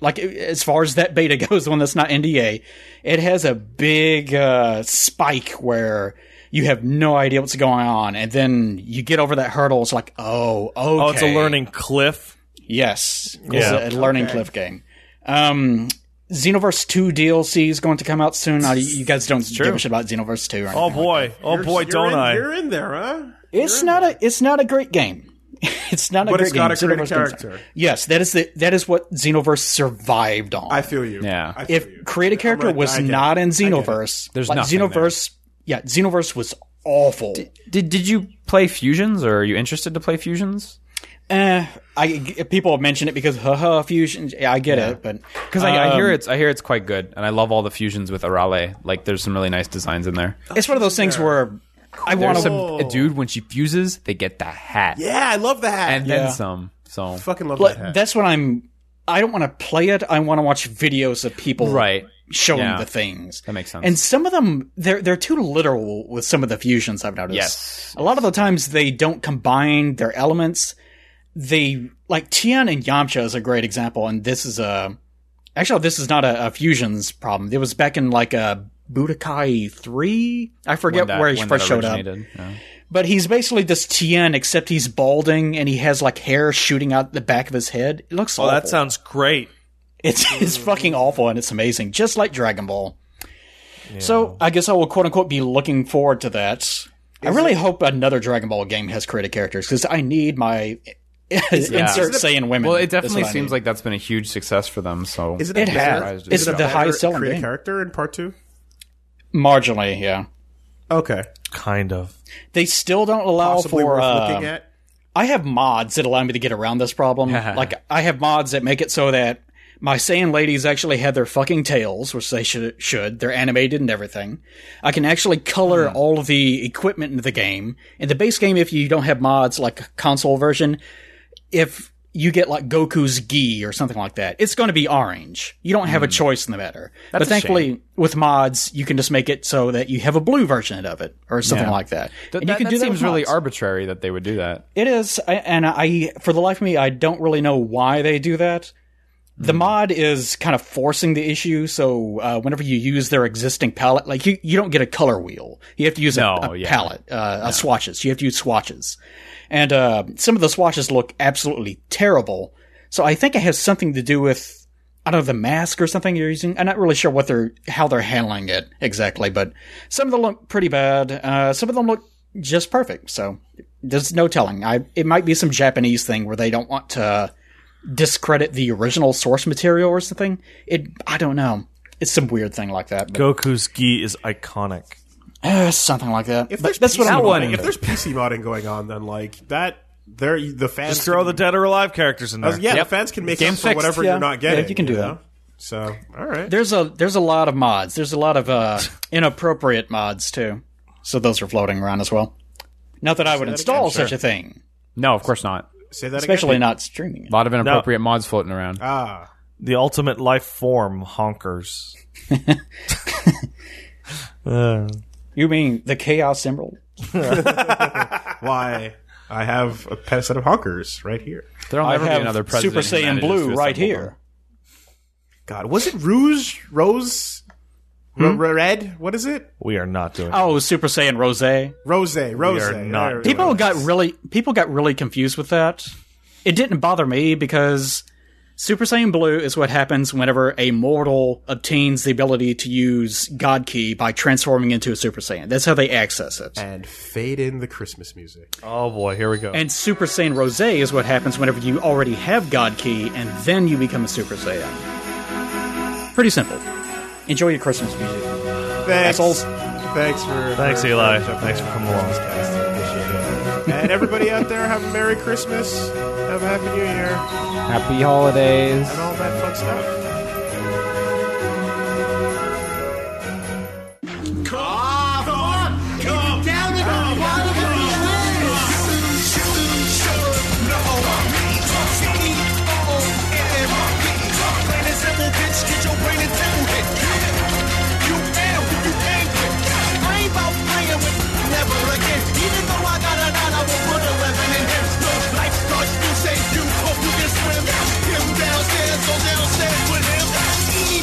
S4: like as far as that beta goes, the one that's not NDA, it has a big uh, spike where you have no idea what's going on, and then you get over that hurdle. It's like, oh, okay,
S1: Oh, it's a learning cliff.
S4: Yes,
S1: Yeah.
S4: it's a, a learning cliff game. Um, Xenoverse Two DLC is going to come out soon. I, you guys don't give a shit about Xenoverse Two. Or
S1: Oh
S4: anything like
S1: boy, oh boy,
S2: You're
S1: don't
S2: in-
S1: I?
S2: You're in there, huh?
S4: It's not a it's not a great game. It's not a
S2: But
S4: great
S2: it's got
S4: game.
S2: a great
S4: Xenoverse games-
S2: character.
S4: Yes, that is the that is what Xenoverse survived on.
S2: I feel you. Yeah. I feel you.
S4: if create a character
S2: right, I
S4: was
S2: get it.
S4: not in Xenoverse, there's like
S3: nothing there.
S4: Xenoverse. Yeah, Xenoverse was awful.
S3: Did did you play Fusions or are you interested to play Fusions?
S4: Eh, I people have mentioned it because haha fusion. Yeah, I get it, but
S3: Because I, I hear it's I hear it's quite good, and I love all the fusions with Arale. Like, there's some really nice designs in there.
S4: it's one of those things where I want
S3: There's
S4: to.
S3: some a
S2: Oh.
S3: dude when she fuses, they get that hat,
S2: yeah, I love the hat.
S3: and then
S4: Yeah.
S3: some. So
S2: fucking love
S4: But
S2: that hat.
S4: that's what I'm. I don't want to play it. I want to watch videos of people
S3: right,
S4: showing
S3: Yeah.
S4: the things. That
S3: makes sense.
S4: And some of them, they're they're too literal with some of the fusions I've noticed.
S3: Yes.
S4: A lot of the times they don't combine their elements. They like Tian and Yamcha is a great example, and this is a actually this is not a, a fusions problem. It was back in like a Budokai three. I forget
S3: that-
S4: where he
S3: when
S4: first
S3: that
S4: showed up.
S3: originated, yeah.
S4: But he's basically this Tian, except he's balding and he has like hair shooting out the back of his head. It looks
S1: Oh,
S4: awful.
S1: that sounds great.
S4: It's it's fucking awful and it's amazing, just like Dragon Ball. So I guess I will quote unquote be looking forward to that. I really hope another Dragon Ball game has created characters because I need my insert Saiyan women.
S3: Well, it
S4: That's what
S3: definitely
S4: I
S3: seems
S4: need.
S3: like that's been a huge success for them. So
S2: Is it,
S4: it
S2: a
S4: has-
S2: better-
S4: it's
S2: is it a
S4: the
S2: better
S4: highest selling
S2: create
S4: game.
S2: character in part two.
S4: marginally, yeah.
S2: Okay,
S1: Kind of.
S4: They still don't allow
S2: possibly
S4: for.
S2: worth
S4: uh,
S2: looking at.
S4: I have mods that allow me to get around this problem. like I have mods that make it so that my Saiyan ladies actually have their fucking tails, which they should should. They're animated and everything. I can actually color
S3: Hmm.
S4: all of the equipment in the game. In the base game, if you don't have mods like console version, if you get like Goku's gi or something like that, it's going to be orange. You don't have
S3: Hmm.
S4: a choice in the matter. but thankfully, with mods, you can just make it so that you have a blue version of it or something like that.
S3: Th-
S4: and
S3: that,
S4: you can
S3: that
S4: do
S3: seems
S4: with
S3: really
S4: mods.
S3: arbitrary that they would do that.
S4: It is, I, and I, for the life of me, I don't really know why they do that. The
S3: Hmm.
S4: mod is kind of forcing the issue, so uh, whenever you use their existing palette, like you, you don't get a color wheel. You have to use
S3: No,
S4: a, a
S3: yeah.
S4: palette, uh, a swatches. You have to use swatches, and uh, some of the swatches look absolutely terrible. So I think it has something to do with I don't know the mask or something you're using. I'm not really sure what they're how they're handling it exactly, but some of them look pretty bad. Uh, some of them look just perfect. So there's no telling. I it might be some Japanese thing where they don't want to discredit the original source material or something. It I don't know. It's some weird thing like that. But,
S1: Goku's gi is iconic.
S4: uh, something like that.
S2: If
S4: But
S2: there's
S4: that's
S2: PC
S4: what I'm
S2: modding,
S4: going
S2: If there's PC modding going on, then like that, there the fans
S1: Just throw the
S2: can-
S1: dead or alive characters in there.
S2: yeah, the fans can make up for whatever
S4: yeah.
S2: you're not
S4: Yeah,
S2: getting.
S4: you can do that.
S2: know? So all right,
S4: There's a there's a lot of mods. There's a lot of uh, inappropriate mods too. So those are floating around as well. Not that I would install such a thing,
S3: No, of course not.
S2: say that
S4: especially
S2: again.
S4: not streaming. It.
S3: A lot of inappropriate mods floating around.
S2: Ah,
S1: The ultimate life form honkers. Uh,
S4: You mean the Chaos Emerald?
S2: why? I have a pet set of honkers right here.
S3: There'll never
S4: I
S3: be
S4: have
S3: another
S4: Super
S3: president who
S4: Saiyan
S3: manages
S4: Blue
S3: to
S4: right
S3: assemble
S4: here.
S2: God, was it Rouge Rose? Ro-
S1: Hmm?
S2: ro- Red? What is it?
S1: We are not doing.
S4: Oh, Super Saiyan Rose.
S2: Rose. Rose.
S1: are not
S2: There we
S4: People
S2: go.
S4: got really people got really confused with that. It didn't bother me because Super Saiyan Blue is what happens whenever a mortal obtains the ability to use God Key by transforming into a Super Saiyan. That's how they access it.
S2: and fade in the Christmas music.
S1: Oh boy, here we go.
S4: And Super Saiyan Rose is what happens whenever you already have God Key and then you become a Super Saiyan. Pretty simple. Enjoy your Christmas music.
S2: Thanks.
S4: Assholes.
S2: Thanks for
S1: Thanks,
S2: for-
S1: Eli.
S2: for jumping
S1: Thanks for
S2: on
S1: coming
S2: the
S1: along.
S2: podcast. Appreciate it. and everybody out there, have a Merry Christmas. Have a Happy New Year. Happy holidays. And all that fun stuff.
S14: Downstairs, go downstairs with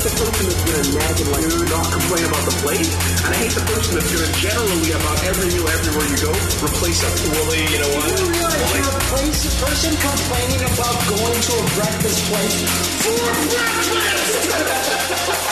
S15: people like you not complain about the plate. And I hate the person that's going to generally about every meal everywhere you go replace it. Willie, you know what?
S16: You realize you're a place, a person complaining about going to a breakfast place for breakfast!